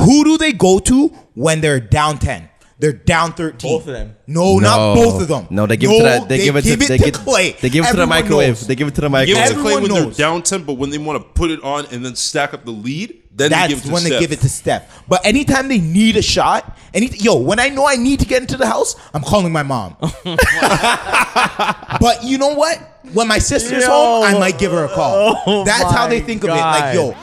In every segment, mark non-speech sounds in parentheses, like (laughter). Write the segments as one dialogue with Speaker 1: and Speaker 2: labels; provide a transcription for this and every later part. Speaker 1: Who do they go to when they're down ten? They're down thirteen.
Speaker 2: Both of them.
Speaker 1: No, not
Speaker 3: No.
Speaker 1: both of them.
Speaker 3: No, they give it to that. They, give it to, they
Speaker 1: to
Speaker 3: get-
Speaker 1: Clay.
Speaker 3: They give it to the
Speaker 1: Everyone
Speaker 3: microwave.
Speaker 1: knows.
Speaker 3: They give it to the
Speaker 4: Give it
Speaker 3: microwave.
Speaker 4: to Clay
Speaker 1: Everyone
Speaker 4: when
Speaker 1: knows.
Speaker 4: they're down 10, but when they want to put it on and then stack up the lead, then
Speaker 1: That's
Speaker 4: they give it to
Speaker 1: when
Speaker 4: Steph.
Speaker 1: they give it to Steph. But anytime they need a shot, any yo, when I know I need to get into the house, I'm calling my mom. (laughs) but you know what? When my sister's
Speaker 2: Yo.
Speaker 1: home, I might give her a call.
Speaker 2: Oh
Speaker 1: That's how
Speaker 2: my
Speaker 1: they think of it. Like
Speaker 2: God.
Speaker 1: yo.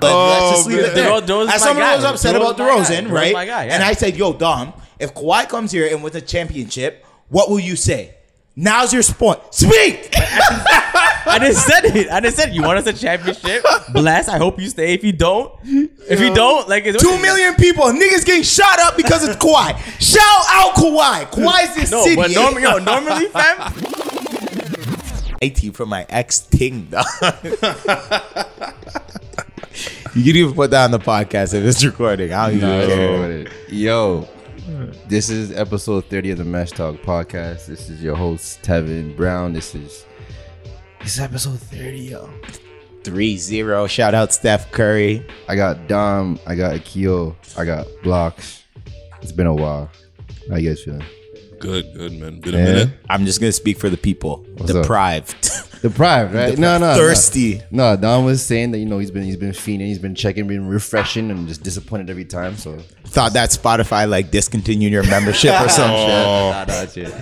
Speaker 1: But let's just leave
Speaker 4: Oh, man.
Speaker 1: it there.
Speaker 2: Dero- Dero's
Speaker 1: As
Speaker 2: my
Speaker 1: someone
Speaker 2: guy.
Speaker 1: who was upset
Speaker 2: Dero's
Speaker 1: about
Speaker 2: my guy.
Speaker 1: DeRozan,
Speaker 2: Dero's
Speaker 1: right?
Speaker 2: my guy, yeah.
Speaker 1: And I said, "Yo, Dom, if Kawhi comes here and wins a championship, what will you say? Now's your spot. Speak."
Speaker 2: I just said it. I just said you want us
Speaker 1: (laughs)
Speaker 2: a championship. Bless. I hope you stay. If you don't, if you don't, like it's
Speaker 1: Two million people, niggas getting shot up because of Kawhi. Shout out Kawhi. Kawhi's this
Speaker 2: No,
Speaker 1: city.
Speaker 2: but norm- yo,
Speaker 1: (laughs)
Speaker 2: normally, fam.
Speaker 1: IT from my ex ting. dog. you can even put that on the podcast if it's recording. I don't even care.
Speaker 3: Yo, yo, this is episode 30 of the Mesh Talk podcast. This is your host, Tevin Brown. This is this is episode 30, yo.
Speaker 1: Three zero. Shout out Steph Curry.
Speaker 3: I got Dom, I got Akio, I got Blocks. It's been a while. How you guys feeling?
Speaker 4: Good, good, man. Been a
Speaker 3: Yeah.
Speaker 4: minute.
Speaker 1: I'm just gonna speak for the people.
Speaker 3: up?
Speaker 1: Deprived. (laughs)
Speaker 3: Deprived, right? No, no, no.
Speaker 1: Thirsty.
Speaker 3: No, Don was saying that you know he's been he's been fiending, he's been checking, been refreshing, and just disappointed every time. So
Speaker 1: Thought that Spotify like discontinued your membership or some shit.
Speaker 3: nah, that's it.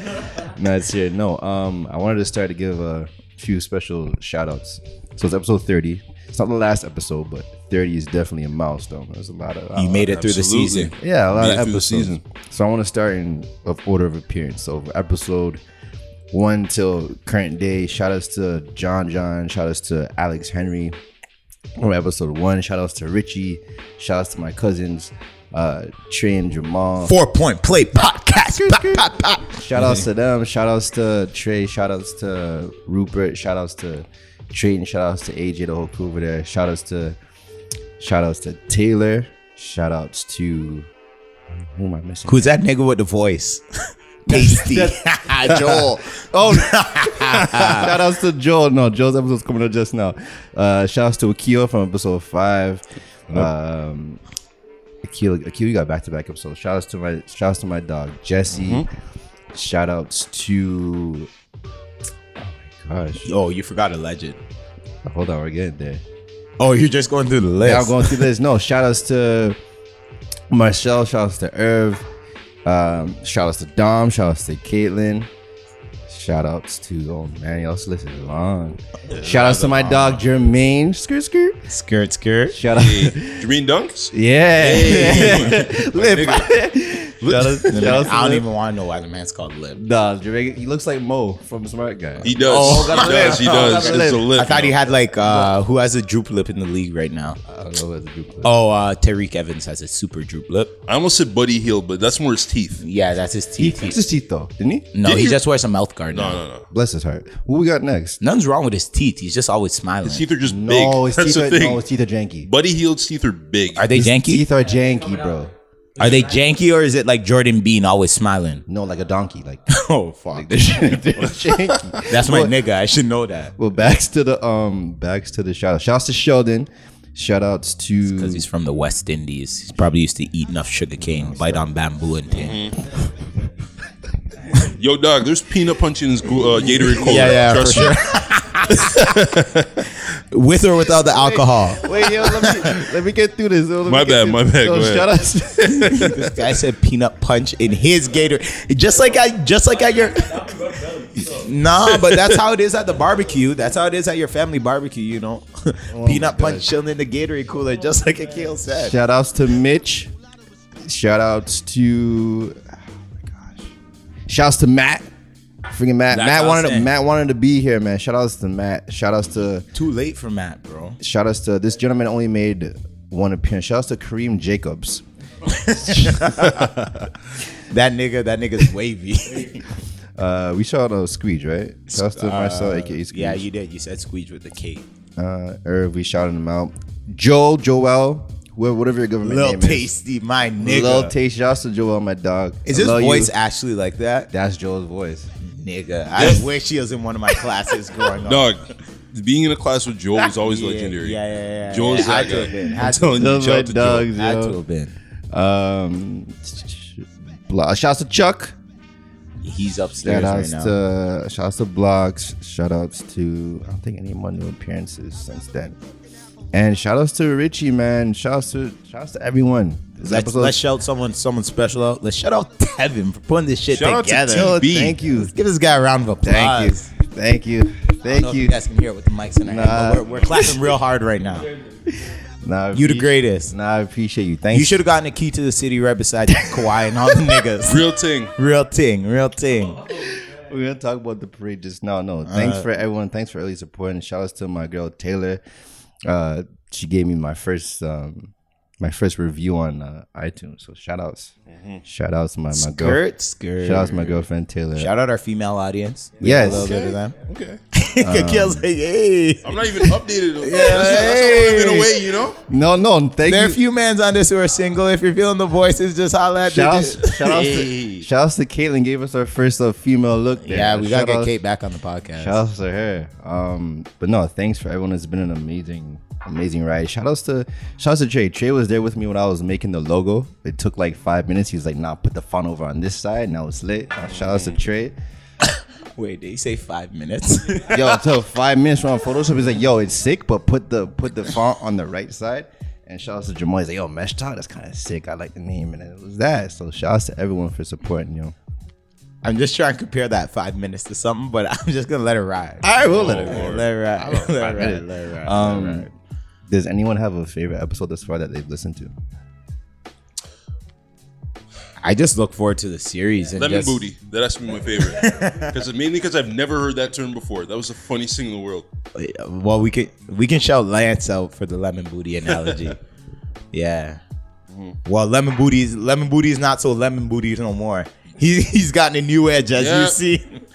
Speaker 3: No, that's it. No, um, I wanted to start to give a few special shout outs. So it's episode 30. It's not the last episode, but 30 is definitely a milestone. There's a lot of uh,
Speaker 1: You made it through the
Speaker 4: Absolutely.
Speaker 1: season.
Speaker 3: yeah, a lot
Speaker 4: Made
Speaker 3: of
Speaker 4: it through the (laughs)
Speaker 3: episodes.
Speaker 4: season.
Speaker 3: So I want to start in of order of appearance. So episode one till current day. Shout outs to John John. Shout outs to Alex Henry. From episode one. Shout outs to Richie. Shout outs to my cousins, uh, Trey and Jamal.
Speaker 1: Four point play podcast. Pop, pop, pop.
Speaker 3: Shout outs to them. Shout outs to Trey. Shout outs to Rupert. Shout outs to Trayton. Shout outs to AJ, the whole crew over there. Shout outs to shout outs to Taylor. Shout outs to who am I missing?
Speaker 1: Who's that nigga with the voice? (laughs) Tasty. Joel. Oh,
Speaker 3: shout outs to Joel. No, Joel's episode's coming up just now. Uh, shout outs to Akil from episode five. Um, Akil, Akil, you got back to back episodes. Shout outs to my shout outs to my dog Jesse. Shout outs to oh my gosh.
Speaker 1: (laughs) oh, you forgot a legend.
Speaker 3: Hold on, we're getting there.
Speaker 1: Oh, you're just going through the list.
Speaker 3: Yeah, I'm going through this. No, shout outs to Marcel, shout outs to Irv, um, shout outs to Dom, shout outs to Caitlin, shout outs to oh man, y'all list is long. Shout outs to my dog Jermaine. Skirt skirt.
Speaker 1: skirt, skirt.
Speaker 3: Shout out
Speaker 4: Green Dunks?
Speaker 3: Yeah. (laughs) Lip.
Speaker 1: (laughs)
Speaker 3: (laughs) Shout outs- shout outs to
Speaker 1: I don't
Speaker 3: Lip.
Speaker 1: even want to know why the man's called Lib.
Speaker 3: Nah, Jermaine, he looks like Mo from Smart Guy.
Speaker 4: He does. he does. He does.
Speaker 3: Oh, Gotta
Speaker 4: It's a
Speaker 3: live.
Speaker 4: lift.
Speaker 1: I thought he had like uh who has a droop lip in the league right now?
Speaker 3: I don't know what to do. with it.
Speaker 1: Oh, uh Tariq Evans has a super droop lip.
Speaker 4: I almost said Buddy Heel, but that's more his teeth.
Speaker 1: Yeah, that's his
Speaker 3: He
Speaker 1: teeth.
Speaker 3: fixed his teeth though, didn't he?
Speaker 1: no,
Speaker 4: Did
Speaker 1: he
Speaker 4: he-
Speaker 1: just wears a mouth guard.
Speaker 4: No,
Speaker 1: now.
Speaker 4: no, no.
Speaker 3: Bless his heart. What we got next?
Speaker 1: Nothing's wrong with his teeth. He's just always smiling.
Speaker 4: His teeth are just big.
Speaker 3: No, his
Speaker 4: that's
Speaker 3: teeth are,
Speaker 4: the thing.
Speaker 3: no, his teeth are janky.
Speaker 4: Buddy Heel's teeth are big.
Speaker 1: Are they
Speaker 3: His
Speaker 1: janky?
Speaker 3: Teeth are janky, bro.
Speaker 1: Are they janky or is it like Jordan Bean always smiling?
Speaker 3: No, like a donkey.
Speaker 4: (laughs)
Speaker 3: Like,
Speaker 1: Oh fuck.
Speaker 3: they're (laughs) janky.
Speaker 1: That's my nigga. I should know that.
Speaker 3: Well, backs to the um, backs to the shout out. Shouts to Sheldon. Shout outs to
Speaker 1: Because he's from the West Indies. He's probably used to eat enough sugar cane, bite on bamboo and thing.
Speaker 4: Yo, dog, there's peanut punch in his glu-
Speaker 1: (laughs)
Speaker 4: uh, Gatorade cola.
Speaker 1: Yeah, yeah,
Speaker 4: Trust
Speaker 1: for
Speaker 4: me.
Speaker 1: sure. With or without the alcohol.
Speaker 3: Wait, yo, let
Speaker 4: (laughs)
Speaker 3: me let me get through this. yo, let me
Speaker 4: My
Speaker 3: get
Speaker 4: bad,
Speaker 3: through
Speaker 4: my
Speaker 3: this.
Speaker 4: bad,
Speaker 3: Yo,
Speaker 4: go ahead.
Speaker 3: shout outs.
Speaker 1: (laughs)
Speaker 3: (laughs)
Speaker 1: this guy said peanut punch in his gator. Just like I just like at your Nah, but that's how it is at the barbecue. That's how it is at your family barbecue, you know. (laughs) peanut punch chilling in the Gatorade cooler, just like Akil said.
Speaker 3: shout outs to Mitch. Shout outs to. Oh my gosh. Shout outs to Matt. Freaking Matt.
Speaker 1: That's
Speaker 3: Matt
Speaker 1: what I'm
Speaker 3: wanted. To,
Speaker 1: saying.
Speaker 3: Matt wanted to be here, man. Shout outs to Matt. Shout outs to.
Speaker 1: Too late for Matt, bro.
Speaker 3: Shout outs to this gentleman only made one appearance. Shout outs to Kareem Jacobs.
Speaker 1: That nigga, that nigga's (laughs) wavy.
Speaker 3: Uh, we shout out uh, Squeege, right? Shout outs to Marcel, aka Squeege.
Speaker 1: uh, yeah, you did. You said squeeze with the K.
Speaker 3: uh, Irv, we shouted him out. Joel, Joel, whoever, whatever your government
Speaker 1: Lil
Speaker 3: name
Speaker 1: Tasty, my
Speaker 3: is.
Speaker 1: nigga.
Speaker 3: Lil Taste, shout outs to Joel, my dog.
Speaker 1: is
Speaker 3: I
Speaker 1: his
Speaker 3: love
Speaker 1: voice
Speaker 3: you.
Speaker 1: actually like that?
Speaker 3: That's Joel's voice.
Speaker 4: (laughs)
Speaker 1: Nigga, I wish he was in one of my classes growing up.
Speaker 4: Dog, being in a class with Joel was always
Speaker 1: Yeah,
Speaker 4: legendary.
Speaker 1: Yeah, yeah, yeah.
Speaker 4: Joel
Speaker 1: yeah.
Speaker 4: is that
Speaker 1: Had to have been.
Speaker 4: guy.
Speaker 1: Had
Speaker 4: I'm
Speaker 1: to-
Speaker 4: telling you,
Speaker 3: Those
Speaker 4: shout
Speaker 3: my
Speaker 4: out to Joel.
Speaker 3: dogs,
Speaker 1: Had to
Speaker 3: yo.
Speaker 1: have been.
Speaker 3: Um, blah. Shouts to Chuck.
Speaker 1: He's upstairs
Speaker 3: Shout
Speaker 1: right
Speaker 3: outs
Speaker 1: now.
Speaker 3: to shout outs to blogs. Shout outs to I don't think any more new appearances since then. And shout outs to Richie, man. Shout outs to shout outs to everyone. This
Speaker 1: Let's,
Speaker 3: episode
Speaker 1: let's shout someone someone special out. Let's shout out Tevin for putting this shit
Speaker 4: Shout out to
Speaker 1: together.
Speaker 4: Tevin. B.
Speaker 3: Thank you.
Speaker 1: Let's give this guy a round of applause.
Speaker 3: Thank you. Thank you.
Speaker 1: I don't know
Speaker 3: Thank
Speaker 1: if you
Speaker 3: you.
Speaker 1: guys can hear it with the mics in our hand,
Speaker 3: Nah.
Speaker 1: but we're, we're clapping real hard right now.
Speaker 3: Nah, I
Speaker 1: You the
Speaker 3: appreciate-
Speaker 1: greatest.
Speaker 3: Nah, I appreciate you. Thanks.
Speaker 1: You should have gotten a key to the city right beside Kawhi and all
Speaker 3: (laughs)
Speaker 1: the niggas.
Speaker 4: Real thing.
Speaker 1: Real thing, real thing.
Speaker 3: We're gonna talk about the parade just now.
Speaker 1: Uh,
Speaker 3: No, thanks for everyone. Thanks for early support and shout outs to my girl Taylor. Uh, she gave me my first um, my first review on uh, iTunes. So shout outs. Shout outs to my my girl.
Speaker 1: Mm-hmm. Skirt, skirt.
Speaker 3: Shout outs to my girlfriend Taylor.
Speaker 1: Shout out our female audience. We
Speaker 3: Yes.
Speaker 1: got A little bit of
Speaker 3: (laughs)
Speaker 1: them. Um,
Speaker 4: Okay.
Speaker 1: Kale's like, hey.
Speaker 4: I'm not even (laughs) updated. yeah, that's, that's all I've been away, you know?
Speaker 3: no, no, thank
Speaker 1: There are a
Speaker 3: you.
Speaker 1: few mans on this who are single. If you're feeling the voices, just holla at
Speaker 3: Shout
Speaker 1: the (laughs)
Speaker 3: outs, shout outs to shout outs to Caitlin gave us our first uh, female look. There.
Speaker 1: Yeah, we gotta
Speaker 3: Shout
Speaker 1: get
Speaker 3: outs-
Speaker 1: Kate back on the podcast.
Speaker 3: Shout outs to her. Um, but no, thanks for everyone. It's been an amazing, amazing ride. Shout outs to shout outs to Trey. Trey was there with me when I was making the logo. It took like five minutes. He was like, nah, put the font over on this side. Now it's lit. Uh, shout outs to Trey.
Speaker 1: Wait, did you say five minutes? (laughs)
Speaker 3: Yo, it took five minutes on Photoshop. He's like, yo, it's sick, but put the put the font on the right side. And shout outs to Jamal. He's like, yo, Mesh Talk, that's kind of sick. I like the name. And it was that. So shout outs to everyone for supporting you.
Speaker 1: I'm just trying to compare that five minutes to something, but I'm just gonna let it ride.
Speaker 3: I will let it
Speaker 1: Let it ride. (laughs) Let it ride. Let it ride.
Speaker 3: Um, Does anyone have a favorite episode thus far that they've listened to?
Speaker 1: I just look forward to the series. And
Speaker 4: Lemon
Speaker 1: just,
Speaker 4: booty. That's my favorite. (laughs) Because mainly because I've never heard that term before. That was the funniest thing in the world.
Speaker 1: Well, we can we can shout Lance out for the lemon booty analogy. yeah. Well, lemon booty's lemon booty's not so lemon booty no more. He's he's gotten a new edge as
Speaker 4: Yeah.
Speaker 1: you see. (laughs)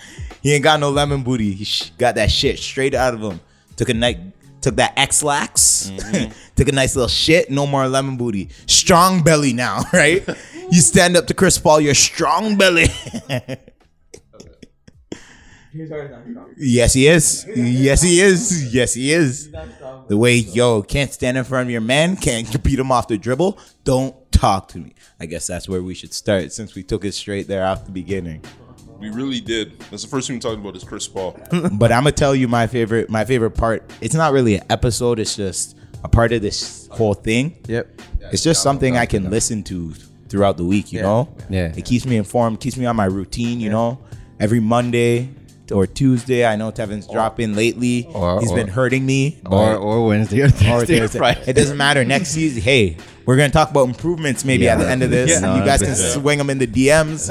Speaker 1: He ain't got no lemon booty. He sh- got that shit straight out of him. Took a night. Took that X lax, (laughs) took a nice little shit. No more lemon booty. Strong belly now, (laughs) right? you stand up to Chris Paul. You're strong belly. Yes, he is. Yes, he is. Yes, he is. The way, yo, can't stand in front of your man, can't (laughs) beat him off the dribble. Don't talk to me. I guess that's where we should start since we took it straight there off the beginning.
Speaker 4: We really did. That's the first thing we talked about is Chris Paul.
Speaker 1: But I'm gonna tell you my favorite. My favorite part. It's not really an episode. It's just a part of this whole thing.
Speaker 2: Yep.
Speaker 1: It's just something I can listen to throughout the week. You
Speaker 2: Yeah.
Speaker 1: know.
Speaker 3: Yeah.
Speaker 1: It keeps me informed. Keeps me on my routine. You know. Every Monday or Tuesday, I know Tevin's dropping lately.
Speaker 3: Or-
Speaker 1: He's been
Speaker 3: or-
Speaker 1: hurting me.
Speaker 3: Or, or Wednesday or (laughs)
Speaker 1: or
Speaker 3: Thursday.
Speaker 1: Thursday. It doesn't matter. Next season, (laughs) hey, we're gonna talk about improvements maybe at the
Speaker 3: Yeah.
Speaker 1: end of
Speaker 3: (laughs)
Speaker 1: this.
Speaker 3: Yeah.
Speaker 1: You guys can
Speaker 3: 100%.
Speaker 1: swing him in the DMs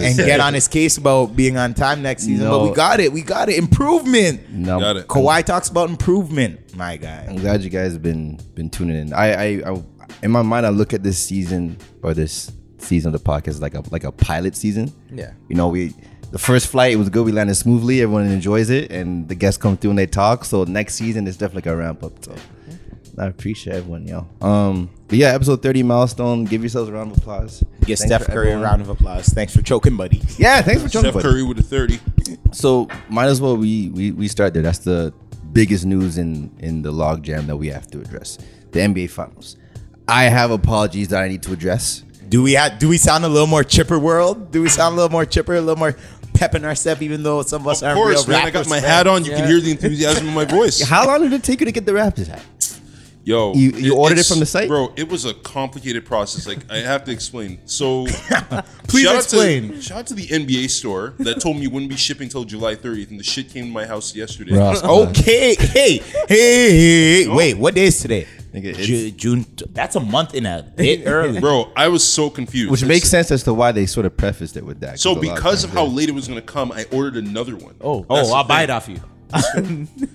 Speaker 1: (laughs) and get on his case about being on time next season. But
Speaker 3: No.
Speaker 1: we got it. We got it. Improvement.
Speaker 3: No,
Speaker 4: Got it.
Speaker 1: Kawhi talks about improvement. My guy.
Speaker 3: I'm glad you guys have been been tuning in. I, I, I in my mind, I look at this season or this season of the podcast like a like a pilot season.
Speaker 2: Yeah.
Speaker 3: You know, we the first flight it was good. We landed smoothly. Everyone enjoys it, and the guests come through and they talk. So next season it's definitely like a ramp up. So I appreciate everyone, yo. Um, but yeah, episode 30 milestone. Give yourselves a round of applause.
Speaker 1: Give
Speaker 3: Thanks
Speaker 1: Steph
Speaker 3: for
Speaker 1: Curry a
Speaker 3: everyone.
Speaker 1: round of applause. Thanks for choking, buddy.
Speaker 3: Yeah, thanks for joining.
Speaker 4: Steph Curry with a 30.
Speaker 3: So might as well we we, we start there. That's the biggest news in in the logjam that we have to address. The NBA Finals. I have apologies that I need to address.
Speaker 1: Do we have, do we sound a little more chipper world? Do we sound a little more chipper, a little more pep in our step, even though some of us
Speaker 4: Of
Speaker 1: aren't
Speaker 4: course,
Speaker 1: real
Speaker 4: man. I
Speaker 1: rappers?
Speaker 4: got my hat on. You
Speaker 2: Yeah.
Speaker 4: can hear the enthusiasm in my voice.
Speaker 3: How long did it take you to get the Raptors hat?
Speaker 4: Yo,
Speaker 3: You- you ordered it
Speaker 4: it's-
Speaker 3: from the site?
Speaker 4: bro. It was a complicated process. Like I have to explain. So,
Speaker 1: Please
Speaker 4: shout Out
Speaker 1: explain.
Speaker 4: to, shout out to the NBA store that told me it wouldn't be shipping till July 30th, and the shit came to my house yesterday.
Speaker 1: Okay. Hey, hey, hey, hey. Wait, what day is today?
Speaker 3: Nigga, it's-
Speaker 1: Ju- June. t- That's a month and a (laughs) bit early.
Speaker 4: Bro, I was so confused.
Speaker 3: Which makes sense as to why they sort of prefaced it with that.
Speaker 4: So,
Speaker 3: a lot
Speaker 4: because
Speaker 3: times
Speaker 4: of how
Speaker 3: they-
Speaker 4: late it was gonna come, I ordered another one.
Speaker 2: Oh,
Speaker 4: That's
Speaker 2: oh,
Speaker 4: the
Speaker 2: I'll buy
Speaker 4: thing.
Speaker 2: it off you.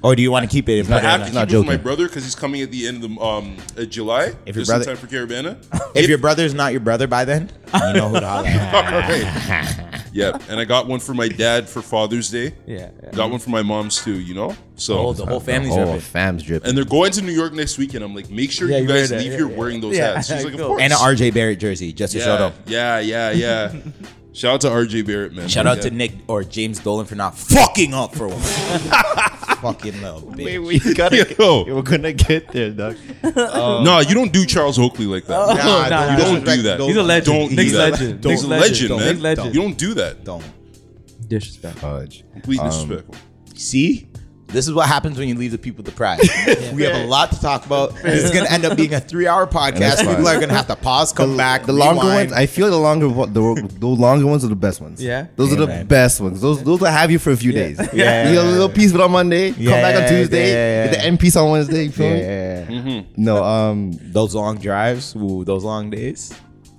Speaker 1: Or do you want to keep it? If
Speaker 4: I
Speaker 1: not,
Speaker 4: have to
Speaker 1: not-
Speaker 4: keep
Speaker 3: not
Speaker 4: it for my
Speaker 3: joking.
Speaker 4: brother because he's coming at the end of the, um uh, July.
Speaker 1: If your
Speaker 4: just
Speaker 1: brother-
Speaker 4: in time for Caravana.
Speaker 1: if your brother's not your brother by then, you know who to holler at.
Speaker 4: okay. Yeah, and I got one for my dad for Father's Day.
Speaker 2: Yeah, yeah.
Speaker 4: Got one for my mom's too. You know. So
Speaker 1: Oh, the whole family's
Speaker 3: oh,
Speaker 1: dripping.
Speaker 3: fam's dripping.
Speaker 4: and they're going to New York next week, and I'm like, make sure
Speaker 2: Yeah,
Speaker 4: you
Speaker 2: you wear
Speaker 4: guys
Speaker 2: that.
Speaker 4: leave
Speaker 2: Yeah,
Speaker 4: here
Speaker 2: yeah.
Speaker 4: wearing those
Speaker 2: Yeah,
Speaker 4: hats. He's like, of
Speaker 2: cool.
Speaker 4: course.
Speaker 1: And an RJ Barrett jersey, just to shout
Speaker 4: yeah,
Speaker 1: out.
Speaker 4: yeah, yeah, yeah. Shout out to RJ Barrett, man.
Speaker 1: Shout out
Speaker 4: Yeah.
Speaker 1: to Nick or James Dolan for not fucking up for once. fucking little bitch.
Speaker 3: Wait, we (laughs) gotta. Get,
Speaker 4: (laughs) Yo.
Speaker 3: we're gonna get there, dog.
Speaker 4: no, you don't do Charles Oakley like that.
Speaker 2: Oh, nah, nah, nah.
Speaker 4: you don't do that.
Speaker 2: He's a legend.
Speaker 4: Don't do
Speaker 2: Nick's
Speaker 4: that.
Speaker 2: legend.
Speaker 4: He's
Speaker 2: Nick's
Speaker 4: a
Speaker 2: legend.
Speaker 4: legend,
Speaker 2: Don't.
Speaker 4: man.
Speaker 2: Nick's legend.
Speaker 4: You don't do that.
Speaker 1: Don't.
Speaker 2: Disrespect.
Speaker 3: Fudge.
Speaker 4: Completely disrespectful.
Speaker 1: See? This is what happens when you leave the people
Speaker 3: (laughs)
Speaker 1: deprived. We have a lot to talk about. This is going to end up being a
Speaker 3: (laughs)
Speaker 1: three-hour podcast.
Speaker 3: that's fine.
Speaker 1: People are going to have to pause, come back.
Speaker 3: The longer
Speaker 1: rewind.
Speaker 3: ones, I feel the longer one- the, the longer ones are the best ones.
Speaker 2: Yeah.
Speaker 3: those are the
Speaker 1: Amen.
Speaker 3: best ones. Those those that have you for a
Speaker 4: (laughs)
Speaker 3: few days.
Speaker 1: Yeah.
Speaker 3: you get a little piece of it on Monday, come back
Speaker 1: Yeah,
Speaker 3: on Tuesday,
Speaker 1: yeah, yeah.
Speaker 3: get the end piece on Wednesday. You feel me?
Speaker 1: yeah.
Speaker 3: No, um,
Speaker 1: Those long drives, ooh, those long days.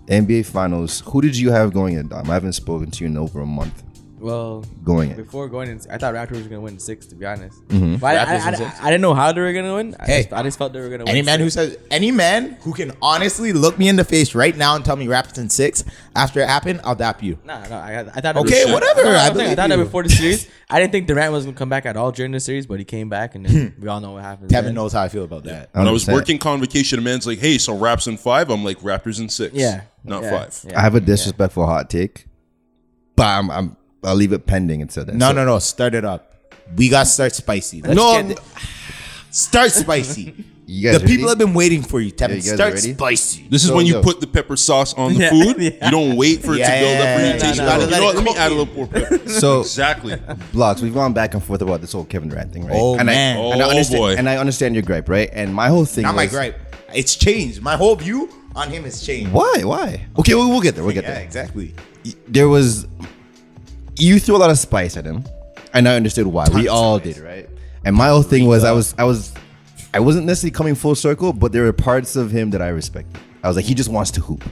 Speaker 3: NBA Finals. Who did you have going in, Dom? I haven't spoken to you in over a month.
Speaker 2: Well,
Speaker 3: Going in.
Speaker 2: before going in, I thought Raptors were gonna win six. To be honest,
Speaker 1: Mm-hmm.
Speaker 2: but I, I, I, I didn't know how they were gonna win. I,
Speaker 1: Hey.
Speaker 2: just, I just felt they were gonna win.
Speaker 1: Any man who says any man who can honestly look me in the face right now and tell me Raptors in six after it happened, I'll dap you.
Speaker 2: Nah, no, I, I thought.
Speaker 1: Okay,
Speaker 2: it was,
Speaker 1: whatever,
Speaker 2: No, no,
Speaker 1: I
Speaker 2: I'm saying, I,
Speaker 1: believe
Speaker 2: thought that
Speaker 1: you.
Speaker 2: before the
Speaker 3: (laughs)
Speaker 2: series, I didn't think Durant was gonna come back at all during the series, but he came back, and
Speaker 3: Hmm.
Speaker 2: then we all know what happened.
Speaker 1: Tevin
Speaker 2: then.
Speaker 1: knows how I feel about that.
Speaker 4: When I was
Speaker 3: 100%.
Speaker 4: working convocation, a man's like, "Hey, so Raps in five? I'm like, "Raptors in six.
Speaker 2: Yeah,
Speaker 4: not
Speaker 2: yeah,
Speaker 4: five.
Speaker 2: yeah.
Speaker 3: I have a disrespectful hot take, but I'm, I'm I'll leave it pending until then.
Speaker 1: No,
Speaker 3: So-
Speaker 1: no, no. Start it up. We got to start spicy.
Speaker 3: no,
Speaker 2: get
Speaker 1: Start spicy.
Speaker 3: (laughs) You guys
Speaker 1: the people
Speaker 3: ready?
Speaker 1: have been waiting for you,
Speaker 3: Yeah,
Speaker 1: Tevin.
Speaker 3: you guys
Speaker 1: start
Speaker 3: ready?
Speaker 1: spicy.
Speaker 4: This is
Speaker 3: Go,
Speaker 4: when you
Speaker 3: go.
Speaker 4: put the pepper sauce on the
Speaker 2: Yeah,
Speaker 4: food.
Speaker 2: yeah.
Speaker 4: You don't wait for it
Speaker 1: Yeah,
Speaker 4: to build up for
Speaker 1: yeah,
Speaker 4: your taste.
Speaker 1: yeah, yeah.
Speaker 4: buds.
Speaker 1: Gotta
Speaker 4: You know
Speaker 1: let
Speaker 4: what? Let
Speaker 1: it
Speaker 4: me add a little more pepper.
Speaker 3: (laughs) So-
Speaker 4: exactly.
Speaker 3: blocks. We've gone back and forth about this whole Kevin Durant thing, right?
Speaker 1: Oh,
Speaker 3: and
Speaker 1: man.
Speaker 3: I, and I
Speaker 4: Oh,
Speaker 3: understand,
Speaker 4: boy.
Speaker 3: And I understand your gripe, right? And my whole thing.
Speaker 1: Not my
Speaker 3: was-
Speaker 1: gripe. It's changed. My whole view on him has changed.
Speaker 3: Why? Why? Okay, we'll, we'll get there. We'll get
Speaker 1: Yeah,
Speaker 3: there.
Speaker 1: exactly.
Speaker 3: There was. You threw a lot of spice at him, and I understood why.
Speaker 1: Tons
Speaker 3: we
Speaker 1: of
Speaker 3: all
Speaker 1: spice.
Speaker 3: did, right? And my whole thing was, I was, I was, I wasn't necessarily coming full circle, but there were parts of him that I respected. I was like, he just wants to hoop.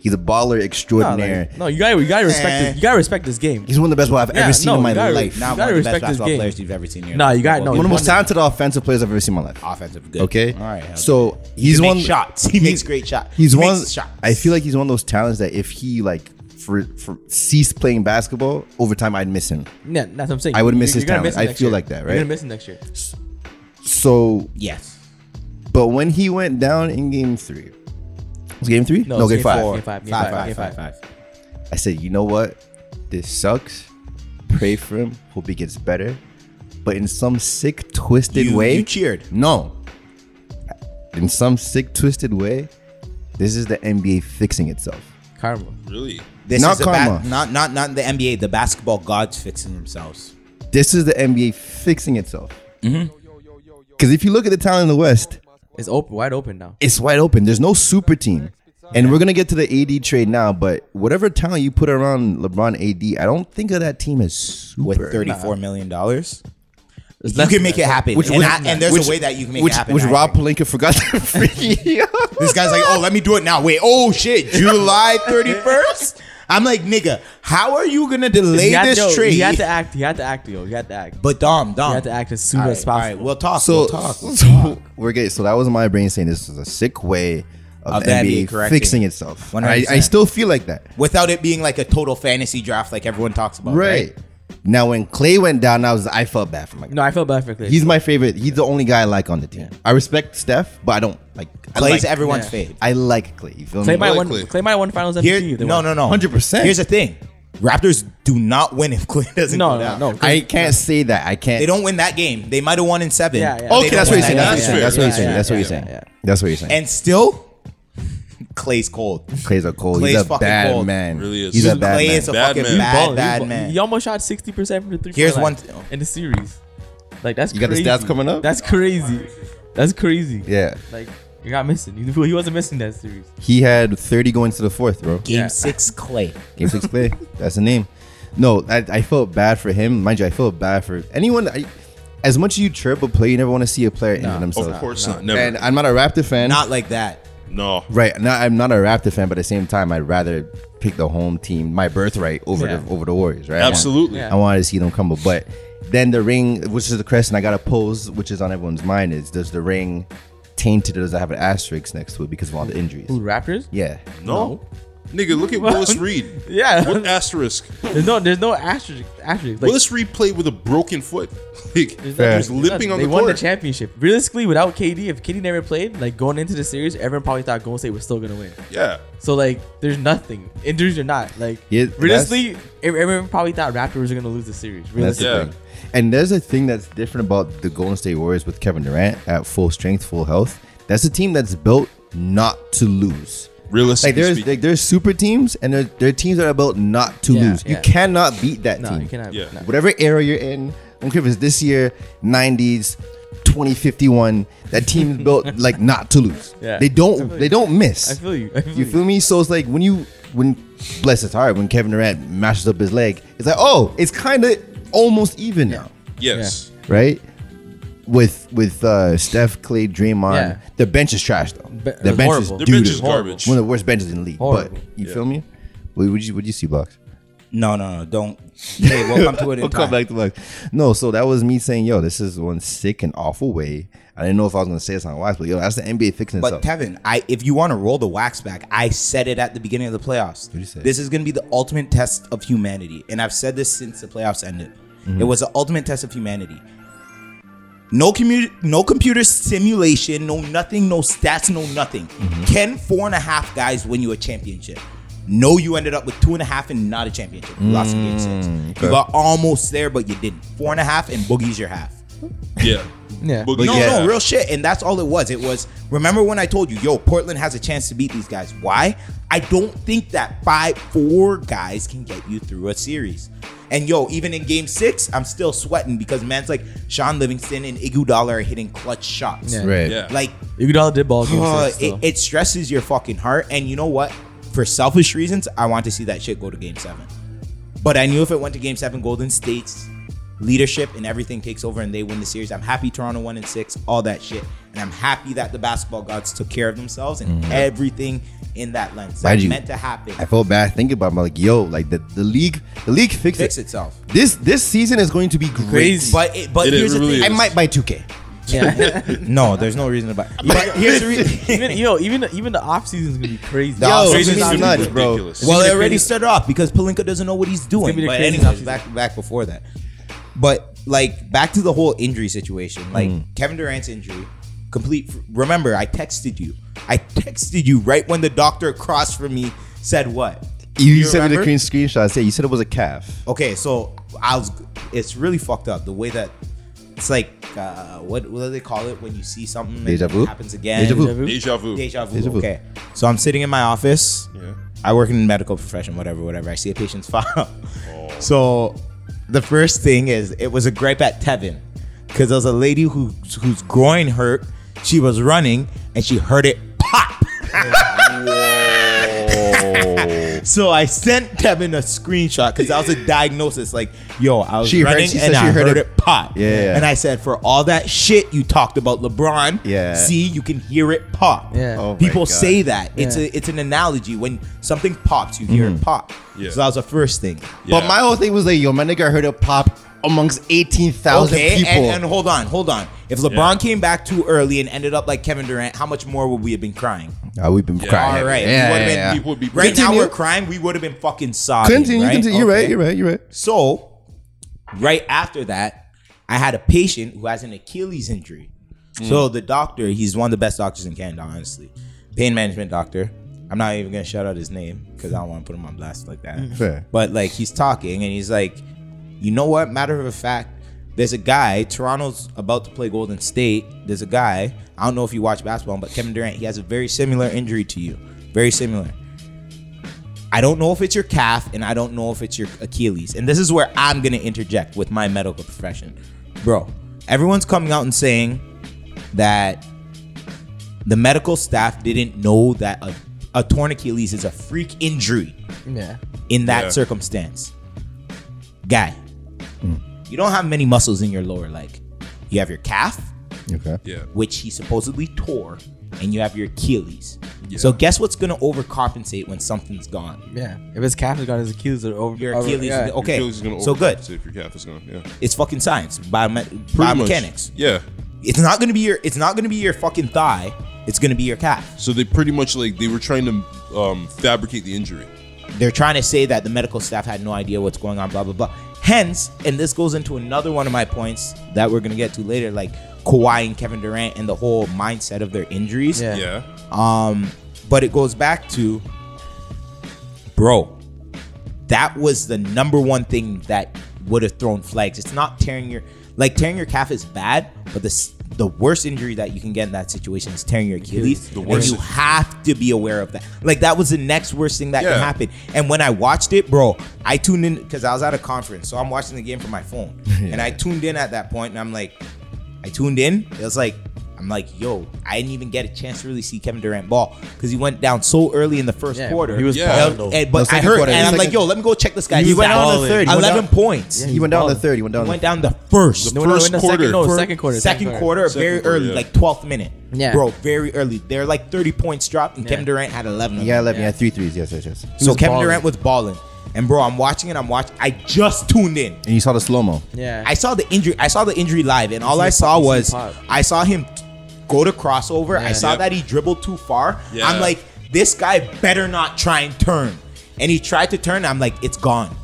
Speaker 3: He's a baller
Speaker 2: No, like,
Speaker 3: extraordinaire.
Speaker 2: no, you gotta, you gotta respect,
Speaker 1: Eh.
Speaker 2: this, you gotta respect this game.
Speaker 3: He's one of the best I've
Speaker 2: Yeah,
Speaker 3: ever seen
Speaker 2: no,
Speaker 3: in my
Speaker 2: you gotta-
Speaker 3: life.
Speaker 1: Not
Speaker 2: You
Speaker 1: one
Speaker 2: gotta
Speaker 1: of the best
Speaker 2: respect this
Speaker 1: basketball
Speaker 2: game.
Speaker 1: players you've ever seen here.
Speaker 2: Nah, you got- no,
Speaker 3: One of the most
Speaker 2: Wonder-
Speaker 3: talented offensive players I've ever seen in my life.
Speaker 1: offensive. Good.
Speaker 3: Okay.
Speaker 1: All right.
Speaker 3: So he's
Speaker 1: He
Speaker 3: one
Speaker 1: makes shots. (laughs) He makes great shots.
Speaker 3: He's
Speaker 1: He
Speaker 3: one.
Speaker 1: makes shots.
Speaker 3: I feel like he's one of those talents that if he like for, for ceased playing basketball over time, I'd miss him.
Speaker 2: Yeah, that's what I'm saying.
Speaker 3: I would miss
Speaker 2: You're
Speaker 3: his
Speaker 2: gonna
Speaker 3: talent.
Speaker 2: him
Speaker 3: I
Speaker 2: next
Speaker 3: feel
Speaker 2: year.
Speaker 3: like that,
Speaker 2: You're
Speaker 3: right?
Speaker 2: gonna miss him next year.
Speaker 3: So,
Speaker 1: yes.
Speaker 3: but when he went down in game three, was game three? No,
Speaker 2: it's
Speaker 3: game,
Speaker 2: game
Speaker 3: five.
Speaker 2: four.
Speaker 1: Game
Speaker 2: five, game
Speaker 1: five,
Speaker 2: five,
Speaker 1: five,
Speaker 2: game
Speaker 1: five, five.
Speaker 3: I said, you know what? This sucks. Pray for him. Hope he gets better. But in some sick, twisted
Speaker 1: You-
Speaker 3: way,
Speaker 1: you cheered.
Speaker 3: No. In some sick, twisted way, this is the NBA fixing itself.
Speaker 2: Karma.
Speaker 4: Really?
Speaker 1: This
Speaker 3: Not
Speaker 1: is the ba-
Speaker 3: karma.
Speaker 1: not not not the NBA. The basketball gods fixing themselves.
Speaker 3: this is the NBA fixing itself. Mm-hmm. Because if you look at the talent in the West,
Speaker 2: It's open, wide open now.
Speaker 3: it's wide open. There's no super team. And we're going to get to the AD trade now, but whatever talent you put around LeBron AD, I don't think of that team as super.
Speaker 1: With thirty-four million dollars,
Speaker 2: It's
Speaker 1: you
Speaker 2: less
Speaker 1: can
Speaker 2: than
Speaker 1: make it
Speaker 2: that.
Speaker 1: happen.
Speaker 3: Which-
Speaker 1: and,
Speaker 3: which-
Speaker 1: I- and there's
Speaker 3: which-
Speaker 1: a way that you can make
Speaker 3: which,
Speaker 1: it happen.
Speaker 3: Which
Speaker 1: I
Speaker 3: Rob
Speaker 1: think.
Speaker 3: Palenka forgot
Speaker 1: (laughs)
Speaker 3: to (laughs) free.
Speaker 1: This guy's like, oh, let me do it now. Wait, oh shit, July thirty-first. I'm like, nigga, how are you gonna delay
Speaker 2: He had,
Speaker 1: this
Speaker 2: yo,
Speaker 1: trade?
Speaker 2: He had to act. He had to act, yo. He had to act.
Speaker 1: but Dom, Dom,
Speaker 2: He had to act as soon
Speaker 1: All right,
Speaker 2: as possible.
Speaker 1: all right, we'll talk.
Speaker 3: so,
Speaker 1: we'll talk.
Speaker 3: (laughs) so we're getting, so that was my brain saying this is a sick way of,
Speaker 1: Of
Speaker 3: the
Speaker 1: the NBA
Speaker 3: NBA,
Speaker 1: correcting.
Speaker 3: fixing itself. And I, I
Speaker 1: 100%.
Speaker 3: still feel like that.
Speaker 1: Without it being like a total fantasy draft, like everyone talks about, right?
Speaker 3: Right. Now, when Clay went down, I was I felt bad for my guy.
Speaker 2: No, I felt bad for Clay.
Speaker 3: He's my favorite. He's the only guy I like on the team. I respect Steph, but I don't like. I
Speaker 1: Plays
Speaker 3: like,
Speaker 1: everyone's
Speaker 2: Yeah.
Speaker 1: fade.
Speaker 3: I like Clay. You feel
Speaker 2: Clay
Speaker 3: me?
Speaker 2: might
Speaker 4: Like
Speaker 2: won.
Speaker 4: Clay.
Speaker 2: Clay might won Finals MVP.
Speaker 1: Here,
Speaker 2: if they
Speaker 1: no,
Speaker 2: won.
Speaker 1: no, no,
Speaker 3: 100%.
Speaker 1: Here's the thing: Raptors do not win if (laughs) Clay doesn't.
Speaker 2: No,
Speaker 1: go down.
Speaker 2: no, no.
Speaker 3: I can't say that. I can't.
Speaker 1: They don't win that game. They might have won in seven.
Speaker 2: Yeah, yeah.
Speaker 1: They don't
Speaker 3: Okay, that's what
Speaker 1: win
Speaker 3: you're saying.
Speaker 1: that
Speaker 3: That's what you're
Speaker 1: game.
Speaker 3: saying. That's what you're saying.
Speaker 2: Yeah, yeah, yeah,
Speaker 3: That's what you're saying.
Speaker 2: yeah.
Speaker 3: That's what you're saying.
Speaker 1: And still, (laughs) Clay's cold.
Speaker 3: Clay's a cold.
Speaker 1: Clay's
Speaker 3: He's a
Speaker 1: fucking
Speaker 3: bad
Speaker 1: cold.
Speaker 3: man.
Speaker 4: Really is.
Speaker 3: He's a
Speaker 4: Dude,
Speaker 3: bad
Speaker 1: Clay
Speaker 3: man.
Speaker 1: is a
Speaker 4: Bad
Speaker 1: fucking
Speaker 4: man.
Speaker 1: bad,
Speaker 2: Ball,
Speaker 1: bad
Speaker 2: he-
Speaker 1: man.
Speaker 2: He almost shot sixty percent from the three.
Speaker 1: Here's
Speaker 2: point
Speaker 1: one
Speaker 2: line
Speaker 1: thing-
Speaker 2: in the series. Like that's
Speaker 3: You got the
Speaker 2: crazy.
Speaker 3: stats coming up?
Speaker 2: That's crazy. That's crazy.
Speaker 3: Yeah,
Speaker 2: Like you're not missing. You- He wasn't missing that series.
Speaker 3: he had 30 going to the fourth, bro.
Speaker 1: Game
Speaker 2: Yeah.
Speaker 1: six, Clay.
Speaker 3: Game six Clay. That's the name. No, I, I felt bad for him. Mind you, I feel bad for anyone. I, as much as you chirp a player, you never want to see a player injure themselves.
Speaker 4: Of course not. Never.
Speaker 3: And I'm not a Raptor fan.
Speaker 1: Not like that.
Speaker 4: no.
Speaker 3: Right. Now I'm not a Raptor fan, but at the same time, I'd rather pick the home team, my birthright, over
Speaker 2: Yeah.
Speaker 3: the over the Warriors. Right. I want-
Speaker 4: Absolutely.
Speaker 2: Yeah.
Speaker 3: I wanted to see them come up, but then the ring, which is the question I got to pose, which is on everyone's mind, is does the ring tainted or does it have an asterisk next to it because of all the injuries?
Speaker 2: Who Raptors?
Speaker 3: Yeah.
Speaker 4: No. Nigga, look at Willis Reed.
Speaker 2: Yeah.
Speaker 4: What asterisk?
Speaker 2: (laughs) There's no, there's no asterisk. asterisk. Like,
Speaker 4: Willis Reed played with a broken foot. (laughs) Like, he
Speaker 3: Fair.
Speaker 4: was limping on
Speaker 2: they
Speaker 4: the
Speaker 2: won
Speaker 4: court.
Speaker 2: the championship. Realistically, without KD, if KD never played, like going into the series, everyone probably thought Golden State was still gonna win.
Speaker 4: yeah.
Speaker 2: So like, there's nothing injuries or not. Like
Speaker 3: Yeah,
Speaker 2: realistically, ev- everyone probably thought Raptors were gonna lose the series.
Speaker 3: That's
Speaker 2: Realistically,
Speaker 4: Yeah.
Speaker 3: the thing. And there's a thing that's different about the Golden State Warriors with Kevin Durant at full strength, full health. That's a team that's built not to lose.
Speaker 4: Realistically
Speaker 3: Like there's
Speaker 4: speaking.
Speaker 3: like there's super teams and there, there are teams that are built not to
Speaker 2: Yeah,
Speaker 3: lose.
Speaker 2: yeah.
Speaker 3: You cannot beat that
Speaker 2: no,
Speaker 3: team.
Speaker 2: you cannot.
Speaker 4: Yeah.
Speaker 2: no.
Speaker 3: Whatever era you're in, I don't care if it's this year, 90s, 2051. That team's
Speaker 2: (laughs)
Speaker 3: built like not to lose.
Speaker 2: Yeah.
Speaker 3: They
Speaker 2: I
Speaker 3: don't
Speaker 2: feel
Speaker 3: they
Speaker 2: you.
Speaker 3: don't miss.
Speaker 2: I feel you. I feel
Speaker 3: You
Speaker 2: you.
Speaker 3: feel me? So it's like when you when bless his heart, when Kevin Durant mashes up his leg, it's like, oh, it's kinda almost even now.
Speaker 4: yes.
Speaker 3: Right? With with uh Steph, Clay, Draymond.
Speaker 2: Yeah.
Speaker 3: The bench is trash though.
Speaker 2: Be-
Speaker 3: the
Speaker 2: it's
Speaker 3: bench
Speaker 2: horrible.
Speaker 3: is
Speaker 4: Their
Speaker 3: doo-doo.
Speaker 4: bench is garbage.
Speaker 3: One of the worst benches in the league.
Speaker 2: Horrible.
Speaker 3: But you
Speaker 4: Yeah.
Speaker 3: feel me? What would you what you see, Box?
Speaker 1: No, no, no. Don't. Hey, welcome to it in
Speaker 3: (laughs) We'll
Speaker 1: time.
Speaker 3: come back to Bucks. No, so that was me saying, yo, this is one sick and awful way. I didn't know if I was gonna say this on Wax, but yo, that's the NBA fixing
Speaker 1: But
Speaker 3: itself.
Speaker 1: Tevin, I if you want to roll the wax back, I said it at the beginning of the playoffs.
Speaker 3: you say?
Speaker 1: This is going to be the ultimate test of humanity, and I've said this since the playoffs ended.
Speaker 3: Mm-hmm.
Speaker 1: It was the ultimate test of humanity. No commu- no computer simulation, no nothing, no stats, no nothing.
Speaker 3: Mm-hmm.
Speaker 1: Can four and a half guys win you a championship? No, you ended up with two and a half and not a championship. You lost in game six.
Speaker 3: Mm,
Speaker 1: You got almost there, but you didn't. Four and a half and boogie's your half.
Speaker 4: Yeah.
Speaker 2: Yeah.
Speaker 4: Boogie-
Speaker 1: No,
Speaker 3: yeah.
Speaker 1: no, real shit. And that's all it was. It was, remember when I told you, yo, Portland has a chance to beat these guys. Why? I don't think that five, four guys can get you through a series. And yo, even in game six, I'm still sweating because man's like Sean Livingston and Iguodala are hitting clutch shots.
Speaker 2: Yeah.
Speaker 3: right.
Speaker 4: Yeah.
Speaker 1: Like,
Speaker 2: Iguodala did ball game
Speaker 1: uh,
Speaker 2: six,
Speaker 1: it,
Speaker 2: though.
Speaker 1: it stresses your fucking heart. And you know what? For selfish reasons, I want to see that shit go to game seven. But I knew if it went to game seven, Golden State's leadership and everything takes over and they win the series. I'm happy Toronto won in six, all that shit. And I'm happy that the basketball gods took care of themselves and everything in that lens. That
Speaker 3: Mind you,
Speaker 1: meant to happen.
Speaker 3: I felt bad thinking about it. I'm like, yo, like the, the league the league fixed
Speaker 1: Fix
Speaker 3: it.
Speaker 1: itself.
Speaker 3: This this season is going to be great.
Speaker 2: Crazy.
Speaker 1: But it, but
Speaker 4: It
Speaker 1: here's the
Speaker 4: really
Speaker 1: thing.
Speaker 4: is.
Speaker 1: I might buy 2K.
Speaker 2: yeah.
Speaker 1: (laughs) No, there's no reason to
Speaker 4: (laughs)
Speaker 1: buy. But here's the reason.
Speaker 2: even yo, even even the off season is gonna be crazy.
Speaker 1: The
Speaker 3: Yo,
Speaker 1: offseason is
Speaker 3: this is
Speaker 1: gonna be
Speaker 3: nuts, bro.
Speaker 4: ridiculous.
Speaker 1: Well,
Speaker 2: gonna
Speaker 1: it
Speaker 2: be
Speaker 1: already
Speaker 2: crazy.
Speaker 1: started off because Palinka doesn't know what he's doing.
Speaker 2: be the
Speaker 1: But
Speaker 2: crazy
Speaker 1: anyhow,
Speaker 2: season.
Speaker 1: back back before that. But like back to the whole injury
Speaker 2: Mm.
Speaker 1: situation, like Kevin Durant's injury, complete. Remember, I texted you. I texted you right when the doctor across from me said what?
Speaker 3: You,
Speaker 1: You
Speaker 3: sent me the
Speaker 1: remember?
Speaker 3: green screenshot. I said you said it was a calf.
Speaker 1: Okay, so I was. It's really fucked up the way that it's like. Uh, what what do they call it when you see something and
Speaker 3: Deja
Speaker 1: it
Speaker 3: vu?
Speaker 1: happens again?
Speaker 3: Deja vu.
Speaker 2: Deja vu?
Speaker 4: Deja vu.
Speaker 1: Deja vu.
Speaker 3: Deja vu.
Speaker 1: Okay. So I'm sitting in my office.
Speaker 4: Yeah.
Speaker 1: I work in the medical profession, whatever, whatever. I see a patient's (laughs) file. Oh. So the first thing is it was a gripe at Tevin because there was a lady who whose groin hurt. She was running and she heard it pop.
Speaker 3: Oh.
Speaker 1: so I sent Tevin a screenshot because that was a diagnosis. Like, yo, I was
Speaker 3: She heard-
Speaker 1: running
Speaker 3: she
Speaker 1: and
Speaker 3: said
Speaker 1: I
Speaker 3: she
Speaker 1: heard,
Speaker 3: heard
Speaker 1: it,
Speaker 3: it-
Speaker 1: pop.
Speaker 3: Yeah.
Speaker 1: And I said, for all that shit you talked about LeBron,
Speaker 3: Yeah.
Speaker 1: see, you can hear it pop.
Speaker 2: Yeah. Oh
Speaker 3: my
Speaker 1: People
Speaker 3: God.
Speaker 1: say that. It's
Speaker 2: Yeah.
Speaker 1: a it's an analogy. When something pops, you hear
Speaker 3: Mm-hmm.
Speaker 1: it pop.
Speaker 4: Yeah.
Speaker 1: So that was the first thing.
Speaker 4: Yeah.
Speaker 3: (laughs) But my whole thing was like, yo, my nigga heard it pop amongst eighteen thousand
Speaker 1: Okay,
Speaker 3: people.
Speaker 1: and, and hold on, hold on. If LeBron came back too early and ended up like Kevin Durant, how much more would we have been crying?
Speaker 3: Ah, we've been crying.
Speaker 1: All right, we
Speaker 3: Yeah,
Speaker 1: would've
Speaker 3: yeah,
Speaker 1: been-
Speaker 3: yeah.
Speaker 4: People would be
Speaker 1: Right now
Speaker 3: Continue.
Speaker 1: we're crying. We would have been fucking sobbing.
Speaker 3: Continue,
Speaker 1: right?
Speaker 3: continue. You're right.
Speaker 1: Okay.
Speaker 3: You're right. You're right.
Speaker 1: So, right after that, I had a patient who has an Achilles injury. So the doctor, he's one of the best doctors in Canada, honestly. Pain management doctor. I'm not even gonna shout out his name because I don't want to put him on blast like that.
Speaker 3: Fair.
Speaker 1: But like he's talking and he's like, you know what? Matter of fact, there's a guy. Toronto's about to play Golden State. There's a guy. I don't know if you watch basketball, but Kevin Durant. He has a very similar injury to you. Very similar. I don't know if it's your calf and I don't know if it's your Achilles. And this is where I'm going to interject with my medical profession. Bro, everyone's coming out and saying that the medical staff didn't know that a, a torn Achilles is a freak injury
Speaker 2: yeah.
Speaker 1: in that
Speaker 4: Yeah.
Speaker 1: circumstance. Guy, you don't have many muscles in your lower leg. You have your calf,
Speaker 3: Okay.
Speaker 4: Yeah.
Speaker 1: which he supposedly tore, and you have your Achilles. So guess what's going to overcompensate when something's gone?
Speaker 2: Yeah. If his calf is gone, his Achilles are over.
Speaker 1: Your
Speaker 2: over-
Speaker 1: Achilles.
Speaker 2: yeah.
Speaker 1: is- Okay.
Speaker 4: Achilles is gonna
Speaker 1: so good.
Speaker 4: overcompensate If your calf is gone, yeah. Pretty
Speaker 1: It's fucking science. Biome-
Speaker 4: much.
Speaker 1: biomechanics.
Speaker 4: Yeah.
Speaker 1: It's not gonna be your. It's not gonna be your fucking thigh. It's gonna be your calf.
Speaker 4: So they pretty much like they were trying to um, fabricate the injury.
Speaker 1: They're trying to say that the medical staff had no idea what's going on, blah, blah, blah. Hence, and this goes into another one of my points that we're going to get to later, like Kawhi and Kevin Durant and the whole mindset of their injuries.
Speaker 2: Yeah.
Speaker 4: Yeah.
Speaker 1: Um, but it goes back to, bro, that was the number one thing that would have thrown flags. It's not tearing your like tearing your calf is bad, but the s- the worst injury that you can get in that situation is tearing your Achilles.
Speaker 4: The
Speaker 1: and
Speaker 4: worst.
Speaker 1: you have to be aware of that. Like that was the next worst thing that
Speaker 4: Yeah.
Speaker 1: can happen. And when I watched it, bro, I tuned in because I was at a conference, so I'm watching the game from my
Speaker 4: (laughs)
Speaker 1: phone, and I tuned in at that point, and I'm like, I tuned in. It was like, I'm like, yo, I didn't even get a chance to really see Kevin Durant ball because he went down so early in the first
Speaker 2: Yeah,
Speaker 1: quarter.
Speaker 2: he was
Speaker 4: Yeah.
Speaker 1: And-
Speaker 5: balling, though.
Speaker 1: and-
Speaker 3: No,
Speaker 1: but I
Speaker 3: second
Speaker 1: heard,
Speaker 3: quarter,
Speaker 1: and I'm
Speaker 3: second-
Speaker 1: like, yo, let me go check this guy.
Speaker 3: He
Speaker 1: He's
Speaker 3: went
Speaker 1: got
Speaker 3: down to
Speaker 1: all-
Speaker 3: third. He went
Speaker 1: 11
Speaker 3: down-
Speaker 1: points.
Speaker 3: He went down the third. He went
Speaker 1: He
Speaker 3: down. the
Speaker 1: went down the first.
Speaker 4: The first quarter.
Speaker 2: Second, no,
Speaker 4: Fir-
Speaker 2: second quarter.
Speaker 1: Second quarter,
Speaker 4: Second
Speaker 1: very
Speaker 4: quarter,
Speaker 1: early,
Speaker 4: yeah.
Speaker 1: like 12th minute.
Speaker 2: Yeah.
Speaker 1: Bro, very early. They're like 30 points dropped, and
Speaker 2: Yeah.
Speaker 1: Kevin Durant had 11 of
Speaker 3: Yeah,
Speaker 1: them.
Speaker 3: eleven. Yeah, three threes. Yes, yes, yes.
Speaker 1: So
Speaker 2: was
Speaker 1: Kevin
Speaker 2: balling.
Speaker 1: Durant was balling. And bro, I'm watching it. I'm watching. I just tuned in.
Speaker 3: And you saw the slow mo.
Speaker 2: Yeah.
Speaker 1: I saw the injury. I saw the injury live, and all I saw
Speaker 2: pop- you see
Speaker 1: was
Speaker 2: pop.
Speaker 1: I saw him t- go to crossover. I
Speaker 2: Yeah.
Speaker 1: saw
Speaker 4: Yep.
Speaker 1: that he dribbled too far.
Speaker 4: Yeah.
Speaker 1: I'm like, this guy better not try and turn. And he tried to turn. I'm like, it's gone.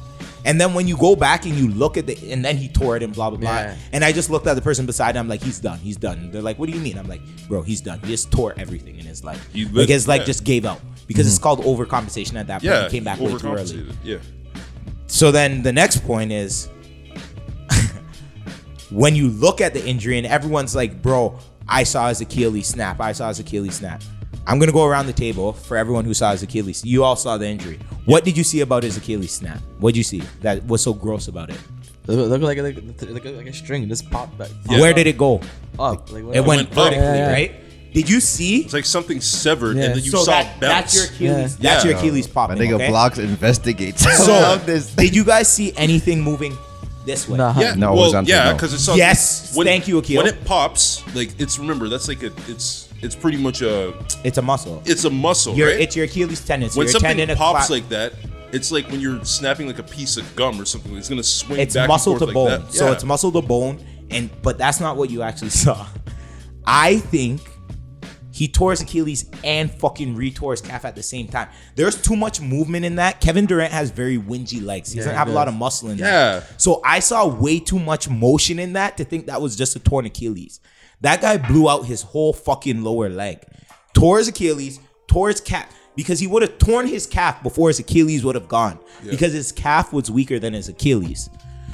Speaker 1: And then when you go back and you look at the, and then he tore it and blah blah
Speaker 2: Yeah.
Speaker 1: blah. And I just looked at the person beside him. I'm like, he's done. He's done. And they're like, what do you mean? I'm like, bro, he's done. He just tore everything in his life.
Speaker 4: You
Speaker 1: like his like
Speaker 4: yeah.
Speaker 1: just gave out because it's called overcompensation at that point.
Speaker 4: Yeah.
Speaker 1: he came back way too early.
Speaker 4: overcompensated. Yeah.
Speaker 1: So then the next point is (laughs) when you look at the injury and everyone's like, bro, I saw his Achilles snap. I saw his Achilles snap. I'm going to go around the table for everyone who saw his Achilles. You all saw the injury. What did you see about his Achilles snap? What did you see that was so gross about it?
Speaker 2: Look, look like, like, look like a string just popped back.
Speaker 4: Yeah.
Speaker 1: Where did it go?
Speaker 2: Up.
Speaker 1: It
Speaker 2: Like,
Speaker 1: went
Speaker 4: went up.
Speaker 1: vertically,
Speaker 2: Yeah, yeah.
Speaker 1: right? Did you see?
Speaker 4: It's like something severed,
Speaker 2: Yeah.
Speaker 4: and then you
Speaker 1: So
Speaker 4: saw
Speaker 1: that-
Speaker 4: it bounce.
Speaker 1: that's your Achilles.
Speaker 4: Yeah.
Speaker 1: That's your
Speaker 4: Yeah.
Speaker 1: Achilles
Speaker 3: My
Speaker 1: popping.
Speaker 3: nigga
Speaker 1: okay?
Speaker 3: blocks investigates. (laughs) I
Speaker 1: So,
Speaker 3: love this.
Speaker 1: did you guys see anything moving this way?
Speaker 2: Nah.
Speaker 4: yeah,
Speaker 3: No, it
Speaker 4: well,
Speaker 3: was on
Speaker 4: yeah,
Speaker 3: Tino.
Speaker 4: because it's something.
Speaker 1: Yes, thank you, Akil.
Speaker 4: When it pops, like it's remember that's like a it's it's pretty much a
Speaker 1: It's a muscle.
Speaker 4: it's a muscle,
Speaker 1: Your,
Speaker 4: right?
Speaker 1: It's your Achilles tendon.
Speaker 4: when
Speaker 1: your
Speaker 4: something
Speaker 1: tendon of
Speaker 4: pops
Speaker 1: clot-
Speaker 4: like that, it's like when you're snapping like a piece of gum or something. It's gonna swing.
Speaker 1: it's
Speaker 4: back
Speaker 1: muscle
Speaker 4: and
Speaker 1: to
Speaker 4: forth
Speaker 1: bone.
Speaker 4: like that.
Speaker 1: So
Speaker 4: Yeah.
Speaker 1: it's muscle to bone, and but that's not what you actually saw. I think he tore his Achilles and fucking retore his calf at the same time. There's too much movement in that. Kevin Durant has very wingy legs. He doesn't
Speaker 2: he
Speaker 1: have a lot
Speaker 2: does.
Speaker 1: of muscle in
Speaker 4: Yeah.
Speaker 1: that. So I saw way too much motion in that to think that was just a torn Achilles. That guy blew out his whole fucking lower leg. Tore his Achilles, tore his calf. Because he would have torn his calf before his Achilles would have gone. Because his calf was weaker than his Achilles.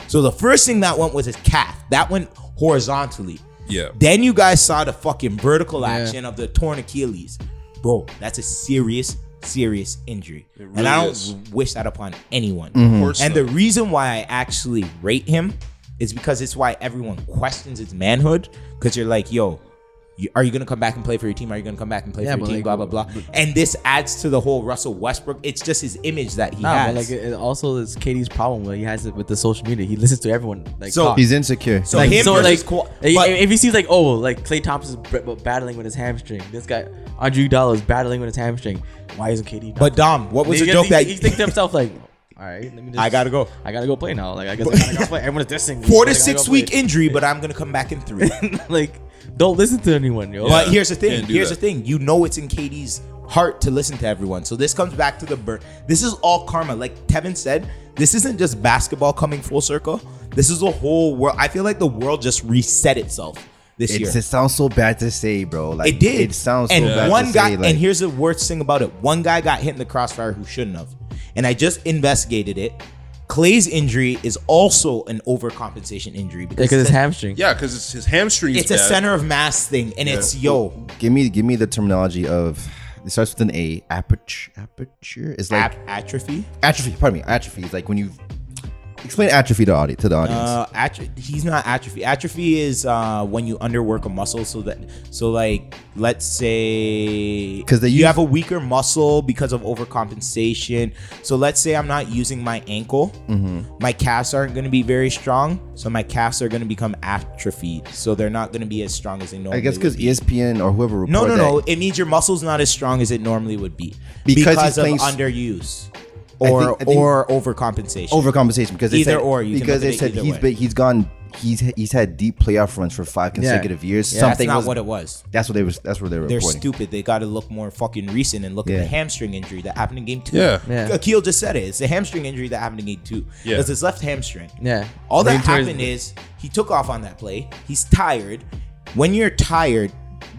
Speaker 1: So the first thing that went was his calf. That went horizontally.
Speaker 4: Yeah.
Speaker 1: Then you guys saw the fucking vertical action of the torn Achilles. Bro, that's a serious, serious injury. and I
Speaker 4: really
Speaker 1: don't
Speaker 4: is.
Speaker 1: wish that upon anyone.
Speaker 4: course
Speaker 1: And
Speaker 4: not.
Speaker 1: the reason why I actually rate him is because it's why everyone questions his manhood. Because you're like, yo, you- are you going to come back and play for your team? Are you going to come back and play
Speaker 2: Yeah,
Speaker 1: for your
Speaker 2: but
Speaker 1: team?
Speaker 2: like,
Speaker 1: blah, blah, blah. and this adds to the whole Russell Westbrook. It's just his image that he
Speaker 2: Nah,
Speaker 1: has.
Speaker 2: but like it, it also is Katie's problem where he has it with the social media. He listens to everyone. Like
Speaker 1: So-
Speaker 2: talk.
Speaker 3: (laughs) He's insecure.
Speaker 1: So-
Speaker 2: like
Speaker 1: him
Speaker 2: so
Speaker 1: versus
Speaker 2: like
Speaker 1: Kawhi-
Speaker 2: if-
Speaker 1: but-
Speaker 2: if he sees like oh like Clay Thompson's b- b- battling with his hamstring. This guy Andre Iguodala is battling with his hamstring. Why isn't KD?
Speaker 1: but Dom, what was
Speaker 2: he,
Speaker 1: the joke
Speaker 2: he,
Speaker 1: that
Speaker 2: he thinks to himself like, all right, let me
Speaker 1: (laughs)
Speaker 2: just,
Speaker 1: I gotta go.
Speaker 2: I gotta go play now. Like I guess I gotta go play. Everyone's dissing. me,
Speaker 1: four
Speaker 2: but I
Speaker 1: to
Speaker 2: gotta
Speaker 1: six
Speaker 2: go
Speaker 1: week
Speaker 2: play.
Speaker 1: injury, but I'm going to come back in three?
Speaker 2: (laughs) like don't listen to anyone, yo.
Speaker 1: But
Speaker 4: Yeah,
Speaker 1: here's the thing.
Speaker 4: can't do
Speaker 1: Here's
Speaker 4: that.
Speaker 1: the thing. You know it's in KD's heart to listen to everyone. So this comes back to the birth. This is all karma. Like Tevin said, this isn't just basketball coming full circle. This is the whole world. I feel like the world just reset itself this year.
Speaker 3: It's, it sounds so bad to say, bro. Like
Speaker 1: it did.
Speaker 3: It sounds
Speaker 1: and
Speaker 3: so bad
Speaker 1: one
Speaker 3: to
Speaker 1: guy.
Speaker 3: say. Like,
Speaker 1: and here's the worst thing about it. One guy got hit in the crossfire who shouldn't have. And I just investigated it. Clay's injury is also an overcompensation injury because
Speaker 2: because his hamstring.
Speaker 4: yeah, because it's his hamstring.
Speaker 1: it's a center of mass thing, and it's yo
Speaker 3: give me give me the terminology of. It starts with an A. Aperture. Aperture. It's like
Speaker 1: ap- atrophy.
Speaker 3: atrophy. Pardon me. Atrophy is like when you explain atrophy to audi- to the audience.
Speaker 1: Uh, atro- he's not atrophy. Atrophy is uh, when you underwork a muscle, so that so like let's say
Speaker 3: 'Cause they
Speaker 1: you
Speaker 3: use-
Speaker 1: have a weaker muscle because of overcompensation. So let's say I'm not using my ankle,
Speaker 3: Mm-hmm.
Speaker 1: my calves aren't going to be very strong, so my calves are going to become atrophied. So they're not going to be as strong as they normally.
Speaker 3: I guess E
Speaker 1: would
Speaker 3: because
Speaker 1: be.
Speaker 3: ESPN or whoever reported
Speaker 1: no, no, no.
Speaker 3: that,
Speaker 1: It means your muscle's not as strong as it normally would be
Speaker 3: Because he's
Speaker 1: because, of
Speaker 3: playing s-
Speaker 1: underuse
Speaker 3: I
Speaker 1: or
Speaker 3: think- I think-
Speaker 1: or overcompensation.
Speaker 3: overcompensation because they
Speaker 1: Either
Speaker 3: said,
Speaker 1: or, you can
Speaker 3: because
Speaker 1: look at
Speaker 3: they
Speaker 1: it
Speaker 3: said
Speaker 1: either
Speaker 3: he's
Speaker 1: way.
Speaker 3: been, he's gone he's he's had deep playoff runs for five consecutive years.
Speaker 1: Yeah, that's
Speaker 3: Something
Speaker 1: not
Speaker 3: was,
Speaker 1: what it was.
Speaker 3: That's what they was. That's what they were
Speaker 1: They're
Speaker 3: reporting.
Speaker 1: stupid. They got to look more fucking recent and look at
Speaker 3: Yeah.
Speaker 1: the hamstring injury that happened in game two.
Speaker 4: Yeah.
Speaker 2: Yeah.
Speaker 1: Akil just said it. It's the hamstring injury that happened in game two.
Speaker 4: Yeah.
Speaker 1: That's his left hamstring.
Speaker 2: Yeah.
Speaker 1: All that
Speaker 2: Lean towards-
Speaker 1: happened is he took off on that play. He's tired. When you're tired,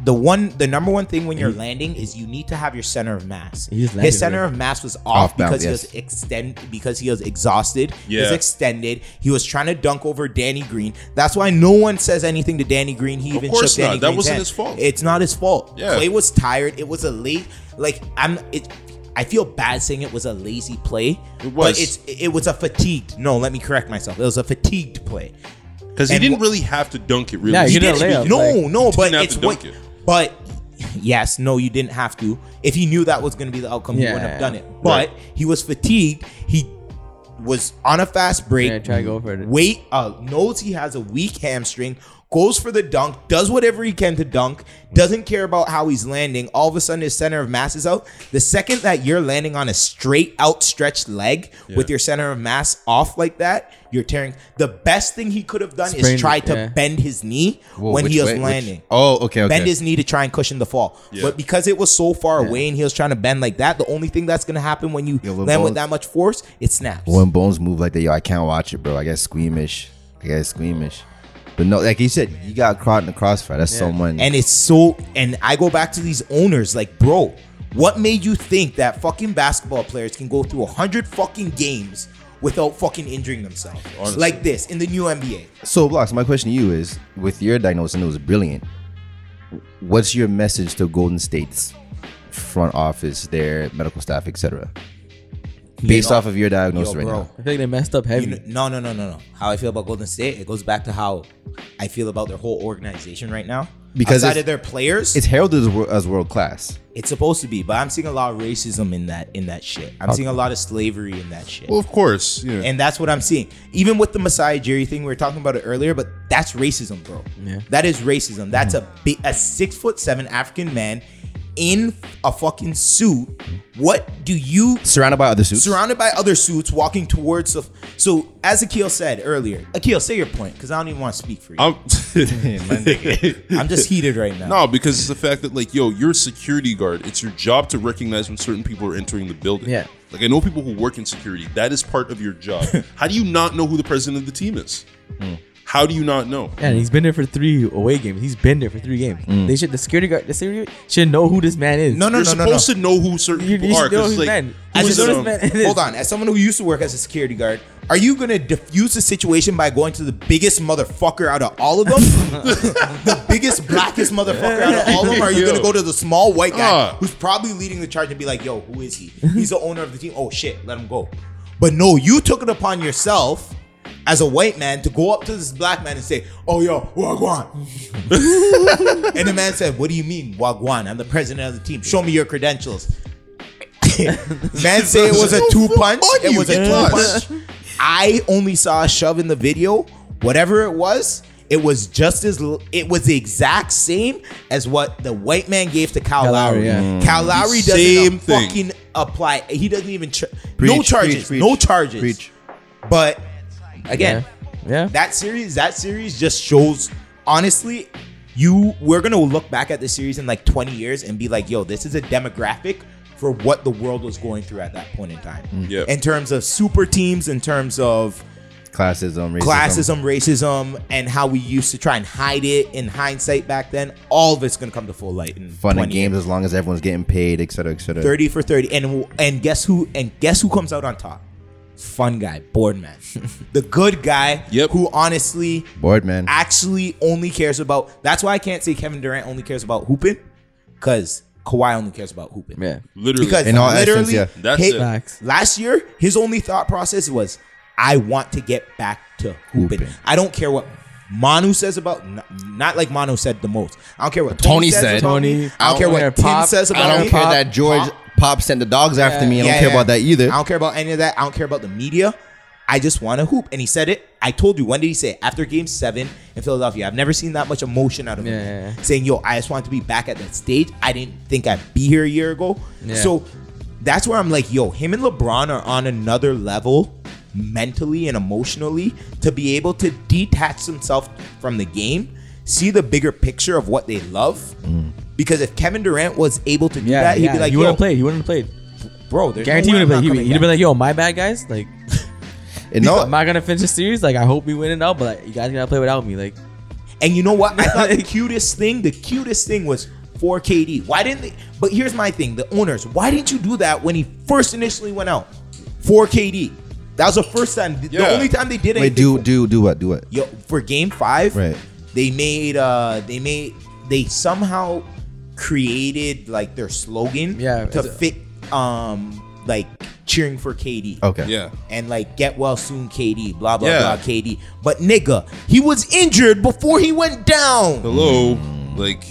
Speaker 1: the one, the number one thing when you're landing is you need to have your center of mass.
Speaker 2: He just landed
Speaker 1: His center
Speaker 2: weird.
Speaker 1: of mass was off,
Speaker 3: Off
Speaker 1: because
Speaker 3: balance, yes.
Speaker 1: he was extend because he was exhausted. He was
Speaker 4: Yeah.
Speaker 1: extended. He was trying to dunk over Danny Green. That's why no one says anything to Danny Green. He even
Speaker 4: course
Speaker 1: shook Danny
Speaker 4: not. That
Speaker 1: Green's
Speaker 4: wasn't
Speaker 1: hand.
Speaker 4: his fault.
Speaker 1: It's not his fault.
Speaker 4: Yeah.
Speaker 1: Clay was tired. It was a late. Like I'm. It. I feel bad saying it was a lazy play.
Speaker 4: It
Speaker 1: But
Speaker 4: was.
Speaker 1: it's it was a fatigued. No, let me correct myself. It was a fatigued play.
Speaker 4: Because he
Speaker 1: And
Speaker 4: didn't
Speaker 1: wh-
Speaker 4: really have to dunk it. Really,
Speaker 2: Yeah, he
Speaker 4: he
Speaker 2: didn't lay up.
Speaker 1: No,
Speaker 2: like,
Speaker 4: (laughs)
Speaker 1: no, but
Speaker 4: have
Speaker 1: it's
Speaker 4: to
Speaker 1: what.
Speaker 4: dunk it.
Speaker 1: But yes, no, you didn't have to. If he knew that was going to be the outcome, he wouldn't
Speaker 2: Yeah.
Speaker 1: have done it. But he was fatigued. He was on a fast break.
Speaker 2: Yeah, try to go for it.
Speaker 1: Wait, uh, knows he has a weak hamstring. Goes for the dunk, does whatever he can to dunk, doesn't care about how he's landing. All of a sudden, his center of mass is out. The second that you're landing on a straight outstretched leg with your center of mass off like that, you're tearing. The best thing he could have done
Speaker 2: Sprained it,
Speaker 1: is try to
Speaker 2: yeah.
Speaker 1: bend his knee
Speaker 3: Whoa,
Speaker 1: when
Speaker 3: which
Speaker 1: he was
Speaker 3: way- which-
Speaker 1: landing.
Speaker 3: oh, okay, okay.
Speaker 1: Bend his knee to try and cushion the fall.
Speaker 4: Yeah.
Speaker 1: But because it was so far away and he was trying to bend like that, the only thing that's going to happen when you
Speaker 3: Yo, when
Speaker 1: land with
Speaker 3: balls-
Speaker 1: that much force, it snaps.
Speaker 3: when bones move like that, yo, I can't watch it, bro. I get squeamish. I get squeamish. But no, like you said, you got caught in the crossfire. That's so much.
Speaker 1: And it's so, and I go back to these owners like, bro, what made you think that fucking basketball players can go through 100 fucking games without fucking injuring themselves? Like this in the new NBA.
Speaker 3: so, blocks. My question to you is: with your diagnosis, and it was brilliant. What's your message to Golden State's front office, their medical staff, etc., based
Speaker 1: know-
Speaker 3: off of your diagnosis
Speaker 1: Yo,
Speaker 3: right
Speaker 1: bro.
Speaker 3: now?
Speaker 2: I feel like they messed up heavy.
Speaker 1: You kn- no, no, no, no, no. How I feel about Golden State, it goes back to how I feel about their whole organization right now.
Speaker 3: Because
Speaker 1: outside
Speaker 3: it's-
Speaker 1: of their players,
Speaker 3: It's heralded as, wor- as world class.
Speaker 1: It's supposed to be, but I'm seeing a lot of racism in that in that shit. I'm seeing a lot of slavery in that shit.
Speaker 4: Well, of course. Yeah.
Speaker 1: and that's what I'm seeing. Even with the Messiah Jerry thing, we were talking about it earlier, but that's racism, bro.
Speaker 2: Yeah.
Speaker 1: That is racism. That's a bi- a six foot seven African man in a fucking suit. What do you
Speaker 3: Surrounded by other suits.
Speaker 1: surrounded by other suits walking towards the? So as Akil said earlier, Akil, say your point because I don't even want to speak for you. I'm, (laughs)
Speaker 4: I'm (laughs)
Speaker 1: just heated right now.
Speaker 4: no, because it's the fact that like, yo, you're a security guard. It's your job to recognize when certain people are entering the building.
Speaker 2: Yeah.
Speaker 4: Like I know people who work in security. That is part of
Speaker 1: (laughs)
Speaker 4: your job. How do you not know who the president of the team is?
Speaker 1: Hmm.
Speaker 4: How do you not know?
Speaker 2: Yeah, and he's been there for three away games. He's been there for three games. They should the security guard the security should know who this man is.
Speaker 1: No, no,
Speaker 4: you're
Speaker 1: no, no, no.
Speaker 4: supposed to know who certain
Speaker 2: You-
Speaker 4: people
Speaker 2: you should
Speaker 4: are.
Speaker 2: know
Speaker 4: 'cause,
Speaker 2: who's
Speaker 4: like,
Speaker 2: men.
Speaker 4: who
Speaker 2: As
Speaker 4: is
Speaker 2: a
Speaker 4: it?
Speaker 2: serviceman. It is.
Speaker 1: Hold on. As someone who used to work as a security guard, are you gonna diffuse the situation by going to the biggest motherfucker out of all of them? (laughs) the biggest blackest motherfucker out of all of them? Are you gonna
Speaker 4: Yo.
Speaker 1: go to the small white guy
Speaker 4: Ah.
Speaker 1: who's probably leading the charge and be like, "Yo, who is he? He's the owner of the team. Oh shit, let him go." But no, you took it upon yourself as a white man to go up to this black man and say, "Oh yo, wagwan." and the man said, "What do you mean, wagwan? I'm the president of the team. Show me your credentials." (laughs) Man say it was a two punch. It was a two punch. I only saw a shove in the video. Whatever it was, it was just as l- it was the exact same as what the white man gave to Kyle,
Speaker 2: Kyle Lowry,
Speaker 1: Lowry.
Speaker 2: yeah.
Speaker 3: Mm.
Speaker 1: Kyle Lowry doesn't
Speaker 4: Same thing.
Speaker 1: fucking apply. He doesn't even tr- no
Speaker 3: Preach,
Speaker 1: charges.
Speaker 3: preach, preach,
Speaker 1: no charges.
Speaker 3: preach.
Speaker 1: But again,
Speaker 2: Yeah.
Speaker 1: that series that series just shows honestly you we're gonna look back at this series in like 20 years and be like yo this is a demographic for what the world was going through at that point in time
Speaker 3: Mm.
Speaker 4: Yeah.
Speaker 1: in terms of super teams in terms of
Speaker 3: Classism, racism.
Speaker 1: classism racism and how we used to try and hide it in hindsight back then all of it's gonna come to full light in
Speaker 3: Fun
Speaker 1: 20
Speaker 3: and games as long as everyone's getting paid, et cetera, et cetera.
Speaker 1: 30 for 30 and and guess who and guess who comes out on top fun guy
Speaker 3: (laughs)
Speaker 1: boardman the good guy
Speaker 4: Yep.
Speaker 1: who honestly
Speaker 3: Bored, man.
Speaker 1: actually only cares about. That's why I can't say Kevin Durant only cares about hooping, because Kawhi only cares about hooping.
Speaker 2: Yeah.
Speaker 4: Literally.
Speaker 1: Because
Speaker 3: In all
Speaker 1: literally,
Speaker 3: essence, yeah.
Speaker 4: That's
Speaker 1: his-
Speaker 4: it.
Speaker 2: Facts.
Speaker 1: last year his only thought process was, "I want to get back to hooping.
Speaker 3: Hooping.
Speaker 1: I don't care what." Manu says about n- not like Manu said the most. I don't care what
Speaker 3: Tony
Speaker 1: says
Speaker 3: said.
Speaker 1: about me.
Speaker 2: Tony,
Speaker 1: I don't care
Speaker 2: I
Speaker 1: what
Speaker 2: don't
Speaker 1: Tim
Speaker 2: care, Pop.
Speaker 1: says about
Speaker 3: I don't
Speaker 1: me.
Speaker 3: care that George Pop, sent the dogs after me. I don't
Speaker 1: Yeah,
Speaker 3: care
Speaker 1: yeah.
Speaker 3: about that either.
Speaker 1: I don't care about any of that. I don't care about the media. I just want to hoop. And he said it. I told you. When did he say it? After game seven in Philadelphia. I've never seen that much emotion out of him.
Speaker 2: Yeah, yeah, yeah.
Speaker 1: Saying, yo, I just wanted to be back at that stage. I didn't think I'd be here a year ago.
Speaker 2: Yeah.
Speaker 1: So that's where I'm like, yo, him and LeBron are on another level mentally and emotionally to be able to detach themselves from the game, see the bigger picture of what they love.
Speaker 3: Mm.
Speaker 1: Because if Kevin Durant was able to do
Speaker 2: Yeah,
Speaker 1: that, he'd
Speaker 2: yeah.
Speaker 1: be like,
Speaker 2: he
Speaker 1: "Yo,
Speaker 2: wouldn't play. He wouldn't play.
Speaker 1: bro, there's
Speaker 2: Guarantee
Speaker 1: no
Speaker 2: he
Speaker 1: way
Speaker 2: would have
Speaker 1: I'm not
Speaker 2: played. He'd,
Speaker 1: coming
Speaker 2: he'd
Speaker 1: back."
Speaker 2: be like, "Yo, my bad, guys.
Speaker 1: (laughs)
Speaker 2: Like,
Speaker 3: And no,
Speaker 2: am I gonna finish the series? Like, I hope we win it out, but like, you guys gotta play without me. Like,
Speaker 1: And you know what? I thought
Speaker 2: (laughs)
Speaker 1: the cutest thing, the cutest thing was 4KD. Why didn't they? But here's my thing the owners, why didn't you do that when he first initially went out? 4KD. That was the first time.
Speaker 4: Yeah.
Speaker 1: The only time they did it.
Speaker 3: wait, do do do what? Do what?
Speaker 1: Yo, for game five,
Speaker 3: Right.
Speaker 1: they made, uh they made, they somehow created like their slogan
Speaker 2: Yeah,
Speaker 1: to
Speaker 2: it's a-
Speaker 1: fit, um, like cheering for KD
Speaker 2: Oh,
Speaker 3: Okay.
Speaker 4: Yeah.
Speaker 1: and like get well soon, KD. Blah blah
Speaker 4: Yeah.
Speaker 1: blah, KD. But nigga, he was injured before he went down.
Speaker 4: Hello. Like,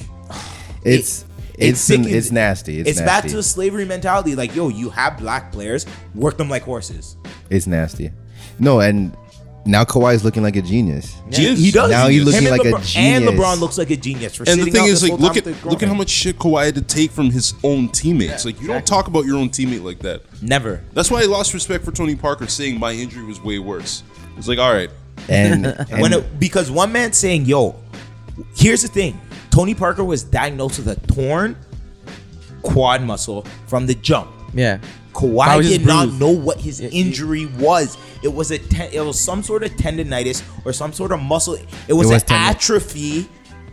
Speaker 3: It's
Speaker 1: It- it
Speaker 3: it's it's,
Speaker 1: sickens-
Speaker 3: nasty. It's,
Speaker 1: It's, back
Speaker 3: nasty.
Speaker 1: to the slavery mentality. Like, yo, you have black players, work them like horses.
Speaker 3: It's nasty. No, and now Kawhi's looking like a genius.
Speaker 4: He is.
Speaker 1: He does.
Speaker 3: Now
Speaker 1: He
Speaker 3: he's
Speaker 1: does.
Speaker 3: looking
Speaker 1: Him and
Speaker 3: like a
Speaker 1: LeBron- And
Speaker 3: genius.
Speaker 1: LeBron looks like a genius. For
Speaker 4: And the
Speaker 1: sitting
Speaker 4: thing
Speaker 1: out
Speaker 4: is,
Speaker 1: this
Speaker 4: like,
Speaker 1: whole
Speaker 4: look
Speaker 1: time
Speaker 4: at
Speaker 1: with the
Speaker 4: look at how
Speaker 1: grown-
Speaker 4: much shit Kawhi had to take from his own teammates. like, you don't talk about your own teammate like that.
Speaker 1: Never.
Speaker 4: That's why I lost respect for Tony Parker saying my injury was way worse. It's like,
Speaker 1: (laughs)
Speaker 4: all right,
Speaker 3: And, and
Speaker 1: when it, because one man saying, "Yo, here's the thing," Tony Parker was diagnosed with a torn quad muscle from the jump.
Speaker 2: yeah, That
Speaker 1: Kawhi
Speaker 2: was his
Speaker 1: did not
Speaker 2: bruise.
Speaker 1: know what his
Speaker 2: It- it-
Speaker 1: injury was. It was a ten, it was some sort of tendonitis or some sort of muscle. It was,
Speaker 3: was
Speaker 1: an
Speaker 3: tendon-
Speaker 1: atrophy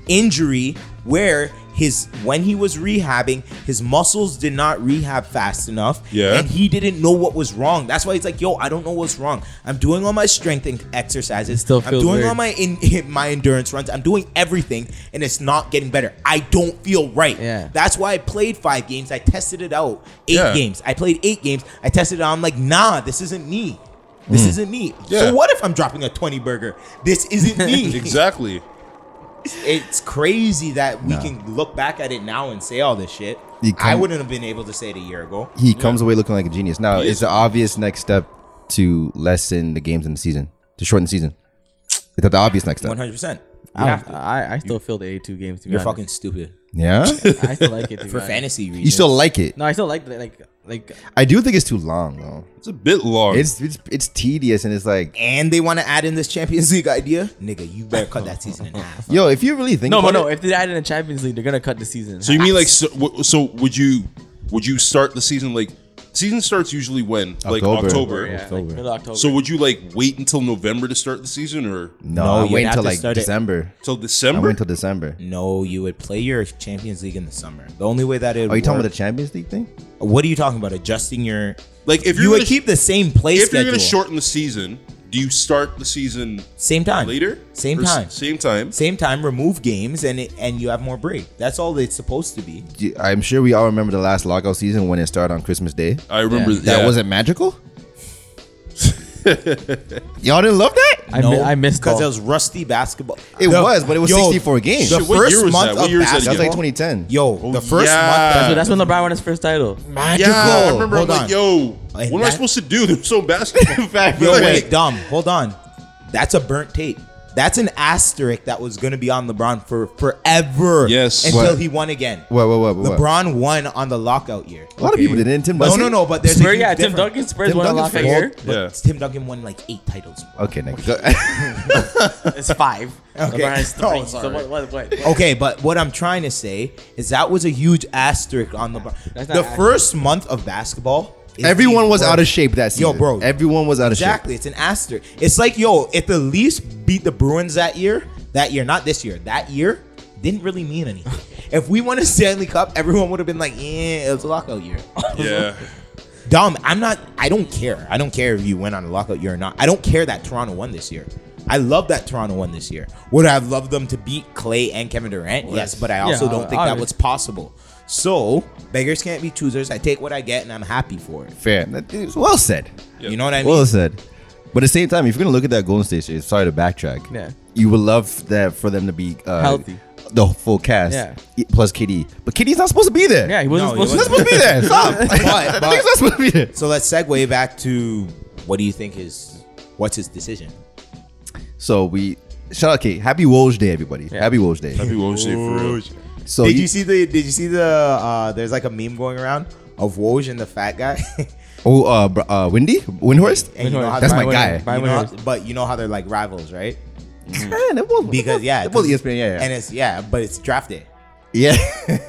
Speaker 1: injury where his when he was rehabbing, his muscles did not rehab fast enough.
Speaker 4: Yeah.
Speaker 1: And he didn't know what was wrong. That's why he's like, yo, I don't know what's wrong. I'm doing all my strength en- exercises.
Speaker 2: still
Speaker 1: I'm
Speaker 2: feels
Speaker 1: doing
Speaker 2: weird.
Speaker 1: all my in, (laughs) my endurance runs. I'm doing everything and it's not getting better. I don't feel right.
Speaker 2: Yeah.
Speaker 1: That's why I played five games. I tested it out. Eight
Speaker 4: Yeah.
Speaker 1: games. I played eight games. I tested it out. I'm like, nah, this isn't me. This
Speaker 3: Hmm.
Speaker 1: isn't me.
Speaker 4: Yeah.
Speaker 1: So what if I'm dropping a 20 burger? This isn't me.
Speaker 4: (laughs) exactly.
Speaker 1: It's crazy that we can look back at it now and say all this shit.
Speaker 3: You
Speaker 1: I
Speaker 3: come-
Speaker 1: wouldn't have been able to say it a year ago.
Speaker 3: he comes away looking like a genius. Now
Speaker 4: He
Speaker 3: it's
Speaker 4: is.
Speaker 3: the obvious next step to lessen the games in the season, to shorten the season. It's the obvious next step.
Speaker 1: 100%. You
Speaker 2: I,
Speaker 1: have
Speaker 2: don't-
Speaker 1: to.
Speaker 2: I I still feel the eighty-two games. To be
Speaker 1: You're
Speaker 2: honest.
Speaker 1: fucking stupid.
Speaker 3: Yeah,
Speaker 2: I still
Speaker 1: (laughs)
Speaker 2: like it to be
Speaker 1: For
Speaker 2: honest.
Speaker 1: fantasy reasons.
Speaker 3: you still like it.
Speaker 2: No, I still like the- like like
Speaker 3: I do think it's too long though.
Speaker 4: It's a bit long.
Speaker 3: It's it's it's tedious and it's like,
Speaker 1: and they want to add in this Champions League idea? Nigga, you better cut that
Speaker 3: (laughs)
Speaker 1: season in half.
Speaker 3: yo, if you really think
Speaker 2: no, but
Speaker 3: about
Speaker 2: no.
Speaker 3: it-
Speaker 2: If they add in the Champions League, they're gonna cut the season.
Speaker 4: so you mean like so, w- so? Would you would you start the season like season starts usually when like
Speaker 3: October.
Speaker 4: October?
Speaker 2: yeah, like
Speaker 3: October.
Speaker 2: middle of October.
Speaker 4: So would you like wait until November to start the season or
Speaker 1: No,
Speaker 3: no, I
Speaker 1: you'd
Speaker 3: wait
Speaker 1: have
Speaker 3: until
Speaker 1: to
Speaker 3: like
Speaker 1: start it-
Speaker 3: December.
Speaker 4: till
Speaker 3: I
Speaker 4: December?
Speaker 3: wait until December.
Speaker 1: No, you would play your Champions League in the summer. The only way that it would
Speaker 3: Are Oh, you talking
Speaker 1: work-
Speaker 3: about the Champions League thing?
Speaker 1: What are you talking about? Adjusting your
Speaker 4: Like, if
Speaker 1: you
Speaker 4: you're
Speaker 1: would
Speaker 4: gonna-
Speaker 1: keep the same place
Speaker 4: if you're
Speaker 1: schedule,
Speaker 4: gonna shorten the season, do you start the season
Speaker 1: same time
Speaker 4: later?
Speaker 1: same
Speaker 4: Or s-
Speaker 1: time,
Speaker 4: Same time.
Speaker 1: same time, remove games and it, and you have more break. That's all it's supposed to be.
Speaker 3: Do- I'm sure we all remember the last lockout season when it started on Christmas Day.
Speaker 4: I remember
Speaker 2: Yeah.
Speaker 3: That
Speaker 4: yeah.
Speaker 3: wasn't magical. (laughs) Y'all didn't love that.
Speaker 2: I, mi- I missed
Speaker 1: because
Speaker 2: all.
Speaker 1: it was rusty basketball.
Speaker 3: It was, but it was 64 games.
Speaker 1: The
Speaker 4: Shit, what
Speaker 1: first
Speaker 4: year was
Speaker 1: month
Speaker 4: that? What
Speaker 1: of
Speaker 4: year was that
Speaker 1: basketball,
Speaker 3: That was
Speaker 4: again?
Speaker 3: like 2010.
Speaker 1: yo,
Speaker 4: Oh,
Speaker 1: the first
Speaker 4: yeah.
Speaker 2: So
Speaker 1: month
Speaker 2: that's when LeBron won his first title.
Speaker 1: of magical.
Speaker 4: Yeah, I remember.
Speaker 1: Hold
Speaker 4: I'm
Speaker 1: on.
Speaker 4: like, yo,
Speaker 1: Like,
Speaker 4: what am I
Speaker 1: that-
Speaker 4: supposed to do? (laughs) They're
Speaker 1: (laughs)
Speaker 4: so basketball. fact,
Speaker 1: Yo,
Speaker 4: like,
Speaker 1: wait, dumb. Hold on. That's a burnt tape. That's an asterisk that was going to be on LeBron for forever.
Speaker 4: Yes.
Speaker 1: Until
Speaker 3: What?
Speaker 1: he won again.
Speaker 3: What, what, what, what?
Speaker 1: LeBron won on the lockout year.
Speaker 3: A lot of people didn't. Tim
Speaker 1: No,
Speaker 3: Duncan.
Speaker 1: no, no. But there's a
Speaker 2: Spurs,
Speaker 1: huge
Speaker 2: yeah, Tim
Speaker 1: difference.
Speaker 2: Duncan Spurs
Speaker 3: Tim
Speaker 2: won a
Speaker 3: Duncan's
Speaker 2: lot that
Speaker 3: fault.
Speaker 2: year.
Speaker 1: But
Speaker 4: Yeah.
Speaker 1: Tim Duncan won like eight titles.
Speaker 3: Okay, nigga.
Speaker 2: It's five.
Speaker 1: Okay.
Speaker 2: LeBron has three.
Speaker 1: Oh,
Speaker 2: so what, what, what, what?
Speaker 1: Okay, but what I'm trying to say is that was a huge asterisk on LeBron.
Speaker 2: That's not
Speaker 1: the
Speaker 2: asterisk.
Speaker 1: first month of basketball. is
Speaker 3: (laughs) Everyone
Speaker 1: the
Speaker 3: was out of
Speaker 1: worst.
Speaker 3: shape that season.
Speaker 1: Yo, bro.
Speaker 3: Everyone was out of
Speaker 1: Exactly, it's an asterisk. It's like yo, if the Leafs beat the Bruins that year, that year, not this year, that year didn't really mean
Speaker 2: (laughs)
Speaker 1: anything. if we won a Stanley Cup, everyone would have been like, yeah, it was a lockout
Speaker 2: (laughs)
Speaker 1: year.
Speaker 4: yeah.
Speaker 1: Dumb. I'm not. I don't care. I don't care if you went on a lockout year or not. I don't care that Toronto won this year. I love that Toronto won this year. Would I have loved them to beat Clay and Kevin Durant? yes, but I also
Speaker 2: Yeah,
Speaker 1: don't think that
Speaker 2: obvious.
Speaker 1: was possible. So beggars can't be choosers. I take what I get, and I'm happy for it.
Speaker 3: shape. Fair. That- it was Well said.
Speaker 4: Yeah.
Speaker 1: You know what I mean?
Speaker 3: Well said. But at the same time, if you're gonna look at that Golden State series, sorry to backtrack.
Speaker 2: Yeah.
Speaker 3: You would love that for them to be uh,
Speaker 2: Healthy.
Speaker 3: the full cast.
Speaker 2: Yeah.
Speaker 3: y- Plus KD, but KD's not supposed to be there.
Speaker 2: Yeah, he wasn't
Speaker 1: No, he
Speaker 2: supposed to. (laughs)
Speaker 3: He's not supposed to be there. (laughs) Stop.
Speaker 1: But- but-
Speaker 3: He's not supposed to be there.
Speaker 1: so let's segue back to what do you think is what's his decision?
Speaker 3: So we shout out Kate. Happy Woj Day, everybody.
Speaker 2: Yeah.
Speaker 3: Happy Woj Day.
Speaker 1: Oh,
Speaker 4: Happy Woj Day for real.
Speaker 3: So
Speaker 1: did you see the? Did you see the? Uh, there's like a meme going around of Woj and the fat guy. (laughs)
Speaker 3: Oh, uh, br- uh, Windy, Windhorst.
Speaker 1: And you know how
Speaker 3: That's
Speaker 1: they're-
Speaker 3: my guy.
Speaker 1: You know how-
Speaker 2: Windhorst.
Speaker 1: but you know how they're like rivals, right?
Speaker 3: Man, it was-
Speaker 1: Mm. (laughs) Because
Speaker 3: (laughs)
Speaker 1: yeah,
Speaker 3: it was E ESPN. Yeah, yeah.
Speaker 1: and it's yeah, but it's draft day. (laughs)
Speaker 3: yeah.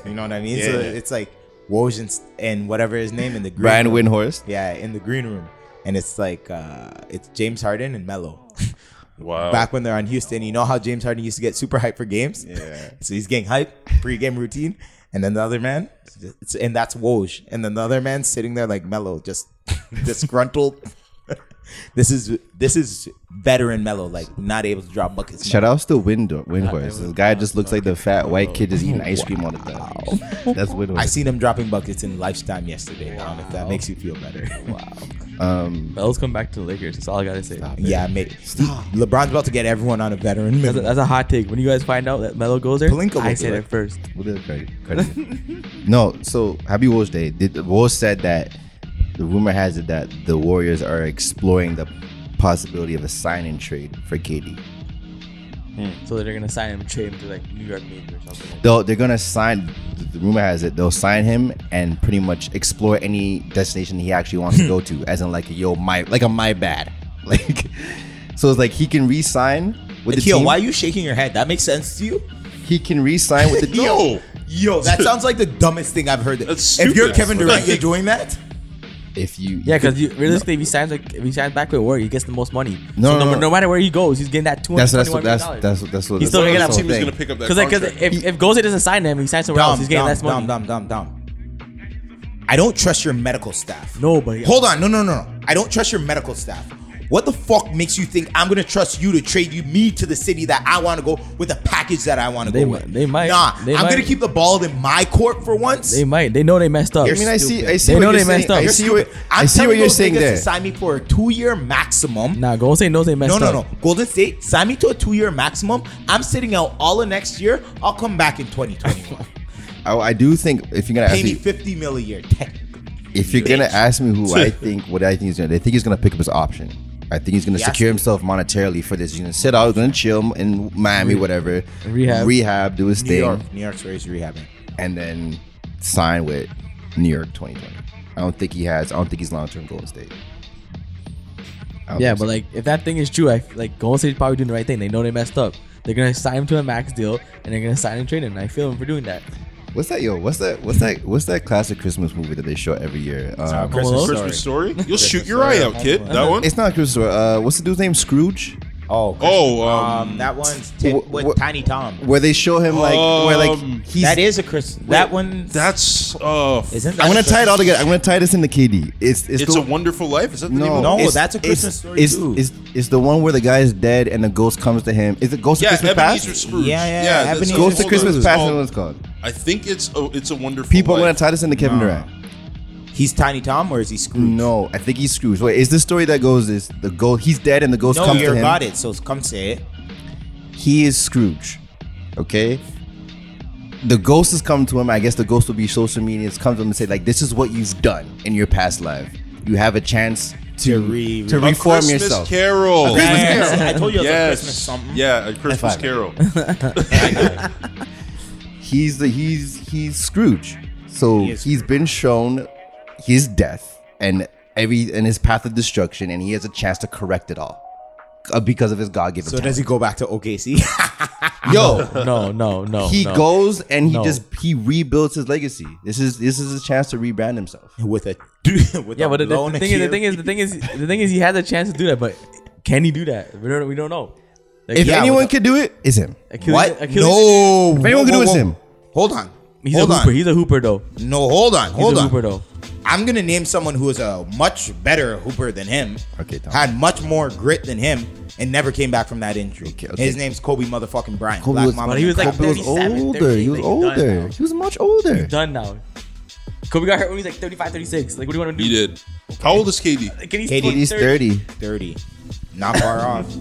Speaker 1: You know what I mean?
Speaker 4: Yeah,
Speaker 1: so
Speaker 4: yeah.
Speaker 1: it's like Woj and, and whatever his name in the green
Speaker 3: Brian
Speaker 1: room.
Speaker 3: Windhorst.
Speaker 1: Yeah, in the green room, and it's like uh, it's James Harden and Melo.
Speaker 3: (laughs)
Speaker 4: Wow.
Speaker 1: Back when they're on Houston, you know how James Harden used to get super hype for games.
Speaker 3: Yeah.
Speaker 1: (laughs) so he's getting hype pre-game routine, and then the other man, it's, and that's Woj, and then the other man sitting there like Melo, just (laughs) disgruntled. (laughs) this is this is veteran Melo, like not able to drop buckets.
Speaker 3: Shout outs to Wind Windhorst. This guy just looks like the fat white kid just eating ice cream all the time. (laughs) That's
Speaker 1: I
Speaker 3: Windhorst.
Speaker 1: seen him dropping buckets in lifetime yesterday. I don't know if that makes you feel better. Wow.
Speaker 3: Um,
Speaker 2: Mel's come back to the Lakers. That's all I gotta say.
Speaker 1: (laughs) Yeah, mate. LeBron's about to get everyone on a veteran
Speaker 2: That's a,
Speaker 1: minimum.
Speaker 2: that's a hot take. When you guys find out that Melo goes there,
Speaker 1: Pelinka
Speaker 2: I
Speaker 1: will
Speaker 2: said
Speaker 1: do
Speaker 2: it
Speaker 1: it.
Speaker 2: first.
Speaker 3: what is credit? credit.
Speaker 2: (laughs)
Speaker 3: no, so Happy Wolves Day. Did, Wolves said that the rumor has it that the Warriors are exploring the possibility of a sign and trade for KD.
Speaker 2: So they're gonna sign him, trade him to like New York maybe or something. Like that.
Speaker 3: They'll, they're gonna sign. The rumor has it they'll sign him and pretty much explore any destination he actually wants to go to, as in like yo my like a my bad. (laughs) Like so it's like he can re-sign with the
Speaker 1: Akil,
Speaker 3: team.
Speaker 1: why are you shaking your head? That makes sense to you?
Speaker 3: he can
Speaker 2: (laughs)
Speaker 3: re-sign with the team.
Speaker 4: Yo,
Speaker 1: Yo, that
Speaker 4: (laughs)
Speaker 1: sounds like the dumbest thing I've heard.
Speaker 4: That's
Speaker 1: if you're
Speaker 4: stupid.
Speaker 1: Kevin Durant,
Speaker 4: Like-
Speaker 1: you're doing that?
Speaker 3: If you
Speaker 2: Yeah, because realistically, if he signs like if he signs back with Warrior, he gets the most money.
Speaker 3: No,
Speaker 2: so
Speaker 3: no,
Speaker 2: no,
Speaker 3: no.
Speaker 2: no matter where he goes, he's getting that two hundred
Speaker 3: that's that's
Speaker 2: twenty-one
Speaker 3: what
Speaker 2: million dollars.
Speaker 3: that's that's what that's what
Speaker 2: He's still
Speaker 4: what
Speaker 2: gonna
Speaker 4: other
Speaker 2: get
Speaker 3: that's
Speaker 2: that
Speaker 4: team
Speaker 3: the
Speaker 4: is
Speaker 3: whole
Speaker 4: going to
Speaker 3: thing.
Speaker 4: pick up that
Speaker 2: Because like, cause
Speaker 4: contract?
Speaker 2: if if Gozer doesn't sign him, he signs somewhere else.
Speaker 1: Dumb,
Speaker 2: He's getting
Speaker 1: dumb,
Speaker 2: less money.
Speaker 1: dumb, dumb, dumb, dumb. I don't trust your medical staff.
Speaker 2: No, but-
Speaker 1: Hold on. No, no, no, no. I don't trust your medical staff. What the fuck makes you think I'm gonna trust you to trade you me to the city that I want to go with a package that I want to
Speaker 2: They
Speaker 1: go
Speaker 2: mi-
Speaker 1: with?
Speaker 2: they might-
Speaker 1: Nah,
Speaker 2: they
Speaker 1: I'm gonna
Speaker 2: might.
Speaker 1: keep the ball in my court for once.
Speaker 2: They might. They know they messed up.
Speaker 1: You're
Speaker 3: I mean, I see,
Speaker 1: stupid.
Speaker 3: I see
Speaker 2: They
Speaker 3: what
Speaker 2: know
Speaker 3: you're
Speaker 2: they
Speaker 3: saying.
Speaker 2: messed up.
Speaker 3: I
Speaker 2: You're
Speaker 3: see what, I
Speaker 1: I'm
Speaker 3: see what
Speaker 1: telling
Speaker 3: you're
Speaker 1: those
Speaker 3: saying
Speaker 1: niggas
Speaker 3: there.
Speaker 1: To sign me for a two-year maximum.
Speaker 2: Nah, Golden State knows they messed
Speaker 1: No,
Speaker 2: up.
Speaker 1: no, no. Golden State, sign me to a two-year maximum. I'm sitting out all of next year. I'll come back in
Speaker 3: (laughs)
Speaker 1: 2021.
Speaker 3: I, I do think if you're gonna
Speaker 1: Pay
Speaker 3: ask
Speaker 1: me
Speaker 3: me,
Speaker 1: 50 mil a year. Tech.
Speaker 3: if you're gonna ask me
Speaker 1: (laughs)
Speaker 3: who I think what I think he's gonna, they think he's gonna pick up his option. I think he's gonna
Speaker 1: He has
Speaker 3: secure
Speaker 1: to.
Speaker 3: himself monetarily for this. He's gonna sit out, gonna chill in Miami, whatever,
Speaker 2: Rehab.
Speaker 3: rehab, do his
Speaker 1: New
Speaker 3: thing,
Speaker 1: York. New York's where he's rehabbing.
Speaker 3: and then sign with New York 2020. I don't think he has. I don't think he's long term Golden State. I don't
Speaker 2: Yeah,
Speaker 3: think
Speaker 2: but
Speaker 3: so.
Speaker 2: like if that thing is true, I f- like Golden State's probably doing the right thing. They know they messed up. They're gonna sign him to a max deal and they're gonna sign and trade him. And I feel him for doing that.
Speaker 3: what's that, yo? What's that? What's that? What's that classic Christmas movie that they show every year? Um,
Speaker 2: Christmas
Speaker 1: Alone?
Speaker 4: Christmas story,
Speaker 1: (laughs)
Speaker 4: you'll shoot your eye out, kid. That one.
Speaker 3: It's not Christmas. Story. Uh, what's the dude's name? Scrooge.
Speaker 1: Oh,
Speaker 4: Oh, um,
Speaker 1: um, that one's t-
Speaker 3: wh-
Speaker 1: with
Speaker 3: wh-
Speaker 1: Tiny Tom.
Speaker 3: Where they show him like where
Speaker 4: Um,
Speaker 3: like he's.
Speaker 1: That is a Chris. That one
Speaker 4: that's uh,
Speaker 1: isn't. That
Speaker 3: I'm gonna
Speaker 1: a
Speaker 3: tie it all
Speaker 1: Christmas-
Speaker 3: together. I'm gonna tie this into KD. It's it's,
Speaker 4: it's
Speaker 3: the,
Speaker 4: a Wonderful Life. Is that the name?
Speaker 3: no
Speaker 4: Of
Speaker 1: No,
Speaker 4: it?
Speaker 3: it's-
Speaker 1: that's a Christmas
Speaker 3: it's,
Speaker 1: story
Speaker 3: It's,
Speaker 1: too.
Speaker 3: It's, it's the one where the guy is dead and the ghost comes to him. Is it Ghost
Speaker 4: Yeah,
Speaker 3: of Christmas
Speaker 4: Ebenezer
Speaker 3: Past?
Speaker 4: Scrooge.
Speaker 1: Yeah, yeah,
Speaker 4: that's-
Speaker 1: Ebenezer
Speaker 4: hold
Speaker 1: Scrooge.
Speaker 3: Ghost of
Speaker 4: on,
Speaker 3: Christmas
Speaker 4: it's
Speaker 3: Past.
Speaker 4: called-
Speaker 3: is what it's called.
Speaker 4: I think it's a, it's a Wonderful.
Speaker 3: People are
Speaker 4: Life.
Speaker 3: gonna tie this into Kevin Durant.
Speaker 1: He's Tiny Tom or is he Scrooge?
Speaker 3: No, I think he's Scrooge. Wait, is the story that goes is the ghost? He's dead, and the ghost
Speaker 1: No,
Speaker 3: comes to
Speaker 1: you
Speaker 3: him.
Speaker 1: got it. So come say it.
Speaker 3: He is Scrooge. Okay. The ghost has come to him. I guess the ghost will be social media. It's come to him and say like, "This is what you've done in your past life. You have a chance to
Speaker 1: To re-
Speaker 3: to
Speaker 1: A
Speaker 4: A
Speaker 3: reform
Speaker 4: Christmas
Speaker 3: yourself."
Speaker 4: Carol.
Speaker 3: Christmas
Speaker 1: Yeah,
Speaker 3: Carol.
Speaker 1: see, I told you it was a
Speaker 4: Yes.
Speaker 1: Christmas something.
Speaker 4: Yeah, a Christmas
Speaker 3: five. (laughs)
Speaker 4: Carol.
Speaker 3: he's the he's he's Scrooge. So
Speaker 1: He
Speaker 3: he's
Speaker 1: is
Speaker 3: been shown his death and every and his path of destruction, and he has a chance to correct it all uh, because of his God-given.
Speaker 1: So
Speaker 3: talent.
Speaker 1: does he go back to OKC?
Speaker 3: (laughs) Yo,
Speaker 2: No, no, no.
Speaker 3: he
Speaker 2: no.
Speaker 3: goes and he
Speaker 2: No.
Speaker 3: just he rebuilds his legacy. This is this is his chance to rebrand
Speaker 1: (laughs)
Speaker 3: himself.
Speaker 1: with a dude with
Speaker 2: Yeah,
Speaker 1: a
Speaker 2: but the, the,
Speaker 1: blown
Speaker 2: thing is, the
Speaker 1: Achilles.
Speaker 2: thing is, the thing is, the thing is, he has a chance to do that, but can he do that? We don't, we don't know. Like,
Speaker 3: If
Speaker 1: Yeah,
Speaker 3: anyone
Speaker 1: with
Speaker 3: could do it, it's him.
Speaker 2: Achilles-
Speaker 1: what?
Speaker 2: Achilles-
Speaker 1: no,
Speaker 3: If anyone
Speaker 1: Whoa,
Speaker 3: could do
Speaker 1: whoa,
Speaker 3: it, it's
Speaker 1: whoa.
Speaker 3: him.
Speaker 1: Hold on,
Speaker 2: He's
Speaker 1: hold
Speaker 2: a
Speaker 1: on.
Speaker 2: hooper. He's a hooper though. He's
Speaker 1: no, hold on, hold
Speaker 2: a
Speaker 1: on.
Speaker 2: hooper though.
Speaker 1: I'm gonna name someone who is a much better hooper than him.
Speaker 3: Okay, Tom.
Speaker 1: had much more grit than him, and never came back from that injury.
Speaker 3: Okay, okay.
Speaker 1: His name's Kobe motherfucking Bryant.
Speaker 3: Kobe
Speaker 1: Black
Speaker 3: was-
Speaker 1: Mamba
Speaker 2: But he was like
Speaker 1: Kobe
Speaker 3: Kobe was
Speaker 2: 37,
Speaker 3: older. He was
Speaker 2: 38, like, done
Speaker 3: older.
Speaker 2: now.
Speaker 3: He was much older.
Speaker 2: Done now. Kobe got hurt when he was like 35, 36. Like, what do you want to do?
Speaker 4: He did. How old is KD?
Speaker 2: Like, Can he
Speaker 1: KD,
Speaker 2: split
Speaker 3: He's
Speaker 2: 30?
Speaker 3: thirty.
Speaker 1: thirty, not far off.
Speaker 3: (laughs)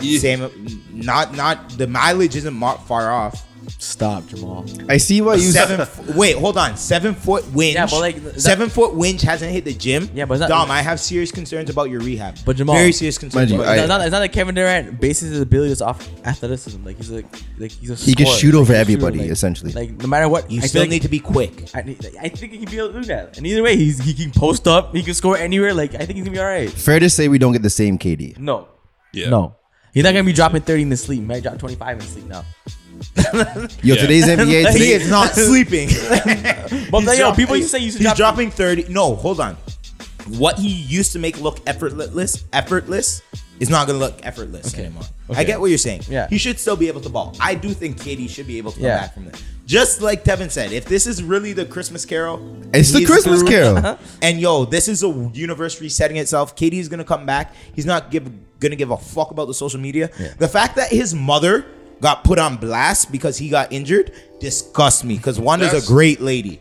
Speaker 4: Yeah.
Speaker 1: Same, not not the mileage isn't mo- far off.
Speaker 2: Stop, Jamal.
Speaker 3: I see why (laughs) you
Speaker 1: Seven. f- wait, hold on. Seven foot winch.
Speaker 2: Yeah, but like, that-
Speaker 1: seven foot winch hasn't hit the gym.
Speaker 2: Yeah, but it's not-
Speaker 1: Dom, I have serious concerns about your rehab.
Speaker 2: But Jamal-
Speaker 1: very serious concerns.
Speaker 3: Mind you,
Speaker 1: about
Speaker 3: I-
Speaker 1: your
Speaker 2: it's, not, it's not like Kevin Durant bases his abilities off athleticism. Like he's like, like he's a
Speaker 3: He can
Speaker 2: scorer.
Speaker 3: shoot over
Speaker 2: Like,
Speaker 3: everybody,
Speaker 2: like-
Speaker 3: essentially.
Speaker 2: Like no matter what,
Speaker 1: you
Speaker 2: I
Speaker 1: still
Speaker 2: feel like-
Speaker 1: need to be
Speaker 3: (laughs)
Speaker 1: quick.
Speaker 2: I, need- I think he can be able to do that. And either way, he's he can post up. He can score anywhere. Like I think he's gonna be all right.
Speaker 3: fair to say we don't get the same KD.
Speaker 2: No,
Speaker 4: Yeah.
Speaker 2: no, he's not gonna be dropping thirty in the sleep. He might drop twenty five in the sleep now.
Speaker 3: Yo,
Speaker 4: Yeah.
Speaker 3: today's NBA.
Speaker 2: Like,
Speaker 3: Today,
Speaker 1: He is
Speaker 3: (laughs)
Speaker 1: not sleeping.
Speaker 2: But
Speaker 1: He's
Speaker 2: like, yo,
Speaker 1: drop-
Speaker 2: people used to say you used to
Speaker 1: he's
Speaker 2: drop.
Speaker 1: dropping thirty. No, hold on. What he used to make look effortless, effortless, is not gonna look effortless
Speaker 2: Okay.
Speaker 1: anymore. I
Speaker 2: Okay.
Speaker 1: get what you're saying.
Speaker 2: Yeah.
Speaker 1: he should still be able to ball. I do think KD should be able to come
Speaker 2: Yeah.
Speaker 1: back from this. Just like Tevin said, if this is really the Christmas Carol,
Speaker 3: It's the
Speaker 1: he's
Speaker 3: Christmas
Speaker 1: screwed.
Speaker 2: (laughs)
Speaker 3: Carol.
Speaker 1: and yo, this is a universe resetting itself. KD is gonna come back. He's not give, gonna give a fuck about the social media. The fact that his mother got put on blast because he got injured disgusts me. Because Wanda's
Speaker 4: That's-
Speaker 1: a great lady.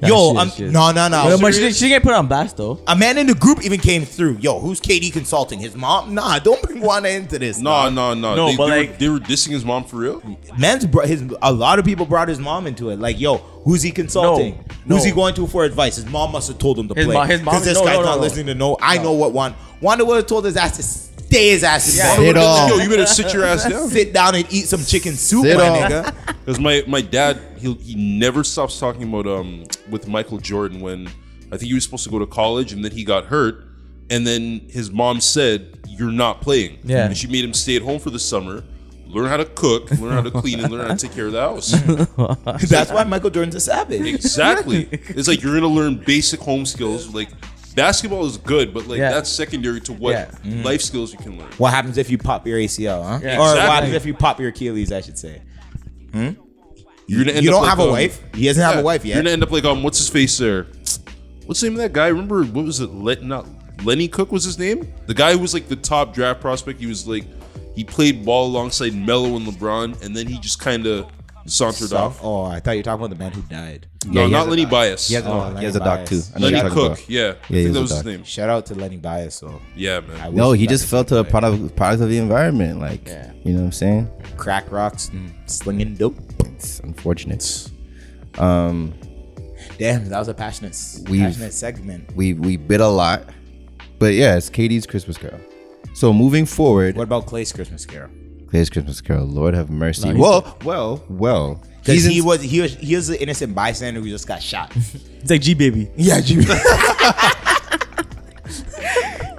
Speaker 2: Yeah,
Speaker 1: yo,
Speaker 2: she is,
Speaker 1: I'm,
Speaker 2: she is.
Speaker 1: no, no, no.
Speaker 2: but she, she get put on blast though.
Speaker 1: A man in the group even came through. Yo, who's KD consulting? His mom? Nah, don't bring Wanda into this.
Speaker 4: No, no, no.
Speaker 2: No,
Speaker 4: they,
Speaker 2: but
Speaker 4: they were,
Speaker 2: like-
Speaker 4: they were dissing his mom for real.
Speaker 1: man's bro- his. A lot of people brought his mom into it. Like, yo, who's he consulting?
Speaker 2: No,
Speaker 1: Who's he
Speaker 2: no.
Speaker 1: going to for advice? His mom must have told him to
Speaker 2: His
Speaker 1: play.
Speaker 2: mo- his mom-
Speaker 1: this
Speaker 2: no,
Speaker 1: guy's
Speaker 2: no, no,
Speaker 1: not
Speaker 2: no.
Speaker 1: listening to know. I know what Wanda. Wanda would have told his ass to stay his ass.
Speaker 2: Yeah.
Speaker 1: in
Speaker 3: Sit
Speaker 1: bed.
Speaker 3: off.
Speaker 4: Yo, you better sit your ass
Speaker 3: (laughs)
Speaker 4: down.
Speaker 1: Sit down and eat some chicken soup,
Speaker 3: Sit
Speaker 1: my
Speaker 3: off.
Speaker 1: nigga.
Speaker 4: Because my, my dad, he, he never stops talking about um with Michael Jordan when I think he was supposed to go to college and then he got hurt. And then his mom said, You're not playing.
Speaker 2: Yeah.
Speaker 4: And she made him stay at home for the summer, learn how to cook, learn how to clean, and learn how to take care of the house.
Speaker 2: (laughs)
Speaker 1: (laughs) That's why Michael Jordan's a savage.
Speaker 2: (laughs)
Speaker 4: exactly. It's like you're going to learn basic home skills. Like basketball is good, but like
Speaker 2: Yeah.
Speaker 4: that's secondary to what
Speaker 2: Yeah. Mm-hmm.
Speaker 4: life skills you can learn.
Speaker 1: What happens if you pop your ACL, huh?
Speaker 2: Yeah,
Speaker 1: or what
Speaker 4: exactly.
Speaker 1: happens if you pop your Achilles? I should say.
Speaker 4: You're gonna end
Speaker 1: You
Speaker 4: up
Speaker 1: don't
Speaker 4: like,
Speaker 1: have
Speaker 4: um,
Speaker 1: a wife. He doesn't have
Speaker 4: yeah,
Speaker 1: a wife yet.
Speaker 4: You're gonna end up like um, what's his face there? What's the name of that guy? Remember what was it? Let not Lenny Cook was his name. The guy who was like the top draft prospect. He was like he played ball alongside Melo and LeBron, and then he just kind of sauntered
Speaker 1: So-
Speaker 4: off.
Speaker 1: oh, I thought you were talking about the man who died.
Speaker 4: No,
Speaker 3: Yeah, he has
Speaker 4: not
Speaker 3: a
Speaker 4: Lenny
Speaker 3: doc.
Speaker 4: Bias. Uh,
Speaker 3: He has a,
Speaker 1: Oh,
Speaker 3: he has a doc
Speaker 1: Lenny
Speaker 3: too.
Speaker 1: Bias.
Speaker 3: I know
Speaker 4: Lenny
Speaker 3: you're
Speaker 4: Cook.
Speaker 3: talking about.
Speaker 4: Yeah,
Speaker 3: he
Speaker 4: I
Speaker 3: has
Speaker 4: think
Speaker 3: a
Speaker 4: that was
Speaker 3: doc.
Speaker 4: his name.
Speaker 1: Shout out to Lenny Bias. So
Speaker 4: Yeah,
Speaker 1: I
Speaker 4: man.
Speaker 1: wish
Speaker 3: No, he
Speaker 1: that
Speaker 3: just
Speaker 1: was
Speaker 3: felt
Speaker 1: my
Speaker 3: a
Speaker 1: way.
Speaker 3: product of- product of the environment. Like,
Speaker 2: Yeah.
Speaker 3: you know what I'm saying?
Speaker 1: crack rocks and slinging dope.
Speaker 3: It's unfortunate.
Speaker 1: Damn, that was a passionate, s-
Speaker 3: We've-
Speaker 1: passionate segment.
Speaker 3: We we bit a lot, but yeah, it's Katie's Christmas Carol. So moving forward,
Speaker 1: What about Clay's Christmas Carol?
Speaker 3: Clay's Christmas Carol. Lord have mercy.
Speaker 2: No, he's-
Speaker 3: well, well, well.
Speaker 1: Because
Speaker 3: He's in-
Speaker 1: he was he was he was an innocent bystander who just got
Speaker 3: (laughs)
Speaker 1: shot.
Speaker 2: It's like G baby.
Speaker 1: yeah, (laughs) G.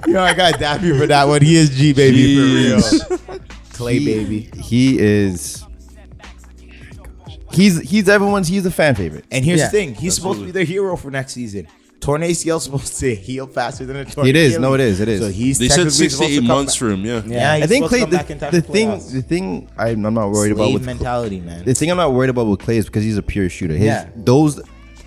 Speaker 1: Yo, I got dap you for that one. He is G baby
Speaker 4: Jeez.
Speaker 1: for real. Clay baby.
Speaker 3: He is. He's he's everyone's. He's a fan favorite.
Speaker 1: And here's
Speaker 2: Yeah,
Speaker 1: the thing: he's supposed to be their hero for next season. Torn ACL is (laughs) supposed to heal faster than a torn.
Speaker 3: It is.
Speaker 1: Achilles.
Speaker 3: No, it is. It is.
Speaker 1: So he's
Speaker 4: They
Speaker 1: technically
Speaker 4: said six to
Speaker 1: supposed
Speaker 4: eight
Speaker 1: come
Speaker 4: months
Speaker 1: back-
Speaker 4: for him. Yeah.
Speaker 1: Yeah, he's
Speaker 3: I think
Speaker 1: supposed to come
Speaker 3: Clay.
Speaker 1: back in
Speaker 3: The,
Speaker 1: time
Speaker 3: the
Speaker 1: for
Speaker 3: thing.
Speaker 1: playoffs.
Speaker 3: The thing. I'm, I'm not worried about
Speaker 1: Slave
Speaker 3: with
Speaker 1: mentality, man.
Speaker 3: the thing I'm not worried about with Clay is because he's a pure shooter. His
Speaker 2: Yeah.
Speaker 3: those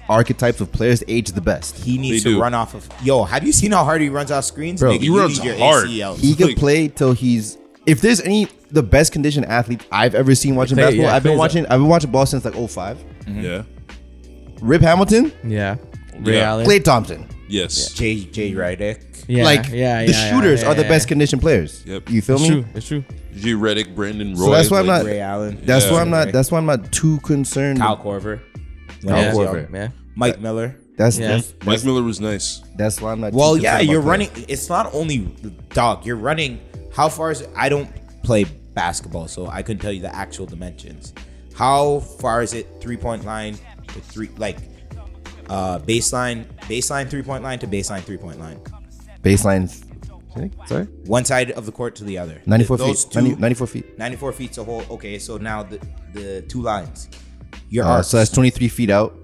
Speaker 3: archetypes of players age the best.
Speaker 1: he needs
Speaker 4: They
Speaker 1: to
Speaker 4: do.
Speaker 1: run off of. Yo, have you seen how hard he runs off screens?
Speaker 3: Bro,
Speaker 4: he runs
Speaker 1: need your
Speaker 4: hard.
Speaker 1: ACL.
Speaker 3: He can
Speaker 4: Like-
Speaker 3: play till he's. If there's any the best conditioned athlete I've ever seen watching
Speaker 2: Clay-
Speaker 3: basketball,
Speaker 2: yeah,
Speaker 3: I've been
Speaker 2: Clay's a-
Speaker 3: watching. I've been watching ball since like 05.
Speaker 4: Yeah.
Speaker 3: Rip Hamilton,
Speaker 2: Yeah. Ray
Speaker 4: Yeah.
Speaker 2: Allen.
Speaker 3: Clay Thompson.
Speaker 4: Yes.
Speaker 1: J. J. Rydick.
Speaker 2: Yeah,
Speaker 3: like
Speaker 2: yeah,
Speaker 3: the
Speaker 2: yeah,
Speaker 3: shooters
Speaker 2: yeah,
Speaker 3: are the
Speaker 2: yeah,
Speaker 3: best
Speaker 2: yeah.
Speaker 3: conditioned players.
Speaker 4: Yep.
Speaker 3: You feel
Speaker 2: It's
Speaker 3: me?
Speaker 2: true. It's true.
Speaker 4: G. Reddick, Brandon Roy.
Speaker 3: So that's why I'm
Speaker 4: like-
Speaker 3: not.
Speaker 1: Ray Allen.
Speaker 3: That's why I'm
Speaker 1: Ray.
Speaker 3: not. That's why I'm not too concerned.
Speaker 1: Kyle Corver.
Speaker 3: Kyle
Speaker 2: Yeah.
Speaker 3: Korver.
Speaker 2: Yeah.
Speaker 1: Mike Miller.
Speaker 3: That's,
Speaker 2: Yeah.
Speaker 3: that's
Speaker 4: Mike Miller was nice.
Speaker 3: that's why I'm not.
Speaker 1: Well,
Speaker 3: too
Speaker 1: yeah,
Speaker 3: concerned
Speaker 1: you're
Speaker 3: about
Speaker 1: running. It's not only dog. You're running. How far is? I don't play basketball, so I couldn't tell you the actual dimensions. How far is it? Three point line to three, like uh baseline, baseline three point line to baseline three point line.
Speaker 3: that. baseline. Sorry,
Speaker 1: One side of the court to the other.
Speaker 3: 94
Speaker 1: Those
Speaker 3: feet.
Speaker 1: two-
Speaker 3: 90 94 feet.
Speaker 1: 94 feet's a whole. Okay, so now the the two lines. Your
Speaker 3: Uh,
Speaker 1: arcs.
Speaker 3: so that's 23 feet out.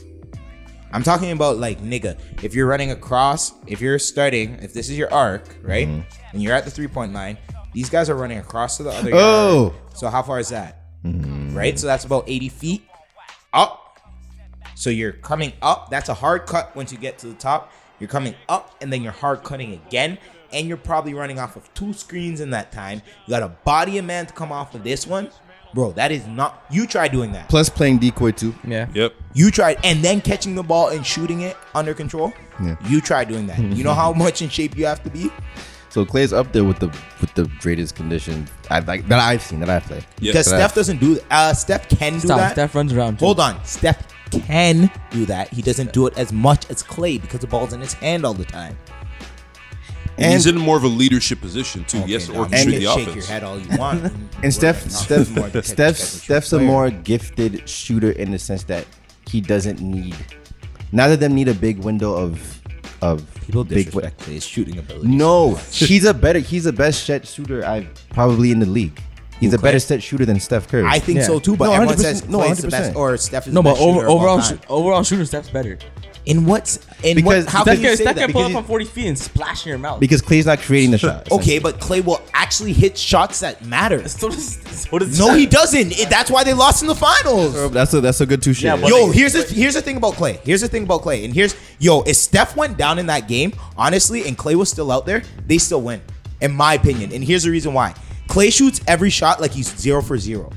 Speaker 1: I'm talking about like nigga. If you're running across, if you're starting, if this is your arc, right, and you're at the three point line, these guys are running across to the other.
Speaker 3: Oh.
Speaker 1: yard. so how far is that? Right, so that's about 80 feet up. So you're coming up. That's a hard cut once you get to the top. You're coming up, and then you're hard cutting again. And you're probably running off of two screens in that time. You got to body a man to come off of this one, bro. That is not. You try doing that.
Speaker 3: Plus playing decoy too.
Speaker 2: Yeah.
Speaker 4: Yep.
Speaker 1: You tried, and then catching the ball and shooting it under control.
Speaker 3: Yeah.
Speaker 1: You tried doing that. You know how much in shape you have to be.
Speaker 3: So Clay's up there with the with the greatest condition I like that I've seen that I play.
Speaker 4: Yeah.
Speaker 1: Because
Speaker 3: But I-
Speaker 1: Steph doesn't do uh Steph can do
Speaker 2: Stop.
Speaker 1: that.
Speaker 2: Steph runs around. Too.
Speaker 1: Hold on. Steph can do that. He doesn't do it as much as Clay because the ball's in his hand all the time.
Speaker 4: And he's in more of a leadership position too. he has to
Speaker 1: Okay, now, you
Speaker 4: orchestrate
Speaker 1: can
Speaker 4: the
Speaker 1: shake
Speaker 4: offense.
Speaker 1: your head all you want. We're
Speaker 3: (laughs) And Steph
Speaker 1: not
Speaker 3: Steph
Speaker 1: more than ten
Speaker 3: Steph's
Speaker 1: seconds
Speaker 3: Steph's a
Speaker 1: player.
Speaker 3: more gifted shooter in the sense that he doesn't need neither of them need a big window of of
Speaker 1: people
Speaker 3: big
Speaker 1: disrespect Clay's shooting ability.
Speaker 3: No,
Speaker 1: (laughs)
Speaker 3: he's a better. He's the best set shooter I've probably in the league. He's a
Speaker 1: Clay?
Speaker 3: better set shooter than Steph Curry.
Speaker 1: I think
Speaker 2: Yeah.
Speaker 1: so too, but
Speaker 3: No,
Speaker 1: everyone
Speaker 3: 100%.
Speaker 1: says
Speaker 3: No,
Speaker 1: Clay's the
Speaker 3: 100%.
Speaker 1: best or Steph is
Speaker 2: No,
Speaker 1: the
Speaker 2: but
Speaker 1: best
Speaker 2: over,
Speaker 1: shooter of all
Speaker 2: overall,
Speaker 1: time.
Speaker 2: shoot, overall shooter Steph's better.
Speaker 1: in what in
Speaker 3: Because
Speaker 1: what how can
Speaker 3: Steph
Speaker 2: Steph
Speaker 1: you
Speaker 2: can,
Speaker 1: say
Speaker 2: Steph
Speaker 1: that?
Speaker 2: can pull
Speaker 3: Because
Speaker 2: up from 40 feet and splash in your mouth.
Speaker 3: because Clay's not creating the shot.
Speaker 1: Okay, but Clay will actually hit shots that matter.
Speaker 2: (laughs) so does, so does
Speaker 1: No, he doesn't. It- that's why they lost in the finals.
Speaker 3: that's a that's a good two shit.
Speaker 2: Yeah, but-
Speaker 1: Yo, here's the here's the thing about Clay. Here's the thing about Clay. And here's yo, if Steph went down in that game, honestly, and Clay was still out there, they still win, in my opinion. And here's the reason why: Clay shoots every shot like he's zero for zero.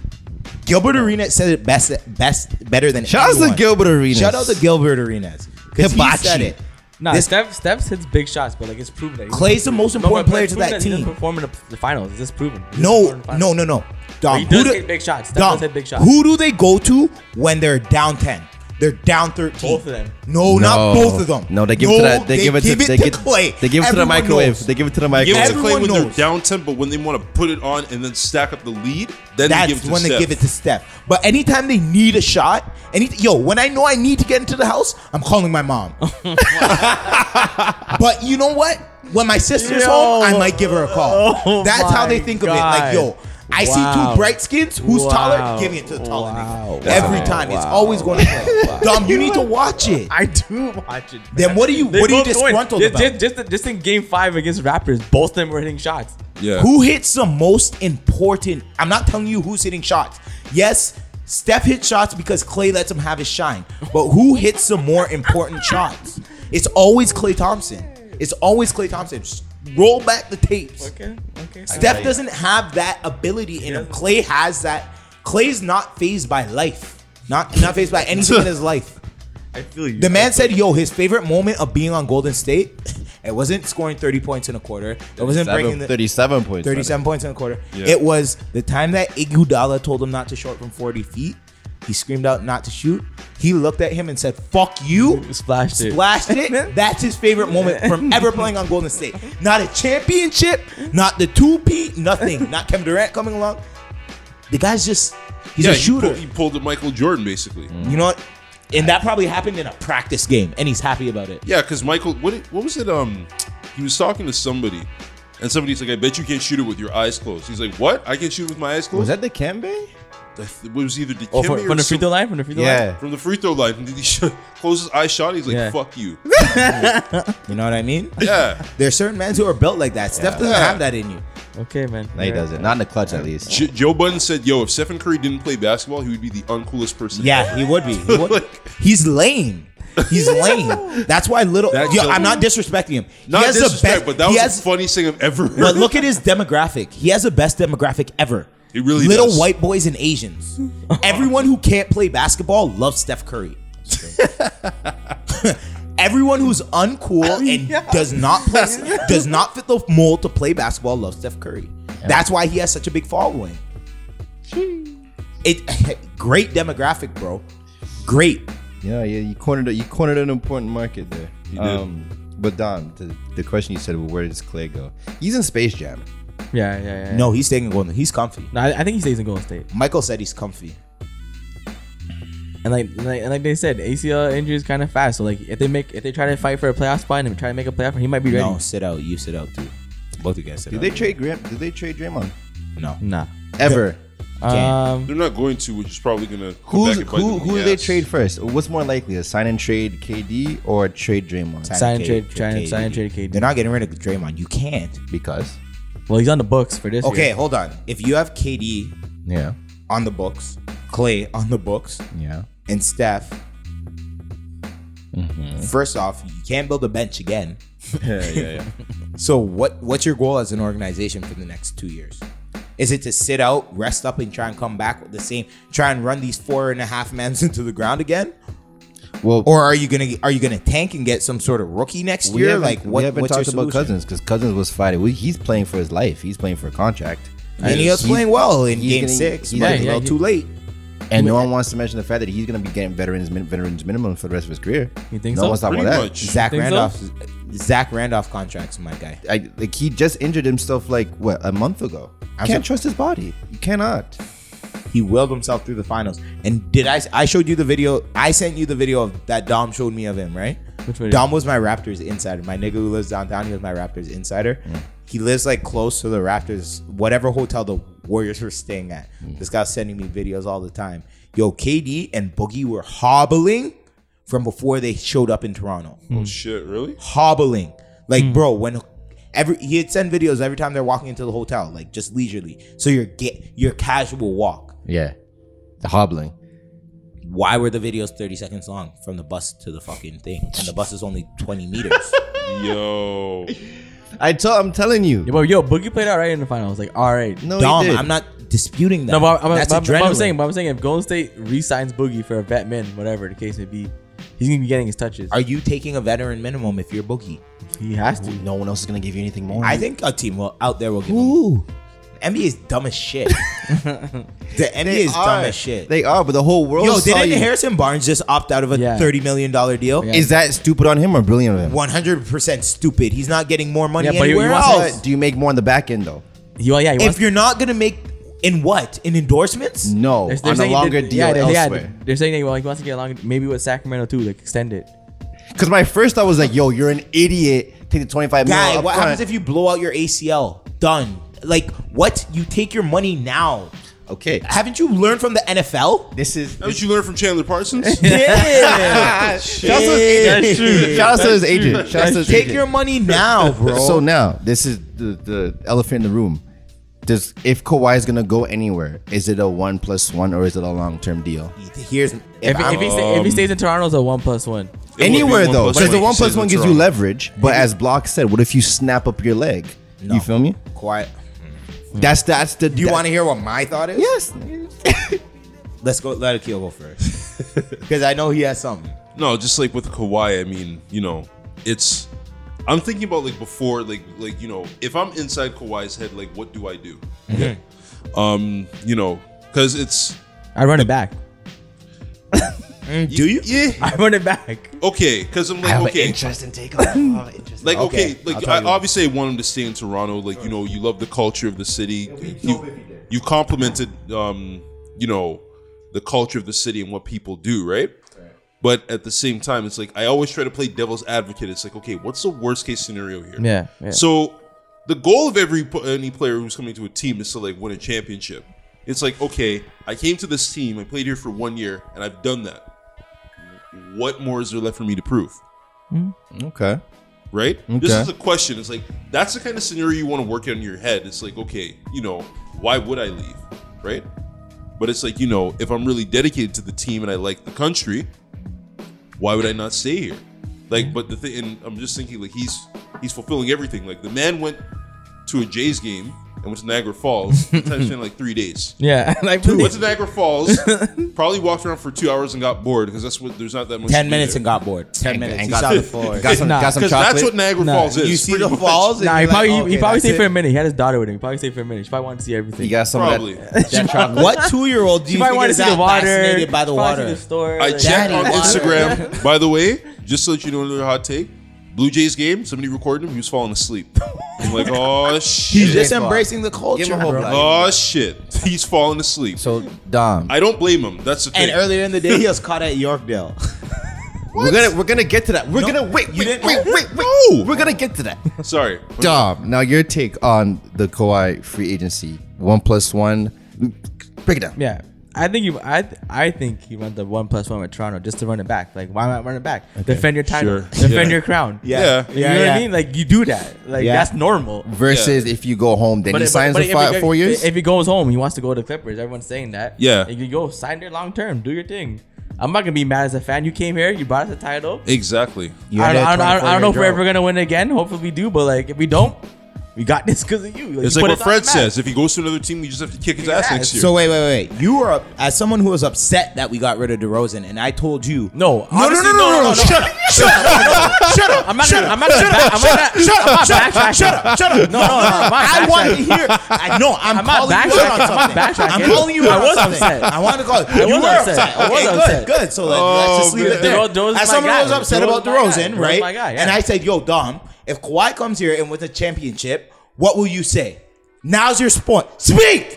Speaker 1: Gilbert Arenas said it best, best, better than
Speaker 3: Shout out to
Speaker 1: anyone.
Speaker 3: Gilbert Arenas.
Speaker 1: Shout out to Gilbert Arenas because he
Speaker 3: Hibachi.
Speaker 1: said it.
Speaker 2: Nah,
Speaker 1: This-
Speaker 2: Steph, Steph's hits big shots, but like it's proven that he-
Speaker 1: Clay's the most
Speaker 2: No, but
Speaker 1: important player
Speaker 2: it's
Speaker 1: to
Speaker 2: proven
Speaker 1: that
Speaker 2: he doesn't
Speaker 1: team.
Speaker 2: Perform in the, the finals, it's just proven. He doesn't
Speaker 1: No,
Speaker 2: perform in the finals.
Speaker 1: no, no, no. Dom,
Speaker 2: he does
Speaker 1: who
Speaker 2: take big shots. Steph does hit big shots.
Speaker 1: Who do they go to when they're down ten? They're down thirteen.
Speaker 2: Both of them.
Speaker 1: No,
Speaker 3: Oh,
Speaker 1: not
Speaker 3: No.
Speaker 1: both of them.
Speaker 3: No, they give it to that. They, give it to they give,
Speaker 1: Clay.
Speaker 3: They give it to the
Speaker 1: Everyone
Speaker 3: microwave.
Speaker 1: knows.
Speaker 3: They give it to the
Speaker 4: Give it
Speaker 3: microwave.
Speaker 4: to Clay
Speaker 1: Everyone
Speaker 4: when they're
Speaker 1: knows.
Speaker 4: down ten, but when they want to put it on and then stack up the lead, then
Speaker 1: That's
Speaker 4: they give it to
Speaker 1: when
Speaker 4: Steph.
Speaker 1: they give it to Steph. But anytime they need a shot, any yo, when I know I need to get into the house, I'm calling my
Speaker 2: (laughs)
Speaker 1: mom. but you know what? When my sister's
Speaker 2: Yo.
Speaker 1: home, I might give her a call.
Speaker 2: Oh
Speaker 1: That's how they
Speaker 2: my
Speaker 1: think
Speaker 2: God.
Speaker 1: of it. Like yo. I see
Speaker 2: Wow.
Speaker 1: two bright skins. Who's
Speaker 2: Wow.
Speaker 1: taller? Give it to the taller
Speaker 2: Wow.
Speaker 1: nigga. Every
Speaker 2: Wow.
Speaker 1: time, it's
Speaker 2: Wow.
Speaker 1: always going to
Speaker 2: (laughs)
Speaker 1: play. Dom, you need to watch it.
Speaker 2: I do watch it. Man.
Speaker 1: Then what are you-
Speaker 2: They
Speaker 1: what are you
Speaker 2: both going-
Speaker 1: disgruntled
Speaker 2: just,
Speaker 1: about?
Speaker 2: Just, just, just in Game Five against Raptors, both of them were hitting shots.
Speaker 4: Yeah.
Speaker 1: Who hits the most important? I'm not telling you who's hitting shots. Yes, Steph hits shots because Clay lets him have his shine. But who hits the more important shots? It's always Clay Thompson. It's always Clay Thompson. Just roll back the tapes.
Speaker 2: Okay, okay.
Speaker 1: Steph doesn't have that ability in him.
Speaker 2: doesn't.
Speaker 1: Clay has that. Clay's not phased by life. Not not phased by anything in his life.
Speaker 2: I feel you.
Speaker 1: The man said, "Yo, his favorite moment of being on Golden State, (laughs) it wasn't scoring 30 points in a quarter. It wasn't breaking the
Speaker 3: Thirty-seven points.
Speaker 1: 37 points in a quarter. It was the time that Iguodala told him not to short from 40 feet. He screamed out not to shoot. He looked at him and said, "Fuck you."
Speaker 2: splashed it.
Speaker 1: Splashed it. That's his favorite moment from ever playing on Golden State. Not a championship, not the two P, nothing. Not Kevin Durant coming along. The guy's just he's
Speaker 4: yeah,
Speaker 1: a
Speaker 4: he pulled-
Speaker 1: shooter.
Speaker 4: He pulled a Michael Jordan basically.
Speaker 2: Mm-hmm.
Speaker 1: You know what? And that probably happened in a practice game, and he's happy about it.
Speaker 4: Yeah, because Michael, what it- what was it? Um, he was talking to somebody, and somebody's like, "I bet you can't shoot it with your eyes closed." He's like, "What? I can shoot it with my eyes closed?"
Speaker 3: Was that the Kembe?
Speaker 4: I th- it was either Dikembe
Speaker 2: Oh, from,
Speaker 4: or
Speaker 2: from the free
Speaker 4: some-
Speaker 2: throw line. From the free throw line.
Speaker 3: Yeah.
Speaker 4: from the free throw line. (laughs) Did he sh- close his eye shot? He's like,
Speaker 2: Yeah.
Speaker 4: "Fuck you." (laughs)
Speaker 1: You know what I mean?
Speaker 4: Yeah,
Speaker 1: There's certain men who are built like that. Steph doesn't
Speaker 4: Yeah.
Speaker 1: have that in you.
Speaker 2: Okay, man.
Speaker 3: No, he doesn't. Not in the clutch, at least.
Speaker 4: J- Joe Budden said, "Yo, if Stephen Curry didn't play basketball, he would be the uncoolest person."
Speaker 1: Yeah, he would be. He
Speaker 4: (laughs)
Speaker 1: would. He's lame. He's lame. That's why little.
Speaker 4: That
Speaker 1: Yeah,
Speaker 4: killed
Speaker 1: I'm
Speaker 4: me.
Speaker 1: not disrespecting him.
Speaker 4: not
Speaker 1: he has the
Speaker 4: disrespect,
Speaker 1: best,
Speaker 4: but that
Speaker 1: he
Speaker 4: was the
Speaker 1: has,
Speaker 4: funniest thing I've ever heard.
Speaker 1: But look at his demographic. He has the best demographic ever.
Speaker 4: He really
Speaker 1: little
Speaker 4: does.
Speaker 1: white boys and Asians. Everyone who can't play basketball loves Steph Curry. (laughs) Everyone who's
Speaker 4: (laughs)
Speaker 1: uncool and does not play, does not fit the mold to play basketball loves Steph Curry. That's why he has such a big following. It (laughs) great demographic, bro. Great.
Speaker 3: Yeah, yeah. You cornered a- you cornered an important market there.
Speaker 4: You did.
Speaker 3: Um, but Don, the, the question you said, well, where does Clay go? He's in Space Jam.
Speaker 2: Yeah, yeah, yeah.
Speaker 1: No, he's staying in Golden. He's comfy.
Speaker 2: No, I, I think he stays in Golden State.
Speaker 1: Michael said he's comfy.
Speaker 2: And like, like, and like they said, ACL injury is kind of fast. So like, if they make, if they try to fight for a playoff spot and try to make a playoff, he might be ready.
Speaker 1: No, sit out. You sit out too. Both you guys sit
Speaker 3: Did
Speaker 1: out.
Speaker 3: they trade Graham? Did they trade Draymond?
Speaker 1: No.
Speaker 2: Nah.
Speaker 3: Ever?
Speaker 2: Um,
Speaker 4: (laughs) They're not going to, which is probably gonna. come
Speaker 3: Who's
Speaker 4: back and bite them
Speaker 3: who?
Speaker 4: in
Speaker 3: Who
Speaker 4: the
Speaker 3: do they
Speaker 4: ass.
Speaker 3: trade first? What's more likely, a sign and trade KD or a trade
Speaker 1: (laughs)
Speaker 3: Draymond?
Speaker 1: Sign
Speaker 2: Sign
Speaker 1: and
Speaker 2: trade-
Speaker 1: trade
Speaker 2: sign-
Speaker 1: KD.
Speaker 2: sign and trade KD.
Speaker 1: They're not getting rid of Draymond. You can't.
Speaker 3: Because
Speaker 2: well, he's on the books for this.
Speaker 1: Okay,
Speaker 2: year.
Speaker 1: hold on. If you have KD
Speaker 3: yeah,
Speaker 1: on the books, Clay on the books,
Speaker 3: yeah. (laughs)
Speaker 1: and Steph,
Speaker 3: Mm-hmm.
Speaker 1: first off, you can't build a bench again.
Speaker 3: yeah, yeah, yeah.
Speaker 1: So what what's your goal as an organization for the next two years? Is it to sit out, rest (laughs) up, and try and come back with the same, try and run these four and a half men's into the ground again?
Speaker 3: Well,
Speaker 1: Or are you gonna are you gonna tank and get some sort of rookie next
Speaker 3: we
Speaker 1: year?
Speaker 3: haven't-
Speaker 1: Like what?
Speaker 3: we haven't
Speaker 1: what's
Speaker 3: talked
Speaker 1: your
Speaker 3: about
Speaker 1: solution?
Speaker 3: Cousins because Cousins was fighting. We, he's playing for his life. He's playing for a contract.
Speaker 1: And he was
Speaker 3: He's-
Speaker 1: playing well in
Speaker 3: he's
Speaker 1: game
Speaker 3: getting-
Speaker 1: six,
Speaker 3: he's
Speaker 1: but
Speaker 2: getting-
Speaker 1: you know,
Speaker 2: yeah,
Speaker 1: too late.
Speaker 3: And no one wants to mention the fact that he's going to be getting veterans min- veterans minimum for the rest of his career.
Speaker 2: You think
Speaker 3: no
Speaker 2: so?
Speaker 3: one's talking
Speaker 4: Pretty
Speaker 3: about that.
Speaker 4: much.
Speaker 1: Zach
Speaker 2: Think so?
Speaker 1: Randolph, Zach Randolph contracts, my guy.
Speaker 3: I, like he just injured himself like what a month ago. I
Speaker 1: was
Speaker 3: can't
Speaker 1: a-
Speaker 3: trust his body. You cannot.
Speaker 1: He willed himself through the finals. And did I? I showed you the video. I sent you the video of that Dom showed me of him, right?
Speaker 2: Which video?
Speaker 1: Dom was my Raptors insider. My nigga who lives downtown, he was my Raptors insider.
Speaker 3: Hmm.
Speaker 1: He lives like close to the Raptors, whatever hotel the Warriors were staying at.
Speaker 3: Hmm.
Speaker 1: This guy's sending me videos all the time. Yo, KD and Boogie were hobbling from before they showed up in Toronto
Speaker 3: Hmm.
Speaker 4: Oh shit, really?
Speaker 1: hobbling. Like,
Speaker 2: Hmm.
Speaker 1: bro, when every he would send videos every time they're walking into the hotel, like just leisurely. So your get your casual walk.
Speaker 3: Yeah, the hobbling.
Speaker 1: Why were the videos 30 seconds long from the bus to the fucking thing? And the bus is only 20
Speaker 2: (laughs)
Speaker 1: meters.
Speaker 3: (laughs)
Speaker 4: Yo.
Speaker 3: I tell. I'm telling you.
Speaker 2: Yeah, but yo, Boogie played out right in the finals. Like, all right.
Speaker 3: No, he
Speaker 1: Dom,
Speaker 3: did.
Speaker 1: I'm not disputing that.
Speaker 2: No, but, I'm,
Speaker 1: That's
Speaker 2: but I'm- but I'm
Speaker 1: adrenaline.
Speaker 2: saying, but I'm saying, if Golden State re-signs Boogie for a vet min, whatever the case may be, he's gonna be getting his touches.
Speaker 1: Are you taking a veteran minimum if you're boogie?
Speaker 2: He has to.
Speaker 3: No one else is gonna give you anything more.
Speaker 1: I think a team will, out there will give him.
Speaker 3: Ooh,
Speaker 1: NBA is dumb as
Speaker 2: (laughs)
Speaker 1: shit. the NBA is dumb as shit.
Speaker 3: They are, but the whole world.
Speaker 1: Yo,
Speaker 3: saw
Speaker 1: didn't
Speaker 3: you.
Speaker 1: Harrison Barnes just opt out of a
Speaker 2: Yeah.
Speaker 1: $30 million deal?
Speaker 2: Yeah.
Speaker 3: Is that stupid on him or brilliant on him?
Speaker 1: 100% stupid. He's not getting more money
Speaker 2: Yeah, but you-
Speaker 1: anywhere
Speaker 2: you want
Speaker 1: else.
Speaker 2: to-
Speaker 3: Do you make more on the back end though?
Speaker 2: He, well, yeah, he wants
Speaker 1: if you're not gonna make in what in endorsements,
Speaker 3: No,
Speaker 2: They're- they're
Speaker 3: on a
Speaker 2: saying he
Speaker 3: longer
Speaker 2: did-
Speaker 3: deal
Speaker 2: yeah, they're, yeah,
Speaker 3: elsewhere.
Speaker 2: they're saying that well, he wants to get along maybe with Sacramento too, like extend it.
Speaker 3: Because my first thought was like, "Yo, you're an idiot. Take the 25
Speaker 1: guy,
Speaker 3: million up
Speaker 1: what
Speaker 3: front.
Speaker 1: happens if you blow out your ACL? Done. Like what? You take your money now.
Speaker 3: okay,
Speaker 1: Haven't you learned from the
Speaker 3: (laughs)
Speaker 1: NFL?
Speaker 3: this is
Speaker 4: That's what you learned from Chandler
Speaker 3: (laughs)
Speaker 4: Parsons?
Speaker 1: Yeah.
Speaker 3: Shout out to his agent. (laughs) Shout out to his agent. Shout out to his
Speaker 1: Take
Speaker 3: agent.
Speaker 1: your money now, bro.
Speaker 3: So now this is the, the elephant in the room. Does if Kawhi is gonna go anywhere, is it a one plus one or is it a long term deal?
Speaker 1: here's if,
Speaker 2: If,
Speaker 1: I'm-
Speaker 2: if, he sta- if he stays in Toronto, it's a one plus one.
Speaker 4: It won't be
Speaker 3: anywhere
Speaker 4: one
Speaker 3: though,
Speaker 4: plus
Speaker 3: because the
Speaker 4: one.
Speaker 3: one
Speaker 4: He
Speaker 3: plus
Speaker 4: says
Speaker 3: one
Speaker 4: it's
Speaker 3: gives you
Speaker 4: wrong.
Speaker 3: leverage. But as Block said, what if you snap up your leg?
Speaker 1: No.
Speaker 3: You feel me?
Speaker 1: quiet.
Speaker 3: That's that's the.
Speaker 1: Do you want to hear what my thought is?
Speaker 3: Yes.
Speaker 1: Let's go. Let Akil go first, (laughs) because I know he has something.
Speaker 4: No, just like with Kawhi, I mean, you know, it's. I'm thinking about like before, like like you know, if I'm inside Kawhi's head, like what do I do?
Speaker 1: Mm-hmm.
Speaker 4: Okay. Um, you know, because it's
Speaker 2: I run it back.
Speaker 1: Do you?
Speaker 4: yeah
Speaker 2: I run it back.
Speaker 4: okay. Because I'm like okay,
Speaker 3: interest in taking. Oh,
Speaker 4: (laughs)
Speaker 3: interest.
Speaker 4: like okay,
Speaker 1: Okay, I'll
Speaker 4: like
Speaker 1: tell
Speaker 4: I,
Speaker 1: you.
Speaker 4: obviously I want him to stay in Toronto. Like you know, you love the culture of the city. You, you complimented, um, you know, the culture of the city and what people do, right? But at the same time, it's like I always try to play devil's advocate. It's like, okay, what's the worst case scenario here?
Speaker 2: Yeah, yeah.
Speaker 4: So the goal of every p- any player who's coming to a team is to like win a championship. It's like, okay, I came to this team, I played here for one year, and I've done that. What more is there left for me to prove?
Speaker 3: Okay.
Speaker 4: right? This
Speaker 3: Okay.
Speaker 4: is a question. It's like that's the kind of scenario you want to work out in your head. It's like, okay, you know, why would I leave, right? But it's like, you know, if I'm really dedicated to the team and I like the country, why would I not stay here? Like, but the thing, and I'm just thinking, like he's he's fulfilling everything. Like the man went to a Jays game and went to
Speaker 1: (laughs)
Speaker 4: Niagara Falls. Time spent like three days.
Speaker 2: Yeah, like
Speaker 4: Went to Niagara
Speaker 1: (laughs)
Speaker 4: Falls, probably walked around for two hours and got bored because that's what there's not that much. to
Speaker 1: Ten
Speaker 4: do
Speaker 1: minutes
Speaker 4: there.
Speaker 1: and got bored. Ten minutes.
Speaker 3: and
Speaker 1: he
Speaker 3: got-
Speaker 1: saw the floor.
Speaker 3: Got some.
Speaker 2: Nah,
Speaker 3: got some
Speaker 4: 'Cause
Speaker 3: chocolate.
Speaker 4: that's what Niagara
Speaker 2: Nah,
Speaker 4: Falls is.
Speaker 1: you see
Speaker 4: pretty
Speaker 1: the
Speaker 4: much.
Speaker 1: falls. and
Speaker 2: Nah, Oh, he
Speaker 1: you're
Speaker 2: probably
Speaker 1: like,
Speaker 3: oh,
Speaker 2: he, he
Speaker 1: okay,
Speaker 2: probably
Speaker 1: that's
Speaker 2: stayed
Speaker 1: it.
Speaker 2: for a minute. He had his daughter with him. He probably stayed for a minute. She probably wanted to see everything.
Speaker 3: you got some.
Speaker 4: Probably.
Speaker 3: Of that, that
Speaker 1: (laughs)
Speaker 3: chocolate.
Speaker 1: What two year old do
Speaker 2: she
Speaker 1: you
Speaker 2: probably
Speaker 1: think
Speaker 2: wanted to
Speaker 1: is
Speaker 2: see the
Speaker 1: that
Speaker 2: water.
Speaker 1: fascinated by the
Speaker 2: She probably wanted
Speaker 1: water?
Speaker 2: to see the store.
Speaker 4: I
Speaker 2: like-
Speaker 4: checked
Speaker 1: Daddy
Speaker 4: on
Speaker 1: water.
Speaker 4: Instagram, by the way, just so that you know another hot take. Blue Jays game, somebody recorded him, he was falling asleep. I'm like, oh shit.
Speaker 1: He's just embracing the culture.
Speaker 3: Give him a whole
Speaker 1: bro.
Speaker 3: block.
Speaker 4: oh shit. He's falling asleep.
Speaker 3: So Dom,
Speaker 4: I don't blame him. That's the thing.
Speaker 1: And earlier in the day, he was caught at Yorkdale.
Speaker 3: we're gonna we're gonna get to that. We're gonna wait.
Speaker 1: you
Speaker 3: Wait, wait,
Speaker 1: didn't-
Speaker 3: wait, wait.
Speaker 4: No.
Speaker 3: We're gonna get to that.
Speaker 4: Sorry.
Speaker 3: Dom, now your take on the Kawhi free agency one plus one. Break it down.
Speaker 2: Yeah, I think you. I th- I think he runs the one plus one with Toronto just to run it back. Like why not run it back? Defend your title.
Speaker 4: Sure.
Speaker 2: Defend
Speaker 4: Yeah.
Speaker 2: your crown.
Speaker 4: Yeah.
Speaker 2: You know what I mean? Like you do that. Like
Speaker 1: Yeah.
Speaker 2: that's normal.
Speaker 3: Versus if you go home, then he signs
Speaker 2: if
Speaker 3: for five,
Speaker 2: go-
Speaker 3: four years.
Speaker 2: If he goes home, he wants to go to Clippers. Everyone's saying that.
Speaker 4: Yeah.
Speaker 2: If you go sign there long term, do your thing. I'm not gonna be mad as a fan. You came here, you brought us a title.
Speaker 4: Exactly.
Speaker 3: You
Speaker 2: I
Speaker 3: had
Speaker 2: don't,
Speaker 3: a
Speaker 2: I, don't, I don't- I don't know if we're
Speaker 3: 24 year
Speaker 2: ever gonna win again. Hopefully we do, but like if we don't, We got this because of you. Like,
Speaker 4: It's
Speaker 2: you
Speaker 4: like
Speaker 2: put
Speaker 4: what
Speaker 2: us on
Speaker 4: Fred
Speaker 2: the map. (laughs)
Speaker 4: says. If he goes to another team, you just have to kick his ass
Speaker 2: Yeah,
Speaker 4: next year.
Speaker 1: So wait, wait, wait. You were as someone who was upset that we got rid of DeRozan, and I told you. No,
Speaker 2: No,
Speaker 1: no,
Speaker 2: honestly,
Speaker 1: no, no, no, no. Shut up. Shut up. Shut up.
Speaker 2: I'm not
Speaker 1: Shut
Speaker 2: gonna-
Speaker 1: up.
Speaker 2: I'm not gonna
Speaker 1: Shut
Speaker 2: back-
Speaker 1: up.
Speaker 2: I'm
Speaker 1: Shut
Speaker 2: not
Speaker 1: up.
Speaker 2: gonna-
Speaker 1: Shut
Speaker 2: I'm
Speaker 1: up.
Speaker 2: not
Speaker 1: Shut up.
Speaker 2: backtracking.
Speaker 1: Shut up. Shut up.
Speaker 2: No, no, no, I'm not
Speaker 1: I want to
Speaker 2: backtracking.
Speaker 1: hear. I know. I'm,
Speaker 2: I'm not
Speaker 1: calling you out on
Speaker 2: backtracking. I'm
Speaker 1: something.
Speaker 2: not backtracking.
Speaker 1: I'm calling you
Speaker 2: I
Speaker 1: out on
Speaker 2: was
Speaker 1: something.
Speaker 2: upset.
Speaker 1: I wanted to call.
Speaker 2: I
Speaker 1: you
Speaker 2: was
Speaker 1: were
Speaker 2: upset.
Speaker 1: upset.
Speaker 2: I was
Speaker 1: Okay,
Speaker 2: upset.
Speaker 1: good. Good. So let,
Speaker 4: Oh,
Speaker 1: let's just leave
Speaker 4: man.
Speaker 1: it there.
Speaker 2: DeRozan- DeRozan's my
Speaker 1: As someone
Speaker 2: guy.
Speaker 1: who was upset about
Speaker 2: DeRozan's my
Speaker 1: DeRozan,
Speaker 2: guy.
Speaker 1: right?
Speaker 2: DeRozan's my guy, yeah.
Speaker 1: And I said, "Yo, Dom, if Kawhi comes here and wins a championship, what will you say?" Now's your spot. Speak.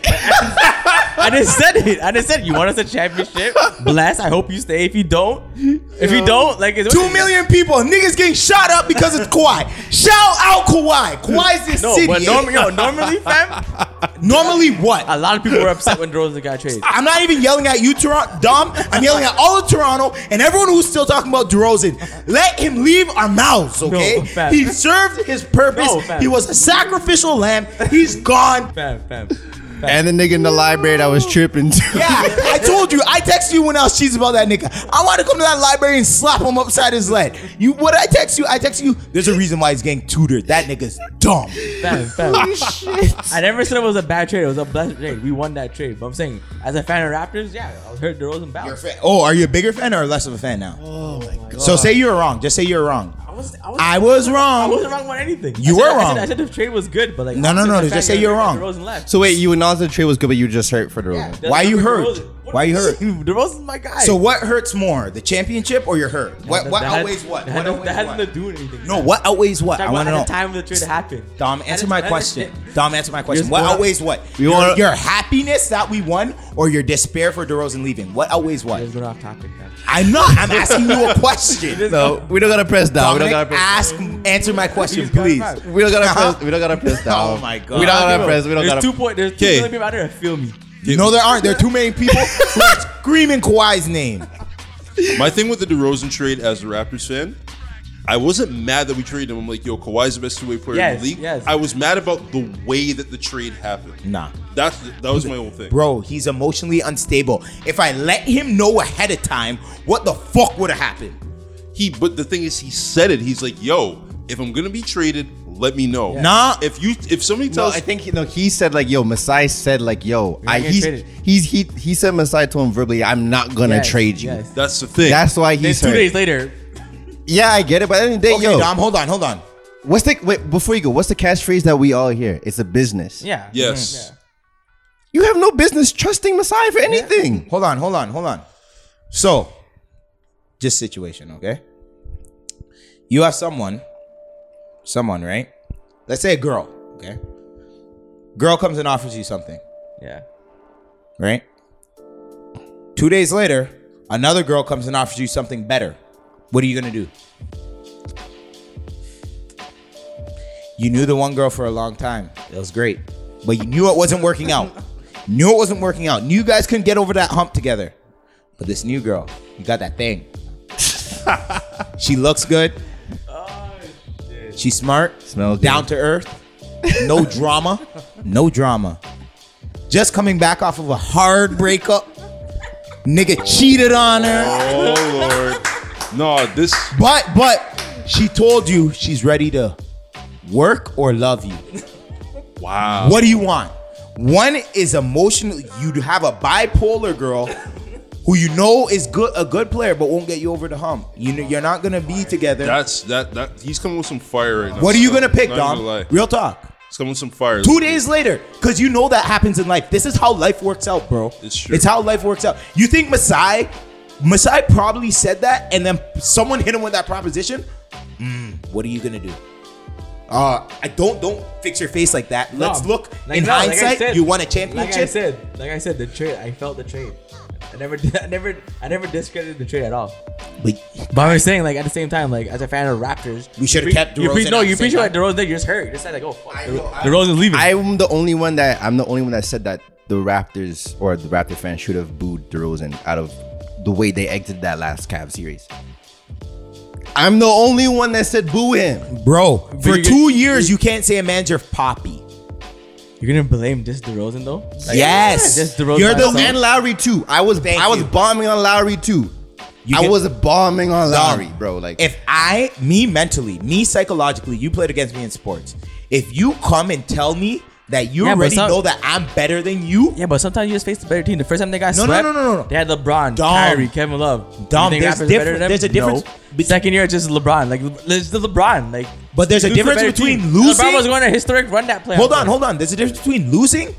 Speaker 2: I just said it. I just said you want us a championship. Bless. I hope you stay. If you don't, if you don't, like it's
Speaker 1: Two million people, niggas getting shot up because it's Kawhi. Shout out Kawhi. Kawhi's this
Speaker 2: No,
Speaker 1: city.
Speaker 2: but
Speaker 1: eh?
Speaker 2: normally, yo, normally, fam,
Speaker 1: (laughs) normally what?
Speaker 2: a lot of people were upset when DeRozan
Speaker 1: (laughs)
Speaker 2: got traded.
Speaker 1: I'm not even yelling at you, Toronto. Dom. I'm yelling at all of Toronto and everyone who's still talking about DeRozan. Let him leave our mouths, okay?
Speaker 2: fam.
Speaker 1: he served his purpose.
Speaker 2: No, fam.
Speaker 1: he was a sacrificial lamb. He's gone.
Speaker 2: Fam, fam.
Speaker 3: And the nigga in the library that was tripping too.
Speaker 1: (laughs) Yeah, I told you. I texted you when I was cheesing about that nigga. I want to come to that library and slap him upside his head. You, what I text you? I text you. There's a reason why he's getting tutored. That nigga's dumb.
Speaker 2: (laughs) Fam, fam. I never said it was a bad trade. It was a blessed trade. We won that trade. But I'm saying, as a fan of Raptors, yeah, I was hurt DeRozan
Speaker 1: You're a
Speaker 2: bounce.
Speaker 1: fan- Oh, are you a bigger fan or less of a fan now? Oh my god. So say you were wrong. Just say you were wrong.
Speaker 2: I was, I was,
Speaker 1: I was
Speaker 2: I
Speaker 1: wrong.
Speaker 2: wasn't wrong about anything. I
Speaker 1: You
Speaker 2: said-
Speaker 1: were
Speaker 2: I said-
Speaker 1: wrong.
Speaker 2: I said the trade was good, but like,
Speaker 1: No, no,
Speaker 2: I'm
Speaker 1: no,
Speaker 2: a
Speaker 1: just
Speaker 2: fan
Speaker 1: say
Speaker 2: of
Speaker 1: you're
Speaker 2: DeRozan
Speaker 1: wrong.
Speaker 2: left.
Speaker 3: (laughs) So wait, you announced the trade was good, but you just hurt for the
Speaker 2: Yeah,
Speaker 3: Rosen.
Speaker 2: that's
Speaker 1: Why
Speaker 2: not
Speaker 1: you
Speaker 2: for
Speaker 1: hurt?
Speaker 2: DeRozan. What
Speaker 1: Why
Speaker 2: do
Speaker 1: you hurt?
Speaker 2: mean? DeRozan's my guy.
Speaker 1: So what hurts more, the championship or your hurt? What
Speaker 2: That-
Speaker 1: what
Speaker 2: that had-
Speaker 1: outweighs what?
Speaker 2: That,
Speaker 1: What
Speaker 2: had- that
Speaker 1: outweighs
Speaker 2: has
Speaker 1: what?
Speaker 2: nothing to do with anything.
Speaker 1: No, what outweighs what?
Speaker 2: Talk
Speaker 1: I
Speaker 2: about
Speaker 1: want to
Speaker 2: at
Speaker 1: know.
Speaker 2: the time of the trade to happen.
Speaker 1: Dom,
Speaker 2: At
Speaker 1: answer
Speaker 2: the
Speaker 1: my
Speaker 2: time-
Speaker 1: question. Dom, answer my question.
Speaker 2: Yes,
Speaker 1: What
Speaker 2: what?
Speaker 1: outweighs what?
Speaker 3: You
Speaker 1: your,
Speaker 3: wanna-
Speaker 1: your happiness that we won or your despair for DeRozan leaving? What outweighs what?
Speaker 2: Let's go off topic. man.
Speaker 1: I'm not. I'm asking you a
Speaker 2: (laughs)
Speaker 1: question.
Speaker 3: No, we don't gotta press down.
Speaker 1: Dominic,
Speaker 3: we don't gotta press.
Speaker 1: ask, answer my question,
Speaker 2: He's got it
Speaker 1: please.
Speaker 2: right.
Speaker 3: We don't (laughs) gotta
Speaker 1: Uh-huh.
Speaker 3: press. We don't gotta press down.
Speaker 1: Oh my God.
Speaker 3: We don't gotta press. We don't
Speaker 2: There's
Speaker 3: gotta.
Speaker 2: two point. There's two
Speaker 4: Okay.
Speaker 2: million people out there that feel me.
Speaker 1: No, there aren't. There are too many
Speaker 2: (laughs)
Speaker 3: (laughs)
Speaker 1: people who are screaming Kawhi's name.
Speaker 4: My thing with the DeRozan trade as a Raptors fan, I wasn't mad that we traded him. I'm like, yo, Kawhi's the best two-way player in
Speaker 2: Yes,
Speaker 4: the league.
Speaker 2: yes.
Speaker 4: I was mad about the way that the trade happened.
Speaker 1: Nah.
Speaker 4: That's that was my whole thing.
Speaker 1: Bro, he's emotionally unstable. If I let him know ahead of time, what the fuck would have happened?
Speaker 4: He but the thing is he said it. He's like, yo, if I'm gonna be traded, let me know.
Speaker 1: Nah.
Speaker 4: If you if somebody
Speaker 3: No,
Speaker 4: tells
Speaker 3: I think he, no. He said like, "Yo, Masai said like, yo, I
Speaker 2: not getting
Speaker 3: he's,
Speaker 2: traded.
Speaker 3: he's he he said Masai to him verbally, I'm not gonna
Speaker 2: Yes,
Speaker 3: trade you.
Speaker 2: yes.
Speaker 4: that's the thing.
Speaker 3: That's why
Speaker 2: Then
Speaker 3: he's
Speaker 2: two
Speaker 3: hurt.
Speaker 2: days later,
Speaker 3: Yeah, I get it, but at the end of the day,
Speaker 1: Okay,
Speaker 3: yo,
Speaker 1: Dom, hold on, hold on.
Speaker 3: what's the wait before you go? What's the catchphrase that we all hear? It's a business.
Speaker 2: yeah.
Speaker 4: Yes.
Speaker 3: you have no business trusting Masai for anything.
Speaker 1: Hold on, hold on, hold on. So, just situation, okay? You have someone, someone, right? Let's say a girl, okay? Girl comes and offers you something,
Speaker 2: Yeah.
Speaker 1: right? Two days later, another girl comes and offers you something better. What are you gonna do? You knew the one girl for a long time. It was great. But you knew it wasn't working out. knew it wasn't working out. Knew you guys couldn't get over that hump together. But this new girl, you got that thing. she looks good. She's smart.
Speaker 3: Smells
Speaker 1: down
Speaker 3: good.
Speaker 1: to earth. No drama. No drama. Just coming back off of a hard breakup. Nigga cheated on her.
Speaker 4: Oh Lord. No, this
Speaker 1: But but she told you she's ready to work or love you.
Speaker 4: wow.
Speaker 1: What do you want? One is emotional. You have a bipolar girl who you know is good, a good player, but won't get you over the hump. You know, you're not gonna be together.
Speaker 4: That's that that he's coming with some fire right now.
Speaker 1: What are you
Speaker 4: Not
Speaker 1: gonna pick,
Speaker 4: gonna lie.
Speaker 1: Dom? Real talk.
Speaker 4: He's coming with some fire.
Speaker 1: Two days later, because you know that happens in life. This is how life works out, bro.
Speaker 4: It's true.
Speaker 1: how life works out. You think Masai, Masai probably said that, and then someone hit him with that proposition. Mm, what are you gonna do? Uh, I don't don't fix your face like that. Let's
Speaker 2: No.
Speaker 1: look
Speaker 2: Like,
Speaker 1: in
Speaker 2: no, like I
Speaker 1: hindsight.
Speaker 2: said-
Speaker 1: you won a
Speaker 2: Like I
Speaker 1: championship.
Speaker 2: said, like I said, the trade. I felt the trade. I never, (laughs) did, I never, I never discredited the trade at all.
Speaker 1: but
Speaker 2: But I was saying, like at the same time, like as a fan of Raptors,
Speaker 1: We should've
Speaker 2: you pre-
Speaker 1: kept
Speaker 2: You
Speaker 1: DeRozan
Speaker 2: pre- no,
Speaker 1: at the
Speaker 2: you
Speaker 1: same
Speaker 2: preach
Speaker 1: time.
Speaker 2: about DeRozan. Then you're just hurt. It's like, oh fuck,
Speaker 3: I
Speaker 2: the,
Speaker 3: know, I-
Speaker 2: DeRozan's
Speaker 1: Hmm.
Speaker 2: leaving.
Speaker 3: I'm the only one that I'm the only one that said that the Raptors or the Raptor fans should have booed DeRozan out of the way they exited that last Cavs series. I'm the only one that said boo him.
Speaker 1: bro, for
Speaker 2: you-
Speaker 1: two years you can't say a manager poppy.
Speaker 2: you're gonna blame this DeRozan though? Like,
Speaker 1: yes,
Speaker 2: just DeRozan.
Speaker 1: you're the
Speaker 2: himself.
Speaker 3: And Lowry too. I was
Speaker 1: Thank
Speaker 3: I was
Speaker 1: you.
Speaker 3: bombing on Lowry too.
Speaker 1: You
Speaker 3: I
Speaker 1: can-
Speaker 3: was bombing on
Speaker 1: Dom,
Speaker 3: Lowry, bro. Like
Speaker 1: if I, me mentally, me psychologically, you played against me in sports. If you come and tell me that you
Speaker 2: Yeah, but
Speaker 1: already
Speaker 2: some-
Speaker 1: know that I'm better than you,
Speaker 2: Yeah, but sometimes you just face the better team. The first time they got
Speaker 1: No, no,
Speaker 2: swept,
Speaker 1: no, no, no, no.
Speaker 2: they had LeBron,
Speaker 1: Dom.
Speaker 2: Kyrie, Kevin Love.
Speaker 1: Dom,
Speaker 2: You think
Speaker 1: there's
Speaker 2: Raptors are better
Speaker 1: different-
Speaker 2: than them?
Speaker 1: there's a difference
Speaker 2: No.
Speaker 1: be-
Speaker 2: Second year, it's just LeBron. Like Le- it's the LeBron. Like,
Speaker 1: But there's a
Speaker 2: he was the
Speaker 1: difference
Speaker 2: better
Speaker 1: between
Speaker 2: team.
Speaker 1: losing-
Speaker 2: LeBron was going on a historic run that playoff.
Speaker 1: hold on,
Speaker 2: run.
Speaker 1: hold on. There's a difference between losing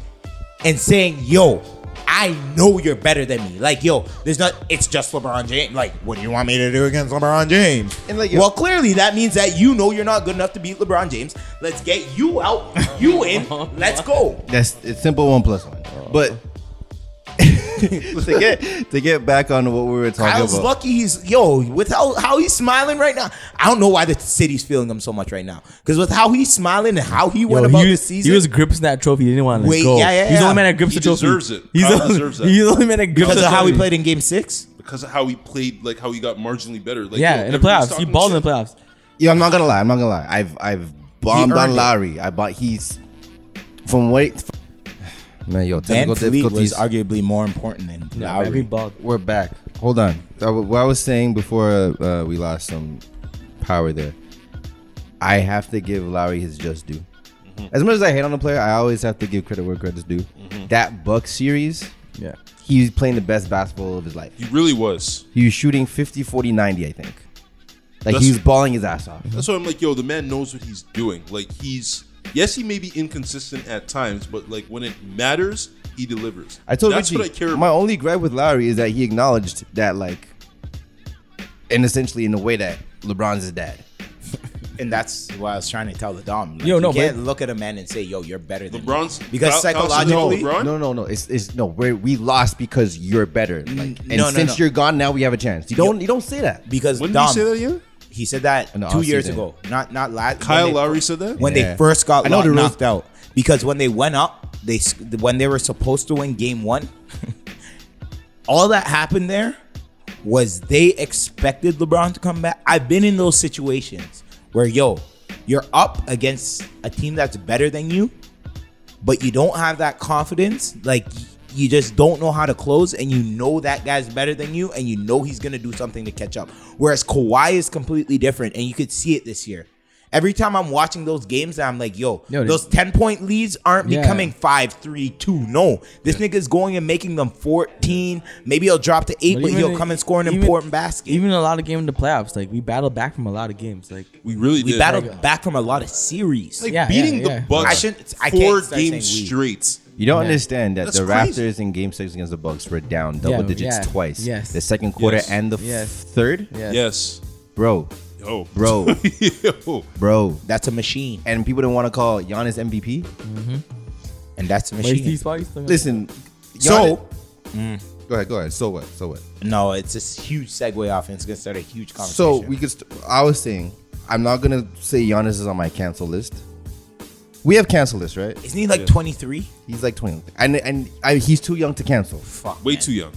Speaker 1: and saying, "Yo, I know you're better than me." Like, yo, there's not. It's just LeBron James. Like, what do you want me to do against LeBron James?
Speaker 3: And like, yo-
Speaker 1: well, clearly that means that you know you're not good enough to beat LeBron James. Let's get you out, you
Speaker 2: (laughs)
Speaker 1: in. Let's go.
Speaker 3: That's it's simple one plus one.
Speaker 1: Oh.
Speaker 3: But (laughs) to get to get back on what we were talking
Speaker 1: Kyle's
Speaker 3: about.
Speaker 1: lucky he's yo with how, how he's smiling right now. I don't know why the city's feeling him so much right now because with how he's smiling and how he went
Speaker 2: Yo,
Speaker 1: about
Speaker 2: he,
Speaker 1: this season,
Speaker 2: he was gripping that trophy. He didn't want to
Speaker 1: Wait,
Speaker 2: let go.
Speaker 1: yeah, yeah,
Speaker 2: He's the
Speaker 1: yeah.
Speaker 2: only man that grips
Speaker 4: He
Speaker 2: the trophy.
Speaker 4: deserves it.
Speaker 2: He's
Speaker 4: Kyle
Speaker 2: the,
Speaker 4: deserves that.
Speaker 2: He's the only man that grips
Speaker 1: because
Speaker 2: the
Speaker 1: of how
Speaker 2: trophy.
Speaker 1: we played in Game Six.
Speaker 4: because of how he played, like how he got marginally better. Like
Speaker 2: Yeah,
Speaker 4: yo,
Speaker 2: in the playoffs,
Speaker 4: everybody's
Speaker 2: he
Speaker 4: talking
Speaker 2: balled in
Speaker 4: shit.
Speaker 2: the playoffs.
Speaker 3: Yo, I'm not gonna lie. I'm not gonna lie. I've I've bombed
Speaker 1: earned
Speaker 3: on
Speaker 1: it.
Speaker 3: Lowry. I bought he's from what? Man, yo,
Speaker 1: Van
Speaker 3: technical
Speaker 1: Fleet was
Speaker 3: difficulties.
Speaker 1: arguably more important than
Speaker 2: Yeah, man, we
Speaker 1: Lowry.
Speaker 2: balled.
Speaker 3: We're back. Hold on. I w- What I was saying before uh, we lost some power there, I have to give Lowry his just due.
Speaker 1: Mm-hmm.
Speaker 3: As much as I hate on the player, I always have to give credit where credit's due. That Buck series,
Speaker 2: Yeah.
Speaker 3: he's playing the best basketball of his life.
Speaker 4: He really was.
Speaker 3: He was shooting 50, 40, 90, I think. Like
Speaker 4: That's-
Speaker 3: he was balling his ass off.
Speaker 4: That's why I'm like, yo, the man knows what he's doing. Like he's yes, he may be inconsistent at times, but like when it matters, he delivers.
Speaker 3: I told
Speaker 4: that's
Speaker 3: Richie,
Speaker 4: what I care
Speaker 3: my
Speaker 4: about.
Speaker 3: only gripe with Lowry is that he acknowledged that, like, and essentially in the way that LeBron's his dad.
Speaker 1: and that's what I was trying to tell the Dom. Like,
Speaker 2: Yo,
Speaker 1: you
Speaker 2: no, but-
Speaker 1: can't look at a man and say, "Yo, you're better than me."
Speaker 4: LeBron's-
Speaker 1: because
Speaker 4: Kyle- Kyle's saying
Speaker 1: psychologically,
Speaker 4: LeBron?
Speaker 3: No, no, no. It's, it's no. We're, we lost because you're better. Like, and
Speaker 1: no, no,
Speaker 3: since
Speaker 1: no.
Speaker 3: you're gone, now we have a chance. You don't, you don't say that.
Speaker 1: because
Speaker 4: When did
Speaker 1: Dom
Speaker 4: he say that again?
Speaker 1: he said that
Speaker 3: In the
Speaker 1: two years
Speaker 3: offseason.
Speaker 1: ago, not not last.
Speaker 4: Kyle
Speaker 1: when they-
Speaker 4: Lowry said that.
Speaker 1: when
Speaker 3: Yeah.
Speaker 1: they first got
Speaker 3: I know
Speaker 1: lo-
Speaker 3: the real-
Speaker 1: knocked out because when they went up, they s- when they were supposed to win game one, (laughs) all that happened there was they expected LeBron to come back. I've been in those situations where yo, you're up against a team that's better than you, but you don't have that confidence, like. You just don't know how to close, and you know that guy's better than you, and you know he's gonna do something to catch up. Whereas Kawhi is completely different, and you could see it this year. Every time I'm watching those games, I'm like, yo,
Speaker 2: Yo,
Speaker 1: those 10 point leads aren't
Speaker 2: Yeah.
Speaker 1: becoming five, three, two. No, this nigga's going and making them 14. Maybe he'll drop to eight, but,
Speaker 2: even
Speaker 1: he'll
Speaker 2: in-
Speaker 1: come and score an
Speaker 2: even-
Speaker 1: important basket.
Speaker 2: Even a lot of game in the playoffs, like we battled back from a lot of games. Like
Speaker 4: We really
Speaker 1: we
Speaker 4: did.
Speaker 1: battled back from a lot of series.
Speaker 4: Like
Speaker 2: Yeah,
Speaker 4: beating
Speaker 2: yeah, yeah.
Speaker 4: the Bucks
Speaker 1: I shouldn't- I can't
Speaker 4: four
Speaker 1: start saying we.
Speaker 4: games straight.
Speaker 3: You don't understand that
Speaker 4: That's
Speaker 3: the
Speaker 4: crazy.
Speaker 3: Raptors in Game Six against the Bucks were down double
Speaker 2: Yeah,
Speaker 3: digits
Speaker 2: yeah,
Speaker 3: twice.
Speaker 2: yes.
Speaker 3: The second quarter
Speaker 4: Yes.
Speaker 3: and the
Speaker 2: Yes.
Speaker 3: f- third.
Speaker 2: yeah,
Speaker 4: Yes.
Speaker 3: Bro,
Speaker 4: Yo,
Speaker 3: Bro.
Speaker 4: (laughs) yo.
Speaker 3: bro.
Speaker 1: that's a machine.
Speaker 3: And people didn't want to call Giannis MVP.
Speaker 1: And that's a
Speaker 2: Where's
Speaker 1: machine.
Speaker 2: these bodies?
Speaker 3: Listen.
Speaker 1: So-
Speaker 3: Giannis- go ahead. Go ahead. So what? So what?
Speaker 1: No, it's a huge segue off, and it's going to start a huge conversation.
Speaker 3: So we could. St- I was saying, I'm not gonna say Giannis is on my cancel list. We have cancel list, right?
Speaker 1: Isn't he like 23?
Speaker 3: He's like 20, and and I, he's too young to cancel.
Speaker 1: Fuck.
Speaker 4: Way
Speaker 1: man.
Speaker 4: too young.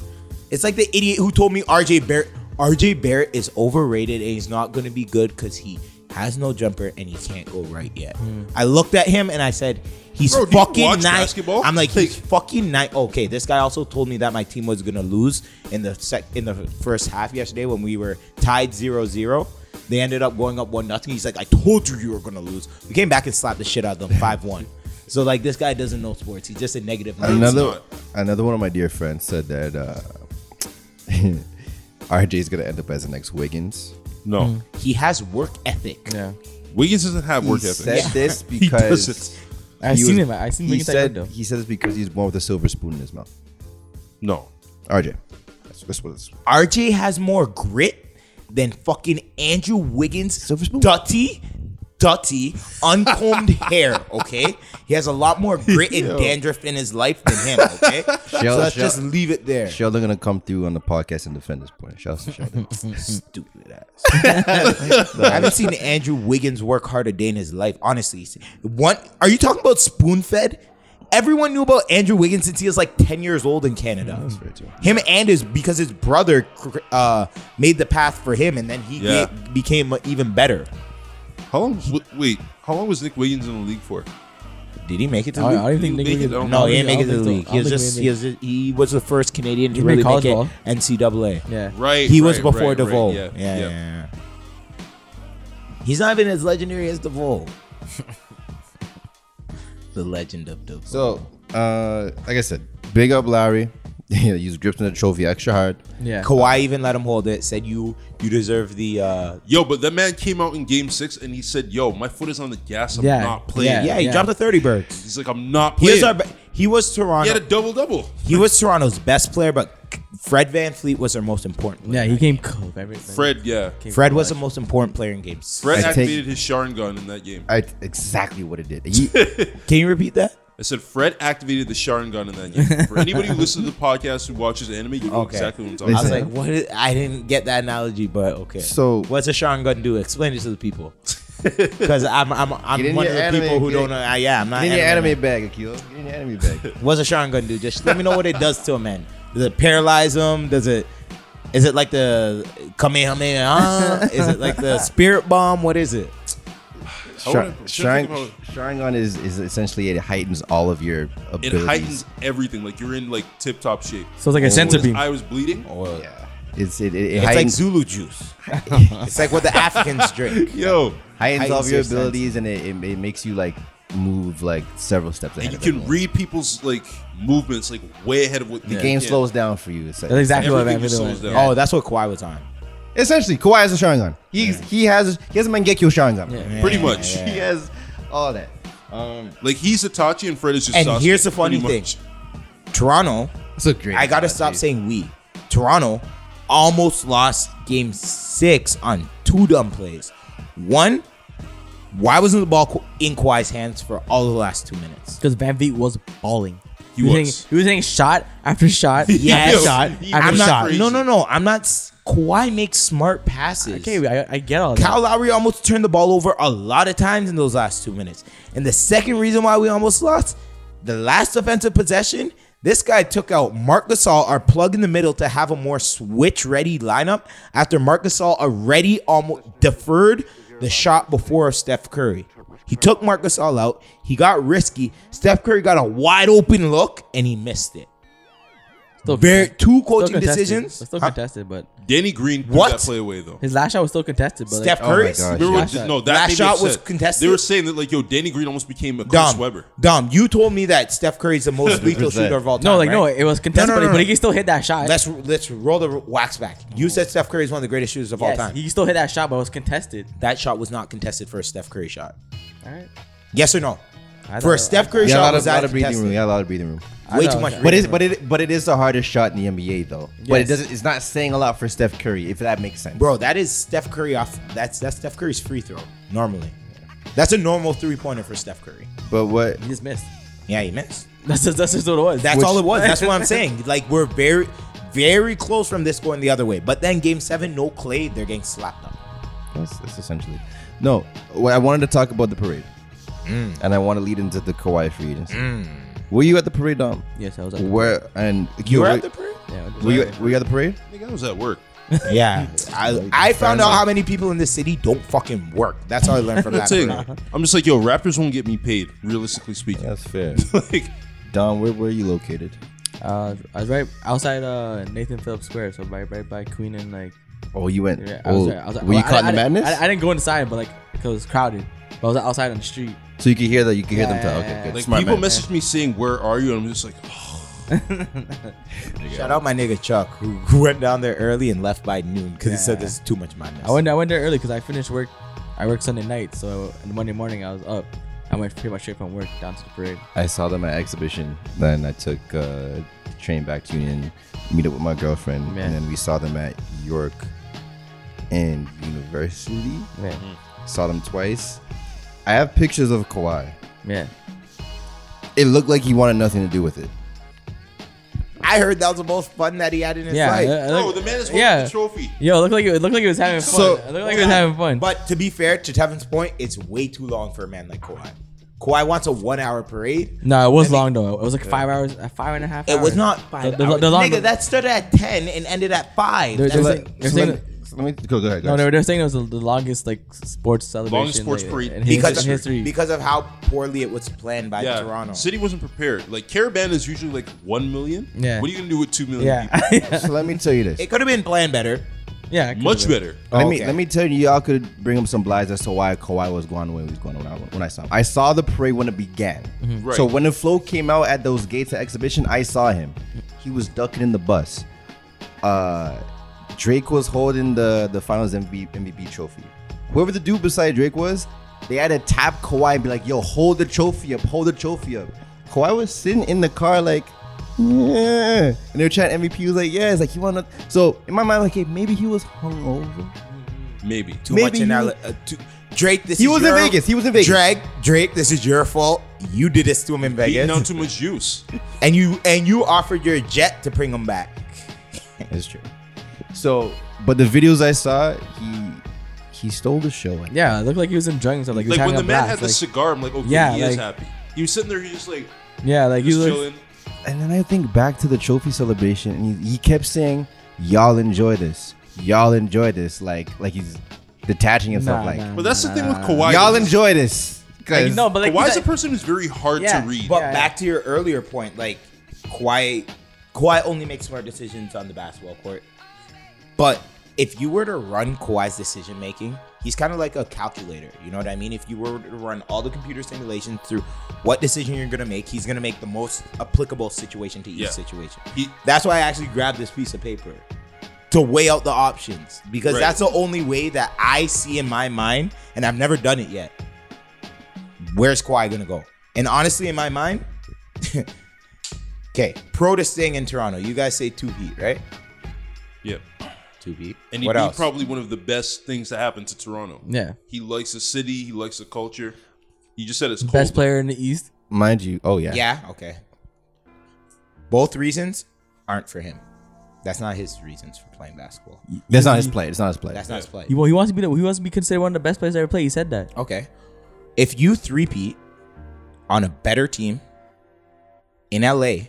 Speaker 1: It's like the idiot who told me RJ Barrett RJ Barrett is overrated and he's not going to be good cuz he has no jumper and he can't go right yet. I looked at him and I said he's
Speaker 4: Hmm. Bro, do you
Speaker 1: fucking
Speaker 4: watch
Speaker 1: nice.
Speaker 4: basketball?
Speaker 1: I'm like he's
Speaker 4: Like-
Speaker 1: fucking nice. Okay, this guy also told me that my team was going to lose in the sec- in the first half yesterday when we were tied 0-0. They ended up going up one nothing. He's like, I told you you were gonna lose. We came back and slapped the shit out of
Speaker 4: (laughs)
Speaker 1: them five one. So like this guy doesn't know sports. He's just a negative. mindset.
Speaker 3: Another
Speaker 4: not.
Speaker 3: another one of my dear friends said that uh, (laughs) RJ is gonna end up as the next Wiggins.
Speaker 4: No.
Speaker 1: He has work ethic.
Speaker 2: yeah,
Speaker 4: Wiggins doesn't have work
Speaker 3: (laughs) he
Speaker 4: ethic.
Speaker 3: said this
Speaker 4: He
Speaker 3: because
Speaker 4: doesn't.
Speaker 2: I
Speaker 3: he
Speaker 2: seen
Speaker 3: was-
Speaker 2: him. I seen
Speaker 3: he
Speaker 2: him
Speaker 3: said,
Speaker 2: though.
Speaker 3: He said this because he's born with a silver spoon in his mouth.
Speaker 4: No.
Speaker 3: RJ, that's, that's what it's.
Speaker 1: RJ has more grit than fucking Andrew Wiggins'
Speaker 3: Silver spoon?
Speaker 1: dutty, dutty, uncombed
Speaker 3: (laughs)
Speaker 1: hair. Okay, he has a lot more grit and dandruff in his life than him. Okay, so
Speaker 3: Shell-
Speaker 1: let's
Speaker 3: shell-
Speaker 1: just leave it there.
Speaker 3: Sheldon gonna come through on the podcast and defend this point. Shouts to (laughs) Sheldon.
Speaker 1: Stupid (laughs) ass. I haven't (laughs) seen Andrew Wiggins work hard a day in his life. Honestly, one. Are you talking about spoon fed? Everyone knew about Andrew Wiggins since he was like ten years old in Canada.
Speaker 3: very true.
Speaker 1: Him and his because his brother cr- uh, made the path for him, and then he
Speaker 4: Yeah.
Speaker 1: get- became even better.
Speaker 4: How long? w- Wait. How long was Nick Wiggins in the league for?
Speaker 1: Did he make it to
Speaker 2: I
Speaker 1: the
Speaker 2: don't, I
Speaker 1: league?
Speaker 2: don't think
Speaker 4: He
Speaker 2: Nick
Speaker 4: made it
Speaker 2: Wiggins-
Speaker 4: on-
Speaker 1: No,
Speaker 2: I
Speaker 1: he didn't
Speaker 2: don't
Speaker 1: make it
Speaker 2: think-
Speaker 1: to the
Speaker 2: I don't
Speaker 1: league.
Speaker 2: think
Speaker 1: He was
Speaker 2: so. I don't
Speaker 1: just
Speaker 2: think
Speaker 1: he was he was the first Canadian to
Speaker 2: He played
Speaker 1: really make
Speaker 2: college
Speaker 1: it
Speaker 2: ball.
Speaker 1: NCAA.
Speaker 2: Yeah.
Speaker 4: Right.
Speaker 1: he was
Speaker 4: right,
Speaker 1: before
Speaker 4: right,
Speaker 1: DeVoe.
Speaker 4: Right,
Speaker 1: yeah,
Speaker 4: yeah,
Speaker 1: yeah,
Speaker 4: (laughs)
Speaker 1: yeah. He's not even as legendary as DeVoe.
Speaker 5: The legend of Dope.
Speaker 3: So, uh, like I said, big up Larry. (laughs) yeah, he's gripping the trophy extra hard.
Speaker 2: Yeah.
Speaker 1: Kawhi even let him hold it. Said you you deserve the. uh
Speaker 4: Yo, but that man came out in game six and he said, Yo, my foot is on the gas. I'm
Speaker 2: Yeah,
Speaker 4: not playing.
Speaker 1: Yeah,
Speaker 2: yeah.
Speaker 1: he dropped a thirty birds.
Speaker 4: He's like, I'm not
Speaker 1: He
Speaker 4: playing.
Speaker 1: was our. be- He was
Speaker 4: he had
Speaker 1: Toronto.
Speaker 4: a double double.
Speaker 1: He was Toronto's best player, but Fred Van Fleet was their most important. Player.
Speaker 2: Yeah, he came cold. every-
Speaker 4: Fred, yeah.
Speaker 2: came
Speaker 1: Fred
Speaker 2: cold,
Speaker 1: was the
Speaker 2: like-
Speaker 1: most important player in games.
Speaker 4: Fred
Speaker 3: I take-
Speaker 4: activated his Sharon gun in that game. I,
Speaker 3: I exactly what it did. He-
Speaker 1: Can you repeat that?
Speaker 4: said Fred activated the Sharon gun in that game. For anybody who listens to the podcast who watches anime, you know
Speaker 1: Okay.
Speaker 4: exactly what I'm
Speaker 1: I
Speaker 4: talking
Speaker 1: was
Speaker 4: about.
Speaker 1: like, what? Is, I didn't get that analogy, but okay.
Speaker 3: So-
Speaker 1: what's a Sharon gun do? Explain it to the people, because I'm I'm
Speaker 3: Get
Speaker 1: I'm
Speaker 3: in
Speaker 1: one of
Speaker 3: your
Speaker 1: the
Speaker 3: anime,
Speaker 1: people who
Speaker 3: get-
Speaker 1: don't know. I, yeah, I'm not.
Speaker 3: Get in your
Speaker 1: anime man.
Speaker 3: anime bag, Akil. Get in your anime bag.
Speaker 1: What's a Sharon gun do? Just let me know what it does to a man. Does it paralyze him? Does it? Is it like the Kamehameha?
Speaker 3: (laughs)
Speaker 1: is it like the spirit bomb? What is it?
Speaker 4: I wanna-
Speaker 3: Shar-
Speaker 4: should I
Speaker 3: Shar-
Speaker 4: think about-
Speaker 3: Sharingan is, is essentially it heightens all of your
Speaker 4: it
Speaker 3: abilities.
Speaker 4: heightens everything. Like you're in like tip top shape.
Speaker 2: So it's like a
Speaker 4: When his
Speaker 2: centipede.
Speaker 4: eye was bleeding.
Speaker 3: Yeah. It's it, it, it
Speaker 1: It's like
Speaker 3: heightens,
Speaker 1: Zulu
Speaker 3: (laughs)
Speaker 1: juice. it's like what the Africans drink.
Speaker 4: Yo,
Speaker 3: heightens all of
Speaker 1: heightens
Speaker 3: your
Speaker 1: your sense.
Speaker 3: abilities and it, it, it makes you like move like several steps
Speaker 4: and
Speaker 3: ahead.
Speaker 4: you
Speaker 3: of
Speaker 4: can
Speaker 3: everyone.
Speaker 4: read people's like movements like way ahead of what
Speaker 3: the game
Speaker 4: can.
Speaker 3: slows down for you. It's like-
Speaker 2: That's exactly what I
Speaker 4: Everything
Speaker 2: meant.
Speaker 4: just
Speaker 2: to do.
Speaker 4: slows down.
Speaker 1: Oh, that's what Kawhi was on.
Speaker 3: Essentially, Kawhi has a Sharingan. He's, He has he has a Mangekyo Sharingan.
Speaker 2: Yeah.
Speaker 4: Pretty much.
Speaker 3: (laughs) He has all that. Um,
Speaker 4: Like he's Itachi and Fred is just.
Speaker 1: And
Speaker 4: Sasuke,
Speaker 1: here's the funny
Speaker 4: pretty much.
Speaker 1: Toronto
Speaker 3: it's a great.
Speaker 1: I gotta
Speaker 3: analogy.
Speaker 1: stop saying we. Toronto almost lost game six on two dumb plays. One, why wasn't the ball in Kawhi's hands for all the last two (laughs) minutes?
Speaker 2: Because Van Vliet was balling.
Speaker 4: He
Speaker 2: was.
Speaker 4: was.
Speaker 2: Hitting, he was hitting shot after (laughs) shot.
Speaker 1: Yes.
Speaker 2: after shot.
Speaker 4: He-
Speaker 2: After
Speaker 1: I'm
Speaker 4: was
Speaker 1: not.
Speaker 2: shot.
Speaker 4: crazy.
Speaker 1: No, no, no. I'm not. s- Kawhi makes smart passes.
Speaker 2: Okay, I, I get all that.
Speaker 1: Kyle Lowry almost turned the ball over a lot of times in those last two minutes. And the second reason why we almost lost, the last offensive possession, this guy took out Mark Gasol, our plug in the middle, to have a more switch ready lineup after Mark Gasol already almost deferred the shot before Steph Curry. He took Mark Gasol out. He got risky. Steph Curry got a wide open look and he missed it.
Speaker 2: Still-
Speaker 1: Very, two
Speaker 2: still
Speaker 1: coaching
Speaker 2: contested.
Speaker 1: decisions.
Speaker 2: Still
Speaker 1: Huh?
Speaker 2: contested, but
Speaker 4: Danny Green threw
Speaker 1: What?
Speaker 4: that play away though.
Speaker 2: his last shot was still contested. But
Speaker 1: Steph
Speaker 2: like,
Speaker 3: Oh my
Speaker 1: Curry's
Speaker 3: gosh.
Speaker 4: Remember
Speaker 2: Last
Speaker 4: what-
Speaker 2: shot.
Speaker 4: no, that
Speaker 1: Last
Speaker 4: made me
Speaker 1: shot was
Speaker 4: upset.
Speaker 1: contested?
Speaker 4: They were saying that like, yo, Danny Green almost became a Chris
Speaker 1: Dom,
Speaker 4: Weber.
Speaker 1: Dom, you told me that Steph Curry's the
Speaker 2: (laughs)
Speaker 1: most lethal shooter of all time.
Speaker 2: no, like no,
Speaker 1: right?
Speaker 2: it was contested,
Speaker 1: No, no,
Speaker 2: but, he-
Speaker 1: no,
Speaker 2: but
Speaker 1: no.
Speaker 2: he can still hit that shot.
Speaker 1: Let's let's roll the wax back. You said Steph Curry is one of the greatest shooters of
Speaker 2: Yes,
Speaker 1: all time.
Speaker 2: He can still hit that shot, but it was contested.
Speaker 1: that shot was not contested for a Steph Curry shot.
Speaker 2: All right.
Speaker 1: Yes or no?
Speaker 2: I
Speaker 1: For a
Speaker 2: thought-
Speaker 1: Steph Curry
Speaker 3: Yeah, a
Speaker 1: shot,
Speaker 3: lot of,
Speaker 1: was
Speaker 3: lot
Speaker 1: that
Speaker 3: of breathing room.
Speaker 1: contested?
Speaker 3: Yeah, a lot of breathing room.
Speaker 2: I
Speaker 1: Way
Speaker 2: thought
Speaker 1: too
Speaker 2: it was
Speaker 1: much.
Speaker 2: contested.
Speaker 3: But it's but it but it is the hardest shot in the NBA though. But it
Speaker 2: Yes.
Speaker 3: doesn't. It's not saying a lot for Steph Curry if that makes sense.
Speaker 1: Bro, that is Steph Curry off. That's that's Steph Curry's free throw normally. That's a normal three pointer for Steph Curry.
Speaker 3: But what?
Speaker 2: He just missed.
Speaker 1: Yeah, he missed.
Speaker 2: (laughs) That's just, that's just what it was.
Speaker 1: That's
Speaker 2: Which-
Speaker 1: all it was. That's
Speaker 3: (laughs)
Speaker 1: what I'm saying. Like we're very, very close from this going the other way. But then Game Seven, no Clay, they're getting slapped up.
Speaker 3: That's, that's essentially. No, what I wanted to talk about the parade,
Speaker 1: Mm.
Speaker 3: and I want to lead into the Kawhi free agency. Were you at the parade, Dom?
Speaker 2: Yes, I was at the
Speaker 3: Where and
Speaker 1: You were at the parade.
Speaker 2: Yeah, it was
Speaker 3: Were you,
Speaker 2: like-
Speaker 3: were you at the parade?
Speaker 4: I think I was at work.
Speaker 1: Yeah, (laughs) I, I found out how many people in this city don't fucking work. That's all I learned
Speaker 3: (laughs)
Speaker 1: from that.
Speaker 4: That's it.
Speaker 1: parade.
Speaker 4: I'm just like, yo, Raptors won't get me paid, realistically speaking.
Speaker 3: That's fair.
Speaker 4: (laughs) like,
Speaker 3: (laughs) Dom, where were you located?
Speaker 2: Uh, I was right outside uh, Nathan Phillips Square, so right, right by Queen and like.
Speaker 3: Oh, you went.
Speaker 2: Yeah, I was
Speaker 3: oh,
Speaker 2: right. I was,
Speaker 3: were you
Speaker 2: I-
Speaker 3: caught in
Speaker 2: I-
Speaker 3: the
Speaker 2: I-
Speaker 3: madness?
Speaker 2: I, I didn't go inside, but like because it was crowded. But I was outside on the street.
Speaker 3: so you could hear that. You could hear them
Speaker 2: Yeah,
Speaker 3: talk.
Speaker 2: yeah,
Speaker 3: Okay,
Speaker 2: yeah.
Speaker 3: good.
Speaker 4: like
Speaker 3: Smart
Speaker 4: people
Speaker 3: man.
Speaker 4: message me saying, where are you? And I'm just like, oh,
Speaker 1: Shout out my nigga Chuck who, who went down there early and left by noon because he
Speaker 2: Yeah.
Speaker 1: said this is too much madness.
Speaker 2: I went I went there early because I finished work. I worked Sunday night, so I, Monday morning I was up. I went pretty much straight from work down to the parade.
Speaker 3: I saw them at exhibition. Then I took uh, the train back to Union, meet up with my girlfriend,
Speaker 2: Man.
Speaker 3: and then we saw them at York and University.
Speaker 2: Yeah,
Speaker 3: Saw them twice. I have pictures of Kawhi.
Speaker 2: yeah.
Speaker 3: It looked like he wanted nothing to do with it.
Speaker 1: I heard that was the most fun that he had in his
Speaker 2: Yeah,
Speaker 1: life.
Speaker 2: I- I look-
Speaker 4: bro, "Oh, the man is holding
Speaker 2: yeah.
Speaker 4: the trophy.
Speaker 2: Yo, it looked like it, it looked like he was having fun.
Speaker 3: So-
Speaker 2: it looked like he was having fun.
Speaker 1: But to be fair, to Tevin's point, it's way too long for a man like Kawhi. Kawhi wants a one-hour parade.
Speaker 2: no, it was long though. It was like five hours, uh, five and a half.
Speaker 1: It was
Speaker 2: hours.
Speaker 1: not
Speaker 2: The,
Speaker 1: five.
Speaker 2: the,
Speaker 1: hours.
Speaker 2: the long,
Speaker 1: Nigga, that started at ten and ended at five.
Speaker 2: There-
Speaker 1: That's
Speaker 2: there's
Speaker 1: like-
Speaker 2: a- They're saying
Speaker 3: me, so let me- go, go ahead.
Speaker 2: no,
Speaker 3: guys.
Speaker 2: they were, they were saying it was the, the longest like sports celebration.
Speaker 4: sports
Speaker 2: like,
Speaker 4: parade
Speaker 2: in, his-
Speaker 1: because
Speaker 2: in history.
Speaker 1: because of how poorly it was planned by
Speaker 4: Yeah,
Speaker 1: Toronto.
Speaker 4: City wasn't prepared. Like, Caravan is usually like 1 million.
Speaker 2: Yeah.
Speaker 4: What are you going to do with 2 million
Speaker 2: (laughs) yeah,
Speaker 4: people?
Speaker 3: so let me tell you this.
Speaker 1: It could have been planned better.
Speaker 2: Yeah, I could've (laughs)
Speaker 4: much
Speaker 2: been.
Speaker 4: better.
Speaker 3: let
Speaker 1: okay.
Speaker 3: me let me tell you, y'all could bring up some lies as to why Kawhi was going the way he was going when I, when I saw him. I saw the parade when it began.
Speaker 4: Right.
Speaker 3: So when the flow came out at those gates at exhibition, I saw him. He was ducking in the bus. Uh, Drake was holding the the Finals MVP, MVP trophy. Whoever the dude beside Drake was, they had to tap Kawhi and be like, "Yo, hold the trophy up, hold the trophy up." Kawhi was sitting in the car like. Yeah. And they were trying MVP. He was like, yeah, it's like he wanted. So in my mind, like, hey, maybe he was hungover.
Speaker 4: Maybe.
Speaker 1: Too
Speaker 3: Maybe
Speaker 1: much in
Speaker 3: you-
Speaker 1: L- uh, too, Drake, this
Speaker 3: He
Speaker 1: is
Speaker 3: was in
Speaker 1: your-
Speaker 3: Vegas. He was in Vegas.
Speaker 1: Drake, Drake, this is your fault. You did this to him in
Speaker 4: Eating
Speaker 1: Vegas,
Speaker 4: down too much juice.
Speaker 1: and you and you offered your jet to bring him back.
Speaker 3: It's true. So, but the videos I saw, he he stole the show.
Speaker 2: Yeah, it looked like he was enjoying himself. Like, he was
Speaker 4: Like
Speaker 2: having
Speaker 4: when the
Speaker 2: a
Speaker 4: man
Speaker 2: blast.
Speaker 4: had the
Speaker 2: like,
Speaker 4: cigar, I'm like, okay,
Speaker 2: Yeah,
Speaker 4: he is
Speaker 2: like-
Speaker 4: happy. He was sitting there, he was like,
Speaker 2: yeah, like he
Speaker 4: just
Speaker 2: was.
Speaker 4: chilling.
Speaker 3: And then I think back to the trophy celebration, and he, he kept saying, "Y'all enjoy this. Y'all enjoy this." Like like he's detaching himself.
Speaker 2: Nah,
Speaker 3: like
Speaker 2: nah,
Speaker 4: But that's the
Speaker 2: nah,
Speaker 4: thing with
Speaker 2: nah,
Speaker 4: Kawhi.
Speaker 3: y'all
Speaker 4: is-
Speaker 3: enjoy this. 'Cause-
Speaker 2: Like, no, but like
Speaker 4: Kawhi's
Speaker 2: he's
Speaker 4: a person who's very hard
Speaker 2: Yeah,
Speaker 4: to read.
Speaker 1: But
Speaker 2: Yeah.
Speaker 1: back to your earlier point, like Kawhi, Kawhi only makes smart decisions on the basketball court. But if you were to run Kawhi's decision making, he's kind of like a calculator. You know what I mean? If you were to run all the computer simulations through what decision you're gonna make, he's gonna make the most applicable situation to each
Speaker 4: Yeah.
Speaker 1: situation.
Speaker 4: He-
Speaker 1: That's why I actually grabbed this piece of paper to weigh out the options because
Speaker 4: Right.
Speaker 1: that's the only way that I see in my mind, and I've never done it yet. Where's Kawhi gonna go? And honestly, in my mind, (laughs) okay, pro to staying in Toronto. You guys say two beat, right?
Speaker 4: yeah.
Speaker 1: Two beat.
Speaker 4: And
Speaker 1: And
Speaker 4: he,
Speaker 1: what
Speaker 4: he
Speaker 1: else?
Speaker 4: probably one of the best things that happened to Toronto.
Speaker 2: Yeah.
Speaker 4: He likes the city, he likes the culture. You just said it's cold.
Speaker 2: Best player in the East.
Speaker 3: mind you, oh yeah,
Speaker 1: yeah. Okay. Both reasons aren't for him. That's not his reasons for playing basketball.
Speaker 3: That's not his play. It's not his play.
Speaker 1: That's not his play.
Speaker 2: He, well, he wants to be. the- He wants to be considered one of the best players to ever play. He said that.
Speaker 1: Okay. If you three-peat on a better team in LA,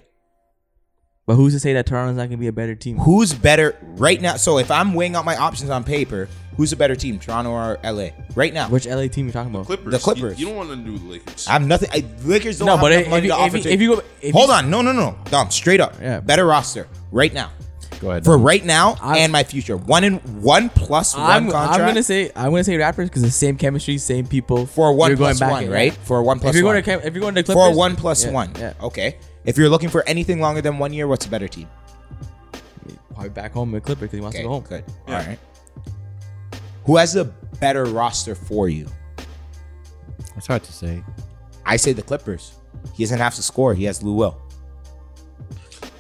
Speaker 2: But who's to say that Toronto's not gonna be a better team?
Speaker 1: who's better right now? So if I'm weighing out my options on paper, who's a better team, Toronto or LA? Right now,
Speaker 2: Which LA team you talking about?
Speaker 4: Clippers.
Speaker 1: The
Speaker 4: You-
Speaker 1: Clippers.
Speaker 4: You, don't want to do the Lakers.
Speaker 1: I'm nothing. I, Lakers don't
Speaker 2: No,
Speaker 1: have
Speaker 2: but
Speaker 1: enough
Speaker 2: if,
Speaker 1: money
Speaker 2: if,
Speaker 1: to
Speaker 2: if,
Speaker 1: offer
Speaker 2: if,
Speaker 1: to-
Speaker 2: you go, if
Speaker 1: Hold
Speaker 2: you-
Speaker 1: on, no, no, no, Dom, straight up,
Speaker 2: Yeah.
Speaker 1: better roster right now
Speaker 3: Go ahead.
Speaker 1: for right now
Speaker 2: I-
Speaker 1: and my future. One in one plus
Speaker 2: I'm,
Speaker 1: one
Speaker 2: I'm
Speaker 1: contract
Speaker 2: gonna say I'm gonna say Raptors because the same chemistry, same people.
Speaker 1: for one
Speaker 2: You're going
Speaker 1: plus
Speaker 2: back
Speaker 1: one,
Speaker 2: in,
Speaker 1: right? For a one
Speaker 2: If
Speaker 1: plus
Speaker 2: you're
Speaker 1: one,
Speaker 2: going to Cam- if you're going to Clippers,
Speaker 1: for one plus
Speaker 2: yeah,
Speaker 1: one,
Speaker 2: yeah,
Speaker 1: okay. If you're looking for anything longer than one year, what's a better team?
Speaker 2: probably back home with Clippers because he wants
Speaker 1: Okay,
Speaker 2: to go home.
Speaker 1: good.
Speaker 4: Yeah.
Speaker 1: All right. Who has a better roster for you?
Speaker 3: It's hard to say.
Speaker 1: I say the Clippers. He doesn't have to score. He has Lou Will.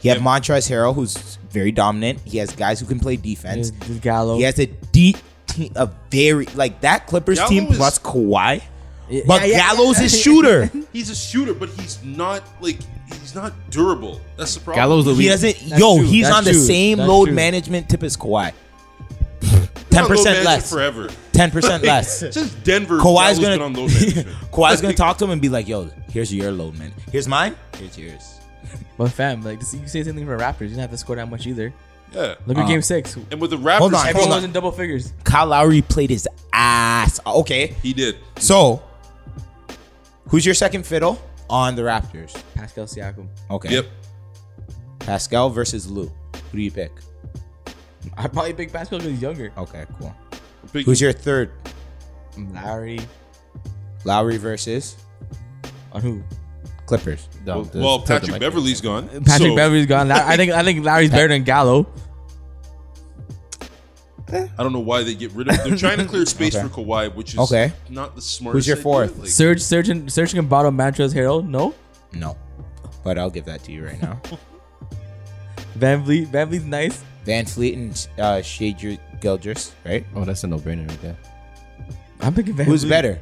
Speaker 1: He have Montrezl Harrell, who's very dominant. He has guys who can play defense.
Speaker 2: There's- there's Gallo.
Speaker 1: He has a deep team, a very like that Clippers
Speaker 4: Gallo
Speaker 1: team
Speaker 4: is-
Speaker 1: plus Kawhi.
Speaker 2: Yeah,
Speaker 1: But
Speaker 2: yeah, yeah,
Speaker 1: Gallo's
Speaker 2: yeah. (laughs)
Speaker 1: his shooter.
Speaker 4: he's a shooter, but he's not like he's not durable. That's the problem.
Speaker 3: Gallows the
Speaker 1: He
Speaker 3: weak.
Speaker 1: doesn't.
Speaker 2: That's
Speaker 1: yo,
Speaker 2: true.
Speaker 1: he's
Speaker 2: That's
Speaker 1: on the
Speaker 2: true.
Speaker 1: same
Speaker 2: That's
Speaker 1: load
Speaker 2: true.
Speaker 1: management tip as Kawhi.
Speaker 4: He's
Speaker 1: Ten
Speaker 4: on load
Speaker 1: percent
Speaker 4: management
Speaker 1: less.
Speaker 4: forever.
Speaker 1: Ten
Speaker 4: (laughs)
Speaker 1: percent less.
Speaker 4: Since Denver,
Speaker 1: Kawhi's
Speaker 4: Gallo's
Speaker 1: gonna
Speaker 4: been on load management.
Speaker 1: (laughs) Kawhi's gonna talk to him and be like, "Yo, here's your load, man. Here's mine. Here's yours."
Speaker 2: But fam, like this, you can say the same thing for Raptors. You don't have to score that much either.
Speaker 4: Yeah.
Speaker 2: Look at Game Six.
Speaker 4: And with the Raptors,
Speaker 1: Uh, Hold on,
Speaker 2: Everyone
Speaker 1: hold
Speaker 2: was
Speaker 1: on.
Speaker 2: in double figures.
Speaker 1: Kyle Lowry played his ass. Okay,
Speaker 4: he did.
Speaker 1: so who's your second fiddle on the Raptors?
Speaker 2: Pascal Siakam. (laughs)
Speaker 1: Okay,
Speaker 4: Yep.
Speaker 1: Pascal versus Lou. Who do you pick?
Speaker 2: I probably pick Pascal because he's younger.
Speaker 1: Okay, cool.
Speaker 4: Big-
Speaker 1: Who's your third?
Speaker 2: Lowry
Speaker 1: Lowry versus
Speaker 2: on who?
Speaker 1: Clippers.
Speaker 3: Dumb. This-
Speaker 4: well,
Speaker 3: this-
Speaker 4: Patrick Beverly's gone.
Speaker 2: Patrick
Speaker 4: so
Speaker 2: Beverly's gone. Low- I think I think Lowry's better than Gallo.
Speaker 4: I don't know why they get rid of. They're trying to
Speaker 1: (laughs)
Speaker 4: clear space
Speaker 1: Okay.
Speaker 4: for Kawhi, which is
Speaker 1: Okay.
Speaker 4: not the smartest.
Speaker 1: Who's your
Speaker 4: idea.
Speaker 1: fourth?
Speaker 4: Like,
Speaker 2: Serge, Serge, and Serge can bottom Montrezl Harrell. No,
Speaker 1: No, but I'll give that to you right now.
Speaker 2: Van Vliet. Van Vliet's nice.
Speaker 1: Van Fleet and uh, Shea Gil- Gildress, right?
Speaker 3: Oh, that's a no-brainer right there.
Speaker 2: I'm picking Van.
Speaker 1: Who's
Speaker 2: Vliet.
Speaker 1: better?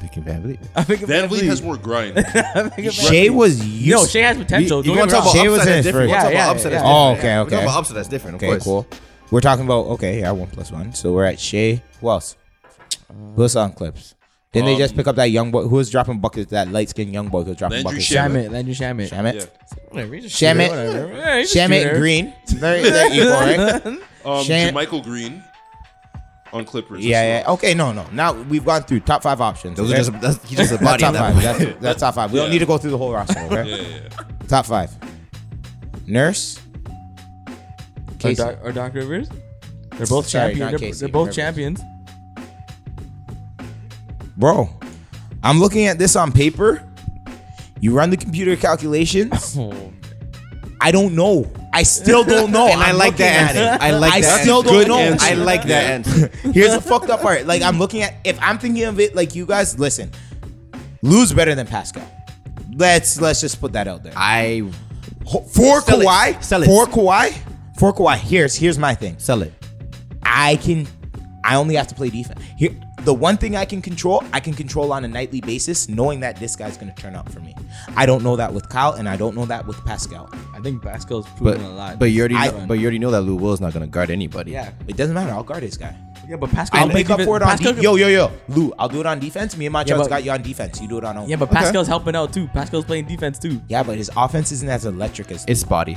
Speaker 3: Picking Van Vliet.
Speaker 2: I'm picking
Speaker 4: Van Vliet has
Speaker 1: (laughs)
Speaker 4: more grind.
Speaker 2: I'm picking Van
Speaker 1: Shea
Speaker 2: Vliet.
Speaker 1: was used.
Speaker 2: No, Shea has potential.
Speaker 3: You- you
Speaker 2: Don't get
Speaker 3: wanna
Speaker 2: me
Speaker 3: talk
Speaker 2: wrong.
Speaker 1: Shea
Speaker 3: about
Speaker 1: was
Speaker 3: upside?
Speaker 1: in his
Speaker 3: That's
Speaker 1: first.
Speaker 3: different. We're talking
Speaker 2: Yeah,
Speaker 3: about
Speaker 2: yeah,
Speaker 3: upside.
Speaker 2: yeah.
Speaker 3: That's
Speaker 1: Oh,
Speaker 3: different.
Speaker 1: okay,
Speaker 3: We're talking
Speaker 1: okay.
Speaker 3: about upside. That's different. Of
Speaker 1: Okay,
Speaker 3: course.
Speaker 1: cool. We're talking about okay, yeah, one plus one. So we're at Shea. Who else? Who else on clips? Didn't they just
Speaker 4: Um,
Speaker 1: pick up that young boy? Who was dropping buckets? That light skinned young boy who was dropping
Speaker 4: Landry
Speaker 1: buckets.
Speaker 4: Shamet.
Speaker 2: Shamit, Landry Shamit.
Speaker 1: Shamit.
Speaker 4: yeah.
Speaker 2: Whatever, he's a
Speaker 1: Shamit.
Speaker 2: shooter, whatever. Yeah, he's a
Speaker 1: Shamit
Speaker 2: shooter. (laughs)
Speaker 1: Green. They're, they're equal, right?
Speaker 4: Um,
Speaker 1: Shan-
Speaker 4: Michael Green on Clippers.
Speaker 1: Yeah, yeah. Okay, no, no. Now we've gone through top five options.
Speaker 3: Those are
Speaker 1: okay?
Speaker 3: just (laughs) that's, he's just a
Speaker 1: that's
Speaker 3: body.
Speaker 1: top
Speaker 3: at that
Speaker 1: five.
Speaker 3: point.
Speaker 1: That's, that's top five. We don't
Speaker 4: Yeah.
Speaker 1: need to go through the whole roster. Okay?
Speaker 4: yeah, yeah. yeah.
Speaker 1: Top five. Nurse.
Speaker 2: Or
Speaker 1: Casey.
Speaker 2: Doc, or Doc Rivers? They're both
Speaker 1: Sorry,
Speaker 2: champions.
Speaker 1: not
Speaker 2: They're,
Speaker 1: Casey,
Speaker 2: they're both
Speaker 1: Herbert.
Speaker 2: champions.
Speaker 1: bro. I'm looking at this on paper. You run the computer calculations.
Speaker 2: Oh,
Speaker 1: I don't know. I still don't know.
Speaker 3: (laughs) And I
Speaker 1: I'm
Speaker 3: like that
Speaker 1: looking at
Speaker 3: answer.
Speaker 1: it.
Speaker 3: I like
Speaker 1: I
Speaker 3: that
Speaker 1: still
Speaker 3: answer.
Speaker 1: don't
Speaker 4: Good
Speaker 1: know.
Speaker 4: answer.
Speaker 3: I like that
Speaker 4: Yeah.
Speaker 3: (laughs) answer.
Speaker 1: Here's the fucked up part. Like I'm looking at if I'm thinking of it like you guys listen. Lose better than Pascal. Let's let's just put that out there.
Speaker 3: I
Speaker 1: Ho- For
Speaker 3: Sell it.
Speaker 1: Kawhi,
Speaker 3: Sell it.
Speaker 1: for Kawhi, for Kawhi. Here's here's my thing.
Speaker 3: sell it.
Speaker 1: I can I only have to play defense. Here the one thing I can control, I can control on a nightly basis, knowing that this guy's gonna turn up for me. I don't know that with Kyle and I don't know that with Pascal.
Speaker 2: I think Pascal's
Speaker 3: But
Speaker 2: proven a lot.
Speaker 3: but you already
Speaker 1: I-
Speaker 3: know, but you already know that Lou Will's not gonna guard anybody.
Speaker 2: yeah,
Speaker 1: It doesn't matter, I'll guard this guy.
Speaker 2: yeah, but Pascal.
Speaker 1: I'll
Speaker 2: can play
Speaker 1: make up
Speaker 2: defen-
Speaker 1: for it on
Speaker 2: Pascal
Speaker 1: defense.
Speaker 2: can-
Speaker 1: Yo, yo, yo. Lou, I'll do it on defense. Me and my child's
Speaker 2: but-
Speaker 1: got you on defense. You do it on offense.
Speaker 2: Yeah, but Pascal's helping out too. Pascal's playing defense too.
Speaker 1: Yeah, but his offense isn't as electric as
Speaker 3: It's body.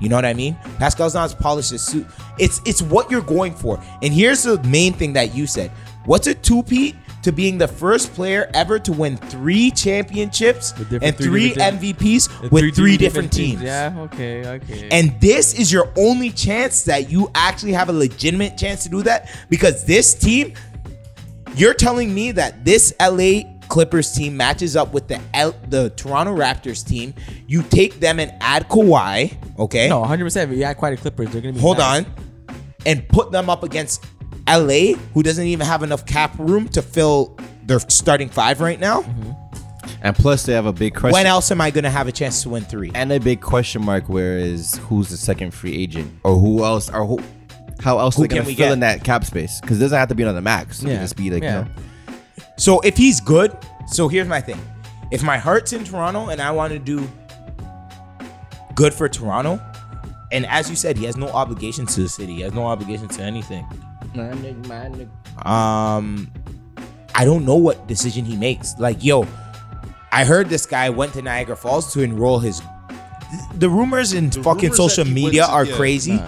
Speaker 1: you know what I mean? Pascal's not as polished as suit. It's it's what you're going for. And here's the main thing that you said. What's a two peat to being the first player ever to win three championships
Speaker 2: With different-
Speaker 1: and
Speaker 2: three
Speaker 1: three,
Speaker 2: different
Speaker 1: MVPs with three, different, teams?
Speaker 2: Yeah. Okay. Okay.
Speaker 1: And this is your only chance that you actually have a legitimate chance to do that because this team, you're telling me that this LA Clippers team matches up with the L- the Toronto Raptors team. You take them and add Kawhi, okay?
Speaker 2: no, 100. percent Yeah, quite a Clippers. They're gonna be.
Speaker 1: Hold
Speaker 2: nice.
Speaker 1: on, and put them up against LA, who doesn't even have enough cap room to fill their starting five right now.
Speaker 3: And plus they have a big question.
Speaker 1: When else am I going to have a chance to win three?
Speaker 3: and a big question mark where is who's the second free agent or who else or who how else
Speaker 1: Who
Speaker 3: are they gonna
Speaker 1: can we
Speaker 3: fill
Speaker 1: get?
Speaker 3: in that cap space because it doesn't have to be another max it
Speaker 2: Yeah.
Speaker 3: can just be like
Speaker 2: Yeah.
Speaker 3: you know,
Speaker 1: So if he's good, so here's my thing. If my heart's in Toronto and I want to do good for Toronto, and as you said, he has no obligations to the city. He has no obligation to anything. Um, I don't know what decision he makes. Like, yo, I heard this guy went to Niagara Falls to enroll his. The rumors in fucking
Speaker 4: rumors
Speaker 1: social
Speaker 4: that he went
Speaker 1: media
Speaker 4: to-
Speaker 1: are
Speaker 4: yeah,
Speaker 1: crazy.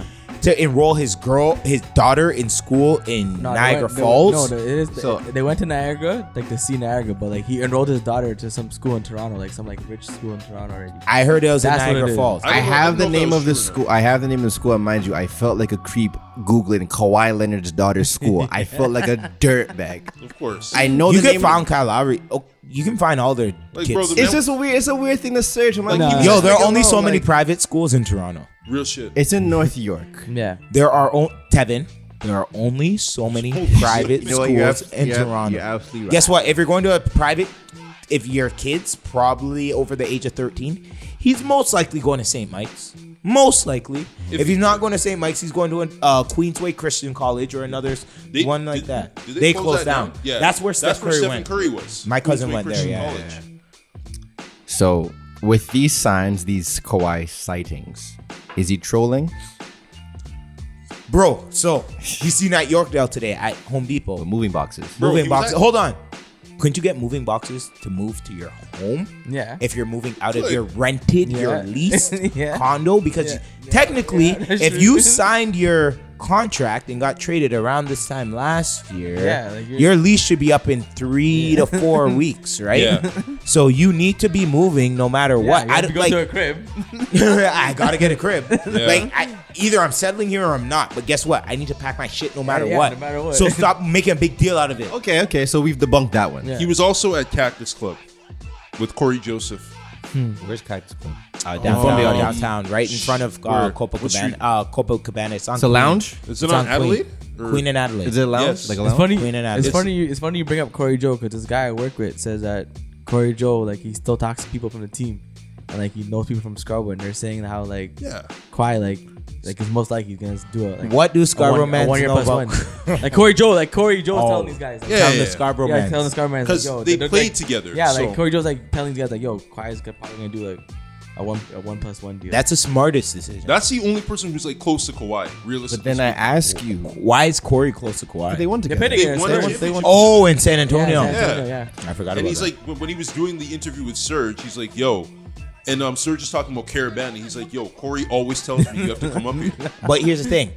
Speaker 1: To enroll his girl, his daughter in school in
Speaker 2: No, they
Speaker 1: Niagara
Speaker 2: went- they went-
Speaker 1: Falls.
Speaker 2: no, it is.
Speaker 3: So-
Speaker 2: they went to Niagara, like to see Niagara, but like he enrolled his daughter to some school in Toronto, like some like rich school in Toronto already.
Speaker 1: I heard it was in
Speaker 2: That's what it
Speaker 1: Niagara
Speaker 2: is.
Speaker 1: Falls.
Speaker 4: I
Speaker 3: I
Speaker 4: don't know- I
Speaker 3: have
Speaker 4: don't
Speaker 3: the
Speaker 4: know if that
Speaker 3: name
Speaker 4: was
Speaker 3: of the
Speaker 4: true or not.
Speaker 3: school. I have the name of the school. And mind you, I felt like a creep googling Kawhi Leonard's daughter's school. (laughs) I felt like a dirtbag.
Speaker 4: Of course.
Speaker 3: I know
Speaker 1: you
Speaker 3: the
Speaker 1: can
Speaker 3: name.
Speaker 1: find Kyle Lowry. Oh, you can find all their
Speaker 4: Like,
Speaker 1: kids.
Speaker 4: bro, the-
Speaker 3: it's just a weird. It's a weird thing to search. I'm like,
Speaker 2: Nah.
Speaker 3: you
Speaker 1: Yo,
Speaker 3: just
Speaker 1: there are
Speaker 3: like,
Speaker 1: only
Speaker 3: no,
Speaker 1: so many
Speaker 3: like-
Speaker 1: private schools in Toronto.
Speaker 4: Real shit.
Speaker 3: It's in North York.
Speaker 2: Yeah.
Speaker 1: There are on, Tevin. There are only so many private
Speaker 3: You know what,
Speaker 1: schools
Speaker 3: you're abs-
Speaker 1: in
Speaker 3: you're ab-
Speaker 1: Toronto.
Speaker 3: you're absolutely right.
Speaker 1: Guess what? If you're going to a private, if your kid's probably over the age of 13, he's most likely going to St. Mike's. Most likely. If,
Speaker 4: If-
Speaker 1: he's not going to St. Mike's, he's going to an, uh, Queensway Christian College or another s-
Speaker 4: They-
Speaker 1: one like
Speaker 4: did-
Speaker 1: that.
Speaker 4: did
Speaker 1: they
Speaker 4: close
Speaker 1: closed
Speaker 4: that
Speaker 1: down.
Speaker 4: Yeah,
Speaker 1: That's where Steph Curry
Speaker 4: Stephen
Speaker 1: went.
Speaker 4: Curry was.
Speaker 1: My cousin
Speaker 4: Queensway
Speaker 1: went there,
Speaker 4: Christian
Speaker 1: yeah,
Speaker 4: College.
Speaker 1: yeah,
Speaker 3: So, with these signs, these Kawhi sightings, is he trolling?
Speaker 1: Bro, so you seen that Yorkdale today at Home Depot.
Speaker 3: Or moving boxes?
Speaker 4: Bro,
Speaker 1: moving
Speaker 4: he was
Speaker 1: boxes.
Speaker 4: at-
Speaker 1: Hold on. Couldn't you get moving boxes to move to your home?
Speaker 2: Yeah.
Speaker 1: If you're moving out of
Speaker 4: Good.
Speaker 1: your rented,
Speaker 2: Yeah.
Speaker 1: your leased
Speaker 2: (laughs) Yeah.
Speaker 1: condo, because
Speaker 2: Yeah.
Speaker 1: you- technically,
Speaker 2: Yeah, (laughs) that's
Speaker 1: if
Speaker 2: true.
Speaker 1: you signed your contract and got traded around this time last year,
Speaker 2: Yeah, like you're-
Speaker 1: your lease should be up in three to
Speaker 2: (laughs)
Speaker 1: four weeks, right?
Speaker 4: Yeah.
Speaker 1: So you need to be moving no matter
Speaker 2: Yeah,
Speaker 1: what.
Speaker 2: you have
Speaker 1: I don't
Speaker 2: to go
Speaker 1: like. (laughs)
Speaker 2: to a crib.
Speaker 1: I gotta get a
Speaker 2: (laughs)
Speaker 1: crib. Like, I, either I'm settling here or I'm not. But guess what? I need to pack my shit no matter,
Speaker 2: yeah,
Speaker 1: what.
Speaker 2: no matter what. (laughs)
Speaker 1: So stop making a big deal out of it.
Speaker 3: Okay, okay. So we've debunked that one.
Speaker 2: Yeah.
Speaker 4: He was also at Cactus Club with Corey Joseph.
Speaker 3: Where's Cactus Club?
Speaker 1: downtown,
Speaker 4: Columbia.
Speaker 1: Uh, downtown, right in front of uh,
Speaker 4: Where? What
Speaker 1: Copacabana.
Speaker 4: street?
Speaker 1: Uh, Copacabana. It's on
Speaker 3: It's a
Speaker 1: Queen.
Speaker 3: lounge.
Speaker 4: Is it
Speaker 1: It's
Speaker 4: on
Speaker 1: on Queen.
Speaker 4: Adelaide? Or-
Speaker 1: Queen and Adelaide.
Speaker 3: Is it a lounge?
Speaker 4: Yes.
Speaker 3: Like a
Speaker 2: It's
Speaker 3: lounge?
Speaker 2: funny.
Speaker 1: Queen and
Speaker 2: It's
Speaker 1: Adams.
Speaker 2: funny. You, it's funny you bring up Corey Joe because this guy I work with says that Corey Joe like he still talks to people from the team, and like he knows people from Scarborough, and they're saying how like
Speaker 4: Yeah.
Speaker 2: Kawhi like like is most likely he's gonna do it. Like,
Speaker 1: what do
Speaker 2: a one-
Speaker 1: Scarborough
Speaker 2: a
Speaker 1: men
Speaker 2: one year
Speaker 1: know
Speaker 2: plus
Speaker 1: about?
Speaker 2: (laughs) one. like Corey Joe, like Corey Joe's
Speaker 1: Oh.
Speaker 2: telling these guys. Like,
Speaker 4: Yeah,
Speaker 1: Tell
Speaker 4: yeah,
Speaker 1: the
Speaker 4: yeah.
Speaker 1: Scarborough
Speaker 2: Yeah,
Speaker 1: men.
Speaker 2: telling the Scarman
Speaker 4: Because
Speaker 2: like, yo,
Speaker 4: they
Speaker 2: look
Speaker 4: played
Speaker 2: like-
Speaker 4: together.
Speaker 2: Yeah, like
Speaker 4: so-
Speaker 2: Corey Joe's like telling these guys like, yo, Kawhi's gonna- probably gonna do like a one a one plus one deal.
Speaker 1: That's the smartest decision.
Speaker 4: That's the only person who's like close to Kawhi,
Speaker 3: But
Speaker 4: realistically.
Speaker 3: then I ask you,
Speaker 1: Why is Corey close to
Speaker 3: they
Speaker 1: Kawhi?
Speaker 3: won together.
Speaker 2: Depending
Speaker 4: They
Speaker 2: on
Speaker 4: won
Speaker 2: they
Speaker 4: the
Speaker 2: won-
Speaker 4: chip-
Speaker 2: they won-
Speaker 1: Oh, in San
Speaker 2: yeah,
Speaker 1: Antonio.
Speaker 2: San Antonio,
Speaker 4: Yeah.
Speaker 2: yeah.
Speaker 1: I forgot
Speaker 4: and
Speaker 1: about
Speaker 4: he's
Speaker 1: that.
Speaker 4: like, when when he was doing the interview with Serge, he's like, yo. And um, Serge is talking about Carabana. He's like, yo, Corey always tells me you have to come
Speaker 1: (laughs)
Speaker 4: up here.
Speaker 1: but here's the thing.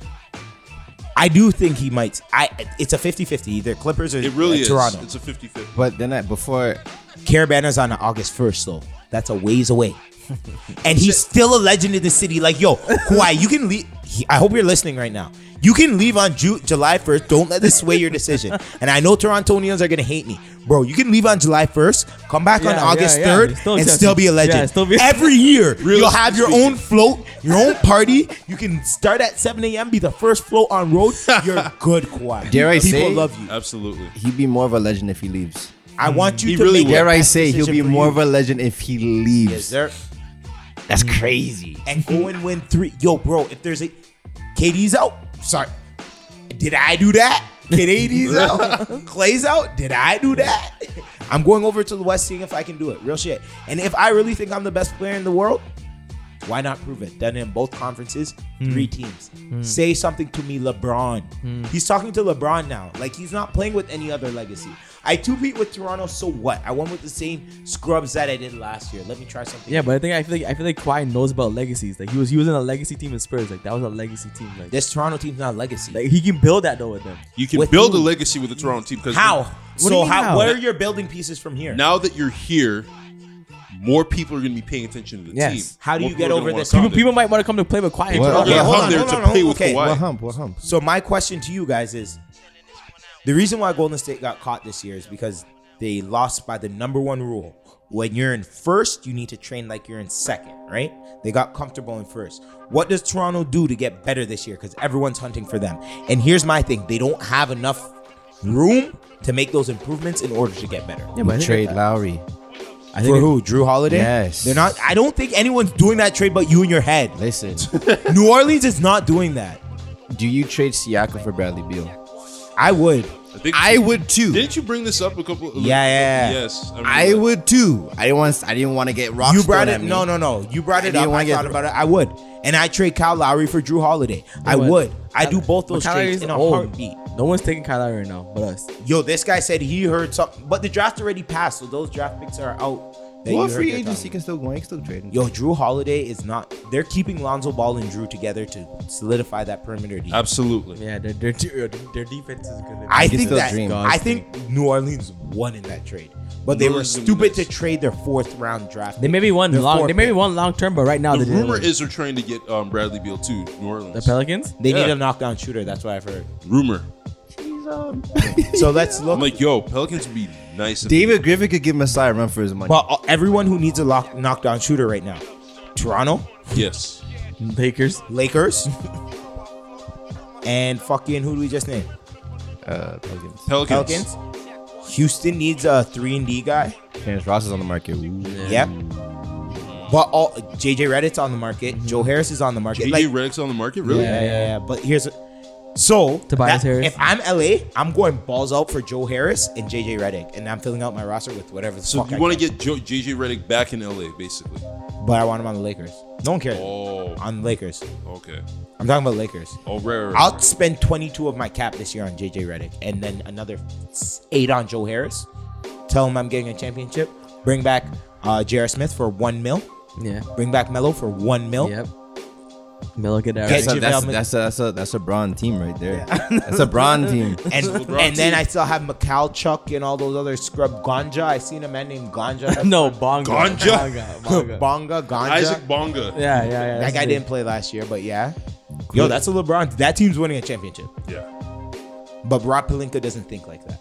Speaker 1: I do think he might. I it's a 50-50. Either Clippers or
Speaker 4: It really
Speaker 1: uh,
Speaker 4: is.
Speaker 1: Toronto.
Speaker 4: It's a 50 50.
Speaker 3: But then I, before
Speaker 1: Caravana's on August 1st, though. (laughs) That's a ways away. and he's still a legend in the city. Like, yo, Kawhi, you can leave. he, I hope you're listening right now. You can leave on Ju- July 1st. Don't let this sway your
Speaker 2: (laughs)
Speaker 1: decision. and I know Torontonians are gonna hate me, bro. You can leave on July 1st, come back on
Speaker 2: Yeah,
Speaker 1: August
Speaker 2: yeah, yeah.
Speaker 1: 3rd,
Speaker 2: Still
Speaker 1: and
Speaker 2: accept
Speaker 1: still
Speaker 2: it.
Speaker 1: be a legend.
Speaker 2: Yeah, still be-
Speaker 1: Every
Speaker 2: (laughs)
Speaker 1: year, you'll have your
Speaker 4: speaking.
Speaker 1: own float, your own party. You can start at 7 a.m. Be the first float on road.
Speaker 2: (laughs)
Speaker 1: You're good, Kawhi.
Speaker 3: Dare I
Speaker 1: People
Speaker 3: say-
Speaker 1: love you.
Speaker 4: Absolutely.
Speaker 3: He'd be more of a legend if he leaves.
Speaker 1: I want you
Speaker 4: He
Speaker 1: to
Speaker 4: really
Speaker 1: make
Speaker 4: would.
Speaker 1: the
Speaker 3: Dare I
Speaker 1: best
Speaker 3: say he'll
Speaker 1: decision
Speaker 3: be
Speaker 1: for
Speaker 3: more
Speaker 1: you.
Speaker 3: of a legend if he leaves.
Speaker 1: Yes, sir.
Speaker 3: That's crazy.
Speaker 1: and go and win three. Yo, bro, if there's a KD's out, sorry, did I do that? KD's out, Clay's out. Did I do that? I'm going over to the West seeing if I can do it. Real shit. And if I really think I'm the best player in the world, why not prove it? Done in both conferences, three teams. Say something to me, LeBron. He's talking to LeBron now. Like he's not playing with any other legacy. I two beat with Toronto, so what? I won with the same scrubs that I did last year. Let me try something.
Speaker 2: Yeah, but I think I feel like I feel like Kawhi knows about legacies. Like he was he was in a legacy team in Spurs. Like that was a legacy team. Like,
Speaker 1: This Toronto team's not legacy.
Speaker 2: like he can build that though with them.
Speaker 4: You can
Speaker 1: With
Speaker 4: build
Speaker 1: who?
Speaker 4: a legacy with the Toronto team because
Speaker 1: How?
Speaker 2: do you
Speaker 1: so
Speaker 2: mean
Speaker 1: how,
Speaker 2: how?
Speaker 1: What are your building pieces from here?
Speaker 4: now that you're here, more people are going to be paying attention to the
Speaker 2: Yes.
Speaker 4: team.
Speaker 1: How do
Speaker 4: More
Speaker 1: you
Speaker 4: people
Speaker 1: get
Speaker 4: are
Speaker 1: over
Speaker 4: gonna wanna
Speaker 1: this?
Speaker 4: come
Speaker 2: People,
Speaker 4: there.
Speaker 2: people might want to come to play with Kawhi.
Speaker 3: Well,
Speaker 4: People are
Speaker 1: Okay,
Speaker 4: gonna
Speaker 1: hold
Speaker 4: come
Speaker 1: on,
Speaker 4: there
Speaker 1: hold
Speaker 4: to
Speaker 1: on,
Speaker 4: play
Speaker 1: hold
Speaker 4: with
Speaker 1: on. Okay.
Speaker 4: Kawhi.
Speaker 3: What hump? What hump?
Speaker 1: So my question to you guys is: the reason why Golden State got caught this year is because they lost by the number one rule. When you're in first, you need to train like you're in second, right? They got comfortable in first. What does Toronto do to get better this year? Because everyone's hunting for them. And here's my thing: they don't have enough room to make those improvements in order to get better.
Speaker 2: Yeah,
Speaker 3: We
Speaker 2: but
Speaker 3: trade Lowry.
Speaker 2: I
Speaker 1: For
Speaker 2: think
Speaker 1: who? Drew Holiday?
Speaker 3: Yes.
Speaker 1: They're not. I don't think anyone's doing that trade but you in your head.
Speaker 3: Listen,
Speaker 1: New Orleans is not doing that.
Speaker 3: do you trade Siakam for Bradley Beal?
Speaker 1: I would.
Speaker 4: I, think-
Speaker 3: I would too.
Speaker 4: Didn't you bring this up a couple? of-
Speaker 1: Yeah, yeah, yeah.
Speaker 4: Yes, remember
Speaker 3: I
Speaker 4: that.
Speaker 3: would too. I didn't want. I didn't want to get rocked.
Speaker 1: You brought it. No, no, no. You brought
Speaker 3: I
Speaker 1: it
Speaker 3: didn't
Speaker 1: up.
Speaker 3: wanna
Speaker 1: I
Speaker 3: get-
Speaker 1: thought about it. I would. And I trade Kyle Lowry for Drew Holiday. I
Speaker 2: would.
Speaker 1: would. I do both
Speaker 2: But
Speaker 1: those
Speaker 2: Kyle
Speaker 1: trades
Speaker 2: Lowry's
Speaker 1: in a
Speaker 2: old.
Speaker 1: heartbeat.
Speaker 2: No one's taking Kyle Lowry right now, but us.
Speaker 1: Yo, this guy said he heard something, but the draft already passed, so those draft picks are out. that you
Speaker 3: Well,
Speaker 1: heard
Speaker 3: free
Speaker 1: they're
Speaker 3: agency
Speaker 1: talking
Speaker 3: can still go. You can still trade. him.
Speaker 1: about. Yo, Drew Holiday is not. They're keeping Lonzo Ball and Drew together to solidify that perimeter defense.
Speaker 4: Absolutely.
Speaker 2: Yeah, their their, their, their defense is good.
Speaker 1: I
Speaker 3: can
Speaker 1: think
Speaker 3: still
Speaker 1: that
Speaker 3: dream.
Speaker 1: I think New Orleans won in that trade, but they
Speaker 4: New
Speaker 1: were
Speaker 4: Orleans gonna
Speaker 1: stupid
Speaker 4: miss.
Speaker 1: to trade their fourth round draft.
Speaker 2: they
Speaker 1: pick.
Speaker 2: maybe won
Speaker 1: Their
Speaker 2: long.
Speaker 1: fourth
Speaker 2: They maybe
Speaker 1: pick.
Speaker 2: won long term, but right now
Speaker 4: The
Speaker 2: they didn't.
Speaker 4: rumor is they're trying to get um, Bradley Beal to New Orleans.
Speaker 2: the Pelicans.
Speaker 1: They need
Speaker 4: Yeah.
Speaker 1: a knockdown shooter. That's what I've heard.
Speaker 4: rumor.
Speaker 1: So let's look.
Speaker 4: I'm like, yo, Pelicans would be nice. if-
Speaker 3: (laughs) David Griffin could give Masai a run for his money.
Speaker 1: but uh, everyone who needs a lock, knockdown shooter right now, Toronto,
Speaker 4: Yes.
Speaker 2: Lakers.
Speaker 1: Lakers, (laughs) and fucking who do we just name?
Speaker 3: uh, Pelicans.
Speaker 1: Pelicans.
Speaker 4: Pelicans.
Speaker 1: Houston needs a three and D guy.
Speaker 3: Terrence Ross is on the market. Ooh.
Speaker 1: Yep.
Speaker 4: Mm.
Speaker 1: But all JJ Reddick's on the market.
Speaker 4: Mm-hmm.
Speaker 1: Joe Harris is on the market.
Speaker 4: JJ
Speaker 1: Like,
Speaker 4: Redick's on the market, really?
Speaker 1: Yeah, yeah, yeah. But here's so
Speaker 2: Tobias
Speaker 1: that-
Speaker 2: Harris.
Speaker 1: If I'm LA, I'm going balls out for Joe Harris and JJ Redick, and I'm filling out my roster with whatever the
Speaker 4: So
Speaker 1: fuck.
Speaker 4: you
Speaker 1: I
Speaker 4: want to
Speaker 1: can.
Speaker 4: get jo- JJ Redick back in LA, basically?
Speaker 1: But I want him on the Lakers. No one cares.
Speaker 4: Oh,
Speaker 1: On the Lakers,
Speaker 4: okay.
Speaker 1: I'm talking about Lakers.
Speaker 4: Oh, right, right, right.
Speaker 1: I'll spend 22 of my cap this year on JJ Redick, and then another s- eight on Joe Harris. Tell him I'm getting a championship. Bring back uh, J.R. Smith for one mil.
Speaker 2: Yeah.
Speaker 1: Bring back Melo for one mil.
Speaker 2: Yep. Melo get that
Speaker 1: Get
Speaker 2: right.
Speaker 3: That's a, that's,
Speaker 1: JaVale
Speaker 3: that's, a, that's a that's a Braun team right there. That's a Braun (laughs) team.
Speaker 1: (laughs) And,
Speaker 4: It's LeBron
Speaker 1: and then
Speaker 4: team.
Speaker 1: I still have McCall Chuck and all those other scrub Ganja. I seen a man named
Speaker 2: (laughs)
Speaker 1: Ganja.
Speaker 2: no bonga.
Speaker 4: Ganja?
Speaker 2: Bonga. bonga.
Speaker 1: (laughs) Bonga Ganja.
Speaker 4: Isaac Bonga.
Speaker 2: Yeah, yeah, yeah.
Speaker 1: that guy didn't play last year, but yeah. Yo, that's a LeBron. That team's winning a championship.
Speaker 4: Yeah.
Speaker 1: But Rob Palinka doesn't think like that.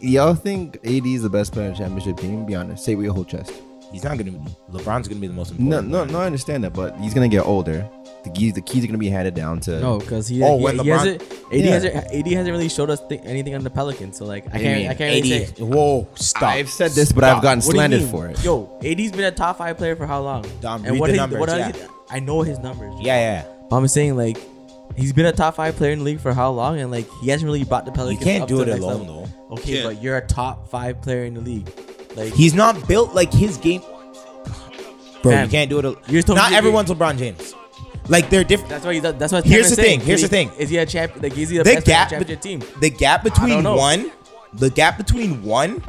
Speaker 3: Y'all think AD is the best player on the championship team? Be honest. Say it with your whole chest.
Speaker 1: He's not gonna be LeBron's gonna be the most important.
Speaker 3: No, no, no. I understand that, but he's gonna get older. The keys, the keys are gonna be handed down to.
Speaker 2: No, because he,
Speaker 1: Oh,
Speaker 2: he,
Speaker 1: when
Speaker 2: he hasn't. AD,
Speaker 3: Yeah.
Speaker 2: hasn't, AD hasn't really showed us th- anything on the Pelicans, so like I can't, I can't really say.
Speaker 1: 80. Whoa, stop.
Speaker 3: I've said this, but I've gotten
Speaker 2: What do you
Speaker 3: slandered
Speaker 2: mean?
Speaker 3: for it.
Speaker 2: Yo, AD's been a top five player for how long?
Speaker 1: Dom, read the
Speaker 2: his-
Speaker 1: numbers,
Speaker 2: are
Speaker 1: yeah.
Speaker 2: his- I know his numbers.
Speaker 1: Yeah,
Speaker 2: But I'm saying like he's been a top five player in the league for how long, and like he hasn't really brought the Pelicans.
Speaker 1: can't
Speaker 2: up
Speaker 1: do
Speaker 2: to
Speaker 1: it
Speaker 2: the next
Speaker 1: alone,
Speaker 2: level.
Speaker 1: though.
Speaker 2: Okay,
Speaker 4: Can't.
Speaker 2: but you're a top five player in the league. Like
Speaker 1: yeah. He's not built like his game. Bro,
Speaker 2: Fam,
Speaker 1: you can't do it. al-
Speaker 2: you're still-
Speaker 1: not everyone's LeBron James. Like they're different.
Speaker 2: that's why he's that's what
Speaker 1: Here's
Speaker 2: Kevin's
Speaker 1: the
Speaker 2: saying.
Speaker 1: thing, here's
Speaker 2: Is
Speaker 1: the
Speaker 2: he-
Speaker 1: thing.
Speaker 2: Is he a champ? Like is he the,
Speaker 1: The
Speaker 2: best player on
Speaker 1: gap
Speaker 2: the championship team?
Speaker 1: The gap between
Speaker 2: know.
Speaker 1: one, the gap between one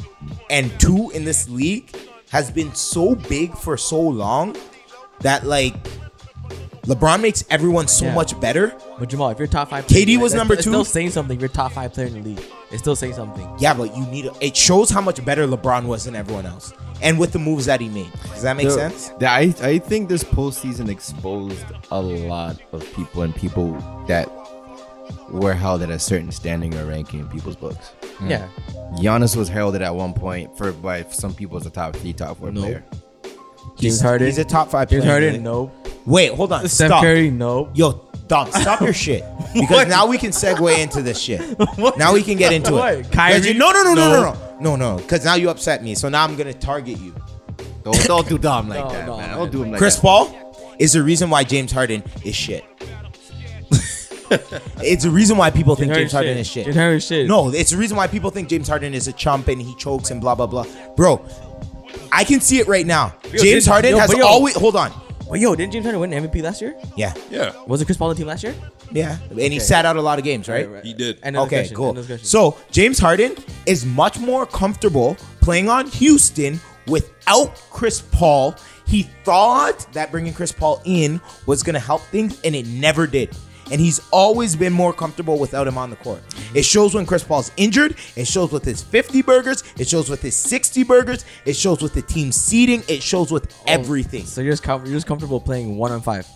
Speaker 1: and two in this league has been so big for so long that like LeBron makes everyone so
Speaker 2: Yeah.
Speaker 1: much better.
Speaker 2: But Jamal, if you're top five,
Speaker 1: KD
Speaker 2: player,
Speaker 1: was
Speaker 2: that's-
Speaker 1: number
Speaker 2: that's
Speaker 1: two.
Speaker 2: Still saying something. If you're top five player in the league. It's It still says something.
Speaker 1: Yeah, but you need. A, it shows how much better LeBron was than everyone else, and with the moves that he made. Does that make
Speaker 3: The-
Speaker 1: sense?
Speaker 3: the- I, I think this postseason exposed a lot of people and people that were held at a certain standing or ranking in people's books.
Speaker 1: Hmm.
Speaker 2: Yeah.
Speaker 3: Giannis was heralded at one point for by some people as a top three, top four player.
Speaker 2: James Harden.
Speaker 1: He's a top five.
Speaker 2: James
Speaker 1: player,
Speaker 2: Harden.
Speaker 1: really.
Speaker 2: No.
Speaker 1: Wait, hold on.
Speaker 2: Steph
Speaker 1: Stop.
Speaker 2: Curry. No.
Speaker 1: Yo, Dom, stop
Speaker 2: (laughs)
Speaker 1: your shit. Because
Speaker 2: What?
Speaker 1: now we can segue into this
Speaker 2: (laughs)
Speaker 1: shit. Now we can get into
Speaker 2: What?
Speaker 1: it. 'Cause
Speaker 2: Kyrie?
Speaker 1: You, no, no, no, no,
Speaker 2: No.
Speaker 1: no, no, no, no. Because now you upset me. So now I'm gonna target you.
Speaker 3: Don't, don't do Dom
Speaker 1: (laughs)
Speaker 3: like
Speaker 2: No,
Speaker 3: that,
Speaker 2: no,
Speaker 3: man.
Speaker 2: man.
Speaker 3: Don't do him like
Speaker 1: Chris
Speaker 3: that.
Speaker 1: Paul is the reason why James Harden is shit. (laughs) it's the reason why people think James Harden is shit.
Speaker 2: James Harden is shit.
Speaker 1: No, it's the reason why people think James Harden is a chump and he chokes and blah blah blah. Bro, I can see it right now.
Speaker 2: Yo,
Speaker 1: James
Speaker 2: did-
Speaker 1: Harden
Speaker 2: yo,
Speaker 1: has
Speaker 2: but yo-
Speaker 1: always hold on.
Speaker 2: But yo, didn't James Harden win MVP last year?
Speaker 1: Yeah,
Speaker 4: Yeah,
Speaker 2: Was it Chris Paul on the team last year?
Speaker 1: yeah, and he sat out a lot of games, right?
Speaker 4: he did.
Speaker 2: End of
Speaker 1: Okay,
Speaker 2: discussion,
Speaker 1: cool.
Speaker 2: end of discussion.
Speaker 1: So James Harden is much more comfortable playing on Houston without Chris Paul. He thought that bringing Chris Paul in was going to help things, and it never did. And he's always been more comfortable without him on the court.
Speaker 2: Mm-hmm.
Speaker 1: It shows when Chris Paul's injured. It shows with his 50 burgers. It shows with his 60 burgers. It shows with the team seating. It shows with
Speaker 2: Oh,
Speaker 1: everything.
Speaker 2: So you're just com- you're just comfortable playing one on five.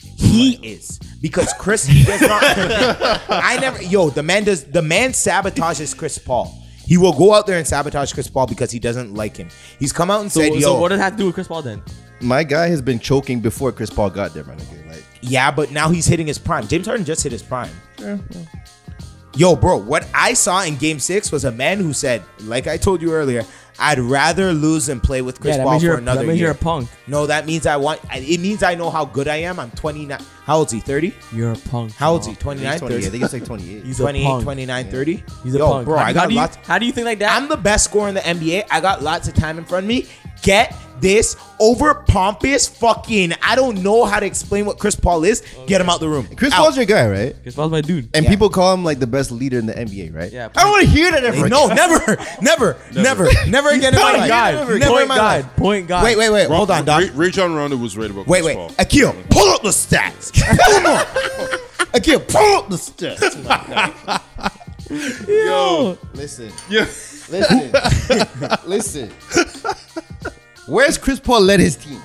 Speaker 1: He is because Chris does not. (laughs) I never. Yo, the man does. The man sabotages Chris Paul. He will go out there and sabotage Chris Paul because he doesn't like him. He's come out and
Speaker 2: So,
Speaker 1: said, "Yo,
Speaker 2: so what does that have to do with Chris Paul then?
Speaker 3: My guy has been choking before Chris Paul got there, man. Like,
Speaker 1: yeah, but now he's hitting his prime." James Harden just hit his prime. Yo, bro, what I saw in Game Six was a man who said, "Like I told you earlier, I'd rather lose than play with Chris
Speaker 2: yeah, that
Speaker 1: Paul
Speaker 2: means,
Speaker 1: for
Speaker 2: you're a,
Speaker 1: another
Speaker 2: that means
Speaker 1: year."
Speaker 2: you're a punk.
Speaker 1: no, that means I want. It means I know how good I am. I'm 29. How old is he? 30?
Speaker 2: You're a punk.
Speaker 1: How old is he?
Speaker 2: bro.
Speaker 1: 29,
Speaker 3: he's 20, I
Speaker 1: 30.
Speaker 3: think he's like 28.
Speaker 2: He's a
Speaker 1: 28,
Speaker 2: punk.
Speaker 1: 29, 30.
Speaker 2: He's a
Speaker 1: Yo,
Speaker 2: punk.
Speaker 1: bro,
Speaker 2: how,
Speaker 1: I
Speaker 2: how
Speaker 1: got
Speaker 2: do you,
Speaker 1: lots.
Speaker 2: How do you think like that?
Speaker 1: I'm the best scorer in the NBA. I got lots of time in front of me. Get this over pompous fucking. I don't know how to explain what Chris Paul is. Get him out the room.
Speaker 3: Chris
Speaker 1: Out.
Speaker 3: Paul's your guy, right?
Speaker 2: Chris Paul's my dude.
Speaker 3: And
Speaker 1: Yeah.
Speaker 3: people call him like the best leader in the NBA, right?
Speaker 2: Yeah,
Speaker 3: I don't want to hear that ever.
Speaker 1: No, never, never, never, never again in my
Speaker 2: Point
Speaker 1: life.
Speaker 2: God.
Speaker 1: Never in
Speaker 2: Point
Speaker 1: my
Speaker 2: God.
Speaker 1: life.
Speaker 2: Point God.
Speaker 1: Wait, wait, wait. Hold on, Doc.
Speaker 4: Ray, Ray John Rondo was right about
Speaker 1: Wait,
Speaker 4: Chris
Speaker 1: wait.
Speaker 4: Paul.
Speaker 1: Akil, pull up the stats. (laughs) Pull them up. Akil, pull up the stats.
Speaker 4: Yo,
Speaker 3: Listen,
Speaker 4: (laughs) yeah.
Speaker 3: listen, (laughs) listen. Where's Chris Paul led his teams?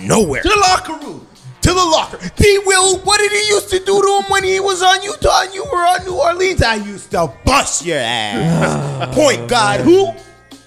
Speaker 1: Nowhere.
Speaker 3: The locker room.
Speaker 1: to the locker. P. Will, what did he used to do to him when he was on Utah and you were on New Orleans? I used to bust your ass. Point guard, who?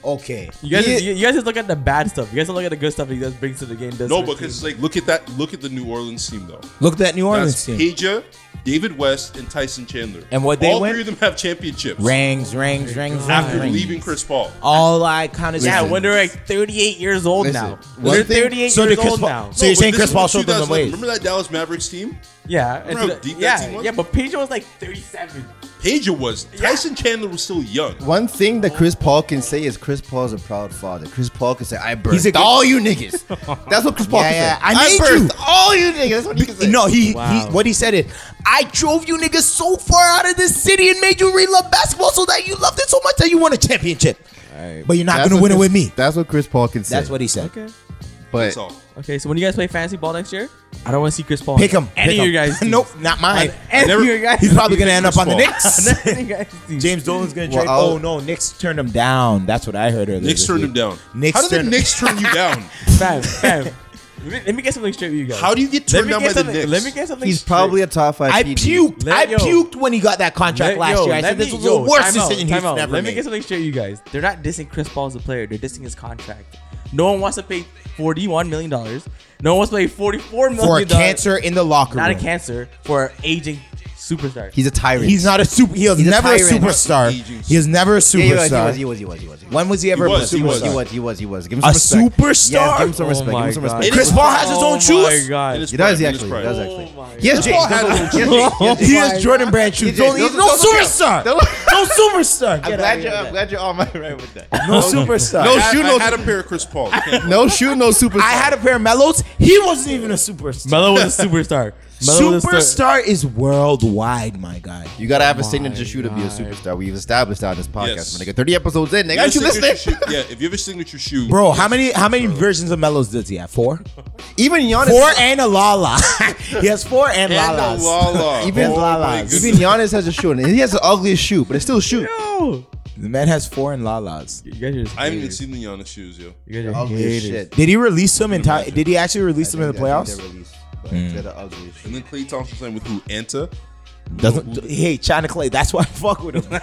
Speaker 1: Okay.
Speaker 2: You guys,
Speaker 3: Yeah.
Speaker 2: you, you guys just look at the bad stuff. You guys don't look at the good stuff that he does brings to the game. does
Speaker 4: No,
Speaker 2: for the
Speaker 4: because it's
Speaker 2: team.
Speaker 4: like look at that. Look at the New Orleans team though.
Speaker 1: Look at that New
Speaker 4: That's Peja, David West, and Tyson Chandler.
Speaker 1: And what they
Speaker 4: all
Speaker 1: win?
Speaker 4: three of them have championships
Speaker 1: Rings, rings, rings,
Speaker 4: after leaving Chris Paul.
Speaker 1: All I kind of
Speaker 2: yeah,
Speaker 3: Listen.
Speaker 2: when they're like 38 years old
Speaker 3: Listen,
Speaker 2: now.
Speaker 3: one
Speaker 2: They're
Speaker 3: thing-
Speaker 2: 38
Speaker 1: So did
Speaker 2: years
Speaker 1: Chris
Speaker 2: old
Speaker 1: Paul-
Speaker 2: now.
Speaker 1: so- you're
Speaker 4: but
Speaker 1: saying
Speaker 4: this
Speaker 1: Chris
Speaker 4: was
Speaker 1: Paul showed them the
Speaker 4: 2011.
Speaker 1: ways.
Speaker 4: Remember that Dallas Mavericks team?
Speaker 2: yeah, and
Speaker 4: Bro,
Speaker 2: to the-
Speaker 4: deep that team
Speaker 2: yeah,
Speaker 4: was?
Speaker 2: yeah, but Pedro was like 37.
Speaker 4: Peja was.
Speaker 2: Yeah.
Speaker 4: Tyson Chandler was still young.
Speaker 3: One thing that Chris Paul can say is Chris Paul's a proud father. Chris Paul can say, I birthed
Speaker 1: He's a good-
Speaker 3: all you
Speaker 1: (laughs)
Speaker 3: niggas. That's what Chris Paul
Speaker 1: Yeah,
Speaker 3: can
Speaker 1: yeah,
Speaker 3: say.
Speaker 1: I made
Speaker 3: birthed
Speaker 1: you.
Speaker 3: all you niggas. That's what he can say.
Speaker 1: No, he,
Speaker 2: Wow.
Speaker 1: he what he said is, I drove you niggas so far out of this city and made you really love basketball so that you loved it so much that you won a championship. But you're not
Speaker 3: That's
Speaker 1: gonna
Speaker 3: what
Speaker 1: win it
Speaker 3: Chris-
Speaker 1: with me.
Speaker 3: That's what Chris Paul can say.
Speaker 1: That's what he said.
Speaker 2: Okay.
Speaker 3: But
Speaker 4: That's all.
Speaker 2: Okay, so when you guys play fantasy ball next year, I don't want to see Chris Paul.
Speaker 1: Pick him.
Speaker 2: Any
Speaker 1: pick him.
Speaker 2: of you guys. teams.
Speaker 1: (laughs) nope, not mine.
Speaker 2: Any
Speaker 4: never-
Speaker 2: of your guys.
Speaker 1: He's probably gonna end up
Speaker 4: Chris
Speaker 1: on the
Speaker 2: (laughs)
Speaker 4: Paul.
Speaker 1: Knicks.
Speaker 2: Any of you guys
Speaker 1: (laughs)
Speaker 2: teams.
Speaker 1: James Dolan's gonna
Speaker 3: Well,
Speaker 1: trade.
Speaker 3: I'll-
Speaker 1: oh no, Knicks turned him down. That's what I heard earlier.
Speaker 4: Knicks
Speaker 1: this
Speaker 4: turned
Speaker 1: week.
Speaker 4: him down.
Speaker 1: Knicks
Speaker 4: How did
Speaker 1: turned-
Speaker 4: the Knicks turn you down?
Speaker 2: Fam,
Speaker 1: (laughs)
Speaker 2: fam. Let me- Let me get something straight with you guys.
Speaker 4: How do you get
Speaker 2: Let
Speaker 4: turned
Speaker 2: me
Speaker 4: down
Speaker 2: get
Speaker 4: by the
Speaker 2: something-
Speaker 4: Knicks?
Speaker 2: Let me get something.
Speaker 3: he's
Speaker 2: straight.
Speaker 3: probably a top five.
Speaker 1: I
Speaker 3: PG.
Speaker 1: puked.
Speaker 2: Let-
Speaker 1: I
Speaker 2: yo.
Speaker 1: puked when he got that contract
Speaker 2: Let-
Speaker 1: last
Speaker 2: yo,
Speaker 1: year. I
Speaker 2: let
Speaker 1: said this
Speaker 2: me-
Speaker 1: was
Speaker 2: yo,
Speaker 1: the worst
Speaker 2: time out,
Speaker 1: decision
Speaker 2: time
Speaker 1: he's
Speaker 2: out.
Speaker 1: never
Speaker 2: Let
Speaker 1: made.
Speaker 2: me get something straight, you guys. They're not dissing Chris Paul as a player. They're dissing his contract. No one wants to pay forty-one million dollars. No one wants to pay forty-four million
Speaker 1: for a cancer in the locker
Speaker 2: uh, not a
Speaker 1: room.
Speaker 2: cancer, for an aging superstar.
Speaker 3: He's a tyrant.
Speaker 1: He's not a super. He was
Speaker 3: He's a
Speaker 1: never a,
Speaker 3: tyrant.
Speaker 1: superstar.
Speaker 4: Aging-
Speaker 1: He was never a
Speaker 3: Yeah, he was. He
Speaker 1: superstar.
Speaker 3: was. He was. He was. He was. He was.
Speaker 1: When was he ever
Speaker 4: He was,
Speaker 1: a
Speaker 4: he was,
Speaker 3: He
Speaker 1: superstar?
Speaker 3: was. He was. He was. Give him
Speaker 1: A
Speaker 3: some respect.
Speaker 1: superstar?
Speaker 3: Yes, give him some
Speaker 2: Oh
Speaker 3: respect. Give
Speaker 2: my
Speaker 3: him some
Speaker 2: God.
Speaker 3: respect.
Speaker 1: Chris Paul has his
Speaker 2: Oh
Speaker 1: own shoes.
Speaker 2: my god.
Speaker 4: It is-
Speaker 3: He does. He
Speaker 4: Prime, in his
Speaker 3: actually. He
Speaker 4: prime.
Speaker 3: does
Speaker 2: Oh
Speaker 3: actually.
Speaker 2: my
Speaker 3: Yes,
Speaker 2: God.
Speaker 3: Jake.
Speaker 4: Paul had
Speaker 3: Yes,
Speaker 4: his own
Speaker 3: Jake. Yes, Jake.
Speaker 1: (laughs) He has Jordan Brand shoes.
Speaker 3: Yeah,
Speaker 1: Don't- He's
Speaker 3: those-
Speaker 1: no
Speaker 3: those
Speaker 1: superstar.
Speaker 3: count. Those-
Speaker 1: No superstar.
Speaker 3: I'm
Speaker 1: Get
Speaker 3: glad
Speaker 1: out
Speaker 3: you're.
Speaker 1: of
Speaker 3: I'm
Speaker 1: here.
Speaker 3: glad you're all my right with that.
Speaker 1: No superstar.
Speaker 3: No
Speaker 4: I,
Speaker 3: shoe,
Speaker 4: I
Speaker 3: no-
Speaker 4: had a pair of Chris
Speaker 3: (laughs)
Speaker 4: Paul. Okay.
Speaker 3: No shoe, no super.
Speaker 1: I had a pair of Mellows. He wasn't even a superstar.
Speaker 2: Melo was a superstar. Melo is the-
Speaker 1: Superstar is worldwide, my guy.
Speaker 3: You gotta have a
Speaker 2: my
Speaker 3: signature shoe to be a
Speaker 2: God.
Speaker 3: superstar. We've established that on this podcast.
Speaker 4: Yes.
Speaker 3: My nigga, 30 episodes in, nigga, aren't you
Speaker 4: Your signature
Speaker 3: listening?
Speaker 4: shoe- Yeah, if you have a signature shoe,
Speaker 1: Bro, how many how many versions of Melos does he have? Four?
Speaker 3: Even Giannis,
Speaker 1: Four and a Lala. (laughs) he has four and,
Speaker 4: and a
Speaker 1: Lalas. (laughs)
Speaker 4: Lala.
Speaker 3: Even
Speaker 4: Oh my
Speaker 1: Lalas.
Speaker 4: goodness.
Speaker 3: even Giannis has a shoe, and he has the ugliest shoe, but it's still a shoe.
Speaker 2: Yo,
Speaker 1: The man has four and Lalas.
Speaker 2: you guys are just
Speaker 4: I haven't even
Speaker 2: haters.
Speaker 4: seen the Giannis shoes, yo.
Speaker 2: You guys are
Speaker 3: Ugly
Speaker 2: haters.
Speaker 3: shit.
Speaker 1: Did he release them in time? Did he actually release them in the playoffs?
Speaker 3: They're the ugliest
Speaker 4: And
Speaker 3: shoe.
Speaker 4: then Clay Thompson playing with who? Anta.
Speaker 1: Doesn't hey China Clay? That's why I fuck with him.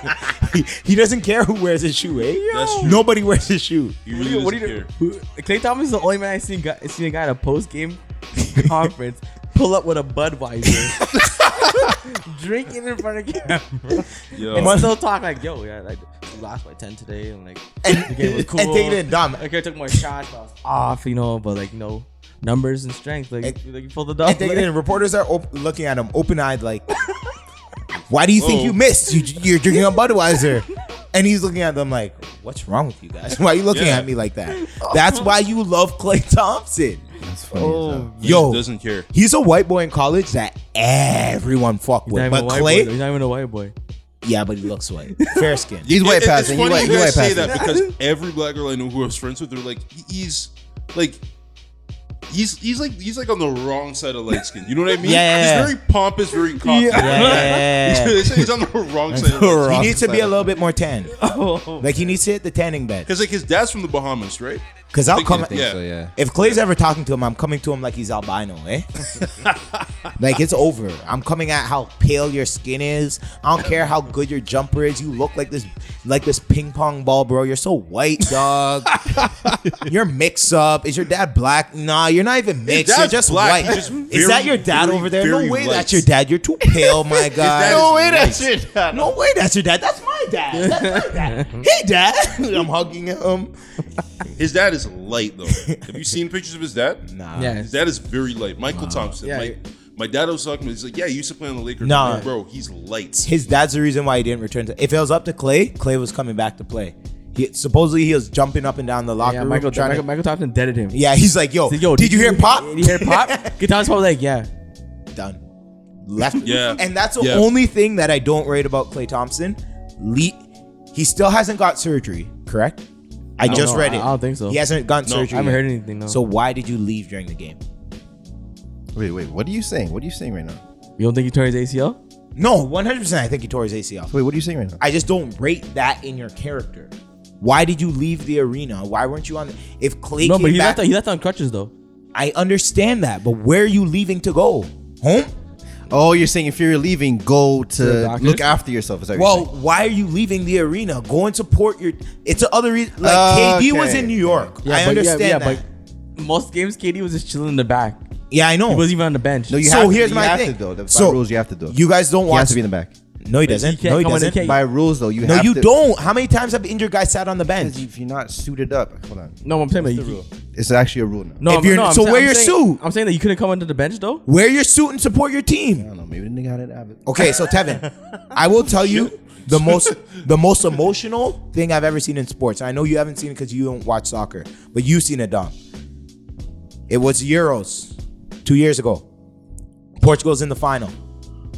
Speaker 1: (laughs) he, he doesn't care who wears his shoe, eh?
Speaker 4: That's true.
Speaker 1: Nobody wears his shoe.
Speaker 4: He really
Speaker 2: What do
Speaker 4: doesn't
Speaker 2: you
Speaker 4: care.
Speaker 2: do? Clay Thompson's the only man I seen guy, seen a guy at a post game (laughs) conference pull up with a Budweiser, (laughs) drinking in front of camera,
Speaker 4: Yo.
Speaker 2: and still talk like, "Yo, yeah, like lost by ten today, and like the game was
Speaker 1: (laughs)
Speaker 2: cool."
Speaker 1: and take it in dumb.
Speaker 2: Like I took my shots, I was off, you know, but like you know, numbers and strength, like,
Speaker 1: And-
Speaker 2: like you pulled it off.
Speaker 1: And take
Speaker 2: (laughs)
Speaker 1: it in. Reporters are op- looking at him open eyed, like, "Why do you think
Speaker 4: Whoa.
Speaker 2: Oh.
Speaker 1: you missed? You, you're drinking a Budweiser." And he's looking at them like, "What's wrong with you guys? Why are you looking
Speaker 4: Yeah.
Speaker 1: at me like that?" That's why you love Clay Thompson.
Speaker 3: That's funny. Oh,
Speaker 1: Yo,
Speaker 4: doesn't care.
Speaker 1: he's a white boy in college that everyone fuck
Speaker 2: He's not
Speaker 1: with,
Speaker 2: even a
Speaker 1: but
Speaker 2: white
Speaker 1: Clay,
Speaker 2: boy. He's not even a white boy.
Speaker 1: yeah, but he looks white, fair skin.
Speaker 2: (laughs)
Speaker 3: He's white
Speaker 4: It- it-
Speaker 3: passing.
Speaker 4: It's funny
Speaker 3: He's white,
Speaker 4: you
Speaker 3: he's
Speaker 4: guys say
Speaker 3: white passing.
Speaker 4: that
Speaker 1: (laughs)
Speaker 4: because every black girl I know who I was friends with, they're like, "He- he's like, he's he's like he's like on the wrong side of light skin. You know what I mean?
Speaker 1: Yeah, yeah, yeah.
Speaker 4: He's very pompous, very cocky.
Speaker 1: Yeah.
Speaker 2: (laughs)
Speaker 4: They say (laughs) he's on the wrong side
Speaker 1: (laughs)
Speaker 4: of light
Speaker 1: he
Speaker 3: Wrong
Speaker 1: needs to be
Speaker 3: side.
Speaker 1: a little bit more tan.
Speaker 2: Oh,
Speaker 1: Like he needs to hit the tanning bed.
Speaker 4: Because like his dad's from the Bahamas, right?
Speaker 1: Cause I'll
Speaker 4: think-
Speaker 1: come.
Speaker 4: yeah.
Speaker 3: So, yeah.
Speaker 1: If Clay's ever talking to him, I'm coming to him like he's albino,
Speaker 4: (laughs)
Speaker 1: eh? like it's over. I'm coming at how pale your skin is. I don't care how good your jumper is. You look like this, like this ping pong ball, bro. You're so white, dog.
Speaker 4: (laughs)
Speaker 1: you're mixed up. Is your dad black? Nah, you're not even mixed. You're
Speaker 4: dad's
Speaker 1: just white.
Speaker 4: black. He's just
Speaker 1: is
Speaker 4: very,
Speaker 1: that your dad
Speaker 4: very,
Speaker 1: over there? No
Speaker 4: very
Speaker 1: way,
Speaker 4: white.
Speaker 1: that's your dad. You're
Speaker 4: (laughs)
Speaker 1: too pale, my guy.
Speaker 4: dad is
Speaker 1: Uh, no way,
Speaker 4: white.
Speaker 1: that's your dad. No way, that's your dad. That's my dad. That's my
Speaker 4: (laughs)
Speaker 1: dad. hey, dad. (laughs) I'm hugging him.
Speaker 4: His dad is
Speaker 1: (laughs)
Speaker 4: light though. Have you seen pictures of his dad?
Speaker 1: Nah.
Speaker 2: yeah.
Speaker 4: His dad is very light. Michael Thompson.
Speaker 2: Yeah,
Speaker 4: my,
Speaker 2: he-
Speaker 4: my dad I was talking to. He's like, yeah, he used to play on the Lakers.
Speaker 1: Nah.
Speaker 4: Like, bro, he's light.
Speaker 1: his dad's the reason why he didn't return to. If it was up to Clay, Clay was coming back to play. He supposedly he was jumping up and down the locker
Speaker 2: Yeah,
Speaker 1: room
Speaker 2: Michael,
Speaker 1: trying
Speaker 2: Michael,
Speaker 1: to.
Speaker 2: Michael Thompson deaded him.
Speaker 1: Yeah, he's like, yo,
Speaker 2: He's like, Yo,
Speaker 1: Oh. did you hear pop?
Speaker 2: Did you
Speaker 1: (laughs)
Speaker 2: hear pop? Guitar's probably like, yeah.
Speaker 1: Done. Left.
Speaker 4: Yeah.
Speaker 1: And that's the
Speaker 4: Yeah.
Speaker 1: only thing that I don't rate about Clay Thompson. Le- he still hasn't got surgery, correct? I,
Speaker 2: don't
Speaker 1: just
Speaker 2: know.
Speaker 1: read
Speaker 2: I-
Speaker 1: it.
Speaker 2: I don't think so.
Speaker 1: He hasn't gotten
Speaker 4: No,
Speaker 1: surgery.
Speaker 2: I haven't
Speaker 1: yet.
Speaker 2: heard anything. No.
Speaker 1: So why did you leave during the game?
Speaker 3: Wait, wait. What are you saying? What are you saying right now?
Speaker 2: you don't think he tore his ACL?
Speaker 1: No, 100%. I think he tore his ACL.
Speaker 3: Wait, what are you saying right now?
Speaker 1: I just don't rate that in your character. Why did you leave the arena? Why weren't you on? The, if Clay
Speaker 2: No,
Speaker 1: came
Speaker 2: but he
Speaker 1: back,
Speaker 2: left. He left on crutches though.
Speaker 1: I understand that, but where are you leaving to go? Home?
Speaker 3: Oh, you're saying if you're leaving, go
Speaker 2: the
Speaker 3: to
Speaker 2: doctor?
Speaker 3: look after yourself. Is that what you're
Speaker 1: Well,
Speaker 3: saying?
Speaker 1: why are you leaving the arena? Go and support your. It's the other reason. Like KD was
Speaker 3: Okay.
Speaker 1: in New York. I
Speaker 2: but
Speaker 1: understand that.
Speaker 2: but most games KD was just chilling in the back.
Speaker 1: yeah, I know.
Speaker 2: He wasn't even on the bench.
Speaker 3: no, you
Speaker 1: so
Speaker 3: have,
Speaker 1: here's
Speaker 3: you
Speaker 1: my
Speaker 3: have
Speaker 1: thing.
Speaker 3: to though. The by
Speaker 1: So,
Speaker 3: rules, you have to do.
Speaker 1: you guys don't
Speaker 3: he has
Speaker 1: watch.
Speaker 3: to be in the back.
Speaker 1: no, he doesn't.
Speaker 2: can't
Speaker 1: no, he
Speaker 2: come in and
Speaker 1: doesn't.
Speaker 2: can't-
Speaker 3: By rules though, you
Speaker 1: no,
Speaker 3: have
Speaker 1: you
Speaker 3: to,
Speaker 1: don't. How many times have injured guys sat on the
Speaker 3: Because
Speaker 1: bench?
Speaker 3: if you're not suited up, hold on.
Speaker 2: no, I'm saying that. You,
Speaker 3: It's actually a rule now.
Speaker 2: no,
Speaker 1: If
Speaker 2: I'm-
Speaker 1: you're-
Speaker 2: no, I'm
Speaker 1: so
Speaker 2: saying-
Speaker 1: wear
Speaker 2: I'm
Speaker 1: your
Speaker 2: saying-
Speaker 1: suit.
Speaker 2: I'm saying that you couldn't come into the bench though.
Speaker 1: Wear your suit and support your team.
Speaker 3: I don't know. Maybe the nigga didn't have it.
Speaker 1: Okay, so Tevin, I will tell you the most the most emotional thing I've ever seen in sports. I know you haven't seen it because you don't watch soccer, but you've seen it, Dom. It was Euros two years ago. Portugal's in the final.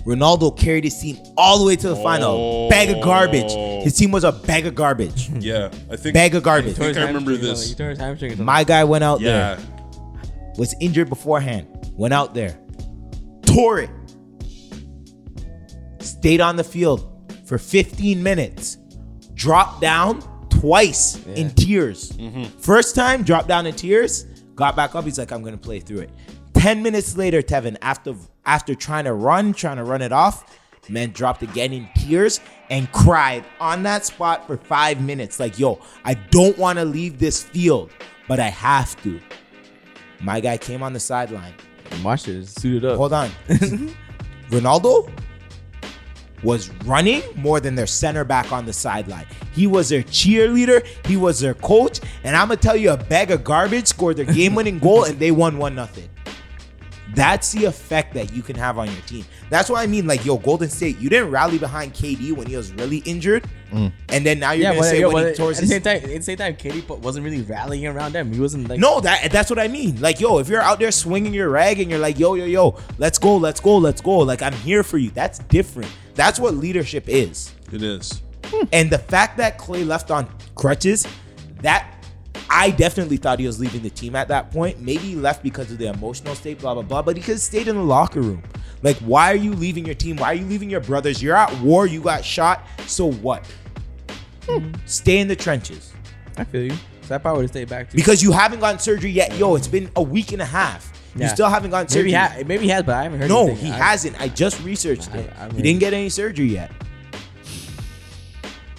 Speaker 1: Ronaldo carried his team all the way to the final. Bag of garbage. His team was a bag of garbage.
Speaker 4: Yeah, I think.
Speaker 1: Bag of garbage.
Speaker 4: I think I remember this.
Speaker 2: He tore his hamstring. or something.
Speaker 1: My guy went out there.
Speaker 4: yeah,
Speaker 1: was injured beforehand, went out there, tore it, stayed on the field for 15 minutes, dropped down twice in tears. First time, dropped down in tears, got back up. He's like, I'm gonna play through it. 10 minutes later, Tevin, after after trying to run, trying to run it off, man dropped again in tears and cried on that spot for five minutes. Like, yo, I don't wanna leave this field, but I have to. My guy came on the sideline.
Speaker 2: my shit is suited up.
Speaker 1: Hold
Speaker 2: (laughs)
Speaker 1: on. Ronaldo was running more than their center back on the sideline. He was their cheerleader, he was their coach, and I'm going to tell you a bag of garbage scored their game winning goal and they won 1 nothing. That's the effect that you can have on your team. That's what I mean. Like, yo, Golden State, you didn't rally behind KD when he was really injured, and then now you're
Speaker 2: Mm. Yeah,
Speaker 1: gonna
Speaker 2: but,
Speaker 1: say
Speaker 2: yo,
Speaker 1: when
Speaker 2: but
Speaker 1: he
Speaker 2: at
Speaker 1: tore
Speaker 2: the
Speaker 1: his
Speaker 2: same time, at the same time, Katie wasn't really rallying around them. He wasn't like
Speaker 1: No, that that's what I mean. Like, yo, if you're out there swinging your rag and you're like, yo, yo, yo, let's go, let's go, let's go. Like, I'm here for you. That's different. That's what leadership is.
Speaker 4: It is.
Speaker 1: And the fact that Clay left on crutches, that I definitely thought he was leaving the team at that point. Maybe he left because of the emotional state, blah blah blah. But he could have stayed in the locker room. Like, why are you leaving your team? Why are you leaving your brothers? You're at war. You got shot. So what? Stay in the trenches
Speaker 2: I feel you. So I probably would have stayed back too.
Speaker 1: because you haven't gotten surgery yet. Yo, it's been a week and a half. You
Speaker 2: Yeah.
Speaker 1: still haven't gotten
Speaker 2: maybe
Speaker 1: surgery.
Speaker 2: he ha- maybe he has, but I haven't heard.
Speaker 1: no,
Speaker 2: anything.
Speaker 1: he
Speaker 2: I-
Speaker 1: hasn't. I just researched
Speaker 2: I-
Speaker 1: it.
Speaker 2: I
Speaker 1: he
Speaker 2: mean-
Speaker 1: didn't get any surgery yet.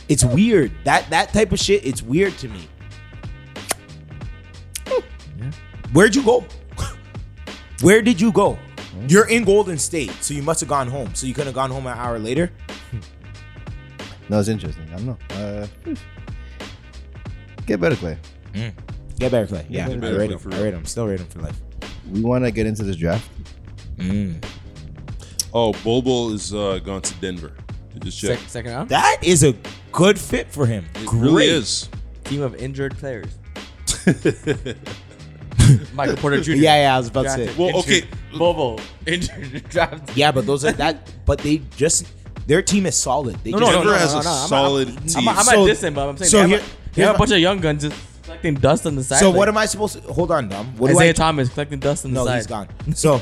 Speaker 1: It's weird. That that type of shit. It's weird to me. Where'd you go? (laughs) Where did you go?
Speaker 2: Hmm?
Speaker 1: You're in Golden State, so you must have gone home. So you could have gone home an hour later.
Speaker 3: No, it's interesting. I don't know. Uh, get better, Clay.
Speaker 1: Get better play. Yeah,
Speaker 4: better
Speaker 1: I rate
Speaker 4: play
Speaker 1: him.
Speaker 4: for
Speaker 1: I
Speaker 4: real.
Speaker 1: rate him. Still rate him for life.
Speaker 3: We want to get into this draft.
Speaker 4: Oh, Bobo is uh, gone to Denver. I just
Speaker 2: Sec-
Speaker 4: checked.
Speaker 2: second round
Speaker 1: That is a good fit for him.
Speaker 4: It
Speaker 1: Great.
Speaker 4: really is.
Speaker 2: team of injured players.
Speaker 4: (laughs)
Speaker 2: Michael Porter Jr.
Speaker 1: Yeah, yeah. I was about to say.
Speaker 2: Drafted,
Speaker 4: Well, okay.
Speaker 2: injured. Bobo injured (laughs) drafted.
Speaker 1: Yeah, but those are that. But they just their team is solid. They
Speaker 4: No,
Speaker 1: just,
Speaker 4: Denver
Speaker 2: no,
Speaker 4: has
Speaker 2: no,
Speaker 4: a
Speaker 2: no, I'm- I'm-
Speaker 4: solid
Speaker 1: I'm-
Speaker 4: team.
Speaker 2: I'm, I'm
Speaker 1: So-
Speaker 2: not dissing, but I'm saying
Speaker 1: so
Speaker 2: they have,
Speaker 1: here-
Speaker 2: a, they
Speaker 1: here's
Speaker 2: have
Speaker 1: my-
Speaker 2: a bunch of young guns just collecting dust on the side.
Speaker 1: So what am I supposed to hold on, Dom? What
Speaker 2: Isaiah
Speaker 1: do I?
Speaker 2: Thomas collecting dust on the
Speaker 1: no,
Speaker 2: side.
Speaker 1: he's gone. So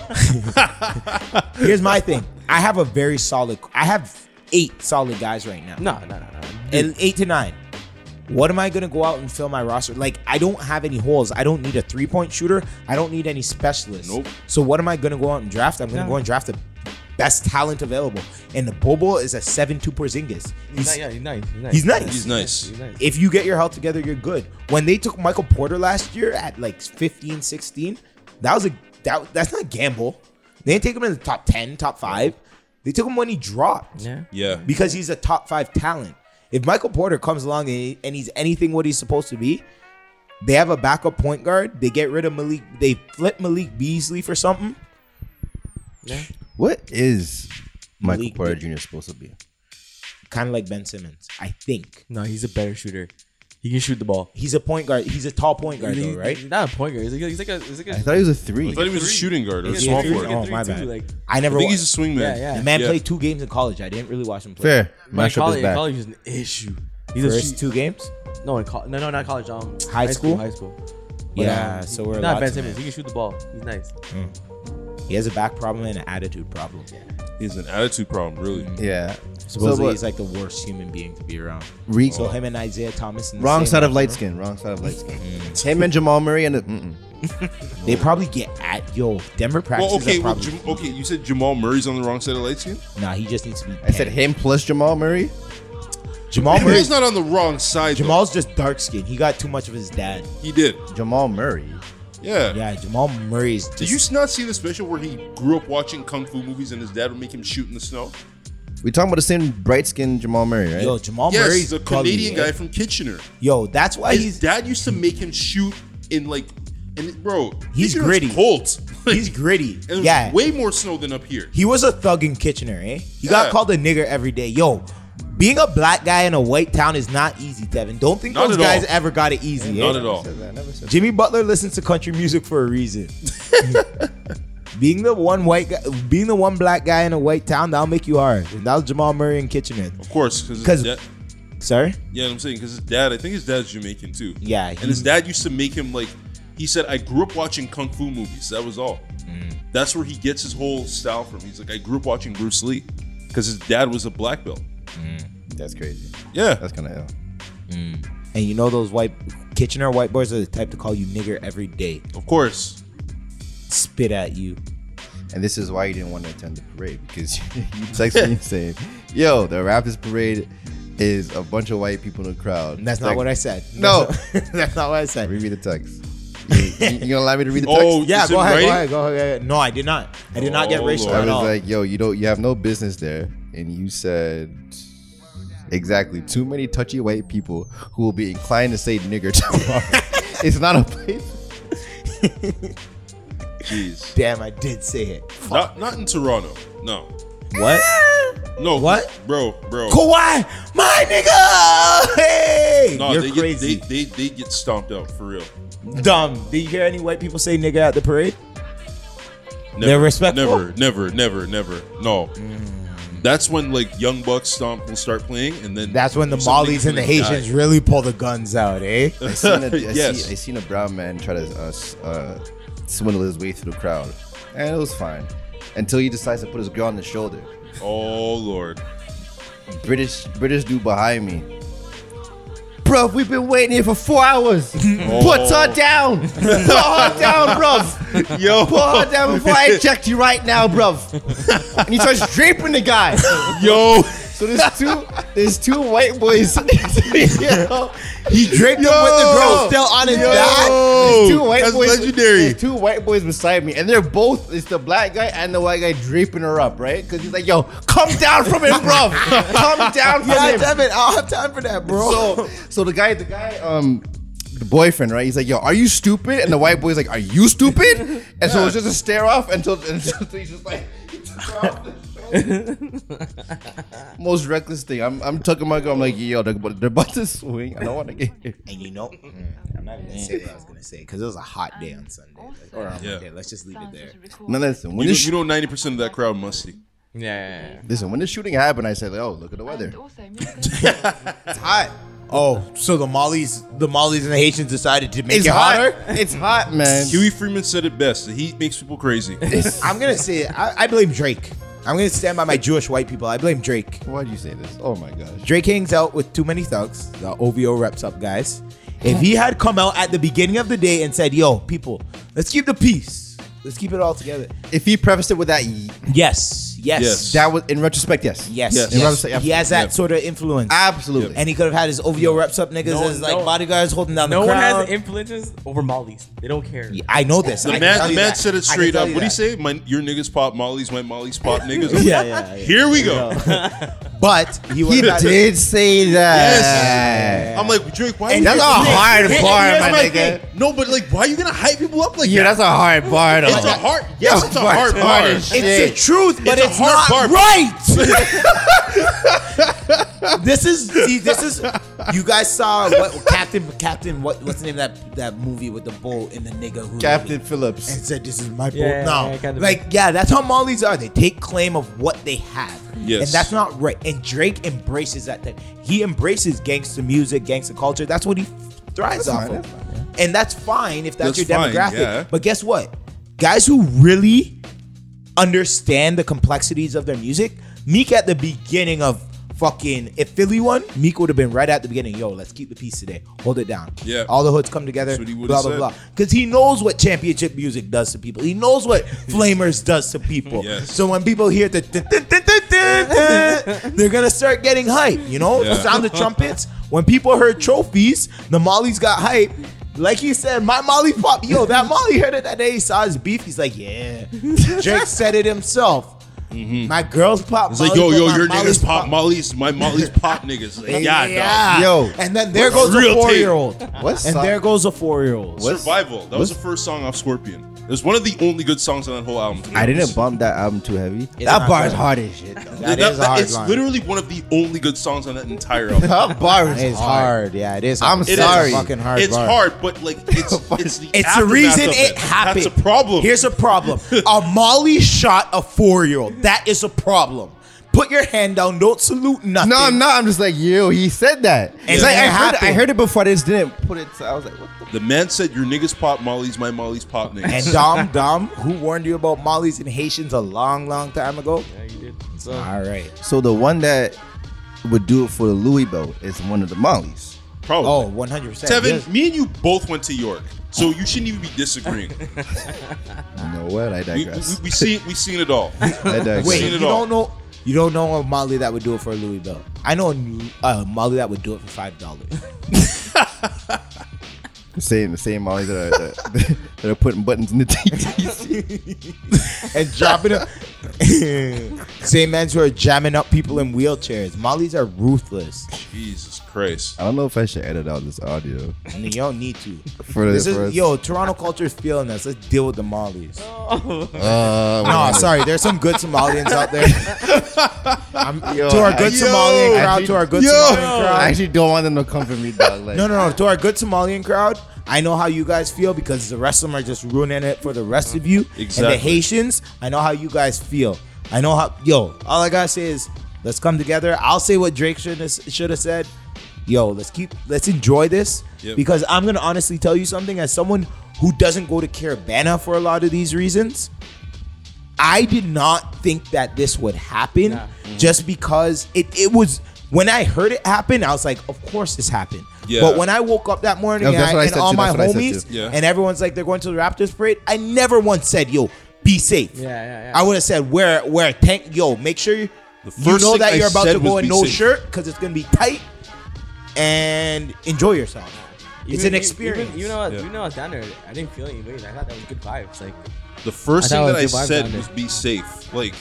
Speaker 1: (laughs) here's my thing. I have a very solid. I have eight solid guys right now.
Speaker 2: No, no, no, no.
Speaker 1: And eight to nine. What am I gonna go out and fill my roster? Like I don't have any holes. I don't need a three point shooter. I don't need any specialists.
Speaker 4: Nope.
Speaker 1: So what am I gonna go out and draft? I'm gonna
Speaker 2: No.
Speaker 1: go and draft the best talent available. And the Bobo is a seven two Porzingis.
Speaker 2: He's,
Speaker 1: He's-
Speaker 2: nice. he's nice. He's nice.
Speaker 1: He's nice.
Speaker 4: He's nice.
Speaker 2: He's nice.
Speaker 1: if you get your health together, you're good. When they took Michael Porter last year at like 15, 16, that was a that that's not a gamble. They didn't take him in the top 10, top 5. They took him when he dropped
Speaker 2: Yeah.
Speaker 4: yeah.
Speaker 1: because he's a top 5 talent. If Michael Porter comes along and, and he's anything what he's supposed to be, they have a backup point guard. They get rid of Malik. They flip Malik Beasley for something.
Speaker 2: Yeah.
Speaker 3: What is Michael
Speaker 1: Malik
Speaker 3: Porter Jr. supposed to be?
Speaker 1: Kind of like Ben Simmons, I think.
Speaker 2: No, he's a better shooter. He can shoot the ball.
Speaker 1: He's a point guard. He's a tall point guard, though,
Speaker 2: He's-
Speaker 1: right?
Speaker 2: He's not a point guard. He's like, he's like a. He's like a
Speaker 3: I thought he was a three.
Speaker 4: I thought he was a shooting guard or a
Speaker 2: Yeah,
Speaker 4: small
Speaker 2: three.
Speaker 4: forward.
Speaker 2: Yeah.
Speaker 1: Oh, my
Speaker 2: three,
Speaker 1: bad.
Speaker 2: two, like-
Speaker 1: I
Speaker 4: I
Speaker 1: never.
Speaker 4: think
Speaker 1: wa-
Speaker 4: he's a swingman.
Speaker 2: Yeah, yeah.
Speaker 1: The man
Speaker 4: Yeah.
Speaker 1: played two games in college. I didn't really watch him play.
Speaker 3: Fair.
Speaker 2: but in
Speaker 3: Matchup
Speaker 2: college,
Speaker 3: is
Speaker 2: in
Speaker 3: back.
Speaker 2: college is an issue. He's a
Speaker 1: First
Speaker 2: shoot-
Speaker 1: two games.
Speaker 2: No, in co- no, no, not college. Um,
Speaker 1: High school?
Speaker 2: High school.
Speaker 1: Yeah, so we're allowed
Speaker 2: uh, not Ben
Speaker 1: to,
Speaker 2: Simmons.
Speaker 1: man.
Speaker 2: He can shoot the ball. He's nice.
Speaker 1: He has a back problem and an attitude problem.
Speaker 4: He has an attitude problem, really.
Speaker 3: Yeah.
Speaker 1: Supposedly
Speaker 3: but-
Speaker 1: he's like the worst human being to be around.
Speaker 3: Re-
Speaker 1: So him and Isaiah Thomas. In the
Speaker 3: Oh. Wrong
Speaker 1: same Mm.
Speaker 3: side of
Speaker 1: locker
Speaker 3: light
Speaker 1: room,
Speaker 3: skin. Wrong side of light skin. Him and Jamal Murray and the, mm-mm.
Speaker 1: They probably get at yo Denver practices.
Speaker 4: Well, okay,
Speaker 1: are
Speaker 4: well,
Speaker 1: probably,
Speaker 4: Jam- okay. You said Jamal Murray's on the wrong side of the light skin.
Speaker 1: nah, he just needs to be.
Speaker 3: I said
Speaker 1: pegged.
Speaker 3: him plus Jamal Murray.
Speaker 4: (laughs)
Speaker 1: Jamal Murray.
Speaker 4: Jamal's not on the wrong side. though.
Speaker 1: Jamal's just dark skinned. He got too much of his dad.
Speaker 4: he did.
Speaker 3: Jamal Murray.
Speaker 4: Yeah.
Speaker 1: Yeah, Jamal Murray's.
Speaker 4: Did
Speaker 1: Just,
Speaker 4: you not see the special where he grew up watching kung fu movies and his dad would make him shoot in the snow?
Speaker 3: We talking about the same bright skinned Jamal Murray, right?
Speaker 1: yo Jamal
Speaker 4: yes,
Speaker 1: Murray's
Speaker 4: the
Speaker 1: gully,
Speaker 4: Canadian
Speaker 1: eh?
Speaker 4: guy from Kitchener.
Speaker 1: Yo, that's why
Speaker 4: His
Speaker 1: he's
Speaker 4: dad used to make him shoot in like, and bro,
Speaker 1: He's
Speaker 4: Kitchener's
Speaker 1: gritty.
Speaker 4: (laughs) Cold. Like,
Speaker 1: he's gritty.
Speaker 4: and
Speaker 1: Yeah,
Speaker 4: way more snow than up here.
Speaker 1: He was a thug in Kitchener, eh? He
Speaker 4: Yeah.
Speaker 1: got called a nigger every day. Yo, being a black guy in a white town is not easy, Devin. Don't think
Speaker 4: Not
Speaker 1: those
Speaker 4: at all.
Speaker 1: guys ever got it easy.
Speaker 4: Not
Speaker 1: eh?
Speaker 4: at all.
Speaker 3: I never said
Speaker 1: Jimmy Butler listens to country music for a reason. (laughs) being the one white guy, being the one black guy in a white town, that'll make you hard. And that was Jamal Murray in Kitchener.
Speaker 4: Of course, because
Speaker 1: 'Cause-
Speaker 4: dad.
Speaker 1: Sorry?
Speaker 4: Yeah, I'm saying because his dad. I think his dad's Jamaican too.
Speaker 1: Yeah,
Speaker 4: and
Speaker 1: he-
Speaker 4: his dad used to make him like. He said, "I grew up watching kung fu movies. That was all.
Speaker 1: Mm.
Speaker 4: That's where he gets his whole style from. He's like, I grew up watching Bruce Lee because his dad was a black belt.
Speaker 3: That's crazy.
Speaker 4: Yeah,
Speaker 3: That's kind of ill.
Speaker 1: And you know those white Kitchener white boys are the type to call you nigger every day.
Speaker 4: of course.
Speaker 1: Spit at you.
Speaker 3: And this is why you didn't want to attend the parade because (laughs) you
Speaker 1: (laughs)
Speaker 3: texted me saying, "Yo, the Raptors parade is a bunch of white people in the crowd."
Speaker 1: And that's not
Speaker 3: Like,
Speaker 1: what I said.
Speaker 3: No.
Speaker 1: That's not- (laughs) that's not what I said.
Speaker 3: Read me the text. You, you gonna allow me
Speaker 1: (laughs)
Speaker 3: to read the text?
Speaker 4: Oh,
Speaker 1: Yeah,
Speaker 4: Is it
Speaker 1: go ahead,
Speaker 4: writing?
Speaker 1: go ahead, go ahead, go ahead. No, I did not. I did not get
Speaker 4: Oh,
Speaker 1: racial
Speaker 4: Lord.
Speaker 3: I
Speaker 1: at
Speaker 3: was
Speaker 1: all.
Speaker 3: like, "Yo, you don't, you have no business there," and you said. Exactly. Too many touchy white people who will be (laughs) inclined to say nigger tomorrow. it's not a place.
Speaker 1: (laughs)
Speaker 4: Jeez.
Speaker 1: Damn, I did say it. Fuck.
Speaker 4: Not, not in Toronto. No.
Speaker 1: What?
Speaker 4: No.
Speaker 1: What?
Speaker 4: Bro,
Speaker 1: (laughs)
Speaker 4: bro.
Speaker 1: Kawhi, my nigga. Hey,
Speaker 4: No,
Speaker 1: you're
Speaker 4: they
Speaker 1: crazy.
Speaker 4: Get, they, they, they get stomped out for real.
Speaker 1: Dumb. Did you hear any white people say nigga at the parade? They're respectful?
Speaker 4: Never, never, never, never. No.
Speaker 1: Mm.
Speaker 4: That's when like Young Bucks Stomp will start playing, and then
Speaker 1: That's when the
Speaker 4: something
Speaker 1: Mollies and the
Speaker 4: like that.
Speaker 1: Haitians really pull the guns out,
Speaker 4: (laughs)
Speaker 1: eh? (laughs)
Speaker 3: I seen a, I
Speaker 4: Yes.
Speaker 3: see, I seen a brown man try to uh, s- uh, swindle his way through the crowd, and it was fine until he decides to put his girl on his shoulder.
Speaker 4: Oh lord.
Speaker 3: British British dude behind me. Bruv, we've been waiting here for four
Speaker 4: (laughs)
Speaker 3: hours.
Speaker 4: Oh.
Speaker 3: Put her down. Put her down,
Speaker 4: (laughs)
Speaker 3: bruv.
Speaker 4: Yo.
Speaker 3: Put her down before I eject you right now, bruv. And he starts draping the guy.
Speaker 4: Yo.
Speaker 3: So there's two there's two white boys (laughs) sitting next to me, you know?
Speaker 1: He draped him with the girl still on his back.
Speaker 3: There's two white
Speaker 4: that's
Speaker 3: boys,
Speaker 4: legendary.
Speaker 3: There's two white boys beside me, and they're both. It's the black guy and the white guy draping her up, right? Because he's like, "Yo, come down from him, bruv. Come down from
Speaker 1: God
Speaker 3: him."
Speaker 1: damn it, I don't have time for that, bro.
Speaker 3: (laughs) So, so the guy, the guy, um, the boyfriend, right? He's like, "Yo, are you stupid?" And the white boy's like, "Are you stupid?" And so it's just a stare off until, (laughs) until he's just like. he took her off the show. Most reckless thing. I'm, I'm tucking my girl. I'm like, yo, they're about, they're about to swing. I don't want to get hit.
Speaker 1: (laughs) and you know, mm, I'm not even gonna say what I was gonna say because it was a hot day on Sunday like, or on
Speaker 4: Yeah.
Speaker 1: Monday. Let's just leave it there.
Speaker 3: Now listen, when
Speaker 4: You,
Speaker 3: this,
Speaker 4: you know, ninety percent of that crowd musty.
Speaker 2: Yeah, yeah, yeah.
Speaker 3: listen, when this shooting happened, I said, oh, look at the weather. It's hot.
Speaker 1: Oh, so the Mollies, the Mollies and the Haitians decided to make
Speaker 3: it's
Speaker 1: it
Speaker 3: hotter.
Speaker 1: hotter.
Speaker 3: It's hot, man.
Speaker 4: Huey Freeman said it best: the heat makes
Speaker 1: (laughs)
Speaker 4: people crazy.
Speaker 1: I'm gonna say I, I blame Drake. I'm gonna stand by my Jewish white people. I blame Drake.
Speaker 3: Why'd you say this? Oh my gosh.
Speaker 1: Drake hangs out with too many thugs, the OVO reps up guys. If he had come out at the beginning of the day and said, "Yo, people, let's keep the peace, let's keep it all together,"
Speaker 3: If he prefaced it with that, ye-
Speaker 1: yes, yes,
Speaker 4: Yes.
Speaker 3: that was in retrospect, yes.
Speaker 1: yes,
Speaker 4: Yes.
Speaker 1: yes.
Speaker 3: Yes.
Speaker 1: he has that
Speaker 4: Yeah.
Speaker 1: sort of influence.
Speaker 3: Absolutely.
Speaker 1: And he could have had his OVO reps up niggas
Speaker 2: No,
Speaker 1: as like
Speaker 2: no.
Speaker 1: bodyguards holding down
Speaker 2: No
Speaker 1: the
Speaker 2: one
Speaker 1: crowd.
Speaker 2: has influences over Molly's. They don't care.
Speaker 1: Yeah, I know this.
Speaker 4: The
Speaker 1: I can
Speaker 4: man,
Speaker 1: tell
Speaker 4: the
Speaker 1: you
Speaker 4: man
Speaker 1: that.
Speaker 4: said
Speaker 1: I
Speaker 4: it
Speaker 1: can
Speaker 4: straight
Speaker 1: tell
Speaker 4: up.
Speaker 1: you
Speaker 4: What do you
Speaker 1: that.
Speaker 4: say? My, your niggas pop mollies, my
Speaker 1: (laughs)
Speaker 4: mollies pop niggas.
Speaker 1: Yeah, yeah, yeah.
Speaker 4: Here we go.
Speaker 1: But he,
Speaker 3: He
Speaker 1: was not-
Speaker 3: did say that.
Speaker 4: Yes. I'm like Drake. Why?
Speaker 1: And
Speaker 4: are
Speaker 3: That's
Speaker 4: you
Speaker 3: a
Speaker 1: Here's the
Speaker 3: hard
Speaker 1: thing.
Speaker 3: bar,
Speaker 1: Here's
Speaker 3: my
Speaker 1: my
Speaker 3: nigga.
Speaker 4: No, but like, why are you gonna hype people up like
Speaker 3: Yeah, that's a hard bar, though.
Speaker 4: that? It's a hard. Yes,
Speaker 1: (laughs)
Speaker 4: it's a hard bar.
Speaker 3: as
Speaker 1: It's
Speaker 3: shit.
Speaker 1: the truth, but
Speaker 4: It's a
Speaker 1: it's,
Speaker 4: hard
Speaker 1: not
Speaker 4: bar.
Speaker 1: right.
Speaker 4: (laughs)
Speaker 1: this is see, this is you guys saw what Captain Captain what what's the name of that that movie with the bull and the nigga who
Speaker 3: Captain
Speaker 1: and
Speaker 3: Phillips.
Speaker 1: said this is my boat
Speaker 2: Yeah,
Speaker 1: now.
Speaker 2: yeah, yeah, kinda.
Speaker 1: like yeah, that's how Mollies are. They take claim of what they have.
Speaker 4: Yes.
Speaker 1: And that's not right. And Drake embraces that thing. He embraces gangster music, gangster culture. That's what he thrives off
Speaker 3: fine,
Speaker 1: of. And that's fine if that's,
Speaker 4: That's
Speaker 1: your
Speaker 4: fine,
Speaker 1: demographic.
Speaker 4: yeah.
Speaker 1: But guess what? Guys who really understand the complexities of their music, Meek at the beginning of fucking if Philly won, Meek would have been right at the beginning. Yo, let's keep the peace today. Hold it down.
Speaker 4: Yeah.
Speaker 1: All the hoods come together.
Speaker 4: That's what he would've
Speaker 1: blah blah
Speaker 4: said.
Speaker 1: blah because he knows what championship music does to people. He knows
Speaker 4: (laughs)
Speaker 1: what Flamers does to people.
Speaker 4: Yes.
Speaker 1: So when people hear the, dun- dun- dun- dun- dun- dun, they're gonna start getting hype. You know, the
Speaker 4: Yeah.
Speaker 1: sound of trumpets. When people heard trophies, the Mollies got hype. Like he said, my Molly pop. Yo, that Molly heard it that day. He saw his beef. He's like, yeah. Drake said it himself. My girls pop.
Speaker 4: It's Mm-hmm. like, yo,
Speaker 1: Molly,
Speaker 4: yo,
Speaker 1: but my
Speaker 4: your
Speaker 1: Molly's
Speaker 4: niggas pop mollies,
Speaker 1: (laughs)
Speaker 4: my mollies pop niggas. Like, yeah, yeah.
Speaker 1: yeah.
Speaker 3: Yo.
Speaker 1: and then there goes a
Speaker 4: Real tape.
Speaker 1: four year old.
Speaker 3: What
Speaker 1: And
Speaker 3: song-
Speaker 1: there goes a four year old.
Speaker 3: What-
Speaker 4: Survival. That was the first song off Scorpion. It was one of the only good songs on that whole album. to be
Speaker 3: I didn't
Speaker 4: honest.
Speaker 3: bump that album too heavy.
Speaker 1: not
Speaker 3: that bar is
Speaker 1: good.
Speaker 3: hard as shit, though.
Speaker 1: That
Speaker 4: That-
Speaker 1: is a
Speaker 4: that-
Speaker 1: hard
Speaker 4: it's
Speaker 1: line.
Speaker 4: literally one of the only good songs on that entire
Speaker 1: (laughs)
Speaker 4: album.
Speaker 3: that bar is
Speaker 1: It's
Speaker 3: hard.
Speaker 1: hard. Yeah, it is.
Speaker 3: I'm
Speaker 1: hard. It's a
Speaker 3: sorry.
Speaker 1: fucking hard.
Speaker 4: it's
Speaker 1: bar.
Speaker 4: hard,
Speaker 1: (laughs)
Speaker 4: but like it's it's the
Speaker 1: It's the
Speaker 4: aftermath
Speaker 1: reason
Speaker 4: of
Speaker 1: it happened.
Speaker 4: That's a problem.
Speaker 1: Here's a problem. a Molly shot a four year old. That is a problem. Put your hand down. Don't salute nothing.
Speaker 3: No, I'm not. I'm just like, yo, he said that. It's
Speaker 1: Yeah. It
Speaker 3: like, I heard, I
Speaker 1: happened.
Speaker 3: heard it before. I just didn't put it. So I was like, what
Speaker 4: the
Speaker 3: the?
Speaker 4: man said, "Your niggas pop mollies, my mollies pop niggas."
Speaker 1: And Dom, Dom, who warned you about Mollies and Haitians a long, long time ago?
Speaker 2: Yeah, you did. So,
Speaker 1: All right.
Speaker 3: So the one that would do it for the Louis belt is one of the Mollies.
Speaker 4: Probably.
Speaker 1: Oh, 100. percent
Speaker 4: Tevin, me and you both went to York, so you shouldn't even be
Speaker 1: (laughs)
Speaker 4: disagreeing.
Speaker 3: You know what? I
Speaker 4: we, we,
Speaker 3: digress.
Speaker 4: we see we seen
Speaker 1: (laughs)
Speaker 4: it all.
Speaker 3: I digress.
Speaker 1: Wait,
Speaker 4: seen
Speaker 1: you
Speaker 4: it all.
Speaker 1: don't know. You don't know a Molly that would do it for a Louis Bell. I know a uh, Molly that would do it for five
Speaker 4: (laughs)
Speaker 1: dollars.
Speaker 3: Same, the same Mollies that are, that, (laughs) that are putting buttons in the (laughs) TTC.
Speaker 1: and dropping (laughs) up. Same men who are jamming up people in wheelchairs. Mollies are ruthless.
Speaker 4: Jesus Christ. Christ.
Speaker 3: I don't know if I should edit out this audio.
Speaker 1: I mean, y'all need to.
Speaker 3: For
Speaker 1: This
Speaker 3: the, for
Speaker 1: is yo, Toronto culture is feeling us. Let's deal with the Mollies.
Speaker 4: Oh.
Speaker 3: Uh,
Speaker 1: No, sorry. There's some good Somalians out
Speaker 4: (laughs)
Speaker 1: there. I'm,
Speaker 3: Yo,
Speaker 1: to our good
Speaker 3: yo,
Speaker 1: Somalian crowd,
Speaker 3: actually-
Speaker 1: to our good
Speaker 3: yo,
Speaker 1: Somalian crowd.
Speaker 3: I actually don't want them to come for me, dog. Like,
Speaker 1: No, no, no. To our good Somalian crowd, I know how you guys feel because the rest of them are just ruining it for the rest of you. And
Speaker 4: Exactly.
Speaker 1: the Haitians, I know how you guys feel. I know how. Yo, all I gotta say is let's come together. I'll say what Drake should have should have said. Yo, let's keep let's enjoy this
Speaker 4: Yep.
Speaker 1: because I'm gonna honestly tell you something as someone who doesn't go to Caravana for a lot of these reasons. I did not think that this would happen
Speaker 2: Nah.
Speaker 4: Mm-hmm.
Speaker 1: just because it, it was when I heard it happen, I was like, of course this happened.
Speaker 4: Yeah.
Speaker 1: But when I woke up that morning
Speaker 3: That's-
Speaker 1: and, I-
Speaker 3: that's what I
Speaker 1: and
Speaker 3: said
Speaker 1: all
Speaker 3: too,
Speaker 1: my
Speaker 3: that's what I said
Speaker 1: homies
Speaker 3: too.
Speaker 4: Yeah.
Speaker 1: and everyone's like they're going to the Raptors parade, I never once said, yo, be safe.
Speaker 2: Yeah, yeah, yeah.
Speaker 1: I would have said wear wear a tank, yo, make sure you, you
Speaker 4: first
Speaker 1: know
Speaker 4: thing
Speaker 1: that
Speaker 4: I
Speaker 1: you're about
Speaker 4: said
Speaker 1: to go
Speaker 4: was
Speaker 1: in
Speaker 4: be
Speaker 1: no
Speaker 4: safe.
Speaker 1: shirt because it's gonna be tight and enjoy yourself. it's
Speaker 2: Even-
Speaker 1: an experience.
Speaker 2: Even, you know,
Speaker 4: Yeah.
Speaker 2: you know, I was down there. I didn't feel any waves. I thought that was good vibes. Like,
Speaker 4: The first
Speaker 2: I
Speaker 4: thing
Speaker 2: thought
Speaker 4: that
Speaker 2: it
Speaker 4: I
Speaker 2: was good vibes
Speaker 4: said
Speaker 2: down there.
Speaker 4: was be safe. Like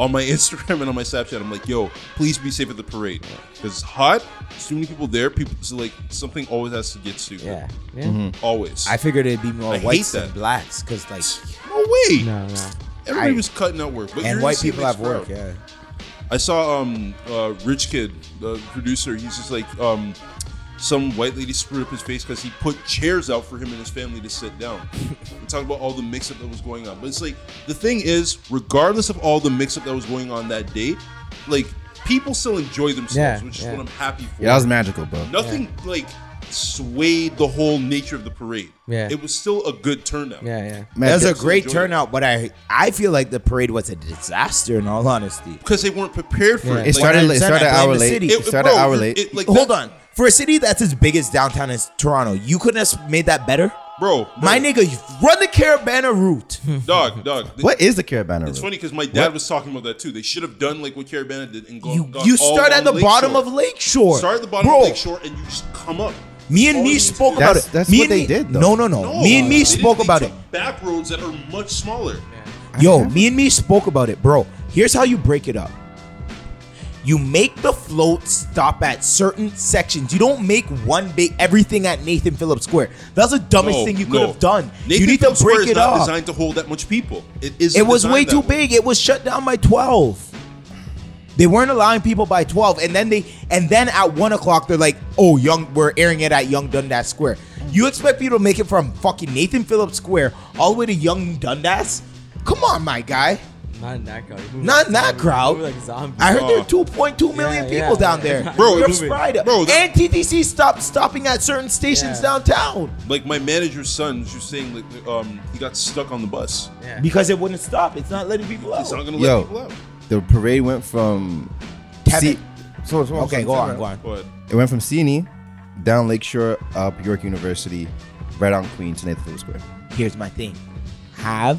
Speaker 4: on my (laughs) Instagram and on my Snapchat, I'm like, yo, please be safe at the parade. Because it's hot, there's too many people there. People so like something always has to get to.
Speaker 2: yeah, yeah.
Speaker 1: Mm-hmm.
Speaker 4: Always.
Speaker 1: I figured it'd be more
Speaker 4: I hate
Speaker 1: whites than
Speaker 4: that.
Speaker 1: blacks because like
Speaker 4: no way.
Speaker 2: No, no.
Speaker 4: Everybody
Speaker 1: I-
Speaker 4: was cutting out work. But you're
Speaker 1: and
Speaker 4: gonna
Speaker 1: white
Speaker 4: see a
Speaker 1: people
Speaker 4: mixed
Speaker 1: have work.
Speaker 4: crowd.
Speaker 1: Yeah.
Speaker 4: I saw um uh, Rich Kid, the producer. He's just like um some white lady screwed up his face because he put chairs out for him and his family to sit down. and talk about all the mix-up that was going on. But it's like the thing is, regardless of all the mix-up that was going on that day, like people still enjoy themselves,
Speaker 2: Yeah,
Speaker 4: which is
Speaker 2: yeah.
Speaker 4: what I'm happy for.
Speaker 3: yeah, that was magical, bro.
Speaker 4: Nothing like swayed the whole nature of the parade.
Speaker 2: Yeah.
Speaker 4: It was still a good turnout.
Speaker 2: Yeah, yeah.
Speaker 3: Man,
Speaker 1: That was a
Speaker 4: so
Speaker 1: great
Speaker 4: enjoy it.
Speaker 1: turnout, but I I feel like the parade was a disaster. In all honesty,
Speaker 4: Because they weren't prepared for
Speaker 2: Yeah.
Speaker 4: it.
Speaker 3: It started. It
Speaker 1: 100%,
Speaker 3: started
Speaker 1: I
Speaker 3: an
Speaker 1: blame
Speaker 3: hour
Speaker 1: the
Speaker 3: late.
Speaker 1: city.
Speaker 3: It started an
Speaker 4: bro,
Speaker 3: hour
Speaker 4: it-
Speaker 3: late.
Speaker 4: it- like,
Speaker 1: Hold
Speaker 4: that-
Speaker 1: on, for a city that's as big as downtown as Toronto, you couldn't have made that better,
Speaker 4: Bro,
Speaker 1: My
Speaker 4: bro,
Speaker 1: nigga, you run the Caravana route.
Speaker 4: Dog, dog.
Speaker 3: what is the Caravana?
Speaker 4: It's
Speaker 3: route?
Speaker 4: funny because my dad was talking about that too. They should have done like what Caravana did and (laughs) go.
Speaker 1: You
Speaker 4: gone
Speaker 1: you
Speaker 4: all
Speaker 1: start at
Speaker 4: along
Speaker 1: the bottom
Speaker 4: Lakeshore.
Speaker 1: of Lakeshore.
Speaker 4: Start at the bottom
Speaker 1: Bro,
Speaker 4: of Lakeshore and you just come up.
Speaker 1: Me and
Speaker 4: All
Speaker 1: me
Speaker 4: you
Speaker 1: spoke
Speaker 4: need
Speaker 1: about
Speaker 3: That's-
Speaker 1: it.
Speaker 3: that's
Speaker 1: me
Speaker 3: what
Speaker 1: and
Speaker 3: they
Speaker 1: me,
Speaker 3: did, though.
Speaker 1: No, no,
Speaker 4: to-
Speaker 1: no. me and
Speaker 4: they
Speaker 1: me
Speaker 4: didn't.
Speaker 1: spoke
Speaker 4: They
Speaker 1: about it.
Speaker 4: took Back roads that are much smaller.
Speaker 1: Yo, me and me spoke about it, bro. Here's how you break it up. You make the float stop at certain sections. You don't make one big everything at Nathan Phillips Square. That's the dumbest
Speaker 4: No,
Speaker 1: thing you could
Speaker 4: no.
Speaker 1: have done.
Speaker 4: Nathan
Speaker 1: you need
Speaker 4: Phillips
Speaker 1: to
Speaker 4: Square
Speaker 1: break
Speaker 4: is
Speaker 1: it
Speaker 4: not
Speaker 1: up.
Speaker 4: Designed to hold that much people. It is.
Speaker 1: it was way
Speaker 4: designed
Speaker 1: too
Speaker 4: that way.
Speaker 1: big. It was shut down by twelve. They weren't allowing people by twelve, and then they and then at one o'clock they're like, "Oh, young, we're airing it at Young Dundas Square." You expect people to make it from fucking Nathan Phillips Square all the way to Young Dundas? Come on, my guy.
Speaker 2: Not in that crowd. You move
Speaker 1: Not
Speaker 2: like
Speaker 1: in that
Speaker 2: zombies.
Speaker 1: crowd.
Speaker 2: You move like zombies.
Speaker 1: I heard there are
Speaker 4: Oh.
Speaker 1: 2.2 million
Speaker 2: Yeah,
Speaker 1: people
Speaker 2: yeah.
Speaker 1: down there.
Speaker 2: (laughs)
Speaker 4: Bro, it
Speaker 1: You're
Speaker 4: was-
Speaker 1: fried up.
Speaker 4: bro, that-
Speaker 1: and TTC stopped stopping at certain stations
Speaker 2: Yeah.
Speaker 1: downtown
Speaker 4: Like my manager's son, was just saying like um he got stuck on the bus.
Speaker 2: yeah.
Speaker 1: because it wouldn't stop. It's not letting people out.
Speaker 4: It's not gonna let people
Speaker 3: Yo,
Speaker 4: out.
Speaker 3: the parade went from.
Speaker 1: Kevin.
Speaker 3: C- so, so-
Speaker 1: okay,
Speaker 3: so-
Speaker 1: go
Speaker 3: so-
Speaker 1: on, go on.
Speaker 4: But
Speaker 3: It went from Sini down Lakeshore up York University, right on Queens to Nathan Phillips Square.
Speaker 1: here's my thing have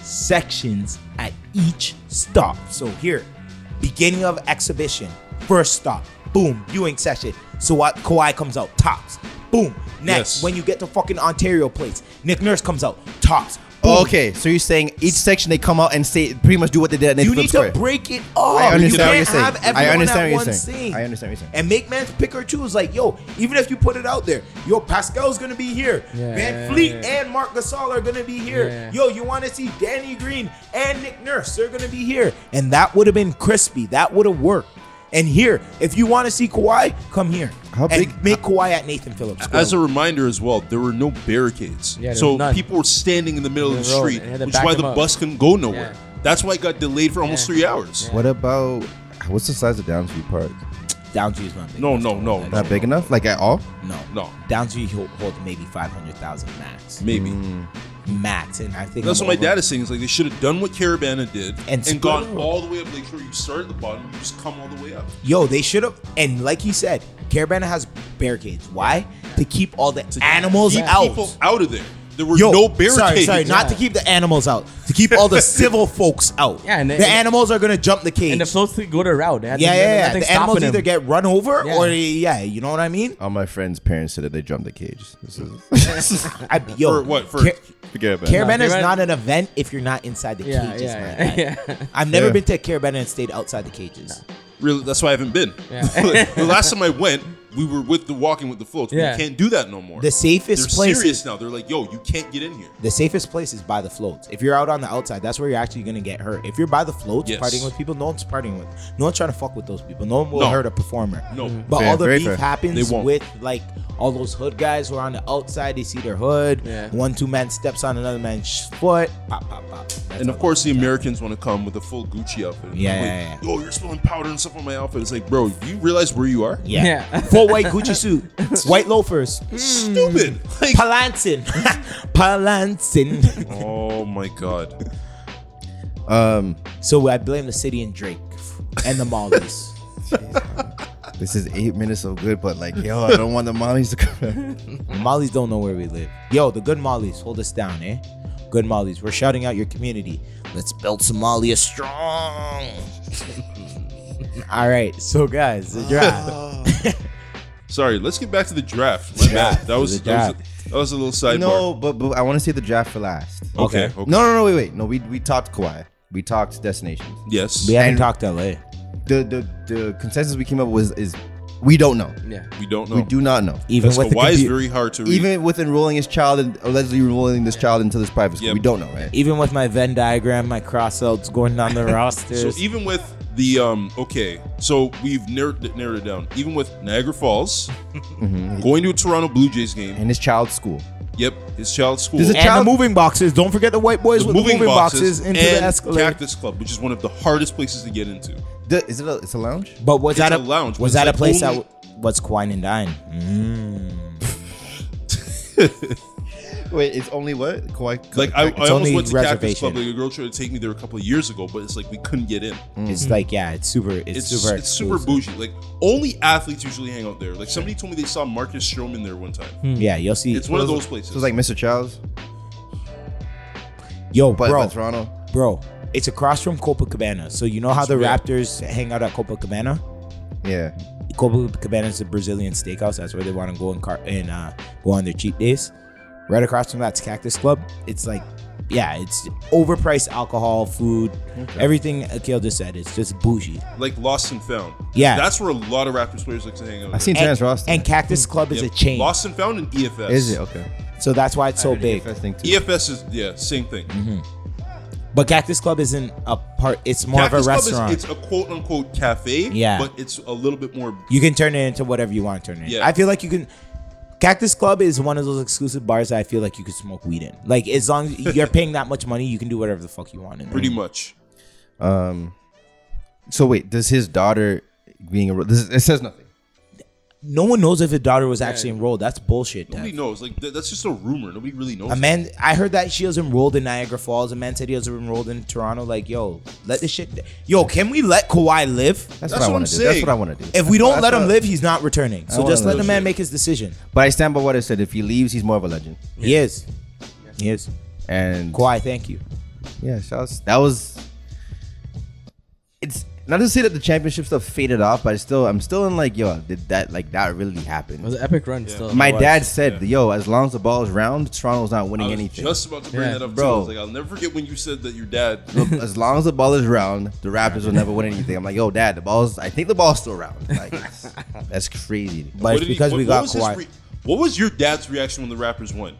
Speaker 1: sections at each stop so here beginning of exhibition first stop boom viewing session so what Kawhi comes out tops boom next
Speaker 4: Yes.
Speaker 1: when you get to fucking Ontario place Nick Nurse comes out tops boom.
Speaker 3: Okay, so you're saying each section they come out and say pretty much do what they did at Nathan
Speaker 1: you need
Speaker 3: Phillips
Speaker 1: to
Speaker 3: Square.
Speaker 1: break it up.
Speaker 3: I
Speaker 1: you
Speaker 3: understand
Speaker 1: can't
Speaker 3: what you're saying.
Speaker 1: have everyone
Speaker 3: I understand
Speaker 1: at
Speaker 3: what you're
Speaker 1: one
Speaker 3: saying.
Speaker 1: scene.
Speaker 3: I understand what you're saying.
Speaker 1: And make man's pick or choose. Like, yo, even if you put it out there, yo, Pascal's gonna be here.
Speaker 2: Yeah, yeah,
Speaker 1: Van Fleet
Speaker 2: yeah, yeah.
Speaker 1: and Mark Gasol are gonna be here.
Speaker 2: Yeah.
Speaker 1: Yo, you want to see Danny Green and Nick Nurse? They're gonna be here, and that would have been crispy. That would have worked. And here, if you want to see Kawhi, come here.
Speaker 3: How
Speaker 1: and
Speaker 3: big-
Speaker 1: Make Kawhi at Nathan Phillips.
Speaker 4: as a reminder as well, there were no barricades.
Speaker 2: Yeah, there
Speaker 4: so
Speaker 2: was none.
Speaker 4: people were standing in the middle
Speaker 2: In
Speaker 4: of the
Speaker 2: the road,
Speaker 4: street,
Speaker 2: and had to
Speaker 4: which is
Speaker 2: back
Speaker 4: why
Speaker 2: them
Speaker 4: the
Speaker 2: up.
Speaker 4: bus couldn't go nowhere.
Speaker 2: Yeah.
Speaker 4: That's why it got delayed for almost
Speaker 2: Yeah.
Speaker 4: three hours.
Speaker 3: what about what's the size of Downsview Park?
Speaker 1: Downsview is not big.
Speaker 4: No, no, no,
Speaker 2: Mm.
Speaker 4: no,
Speaker 3: Not big enough, like at all.
Speaker 1: no,
Speaker 4: no.
Speaker 1: Downsview hol- holds maybe five hundred thousand max,
Speaker 4: Maybe.
Speaker 1: max, and I think
Speaker 4: That's
Speaker 1: I'm
Speaker 4: what my
Speaker 1: over-
Speaker 4: dad is saying. Is like they should have done what Caravana did
Speaker 1: And
Speaker 4: and,
Speaker 1: split it
Speaker 4: gone
Speaker 1: up.
Speaker 4: all the way up. Make sure you start at the bottom, you just come all the way up.
Speaker 1: Yo, they should have. And like he said, Caravana has barricades. Why? To keep all the animals
Speaker 4: Keep
Speaker 1: out.
Speaker 4: people out of there. There were
Speaker 1: Yo,
Speaker 4: no barricades.
Speaker 1: Sorry, sorry, not to
Speaker 2: Yeah.
Speaker 1: keep the animals out. To keep all
Speaker 2: (laughs)
Speaker 1: the civil folks out.
Speaker 2: Yeah, and
Speaker 1: the,
Speaker 2: the- and-
Speaker 1: animals are gonna jump the cage.
Speaker 2: And the floats could go to route. They had
Speaker 1: yeah,
Speaker 2: to-
Speaker 1: yeah, yeah.
Speaker 2: nothing's
Speaker 1: The animals
Speaker 2: stopping
Speaker 1: either
Speaker 2: them.
Speaker 1: get run over
Speaker 2: Yeah.
Speaker 1: or yeah, you know what I mean.
Speaker 3: All my friends' parents said that they jumped the cage. This is (laughs)
Speaker 4: (laughs)
Speaker 1: I, yo,
Speaker 4: For what? For-
Speaker 1: Car-
Speaker 3: forget about it.
Speaker 1: Caravana is
Speaker 2: Uh, Caravana-
Speaker 1: not an event if you're not inside the
Speaker 2: Yeah,
Speaker 1: cages,
Speaker 2: (laughs) yeah,
Speaker 1: man.
Speaker 2: yeah, yeah.
Speaker 1: I've never
Speaker 3: Yeah.
Speaker 1: been to a Caravana and stayed outside the cages.
Speaker 4: (laughs) Really, that's why I haven't been.
Speaker 2: (laughs) Yeah.
Speaker 4: the last time I went, we were with the walking with the floats.
Speaker 2: Yeah.
Speaker 4: We can't do that no more.
Speaker 1: The safest
Speaker 4: They're
Speaker 1: place
Speaker 4: serious now. They're like, yo, you can't get in here.
Speaker 1: The safest place is by the floats. If you're out on the outside, that's where you're actually gonna get hurt. If you're by the floats,
Speaker 4: Yes.
Speaker 1: partying with people, no one's partying with. No one's trying to fuck with those people. No one will
Speaker 4: No.
Speaker 1: hurt a performer.
Speaker 4: No. Mhm.
Speaker 1: but
Speaker 3: Mm-hmm. Fair,
Speaker 1: all the
Speaker 3: very
Speaker 1: beef
Speaker 3: fair.
Speaker 1: happens
Speaker 4: They won't.
Speaker 1: with like all those hood guys who are on the outside. They see their hood.
Speaker 2: Yeah.
Speaker 1: One two man steps on another man's foot. Pop pop pop. That's
Speaker 4: and
Speaker 1: how
Speaker 4: of course, the Americans want to come with a full Gucci outfit.
Speaker 1: Yeah,
Speaker 4: Like,
Speaker 1: yeah, yeah.
Speaker 4: Yo, you're spilling powder and stuff on my outfit. It's like, bro, do you realize where you are?
Speaker 1: it- yeah.
Speaker 2: Yeah.
Speaker 1: Full white Gucci
Speaker 3: (laughs)
Speaker 1: suit, white loafers,
Speaker 4: Stupid. (laughs) Like,
Speaker 1: (laughs) palancing, palancing.
Speaker 4: oh my god.
Speaker 3: Um,
Speaker 1: So I blame the city and Drake and the Maldives.
Speaker 3: this is eight minutes of good, but like, yo, I don't want the mollies to come.
Speaker 4: (laughs)
Speaker 1: Mollies don't know where we live. Yo, the good Mollies, hold us down, eh? Good Mollies, we're shouting out your community. Let's build Somalia strong. (laughs) All right, so guys, the draft.
Speaker 4: Sorry, let's get back to the draft. My bad. That was,
Speaker 1: The
Speaker 4: that was, a, that was a little sidebar.
Speaker 3: no, but, but I want to say the draft for last.
Speaker 4: Okay.
Speaker 1: Okay.
Speaker 4: okay.
Speaker 3: No, no, no, wait, wait. No, we we talked Kawhi. We talked destinations.
Speaker 1: (laughs)
Speaker 4: Yes.
Speaker 1: we haven't
Speaker 3: And-
Speaker 1: talked LA.
Speaker 3: The the the consensus we came up with is we don't know.
Speaker 2: Yeah.
Speaker 4: We don't know.
Speaker 3: We do not know.
Speaker 1: Even
Speaker 4: That's
Speaker 1: with the
Speaker 4: why it's
Speaker 1: compu-
Speaker 4: very hard to read.
Speaker 3: Even with enrolling his child and allegedly enrolling this child into this private school,
Speaker 4: Yep.
Speaker 3: we don't know, right?
Speaker 1: even with my Venn diagram, my crossouts going down
Speaker 4: (laughs)
Speaker 1: the
Speaker 4: so
Speaker 1: rosters.
Speaker 4: even with the um okay, so we've narrowed it, narrowed it down. Even with Niagara Falls,
Speaker 1: Mm-hmm.
Speaker 4: going to a Toronto Blue Jays game.
Speaker 3: And his child's school.
Speaker 4: Yep, his child's school.
Speaker 3: There's a
Speaker 1: and
Speaker 3: child-
Speaker 1: the moving boxes. Don't forget the white boys
Speaker 4: the
Speaker 1: with the moving boxes, into the
Speaker 4: and
Speaker 1: escalator.
Speaker 4: Cactus Club, which is one of the hardest places to get into.
Speaker 3: The- is it a it's a lounge?
Speaker 1: but was
Speaker 4: It's
Speaker 1: that a,
Speaker 4: a lounge, but
Speaker 1: Was
Speaker 4: it's
Speaker 1: that a
Speaker 4: like
Speaker 1: place
Speaker 4: only- Mm-hmm.
Speaker 1: that w- was Quine and Dine?
Speaker 3: Wait, it's only what Kawhi.
Speaker 4: Like I, I
Speaker 1: It's
Speaker 4: almost
Speaker 1: only
Speaker 4: went to Cactus Club.
Speaker 1: reservation.
Speaker 4: Like a girl tried to take me there a couple of years ago, but it's like we couldn't get in.
Speaker 1: It's like yeah, it's super. It's,
Speaker 4: It's
Speaker 1: super.
Speaker 4: it's super
Speaker 1: exclusive.
Speaker 4: bougie. Like only athletes usually hang out there. Like somebody told me they saw Marcus Stroman there one time.
Speaker 1: Yeah, you'll see.
Speaker 4: It's one of those places.
Speaker 3: So it's like Mr. Child's,
Speaker 1: Yo,
Speaker 3: but,
Speaker 1: bro,
Speaker 3: but Toronto.
Speaker 1: bro, it's across from Copacabana. So you know how the
Speaker 4: Yeah.
Speaker 1: Raptors hang out at Copacabana?
Speaker 3: Yeah.
Speaker 1: Copacabana is a Brazilian steakhouse. That's where they want to go and car- and uh, go on their cheat days. Right across from that's Cactus Club. It's like, yeah, it's overpriced alcohol, food, everything Akil just said. It's just bougie.
Speaker 4: like lost and found.
Speaker 1: Yeah.
Speaker 4: that's where a lot of Raptors players like to hang out.
Speaker 3: I've seen
Speaker 1: And,
Speaker 3: Terrence Ross. there.
Speaker 1: and Cactus Club is
Speaker 4: Mm. Yep.
Speaker 1: a chain,
Speaker 4: Lost and found and E EFS.
Speaker 3: is it okay?
Speaker 1: so that's why it's so big.
Speaker 3: First thing too.
Speaker 4: EFS E is yeah, same thing.
Speaker 1: Mhm. But Cactus Club isn't a part. It's more of
Speaker 4: Cactus
Speaker 1: a
Speaker 4: Club is-
Speaker 1: restaurant.
Speaker 4: it's a quote unquote cafe.
Speaker 1: Yeah.
Speaker 4: but it's a little bit more.
Speaker 1: You can turn it into whatever you want to turn it. into.
Speaker 4: Yeah.
Speaker 1: I feel like you can. Cactus Club is one of those exclusive bars that I feel like you could smoke weed in. Like as long
Speaker 4: (laughs)
Speaker 1: as you're paying that much money, you can do whatever the fuck you want in there.
Speaker 4: Pretty much.
Speaker 3: Um. So wait, does his daughter being a this, it says nothing?
Speaker 1: No one knows if the daughter was actually enrolled. That's bullshit.
Speaker 4: Nobody
Speaker 1: Dev.
Speaker 4: knows. Like th- that's just a rumor. Nobody really knows.
Speaker 1: A man, I heard that she was enrolled in Niagara Falls. A man said he was enrolled in Toronto. Like, yo, let this shit. Yo, can we let Kawhi live?
Speaker 4: That's
Speaker 3: That's, what I
Speaker 4: what I'm
Speaker 3: want to do. That's
Speaker 4: saying.
Speaker 3: what I want to do.
Speaker 1: If we don't
Speaker 3: That's
Speaker 1: let him
Speaker 3: what-
Speaker 1: live, he's not returning. So
Speaker 3: wanna
Speaker 1: just let
Speaker 3: know
Speaker 1: the man
Speaker 4: shit.
Speaker 1: make his decision.
Speaker 3: But I stand by what I said. If he leaves, he's more of a legend.
Speaker 1: He is. He is.
Speaker 3: And
Speaker 1: Kawhi, thank you.
Speaker 3: Yeah, shouts. That was. It's not to say that the championship stuff faded off, but I still, I'm still in like, yo, did that like that really
Speaker 2: It was
Speaker 3: happen?
Speaker 2: an epic run still.
Speaker 3: My
Speaker 2: It was.
Speaker 3: dad said, yo, as long as the ball is round, Toronto's not
Speaker 4: I
Speaker 3: winning
Speaker 4: was
Speaker 3: anything.
Speaker 4: just about to bring
Speaker 2: Yeah,
Speaker 4: that up, Too.
Speaker 3: bro.
Speaker 4: I was like, I'll never forget when you said that your dad.
Speaker 3: (laughs) as long as the ball is round, the Raptors will never win anything. I'm like, yo, dad, the ball's, I think the ball's still round.
Speaker 4: (laughs)
Speaker 3: Like, it's- that's crazy.
Speaker 1: But
Speaker 4: What
Speaker 1: it's
Speaker 4: did he-
Speaker 1: because
Speaker 4: what-
Speaker 1: we
Speaker 4: what
Speaker 1: got
Speaker 4: was his
Speaker 1: Kawhi.
Speaker 4: re- what was your dad's reaction when the Raptors won?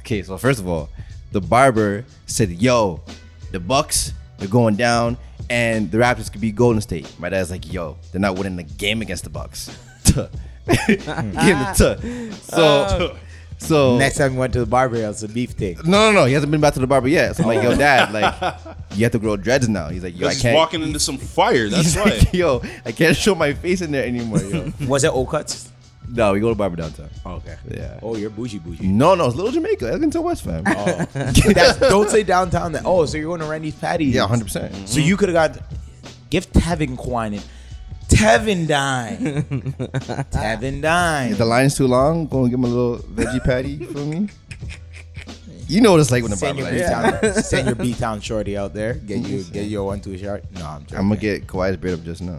Speaker 3: Okay, so first of all, the barber said, "Yo, the Bucks they're going down, and the Raptors could be Golden State." My dad's like, "Yo, they're not winning the game against the Bucks." (laughs) Tuh. Give him the tuh. So, so
Speaker 1: Next time we went to the barber, it was a beef thing.
Speaker 3: No, no, no. He hasn't been back to the barber yet. So I'm like, "Yo, dad, like, you have to grow dreads now." He's like, "Yo, I
Speaker 4: Because he's
Speaker 3: can't."
Speaker 4: walking into some fire.
Speaker 3: (laughs)
Speaker 4: That's
Speaker 3: He's
Speaker 4: why.
Speaker 3: like, "Yo, I can't show my face in there anymore."
Speaker 1: (laughs)
Speaker 3: Yo.
Speaker 1: Was it Ocuts?
Speaker 3: no, we go to barber downtown.
Speaker 1: Okay.
Speaker 3: Yeah.
Speaker 1: Oh, you're bougie (laughs) bougie.
Speaker 3: No, no, it's Little Jamaica. Edmonton West, fam.
Speaker 1: That's, don't say downtown. That oh, so you're going to Randy's Patty?
Speaker 3: yeah, 100. percent
Speaker 1: So you could have got give Tevin Quine it. Tevin
Speaker 3: (laughs)
Speaker 1: Dine. Tevin Dine.
Speaker 3: If the line's too long, go and give him a little veggie patty for me. You know what it's like when the
Speaker 1: Send
Speaker 3: barber
Speaker 1: your
Speaker 3: like,
Speaker 1: B
Speaker 3: yeah. (laughs)
Speaker 1: town, send your B town shorty out there. Get you, get your one two short. No, I'm joking.
Speaker 3: I'm
Speaker 1: (laughs)
Speaker 3: gonna get Kawhi's braid up just now.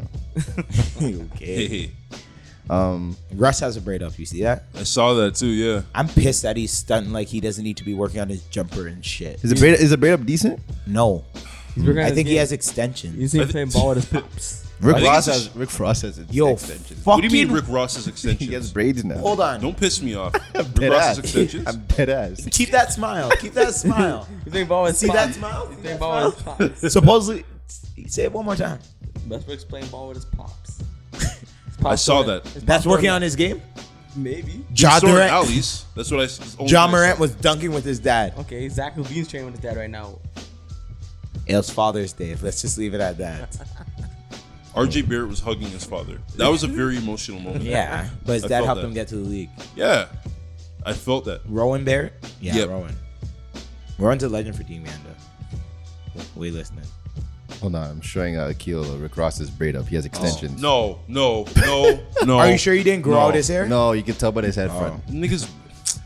Speaker 4: Hey,
Speaker 3: (laughs)
Speaker 1: okay.
Speaker 4: hey,
Speaker 3: Um,
Speaker 1: Russ has a braid up. You see that?
Speaker 4: I saw that too. Yeah.
Speaker 1: I'm pissed that he's stunting like he doesn't need to be working on his jumper and shit.
Speaker 3: is the braid is the braid up decent?
Speaker 1: No,
Speaker 2: He's working on
Speaker 1: I
Speaker 2: his
Speaker 1: think he
Speaker 2: game.
Speaker 1: has extensions. (laughs)
Speaker 2: You see him playing ball with his pops.
Speaker 3: Rick
Speaker 4: think
Speaker 3: Ross
Speaker 4: it's-
Speaker 3: has Rick Ross has ex-
Speaker 1: Yo,
Speaker 3: extensions.
Speaker 1: fucking.
Speaker 4: What do you mean
Speaker 1: (laughs)
Speaker 4: Rick Ross's
Speaker 3: He has
Speaker 4: extensions?
Speaker 3: braids now.
Speaker 1: Hold on.
Speaker 4: Don't piss
Speaker 1: (laughs)
Speaker 4: me off. Rick
Speaker 3: Dead
Speaker 4: Ross's
Speaker 3: ass.
Speaker 4: extensions?
Speaker 3: I'm dead ass.
Speaker 1: Keep that smile. Keep that smile.
Speaker 4: (laughs)
Speaker 2: You think Ball is
Speaker 1: See that
Speaker 2: spots?
Speaker 1: smile?
Speaker 2: You think Ball is
Speaker 1: (laughs)
Speaker 2: pops?
Speaker 1: Supposedly, say it one more time.
Speaker 2: Westbrook's playing ball with
Speaker 1: (laughs)
Speaker 2: his pops. His pops
Speaker 4: I saw
Speaker 2: doing-
Speaker 4: that.
Speaker 2: his
Speaker 1: That's
Speaker 2: pops
Speaker 1: working
Speaker 2: doing-
Speaker 1: on his game.
Speaker 2: Maybe.
Speaker 1: John
Speaker 4: Soren
Speaker 1: Morant.
Speaker 4: Allies. That's what I. that's the only
Speaker 1: John
Speaker 4: thing I saw. Oh,
Speaker 1: Morant was dunking with his dad.
Speaker 2: Okay, Zach Levine's training with his dad right now. (laughs)
Speaker 1: It was Father's Day. Let's just leave it at that.
Speaker 4: (laughs) RJ Barrett was hugging his father. That was a very emotional moment.
Speaker 1: Yeah, but his
Speaker 4: I
Speaker 1: dad
Speaker 4: felt
Speaker 1: helped
Speaker 4: that.
Speaker 1: him get to the league.
Speaker 4: Yeah. I felt that.
Speaker 1: Rowan Barrett. Yeah,
Speaker 4: Yep.
Speaker 1: Rowan. Rowan's a legend for Team Yanda. We listening.
Speaker 3: Hold on, I'm showing uh, Akil Rick Ross's braid up. He
Speaker 1: Oh,
Speaker 3: has extensions.
Speaker 4: No, no, no,
Speaker 1: (laughs)
Speaker 4: no.
Speaker 1: Are you sure you didn't grow
Speaker 4: Oh. No.
Speaker 1: out his hair?
Speaker 3: No, you can tell by his head
Speaker 1: Oh.
Speaker 3: front.
Speaker 4: Niggas,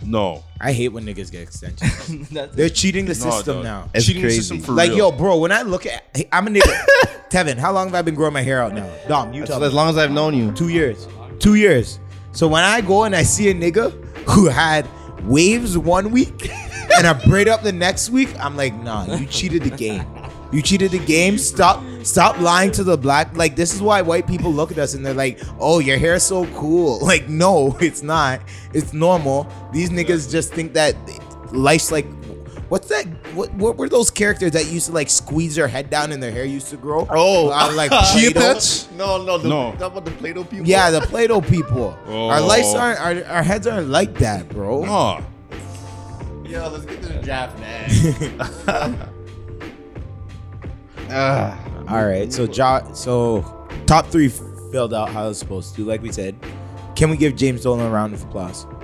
Speaker 4: no.
Speaker 1: I hate when niggas get
Speaker 4: (laughs)
Speaker 1: extensions.
Speaker 2: That's
Speaker 1: They're cheating the
Speaker 4: No,
Speaker 1: system
Speaker 4: dog.
Speaker 1: now.
Speaker 3: It's
Speaker 4: Cheating
Speaker 3: crazy.
Speaker 4: system for
Speaker 1: Like,
Speaker 4: real.
Speaker 1: yo, bro, when I look at, hey, I'm a
Speaker 4: (laughs)
Speaker 1: nigga. Tevin, how long have I been growing my hair out now? Dom, you
Speaker 3: So
Speaker 1: tell
Speaker 3: as
Speaker 1: me.
Speaker 3: long as I've known you,
Speaker 1: Two years. Two years. So when I go and I see a nigga who had waves one week and a braid up the next week, I'm like, nah, you cheated the game. You cheated the game. Stop, stop lying to the black. Like this is why white people look at us and they're like, "Oh, your hair is so cool." (laughs) Like, no, it's not. It's normal. These niggas just think that life's like, what's that? What, what were those characters that used to like squeeze their head down and their hair used to grow?
Speaker 3: Oh.
Speaker 1: I'm like
Speaker 4: Chia
Speaker 1: Play-Doh.
Speaker 4: pets?
Speaker 3: No, no, the,
Speaker 4: No.
Speaker 3: Talk about the Play-Doh people.
Speaker 1: Yeah, the Play-Doh people.
Speaker 4: Oh.
Speaker 1: Our lights aren't. Our, our heads aren't like that, bro.
Speaker 4: Nah.
Speaker 3: Yo, let's get to the draft man. (laughs) Ah,
Speaker 1: (laughs) All right. So, jo- so top three filled out how it's supposed to. Like we said, can we give James Dolan a round of applause,
Speaker 3: hold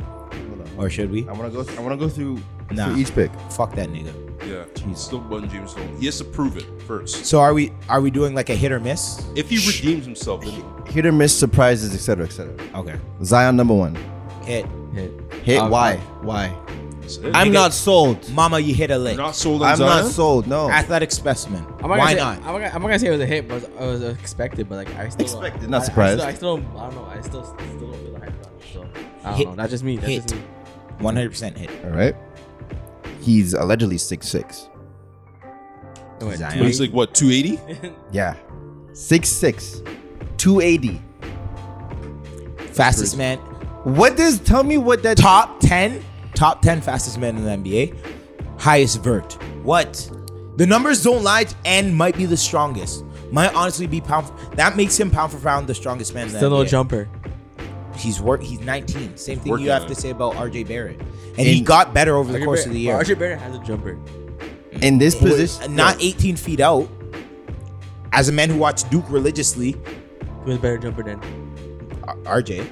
Speaker 3: on.
Speaker 1: or should we?
Speaker 3: I want to go. I want to go through,
Speaker 1: Nah.
Speaker 3: through each pick.
Speaker 1: Fuck that nigga.
Speaker 4: Yeah. Still bun James Dolan. He has to prove it first.
Speaker 1: So are we? Are we doing like a hit or miss?
Speaker 4: If he redeems himself, then
Speaker 3: Hit or miss, surprises, etc., etc.
Speaker 1: Okay.
Speaker 3: Zion number one.
Speaker 1: Hit.
Speaker 2: hit.
Speaker 3: Hit.
Speaker 2: Um,
Speaker 3: why? Why?
Speaker 4: that's it.
Speaker 1: I'm
Speaker 3: I'm
Speaker 1: not
Speaker 3: not sold.
Speaker 1: Mama, you hit a lick.
Speaker 4: You're not sold on
Speaker 3: I'm
Speaker 4: Zion?
Speaker 3: not sold. No.
Speaker 1: Athletic specimen.
Speaker 2: I'm
Speaker 1: Why
Speaker 2: not gonna say,
Speaker 1: not?
Speaker 2: I'm not, gonna- I'm not gonna say it was a hit, but it was, it was expected. But like I still
Speaker 3: Expected,
Speaker 2: I-
Speaker 3: not
Speaker 2: I
Speaker 3: surprised.
Speaker 2: still- I still, don't. I don't know. I still, still don't feel the hype about it. So I don't
Speaker 1: Hit.
Speaker 2: know. That's just me. That's
Speaker 1: Hit.
Speaker 2: just me.
Speaker 1: One hundred percent hit.
Speaker 3: All right. He's allegedly six six.
Speaker 2: It went
Speaker 1: Zion.
Speaker 4: But He's like, what, 280?
Speaker 2: 280.
Speaker 3: Yeah. Six six. 280.
Speaker 1: Fastest man.
Speaker 3: What does tell me what that
Speaker 1: Top ten. Top ten fastest man in the NBA. Highest vert. What? The numbers don't lie, and might be the strongest. Might honestly be pound. For, that makes him pound for pound the strongest man. in the
Speaker 2: still no
Speaker 1: NBA.
Speaker 2: jumper.
Speaker 1: He's work. He's 19. Same thing
Speaker 4: Working
Speaker 1: you have
Speaker 4: on
Speaker 1: to
Speaker 4: it.
Speaker 1: say about RJ Barrett. And he
Speaker 3: In-
Speaker 1: got better over the course of the year.
Speaker 2: Archer Barrett has a jumper.
Speaker 3: in this
Speaker 1: But
Speaker 3: (laughs) position?
Speaker 1: not 18 feet out. As a man who watched Duke religiously,
Speaker 2: Who has a better jumper than?
Speaker 1: R- RJ,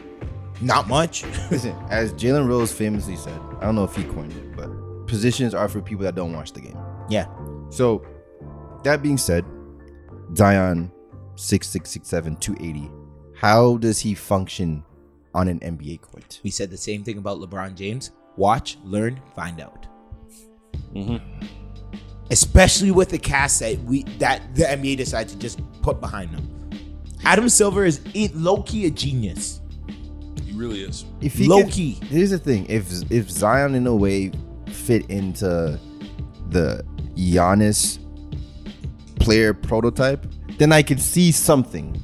Speaker 1: not much. (laughs)
Speaker 3: Listen, as Jalen Rose famously said, I don't know if he coined it, but positions are for people that don't watch the game.
Speaker 1: Yeah.
Speaker 3: So, that being said, Zion, 6667, 280. How does he function on an NBA court?
Speaker 1: We said the same thing about LeBron James. Watch, learn, find out. Especially with the cast that we that the NBA decided to just put behind them. Adam Silver is low key a genius.
Speaker 4: He really is.
Speaker 3: If he
Speaker 1: Low
Speaker 3: could-
Speaker 1: key.
Speaker 3: Here's the thing: if if Zion in a way fit into the Giannis player prototype, then I could see something.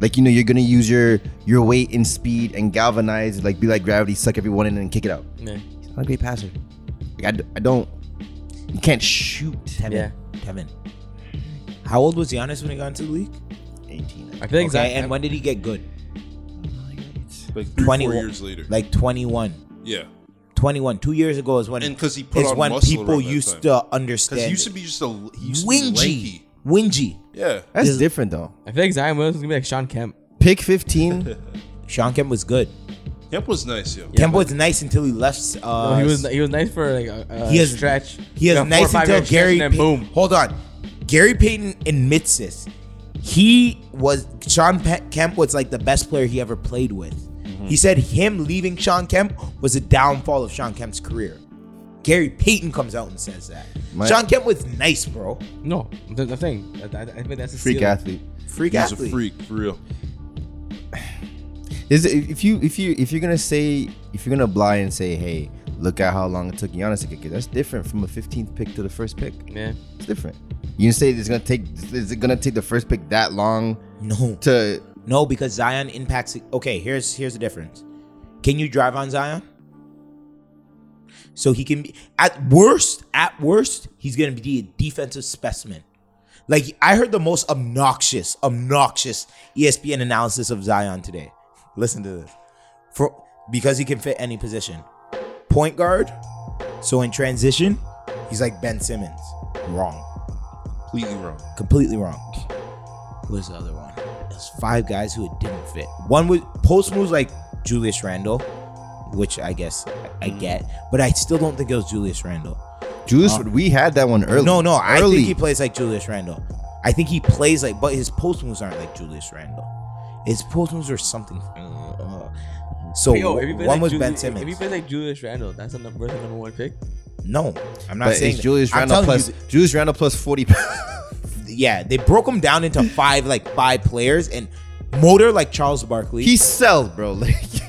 Speaker 3: Like you know, you're gonna use your your weight and speed and galvanize, like be like gravity, suck everyone in and kick it out.
Speaker 2: Yeah.
Speaker 3: He's not a great passer. Like I, d- I don't. You can't shoot.
Speaker 1: Tevin.
Speaker 2: Yeah.
Speaker 1: Tevin. How old was Giannis when he got into the league?
Speaker 3: 18.
Speaker 2: I feel like
Speaker 1: Okay,
Speaker 2: Zion.
Speaker 1: and when did he get good?
Speaker 4: Like three,
Speaker 1: 20
Speaker 4: four years later.
Speaker 1: Like 21.
Speaker 4: yeah.
Speaker 1: 21. Two years ago is when
Speaker 4: And 'cause he put
Speaker 1: is
Speaker 4: on
Speaker 1: when
Speaker 4: muscle
Speaker 1: people
Speaker 4: around that
Speaker 1: used
Speaker 4: time.
Speaker 1: to
Speaker 4: Because
Speaker 1: understand.
Speaker 4: he used to
Speaker 1: it.
Speaker 4: be just a he used to be
Speaker 1: Wingy.
Speaker 4: lanky.
Speaker 1: Wingy.
Speaker 4: Yeah.
Speaker 3: That's
Speaker 1: Does-
Speaker 3: different though.
Speaker 2: I feel like Zion Williams is gonna be like Sean Kemp.
Speaker 3: Pick 15.
Speaker 1: Sean Kemp was good.
Speaker 4: Kemp was nice, yo.
Speaker 1: Kemp was nice until he left. Uh,
Speaker 2: No, he was he was nice for like a, a
Speaker 1: He is-
Speaker 2: stretch.
Speaker 1: He is
Speaker 2: Like a four or
Speaker 1: nice
Speaker 2: five
Speaker 1: until
Speaker 2: year stretch,
Speaker 1: Gary.
Speaker 2: and then
Speaker 1: Pay-
Speaker 2: boom.
Speaker 1: Hold on, Gary Payton admits this. He was Sean Pe- Kemp was like the best player he ever played with.
Speaker 2: Mm-hmm.
Speaker 1: He said him leaving Sean Kemp was a downfall of Sean Kemp's career. Gary Payton comes out and says that.
Speaker 3: My-
Speaker 1: Sean Kemp was nice, bro.
Speaker 2: No, the, the thing. I, I, I think that's a
Speaker 3: Freak
Speaker 2: seal.
Speaker 3: athlete.
Speaker 1: Freak
Speaker 4: He's a
Speaker 1: athlete.
Speaker 4: freak, for real.
Speaker 3: Is it- if you if you if you're gonna say if you're gonna lie and say hey look at how long it took Giannis to get good that's different from a 15th pick to the first pick
Speaker 2: Yeah.
Speaker 3: it's different You say it's gonna take is it gonna take the first pick that long
Speaker 1: No,
Speaker 3: to
Speaker 1: no, because Zion impacts. Okay, here's here's the difference. Can you drive on Zion? So he can be at worst, at worst, he's gonna be a defensive specimen. Like I heard the most obnoxious, obnoxious E ESPN analysis of Zion today. Listen to this. For because he can fit any position. Point guard, so in transition, he's like Ben Simmons. Wrong.
Speaker 4: Completely wrong.
Speaker 1: completely wrong. Who's the other one? There's five guys who it didn't fit. One was post moves like Julius Randle, which I guess I, I get, but I still don't think it was Julius Randle.
Speaker 3: Julius. we had that one early.
Speaker 1: Uh, No, no, I
Speaker 3: Early.
Speaker 1: think he plays like Julius Randle. I think he plays like, but his post moves aren't like Julius Randle. His post moves are something. uh, so
Speaker 2: Yo, if he
Speaker 1: one
Speaker 2: plays like
Speaker 1: was
Speaker 2: Juli-
Speaker 1: Ben
Speaker 2: if-
Speaker 1: Simmons.
Speaker 2: If he plays like Julius Randle, that's a number, worth a number one pick.
Speaker 1: no, I'm not
Speaker 3: but
Speaker 1: saying
Speaker 3: it's
Speaker 1: that.
Speaker 3: Julius
Speaker 1: I'm
Speaker 3: Randle
Speaker 1: telling
Speaker 3: plus
Speaker 1: you-
Speaker 3: Julius Randle plus forty. (laughs)
Speaker 1: yeah, they broke him down into five like five players and motor like Charles Barkley.
Speaker 3: he sells, bro. (laughs)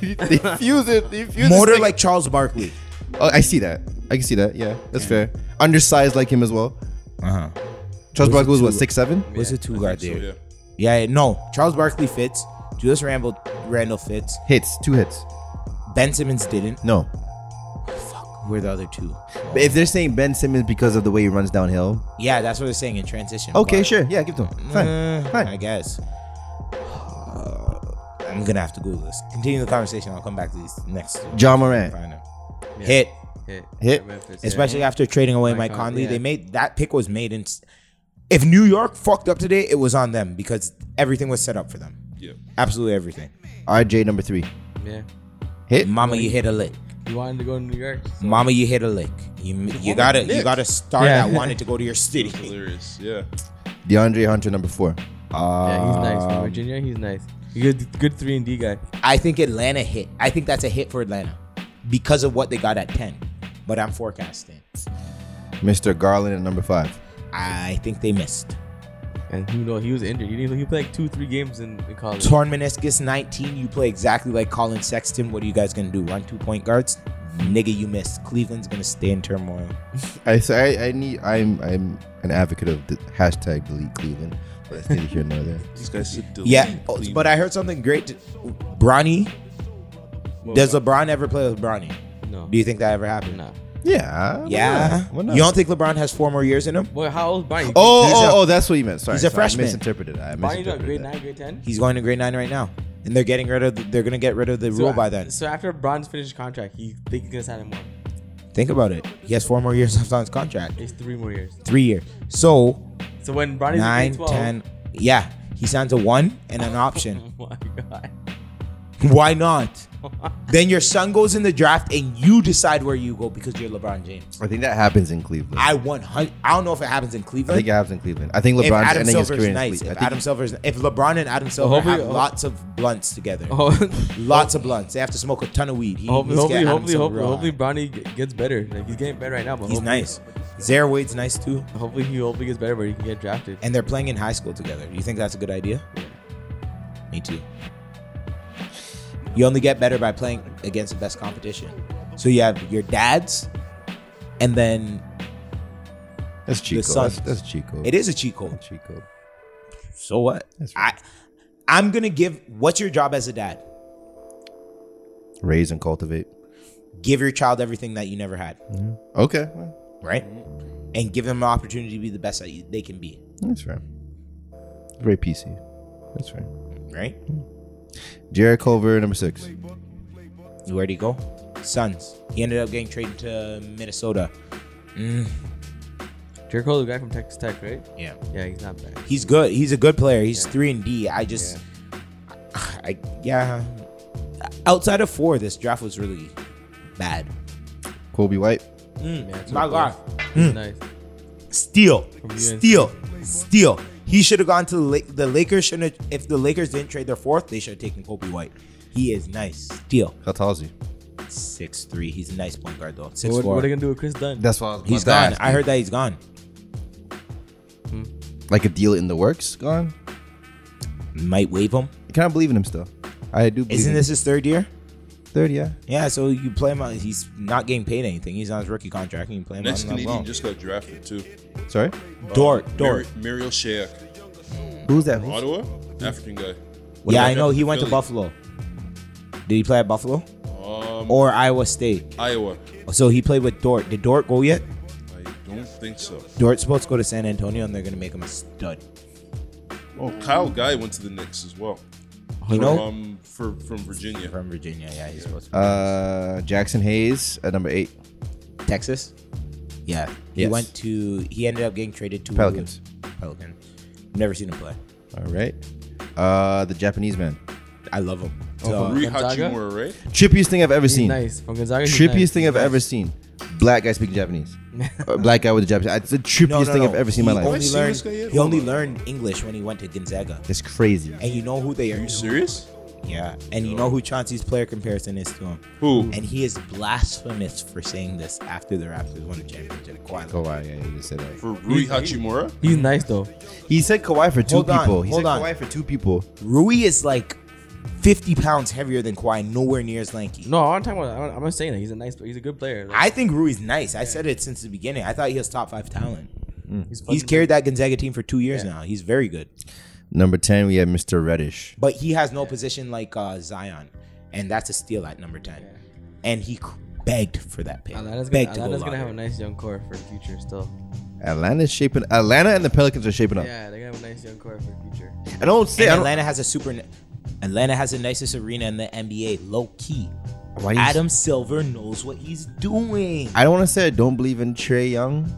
Speaker 3: Like they fuse it. They fuse
Speaker 1: motor
Speaker 3: this thing.
Speaker 1: like Charles Barkley.
Speaker 3: Oh, I see that. I can see that. Yeah, that's fair. Undersized like him as well.
Speaker 1: Uh huh. Was
Speaker 3: Charles Barkley
Speaker 1: it
Speaker 3: was what
Speaker 1: two-
Speaker 3: six seven.
Speaker 1: Was it two guard
Speaker 4: So,
Speaker 1: there?
Speaker 4: yeah.
Speaker 1: yeah. yeah, no. Charles Barkley fits. Julius Randle, Randle fits.
Speaker 3: Hits two hits.
Speaker 1: Ben Simmons didn't.
Speaker 3: No,
Speaker 1: Fuck, we're the other two.
Speaker 3: But if they're saying Ben Simmons because of the way he runs downhill,
Speaker 1: Yeah, that's what they're saying in transition.
Speaker 3: okay,
Speaker 1: but-
Speaker 3: sure, yeah, give it to him. Fine,
Speaker 1: Eh,
Speaker 3: fine.
Speaker 1: I guess. (sighs) Uh, I'm gonna have to Google this. Continue the conversation. I'll come back to these next. two.
Speaker 3: John Morant.
Speaker 1: Find them.
Speaker 2: Yeah.
Speaker 1: Hit,
Speaker 2: Hit.
Speaker 3: Hit.
Speaker 2: Memphis, yeah.
Speaker 1: especially after trading away Mike
Speaker 2: Mike Conley,
Speaker 1: Conley.
Speaker 2: yeah.
Speaker 1: They made that pick was made in. s- If New York fucked up today, it was on them because everything was set up for them.
Speaker 4: Yeah.
Speaker 1: Absolutely everything.
Speaker 3: RJ number three.
Speaker 2: Yeah.
Speaker 3: Hit.
Speaker 1: Mama, you hit a lick.
Speaker 2: You wanted to go to New York.
Speaker 1: Mama, you hit a lick. You you gotta you gotta start.
Speaker 2: Yeah.
Speaker 3: (laughs)
Speaker 1: I wanted to go to your city.
Speaker 4: Hilarious. Yeah.
Speaker 3: DeAndre Hunter number four.
Speaker 2: Yeah, he's nice.
Speaker 3: Um,
Speaker 2: From Virginia, he's nice. He's a good, good three and D guy.
Speaker 1: I think Atlanta hit. I think that's a hit for Atlanta because of what they got at ten. But I'm forecasting.
Speaker 3: Mr. Garland at number five.
Speaker 1: I think they missed.
Speaker 2: And who knows? He was injured. He didn't. He played like two, three games in, in college.
Speaker 1: Torn meniscus 19. You play exactly like Colin Sexton. What are you guys gonna do? Run two point guards? Nigga, you missed. Cleveland's gonna stay in turmoil.
Speaker 3: I so I, I need I'm I'm an advocate of the hashtag delete Cleveland, but that's neither here
Speaker 1: (laughs)
Speaker 3: nor there.
Speaker 4: These guys should delete.
Speaker 1: Yeah, oh, but I heard something great. To, Bronny.
Speaker 2: Well,
Speaker 1: Does LeBron ever play with Bronny?
Speaker 2: no.
Speaker 1: Do you think that ever happened?
Speaker 2: no.
Speaker 3: Yeah. why
Speaker 1: Yeah.
Speaker 3: not? Why not?
Speaker 1: You don't think LeBron has four more years in him?
Speaker 2: Boy, how old is Barney?
Speaker 3: Oh,
Speaker 1: He's
Speaker 3: oh,
Speaker 1: a-
Speaker 3: oh, that's what you meant. Sorry,
Speaker 1: he's a
Speaker 3: sorry, I
Speaker 1: freshman.
Speaker 3: misinterpreted that. I
Speaker 2: Barney's what, grade
Speaker 3: misinterpreted that.
Speaker 2: nine, grade ten.
Speaker 1: He's going to grade nine right now, and they're getting rid of. The, they're gonna get rid of the rule by then.
Speaker 2: So after Bron's finished contract, he think he's gonna sign him more.
Speaker 1: Think about it. He has four more years left on his contract.
Speaker 2: It's three more years.
Speaker 1: Three years. So
Speaker 2: So when Bronny's
Speaker 1: nine,
Speaker 2: nine, 12,
Speaker 1: ten. Yeah, he signs a one and an option.
Speaker 2: (laughs)
Speaker 1: (laughs)
Speaker 2: Oh my god.
Speaker 1: Why
Speaker 2: (laughs)
Speaker 1: not? Then your son goes in the draft, and you decide where you go because you're LeBron James.
Speaker 3: I think that happens in Cleveland. I,
Speaker 1: I want. hun- I don't know if it happens in Cleveland.
Speaker 3: think it happens in Cleveland. I think
Speaker 1: if
Speaker 3: LeBron's
Speaker 1: Adam
Speaker 3: ending his
Speaker 1: Silver's
Speaker 3: career
Speaker 1: nice,
Speaker 3: in
Speaker 1: if
Speaker 3: Cleveland. I
Speaker 1: Adam
Speaker 3: think
Speaker 1: Silver's, if LeBron and Adam Silver
Speaker 2: hopefully-
Speaker 1: have
Speaker 2: oh.
Speaker 1: lots of blunts together,
Speaker 2: Oh, hopefully,
Speaker 1: lots of blunts. They have to smoke a ton of weed. He
Speaker 2: hopefully,
Speaker 1: needs to get
Speaker 2: hopefully,
Speaker 1: Adam
Speaker 2: hopefully,
Speaker 1: Silver
Speaker 2: hopefully,
Speaker 1: on.
Speaker 2: Bronny g- gets better. Like he's getting better right now, but
Speaker 1: He's
Speaker 2: hopefully,
Speaker 1: nice. Zaire Wade's nice too.
Speaker 2: Hopefully, he hopefully gets better, but he can get drafted.
Speaker 1: And they're playing in high school together. Do you think that's a good idea? Me too. You only get better by playing against the best competition. So you have your dads, and then
Speaker 3: that's Chico.
Speaker 1: Suns.
Speaker 3: That's, that's Chico.
Speaker 1: it is a cheat code.
Speaker 3: Chico.
Speaker 1: So what? I, I'm gonna give. What's your job as a dad?
Speaker 3: Raise and cultivate.
Speaker 1: Give your child everything that you never had,
Speaker 3: Okay, well,
Speaker 1: right? And give them an opportunity to be the best that you, they can be,
Speaker 3: that's right. Very PC. That's right.
Speaker 1: right?
Speaker 3: Jared Culver number six.
Speaker 1: Where'd he go? Suns. He ended up getting traded to Minnesota.
Speaker 2: Jared Cole, the guy from Texas Tech, right?
Speaker 1: Yeah.
Speaker 2: Yeah, he's not bad.
Speaker 1: He's good. He's a good player. He's
Speaker 2: Yeah.
Speaker 1: three and D. I just, (sighs) I yeah. Outside of four, this draft was really bad.
Speaker 3: Kobe White.
Speaker 2: Mm, Yeah, it's
Speaker 1: My
Speaker 2: okay.
Speaker 1: God,
Speaker 2: He's nice.
Speaker 1: steal,
Speaker 2: UNC.
Speaker 1: steal, steal. He should have gone to the, La- the Lakers. Shouldn't have, if the Lakers didn't trade their fourth, they should have taken Kobe White. He is nice. Steal
Speaker 3: Katazi.
Speaker 1: six three. He's a nice point guard though.
Speaker 2: So
Speaker 1: Six
Speaker 2: what, what are
Speaker 1: four.
Speaker 2: they gonna do with Chris Dunn?
Speaker 3: That's what I was
Speaker 1: He's
Speaker 3: about
Speaker 1: gone.
Speaker 3: to ask
Speaker 1: I
Speaker 3: you.
Speaker 1: heard that he's gone.
Speaker 3: like a deal in the works gone.
Speaker 1: Might waive him.
Speaker 3: I cannot believe in him still. I do. Believe
Speaker 1: Isn't
Speaker 3: in
Speaker 1: this his third year?
Speaker 3: Third, yeah.
Speaker 1: Yeah, so you play him. On, he's not getting paid anything. He's on his rookie contract. And you play him.
Speaker 4: Next
Speaker 1: on that
Speaker 4: Canadian
Speaker 1: loan.
Speaker 4: just got drafted too.
Speaker 3: Sorry,
Speaker 1: Dort, Dort.
Speaker 4: Mar- Mariel Shayak,
Speaker 3: who's that? Who's-
Speaker 4: Ottawa, African guy.
Speaker 1: yeah,
Speaker 4: about
Speaker 1: I know. He went to
Speaker 4: Philly?
Speaker 1: Buffalo. Did he play at Buffalo
Speaker 4: Um,
Speaker 1: or Iowa State?
Speaker 4: Iowa.
Speaker 1: So he played with Dort. Did Dort go yet?
Speaker 4: I don't think so.
Speaker 1: Dort's supposed to go to San Antonio, and they're gonna make him a stud.
Speaker 4: Oh, Kyle Guy went to the Knicks as well.
Speaker 1: Oh, You know,
Speaker 4: um, for from Virginia.
Speaker 1: from Virginia. Yeah, he's supposed to.
Speaker 3: Uh, Jackson Hayes at number eight.
Speaker 1: Uh, Texas. Yeah, he
Speaker 3: Yes.
Speaker 1: went to. He ended up getting traded to
Speaker 3: Pelicans.
Speaker 1: Pelicans. Never seen him play.
Speaker 3: All right. Uh, the Japanese man.
Speaker 1: I love him.
Speaker 3: for
Speaker 1: So,
Speaker 4: Rui
Speaker 2: Gonzaga?
Speaker 4: Hachimura, right?
Speaker 3: Trippiest thing I've ever
Speaker 2: He's
Speaker 3: seen.
Speaker 2: nice from Gonzaga. he's
Speaker 3: Trippiest
Speaker 2: nice.
Speaker 3: thing I've ever seen. Black guy speaking Japanese. Or black guy with a Japanese. It's the trippiest
Speaker 1: No, no,
Speaker 3: thing
Speaker 1: no.
Speaker 3: I've ever seen in my
Speaker 1: He
Speaker 3: life.
Speaker 4: Have I
Speaker 1: Only
Speaker 4: seen
Speaker 1: learned,
Speaker 4: this guy yet?
Speaker 1: he only
Speaker 4: Hold on.
Speaker 1: learned English when he went to Gonzaga.
Speaker 3: It's crazy.
Speaker 1: And you know who they
Speaker 4: Are
Speaker 1: are.
Speaker 4: you serious?
Speaker 1: Yeah. And you know who Chauncey's player comparison is to him.
Speaker 4: Who?
Speaker 1: And he is blasphemous for saying this after the Raptors won the championship. Kawhi.
Speaker 2: Oh.
Speaker 1: Leonard.
Speaker 3: Kawhi, yeah, he just said that.
Speaker 4: For Rui Hachimura?
Speaker 2: He's nice though.
Speaker 3: He said Kawhi for two
Speaker 1: Hold on,
Speaker 3: people. he
Speaker 1: hold
Speaker 3: said
Speaker 1: on.
Speaker 3: Kawhi for two people.
Speaker 1: Rui is like 50 pounds heavier than Kawhi, nowhere near as lanky.
Speaker 2: No, I'm talking about. I'm- I'm not saying that. He's a nice. He's a good player. Like,
Speaker 1: I think Rui's nice. I said it since the beginning. I thought he was top five talent.
Speaker 2: he's fucking-
Speaker 1: He's carried that Gonzaga team for two years
Speaker 2: Yeah.
Speaker 1: now. He's very good.
Speaker 3: Number ten, we have Mr. Reddish.
Speaker 1: But he has no position like uh, Zion. And that's a steal at number 10. And he c- begged for that pick.
Speaker 2: Atlanta's Oh, gonna,
Speaker 1: begged to
Speaker 2: Atlanta's
Speaker 1: go
Speaker 2: gonna have
Speaker 1: locker.
Speaker 2: a nice young core for the future still.
Speaker 3: Atlanta's shaping. Atlanta and the Pelicans are shaping up.
Speaker 2: Yeah, they're gonna have a nice young core for the future.
Speaker 3: I don't say.
Speaker 1: And
Speaker 3: I don't,
Speaker 1: Atlanta has a super. Atlanta has the nicest arena in the NBA, low key.
Speaker 3: Why do you-
Speaker 1: Adam Silver knows what he's doing.
Speaker 3: I don't want to say I don't believe in Trey Young.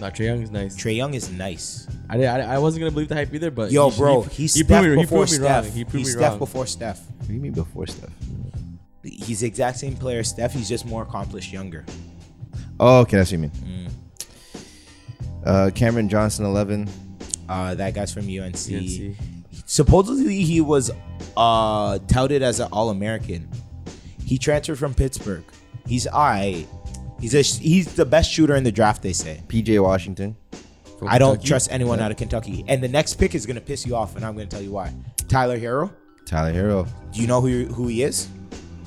Speaker 2: Not Trey Young is nice.
Speaker 1: Trey Young is nice.
Speaker 2: I, did, I, I wasn't gonna believe the hype either, but
Speaker 1: Yo,
Speaker 2: he-
Speaker 1: bro,
Speaker 2: he,
Speaker 1: he's
Speaker 2: he
Speaker 1: Steph
Speaker 2: proved me, he
Speaker 1: before
Speaker 2: proved me
Speaker 1: Steph.
Speaker 2: wrong. He proved
Speaker 1: he's
Speaker 2: me
Speaker 1: Steph
Speaker 2: wrong.
Speaker 1: before Steph.
Speaker 3: What do you mean before Steph?
Speaker 1: He's the exact same player as Steph. He's just more accomplished, younger.
Speaker 3: Oh, okay, that's what you mean. Uh, Cameron Johnson, eleven.
Speaker 1: Uh, that guy's from UNC.
Speaker 2: UNC.
Speaker 1: Supposedly, he was uh, touted as an All-American. He transferred from Pittsburgh. He's all right. He's a, he's the best shooter in the draft. They say.
Speaker 3: PJ Washington.
Speaker 2: From
Speaker 1: I don't
Speaker 2: Kentucky.
Speaker 1: trust anyone out of Kentucky. And the next pick is gonna piss you off, and I'm gonna tell you why. Tyler Hero.
Speaker 3: Tyler Hero.
Speaker 1: Do you know who who he is?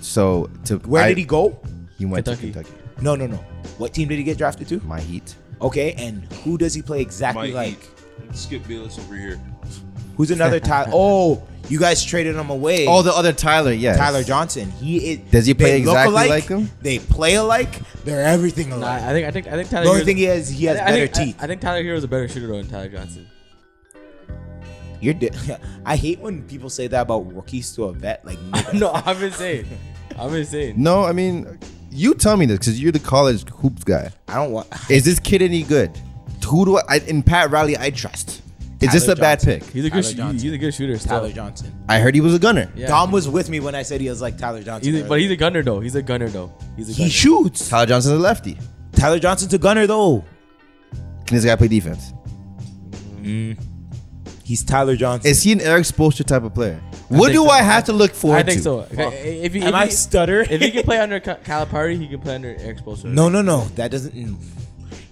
Speaker 3: So to
Speaker 1: Where
Speaker 3: I-
Speaker 1: did he go?
Speaker 3: He went
Speaker 2: Kentucky.
Speaker 3: to Kentucky.
Speaker 1: No, no, no. What team did he get drafted to?
Speaker 3: My Heat.
Speaker 1: Okay, and who does he play
Speaker 4: My
Speaker 1: exactly like?
Speaker 4: Skip Bayless over here.
Speaker 1: Who's another
Speaker 3: (laughs)
Speaker 1: Tyler? Oh, you guys traded him away.
Speaker 3: Oh, the other Tyler. Yeah.
Speaker 1: Tyler Johnson. He is.
Speaker 3: Does he play
Speaker 1: they look
Speaker 3: exactly
Speaker 1: alike,
Speaker 3: like him?
Speaker 1: They play alike. They're everything
Speaker 2: Nah,
Speaker 1: alike.
Speaker 2: I think I think I think Tyler.
Speaker 1: the only
Speaker 2: Hero's-
Speaker 1: thing he has, he has
Speaker 2: I
Speaker 1: better
Speaker 2: think, I-
Speaker 1: teeth. (laughs)
Speaker 2: I, think Tyler Hero is a better shooter though than Tyler Johnson.
Speaker 1: You're. Di- I hate when people say that about rookies to a vet.
Speaker 2: (laughs)
Speaker 1: Like, nigga.
Speaker 2: no, I'm insane. I'm insane.
Speaker 3: No, I mean, you tell me this because you're the college hoops guy.
Speaker 1: I don't want.
Speaker 3: Is this kid any good? Who do I, I in Pat Riley I trust? Is this a
Speaker 1: Tyler
Speaker 3: bad
Speaker 1: Johnson.
Speaker 3: pick?
Speaker 2: He's a good.
Speaker 1: Tyler
Speaker 2: shoo-
Speaker 1: Johnson.
Speaker 2: he's a good shooter. Still.
Speaker 1: (laughs) Tyler Johnson.
Speaker 3: I heard he was a gunner.
Speaker 2: Yeah.
Speaker 1: Dom was with me when I said he was like Tyler Johnson.
Speaker 2: He's a, but
Speaker 1: earlier.
Speaker 2: he's a gunner though. He's a gunner though. He's a
Speaker 1: he
Speaker 2: gunner.
Speaker 1: shoots.
Speaker 3: Tyler Johnson's a lefty.
Speaker 1: Tyler Johnson's a gunner though.
Speaker 3: Can this guy play defense?
Speaker 1: He's Tyler Johnson.
Speaker 3: Is he an Eric Spoelstra type of player? what
Speaker 2: think
Speaker 3: do
Speaker 2: so.
Speaker 3: I have to look forward
Speaker 2: I
Speaker 3: to?
Speaker 2: think so. Okay, If he,
Speaker 1: Am
Speaker 2: if
Speaker 1: I
Speaker 2: he,
Speaker 1: stutter?
Speaker 2: if he can
Speaker 1: (laughs)
Speaker 2: play under Ca- Calipari, he can play under Eric Spoelstra.
Speaker 1: no, no, no. That doesn't. mm.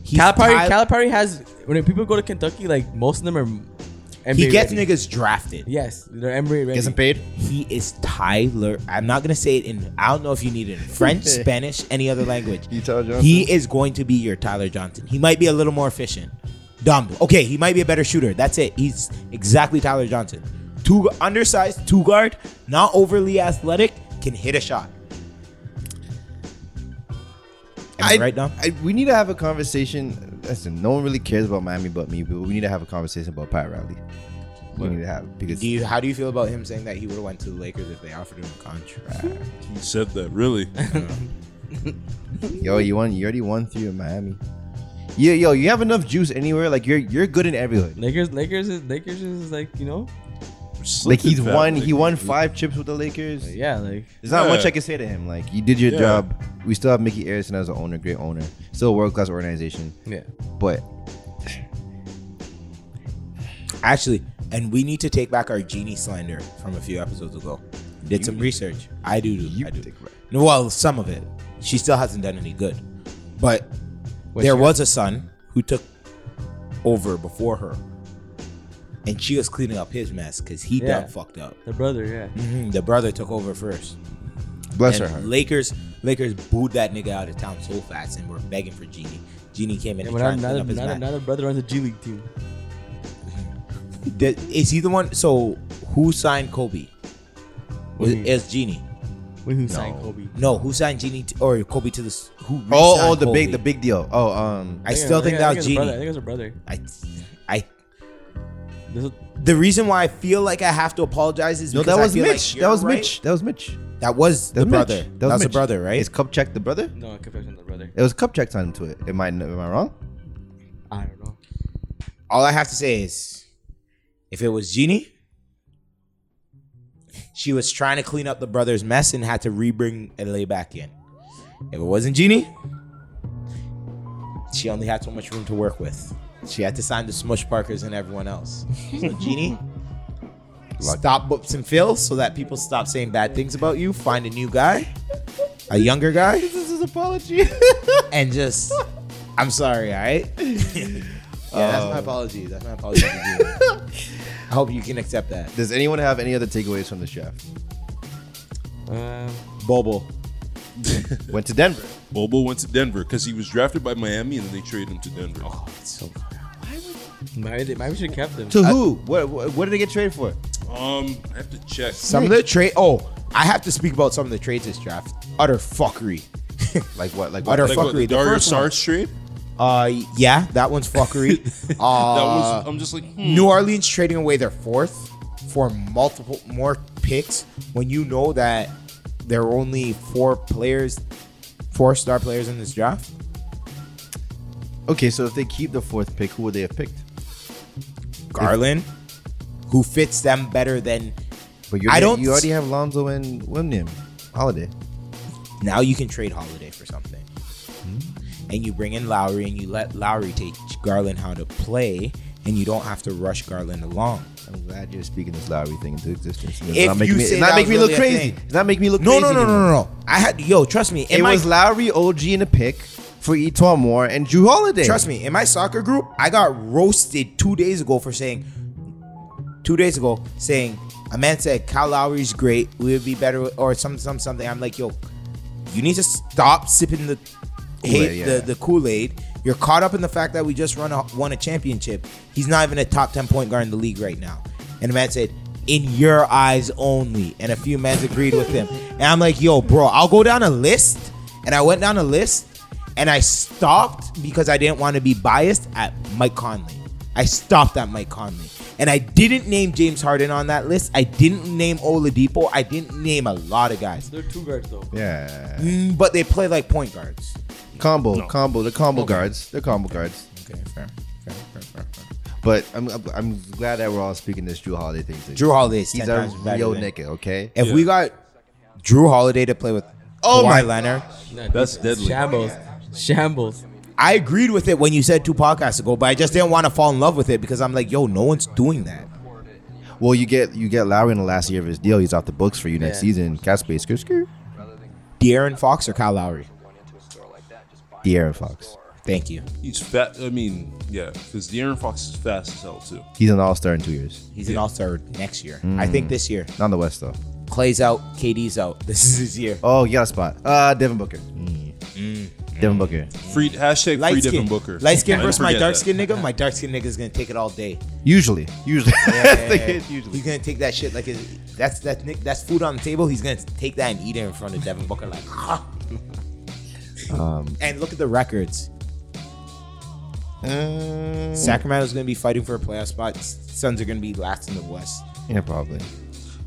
Speaker 1: He's
Speaker 2: Calipari,
Speaker 1: Ty-
Speaker 2: Calipari has when people go to Kentucky, like most of them are. NBA
Speaker 1: he gets
Speaker 2: ready.
Speaker 1: niggas drafted.
Speaker 2: Yes, they're NBA ready.
Speaker 3: Gets him paid.
Speaker 1: He is Tyler. I'm not gonna say it in. I don't know if you need it in French, Spanish, any other language.
Speaker 3: You Tyler Johnson?
Speaker 1: He is going to be your Tyler Johnson. He might be a little more efficient. Dumb. Okay, he might be a better shooter. That's it. He's exactly Tyler Johnson. Two undersized, two guard, not overly athletic, can hit a shot. Am I, right, Dom?
Speaker 3: I- we need to have a conversation. Listen, no one really cares about Miami but me, but we need to have a conversation about Pat Riley. We need to have because
Speaker 1: Do you? How do you feel about him saying that he would have went to the Lakers if they offered him a contract?
Speaker 4: He said that, really.
Speaker 3: yo, you won. You already won three in Miami. Yeah, yo, you have enough juice anywhere. Like you're you're good in every hood.
Speaker 2: Lakers, Lakers is Lakers is like you know,
Speaker 3: Like he's won. He won five chips with the Lakers.
Speaker 2: yeah, like
Speaker 3: There's not
Speaker 4: Yeah.
Speaker 3: much I can say to him. Like you did your
Speaker 4: Yeah.
Speaker 3: job. We still have Mickey Arison as an owner, great owner, still a world class organization.
Speaker 2: yeah.
Speaker 3: But
Speaker 1: Actually, and we need to take back our genie slander from a few episodes ago. Did some research. I do. I do.
Speaker 3: take back.
Speaker 1: No, Well, some of it. She still hasn't done any good. But
Speaker 2: Wait,
Speaker 1: there
Speaker 2: she-
Speaker 1: was a son who took over before her, and she was cleaning up Mm-hmm. his mess because he
Speaker 2: Yeah.
Speaker 1: done fucked up.
Speaker 2: The brother, yeah.
Speaker 1: Mhm, The brother took over first.
Speaker 3: Bless
Speaker 1: and
Speaker 3: her heart.
Speaker 1: Lakers, Lakers booed that nigga out of town so fast, and were begging for Genie. Genie came in
Speaker 2: Yeah,
Speaker 1: and
Speaker 2: but
Speaker 1: tried
Speaker 2: not,
Speaker 1: to clean up
Speaker 2: not,
Speaker 1: his
Speaker 2: not,
Speaker 1: match.
Speaker 2: not a brother on the G League team.
Speaker 1: Did- Is he the one? So who signed Kobe? Was
Speaker 2: Mm.
Speaker 1: it as Genie?
Speaker 2: When who signed Kobe?
Speaker 1: No, who signed Genie to, or Kobe to this? Who?
Speaker 3: Oh, oh,
Speaker 1: re-signed
Speaker 3: the big,
Speaker 1: Kobe?
Speaker 3: the big deal. Oh, um,
Speaker 1: I still think that was
Speaker 2: it's a brother. I
Speaker 1: Genie.
Speaker 2: think it's a brother.
Speaker 1: I, I.
Speaker 2: There's a,
Speaker 1: The reason why I feel like I have to apologize is
Speaker 3: no, that
Speaker 1: because I
Speaker 3: was
Speaker 1: feel like
Speaker 3: Mitch.
Speaker 1: you're
Speaker 3: that was
Speaker 1: right.
Speaker 3: Mitch. That was Mitch.
Speaker 1: That was
Speaker 3: That
Speaker 1: the
Speaker 3: was
Speaker 1: brother.
Speaker 3: Mitch.
Speaker 1: That was the
Speaker 3: Mitch.
Speaker 1: brother,
Speaker 3: Is
Speaker 1: right?
Speaker 3: Kupchak the brother?
Speaker 2: no, I confess on the brother.
Speaker 3: It was Kupchak signed to it. Am I am I wrong?
Speaker 2: I don't know.
Speaker 1: All I have to say is, if it was Jeannie, she was trying to clean up the brother's mess and had to re-bring LA back in. If it wasn't Jeannie, she only had so much room to work with. She had to sign the Smush Parkers and everyone else. So Jeannie, stop whoops and fills so that people stop saying bad things about you. Find a new guy, a younger guy.
Speaker 3: This is his apology.
Speaker 1: and just I'm sorry, all right? (laughs) yeah, that's my apology. That's my apology. to you. (laughs) I hope you can accept that.
Speaker 3: (laughs) Does anyone have any other takeaways from the chef?
Speaker 2: Um,
Speaker 1: Bobo.
Speaker 3: Went to Denver.
Speaker 4: Bobo went to Denver because he was drafted by Miami and then they traded him to Denver.
Speaker 1: Oh.
Speaker 2: maybe, they, maybe we should have kept him.
Speaker 3: To who? What, what? What did they get traded for?
Speaker 4: Um, I have to check.
Speaker 1: Some of the trade oh, I have to speak about some of the trades this draft. Utter fuckery. (laughs)
Speaker 3: Like what? Like what?
Speaker 1: Utter
Speaker 4: like what,
Speaker 1: fuckery.
Speaker 4: the
Speaker 1: The
Speaker 4: Dario
Speaker 1: first one.
Speaker 4: Saric trade?
Speaker 1: Uh yeah, that one's (laughs) fuckery. uh
Speaker 4: That was. I'm just like hmm.
Speaker 1: New Orleans trading away their fourth for multiple more picks when you know that there are only four players, four star players in this draft.
Speaker 3: Okay, so if they keep the fourth pick, who would they have picked?
Speaker 1: Garland, who fits them better than
Speaker 3: But you're,
Speaker 1: I don't-
Speaker 3: You already have Lonzo and William Holiday.
Speaker 1: now you can trade Holiday for something. And you bring in Lowry and you let Lowry teach Garland how to play and you don't have to rush Garland along.
Speaker 3: I'm glad you're speaking this Lowry thing into existence. It's
Speaker 1: If
Speaker 3: not making
Speaker 1: you
Speaker 3: me,
Speaker 1: say
Speaker 3: it's not
Speaker 1: that
Speaker 3: making me
Speaker 1: was
Speaker 3: look
Speaker 1: really a
Speaker 3: crazy.
Speaker 1: thing.
Speaker 3: It's not making me look
Speaker 1: No,
Speaker 3: crazy.
Speaker 1: no, no, no,
Speaker 3: anymore.
Speaker 1: no, no. I had yo, trust me. In
Speaker 3: It
Speaker 1: my,
Speaker 3: was Lowry, OG, and a pick for Etwan Moore and Drew Holiday.
Speaker 1: trust me, in my soccer group, I got roasted two days ago for saying two days ago saying a man said Kyle Lowry's great, we would be better with- or some some something. I'm like, yo, you need to stop sipping the hate
Speaker 3: Kool-Aid, yeah.
Speaker 1: the, the Kool Aid. You're caught up in the fact that we just run a, won a championship. He's not even a top ten point guard in the league right now. And the man said, "In your eyes only." And a few men agreed with him. And I'm like, yo, bro, I'll go down a list. And I went down a list, and I stopped because I didn't want to be biased at Mike Conley. I stopped at Mike Conley. And I didn't name James Harden on that list. I didn't name Oladipo. I didn't name a lot of guys.
Speaker 2: They're two guards though.
Speaker 3: Yeah.
Speaker 1: Mm, but they play like point guards.
Speaker 3: Combo, combo, the combo guards. They're combo guards.
Speaker 1: Okay, fair, fair, fair, fair, fair.
Speaker 3: But I'm, I'm, I'm glad that we're all speaking this Drew Holiday thing. Too.
Speaker 1: Drew Holiday is
Speaker 3: He's
Speaker 1: 10
Speaker 3: our
Speaker 1: times better
Speaker 3: real
Speaker 1: than-
Speaker 3: nigga, okay?
Speaker 1: If we got Drew Holiday to play with oh my
Speaker 3: my
Speaker 1: Leonard,
Speaker 2: No,
Speaker 4: That's
Speaker 2: dude,
Speaker 4: deadly.
Speaker 2: Shambles. Shambles.
Speaker 1: I agreed with it when you said two podcasts ago, but I just didn't want to fall in love with it because I'm like, yo, no one's doing that.
Speaker 3: Well, you get you get Lowry in the last year of his deal. He's off the books for you next
Speaker 2: Yeah.
Speaker 3: season. Cap space, skirt, skirt.
Speaker 1: De'Aaron Fox or Kyle Lowry?
Speaker 3: De'Aaron Fox.
Speaker 1: Thank you.
Speaker 4: He's fat. I mean, yeah, because De'Aaron Fox is fast as hell too.
Speaker 1: Mm.
Speaker 3: He's an all star in two years.
Speaker 1: He's an all star next year.
Speaker 3: Mm.
Speaker 1: I think this year.
Speaker 3: Not in the West though.
Speaker 1: Clay's out, KD's out. (laughs) This is his year.
Speaker 3: Oh, you got a spot. Uh Devin Booker.
Speaker 1: Mm.
Speaker 3: Devin Booker.
Speaker 4: Free hashtag
Speaker 1: Light
Speaker 4: free
Speaker 1: skin,
Speaker 4: Devin Booker.
Speaker 1: light skin
Speaker 4: Don't
Speaker 1: versus my
Speaker 4: forget
Speaker 1: dark
Speaker 4: that.
Speaker 1: skin
Speaker 4: (laughs)
Speaker 1: nigga. My dark skin nigga's gonna take it all day.
Speaker 3: Usually, usually. (laughs)
Speaker 1: He's gonna take that shit like it's, that's that Nick that's food on the table. He's gonna take that and eat it in front of Devin Booker like. (laughs) "Ah." and look at the records. Uh, Sacramento's gonna be fighting for a playoff spot. Suns are gonna be last in the West.
Speaker 3: yeah, probably.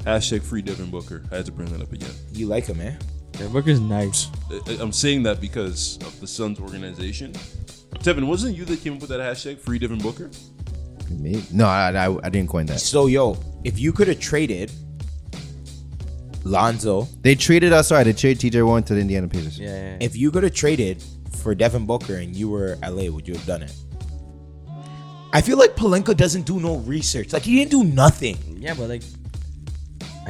Speaker 4: Hashtag free Devin Booker. I had to bring that up again.
Speaker 1: You like him, eh? man?
Speaker 2: Devin Booker's nice.
Speaker 4: I- I- I'm saying that because of the Suns organization. Tevin, wasn't you that came up with that hashtag free Devin Booker?
Speaker 3: Me? No, I, I, I didn't coin that.
Speaker 1: So yo, if you could have traded Lonzo,
Speaker 3: They traded us. Sorry, they traded TJ Warren to the Indiana Pacers.
Speaker 2: Yeah. yeah, yeah.
Speaker 1: if you could have traded for Devin Booker and you were LA, would you have done it? I feel like Palenka doesn't do no research. Like he didn't do nothing.
Speaker 2: yeah, but like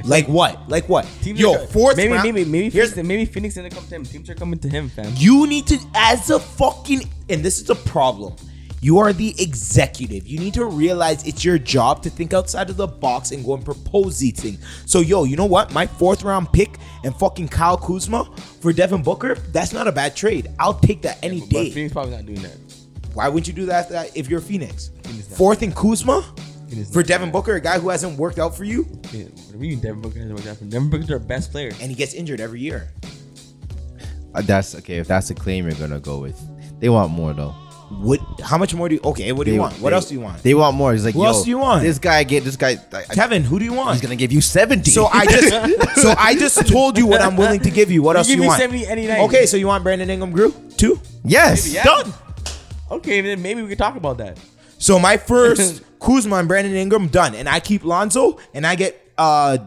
Speaker 1: Like what? Like what?
Speaker 2: teams.
Speaker 1: Yo,
Speaker 2: are co-
Speaker 1: fourth
Speaker 2: Maybe
Speaker 1: round.
Speaker 2: maybe maybe
Speaker 1: Here's
Speaker 2: Phoenix, maybe Phoenix didn't come to him. Teams are coming to him, fam.
Speaker 1: you need to as a fucking and this is a problem. You are the executive. You need to realize it's your job to think outside of the box and go and propose these things. So, yo, you know what? My fourth round pick and fucking Kyle Kuzma for Devin Booker, that's not a bad trade. I'll take that any
Speaker 2: But
Speaker 1: day.
Speaker 2: Phoenix probably not doing that.
Speaker 1: Why wouldn't you do that that if you're Phoenix?
Speaker 2: Phoenix not-
Speaker 1: Fourth and Kuzma
Speaker 2: Phoenix not-
Speaker 1: for Devin Booker, a guy who hasn't worked out for you
Speaker 2: Yeah, What do you mean Devin Booker hasn't worked out for him? Devin Booker's our best player.
Speaker 1: and he gets injured every year.
Speaker 3: Uh, That's okay. If that's the claim you're gonna go with, they want more though.
Speaker 1: What? How much more do you? Okay, what do you
Speaker 3: They-
Speaker 1: want? What
Speaker 3: they-
Speaker 1: else do you want?
Speaker 3: They want more. He's like,
Speaker 1: Who
Speaker 3: Yo,
Speaker 1: else do you want?
Speaker 3: This guy get this guy. I, I,
Speaker 1: Kevin, who do you want?
Speaker 3: he's gonna give you seventy.
Speaker 1: So I just so I just told you what I'm willing to give you. What
Speaker 2: You
Speaker 1: else
Speaker 2: give
Speaker 1: you
Speaker 2: me
Speaker 1: want?
Speaker 2: 70, any night.
Speaker 1: okay, so you want Brandon Ingram grew two?
Speaker 3: (laughs) yes,
Speaker 2: Maybe, yeah.
Speaker 1: Done.
Speaker 2: Okay, then maybe we can talk about that.
Speaker 1: So
Speaker 3: (laughs)
Speaker 1: my first Kuzma and Brandon Ingram done, and I keep Lonzo, and I get uh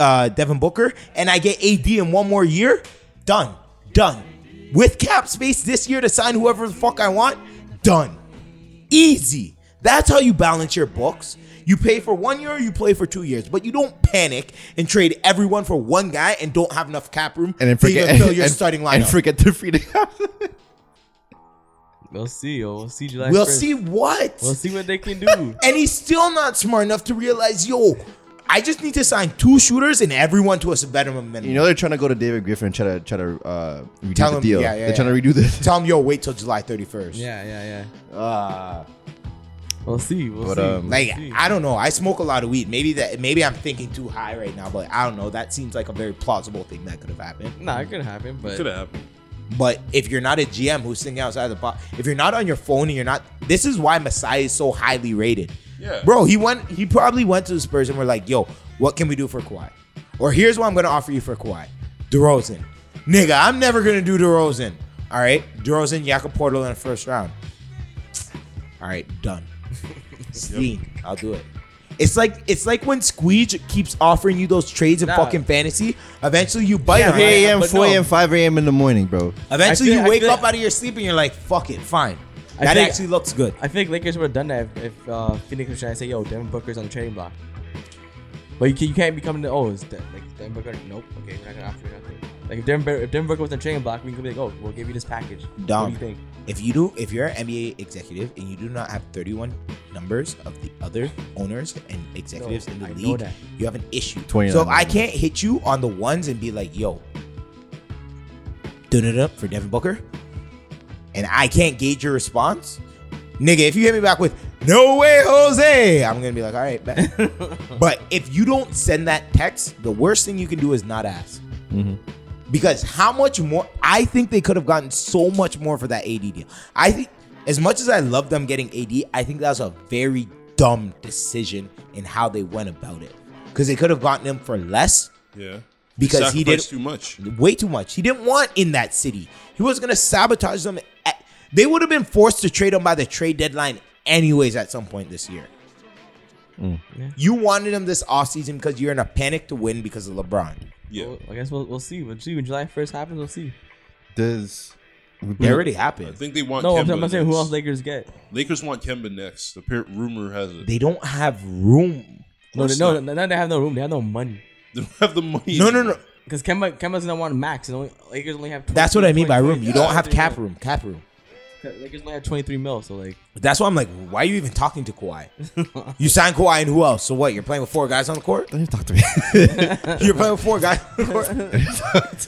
Speaker 1: uh Devin Booker, and I get AD in one more year. Done, done. With cap space this year to sign whoever the fuck I want. Done. Easy. That's how you balance your books. You pay for one year, you play for two years, but you don't panic and trade everyone for one guy and don't have enough cap room
Speaker 3: and then
Speaker 1: to even
Speaker 3: forget (laughs)
Speaker 1: fill your
Speaker 3: and,
Speaker 1: starting lineup.
Speaker 3: and forget the (laughs) free
Speaker 2: We'll see. Yo. We'll see July.
Speaker 1: we'll
Speaker 2: 1st.
Speaker 1: see what.
Speaker 2: We'll see what they can do.
Speaker 1: And he's still not smart enough to realize, yo, I just need to sign two shooters and everyone to a better minimum.
Speaker 3: You know they're trying to go to David Griffin and try to try to uh, redo
Speaker 1: Tell
Speaker 3: the
Speaker 1: him-
Speaker 3: deal.
Speaker 1: yeah, yeah,
Speaker 3: they're trying to redo this.
Speaker 1: Tell him, yo, wait till July 31st.
Speaker 2: (laughs) yeah, yeah, yeah.
Speaker 3: Ah,
Speaker 2: We'll see. We'll
Speaker 3: But,
Speaker 2: see.
Speaker 3: um,
Speaker 1: Like
Speaker 2: We'll see.
Speaker 1: I don't know. I smoke a lot of weed. Maybe that. Maybe I'm thinking too high right now. But I don't know. That seems like a very plausible thing that could have happened.
Speaker 2: nah, it could happen, but
Speaker 4: Could happen.
Speaker 1: But if you're not a GM who's thinking outside the box, if you're not on your phone and you're not, this is why Masai is so highly rated.
Speaker 4: Yeah.
Speaker 1: bro, he went. He probably went to the Spurs and were like, "Yo, what can we do for Kawhi? Or here's what I'm gonna offer you for Kawhi, DeRozan. Nigga, I'm never gonna do DeRozan. All right, DeRozan, Jakob Portal in the first round. All right, done. Steen, I'll do it. It's like it's like when Squeege keeps offering you those trades in
Speaker 2: Nah.
Speaker 1: fucking fantasy. Eventually, you bite
Speaker 3: (laughs)
Speaker 1: on
Speaker 3: 3
Speaker 1: it.
Speaker 3: a.m.,
Speaker 1: But
Speaker 3: 4
Speaker 1: no.
Speaker 3: a.m., 5 a.m. in the morning, bro.
Speaker 1: Eventually,
Speaker 2: I feel-
Speaker 1: you
Speaker 2: I
Speaker 1: wake
Speaker 2: feel-
Speaker 1: up out of your sleep and you're like, "Fuck it, fine."
Speaker 2: I
Speaker 1: That
Speaker 2: think-
Speaker 1: actually looks good.
Speaker 2: I think Lakers would have done that if, if uh, Phoenix was trying to say, "Yo, Devin Booker's on the trading block." But you, can, you can't be coming to oh, is De- like Devin Booker? Nope. Okay, we're not gonna offer you nothing. Like if Devin, Bur- if Devin Booker was on the trading block, we can be like, "Oh, we'll give you this package." What do
Speaker 1: Dom.
Speaker 2: you think?
Speaker 1: If you do, if you're an NBA executive and you do not have 31 numbers of the other owners and executives
Speaker 2: No,
Speaker 1: in the
Speaker 2: I know
Speaker 1: league,
Speaker 2: that.
Speaker 1: you have an issue.
Speaker 3: 29
Speaker 1: So if I
Speaker 3: numbers.
Speaker 1: can't hit you on the ones and be like, "Yo, dun it up for Devin Booker," and I can't gauge your response, nigga. If you hit me back with "No way, Jose," I'm gonna be like, "All right,
Speaker 2: (laughs)
Speaker 1: bet." but if you don't send that text, the worst thing you can do is not ask. Because how much more? I think they could have gotten so much more for that AD deal. I think, as much as I love them getting AD, I think that was a very dumb decision in how they went about it. Because they could have gotten him for less
Speaker 4: Yeah.
Speaker 1: Because he did-
Speaker 4: Sacrificed too much.
Speaker 1: way too much. He didn't want in that city. He was gonna sabotage them. At, they would have been forced to trade him by the trade deadline, anyways, at some point this year. You wanted him this offseason because you're in a panic to win because of LeBron.
Speaker 4: Yeah.
Speaker 2: Well, I guess we'll, we'll see. We'll see when July first happens. We'll see.
Speaker 3: Does
Speaker 1: It
Speaker 3: Mm.
Speaker 1: already
Speaker 4: I
Speaker 1: happened.
Speaker 4: think they want.
Speaker 2: No,
Speaker 4: Kemba
Speaker 2: I'm, I'm not saying who
Speaker 4: next.
Speaker 2: else Lakers get.
Speaker 4: Lakers want Kemba next. The par- rumor has it.
Speaker 1: They don't have room.
Speaker 2: No, they,
Speaker 4: course
Speaker 2: no, no, they have no room. They have no money
Speaker 4: (laughs) They don't have the money.
Speaker 1: No, no, no.
Speaker 2: because Kemba Kemba's gonna want max. And only, Lakers only have.
Speaker 1: That's what I mean by
Speaker 2: 23,
Speaker 1: room. You don't have
Speaker 2: 23
Speaker 1: cap
Speaker 2: mil.
Speaker 1: room. Cap room.
Speaker 2: Lakers only have 23 mil, so like
Speaker 1: That's why I'm like, why are you even talking to
Speaker 2: (laughs)
Speaker 1: Kawhi? You signed Kawhi and who else? So what? You're playing with four guys on the court.
Speaker 3: don't even talk to me.
Speaker 1: You're playing with four guys. On the court?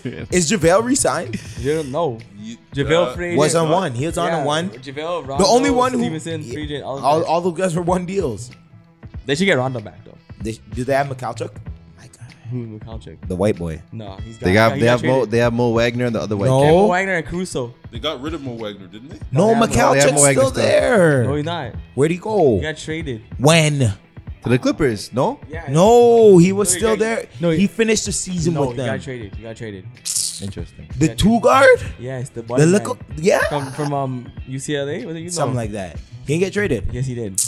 Speaker 2: (laughs)
Speaker 1: Is Javale re-signed?
Speaker 2: you don't know.
Speaker 4: You-
Speaker 2: JaVale
Speaker 4: uh,
Speaker 2: free agent.
Speaker 1: Was on one. He was on
Speaker 2: Yeah,
Speaker 1: a one.
Speaker 2: JaVale, Rondo,
Speaker 1: The only one who
Speaker 2: Stevenson,
Speaker 1: yeah,
Speaker 2: free agent, all,
Speaker 1: all,
Speaker 2: all,
Speaker 1: all those guys were one deals.
Speaker 2: They should get Rondo back though.
Speaker 1: They, do they have McCalchuk? My God.
Speaker 2: Who Mikalchik?
Speaker 1: The white boy.
Speaker 2: No, he's got.
Speaker 3: (laughs) They got
Speaker 2: he
Speaker 3: they have Mo
Speaker 2: traded.
Speaker 3: they have Mo Wagner and the other white
Speaker 1: No.
Speaker 3: kid.
Speaker 2: Kemba Wagner and Caruso.
Speaker 4: They got rid of Mo Wagner, didn't they?
Speaker 1: No,
Speaker 2: they have Mo-
Speaker 3: they have
Speaker 1: McCalchuk's
Speaker 3: Mo Wagner
Speaker 1: still
Speaker 3: still.
Speaker 2: No,
Speaker 1: there.
Speaker 2: he's not.
Speaker 1: Where'd he
Speaker 2: He
Speaker 1: go?
Speaker 2: got traded.
Speaker 1: When?
Speaker 3: to the Clippers. No,
Speaker 2: Yeah.
Speaker 1: No, he was
Speaker 2: No, he
Speaker 1: still
Speaker 2: got-
Speaker 1: there.
Speaker 2: no, he-
Speaker 1: he finished the season
Speaker 2: No,
Speaker 1: with
Speaker 2: he got
Speaker 1: them.
Speaker 2: traded. He got traded.
Speaker 3: interesting.
Speaker 1: The two guard?
Speaker 2: Yes, the boy.
Speaker 1: The little,
Speaker 2: from
Speaker 1: yeah,
Speaker 2: from um UCLA. Was it you
Speaker 1: something like that. He didn't get traded.
Speaker 2: Yes, he did.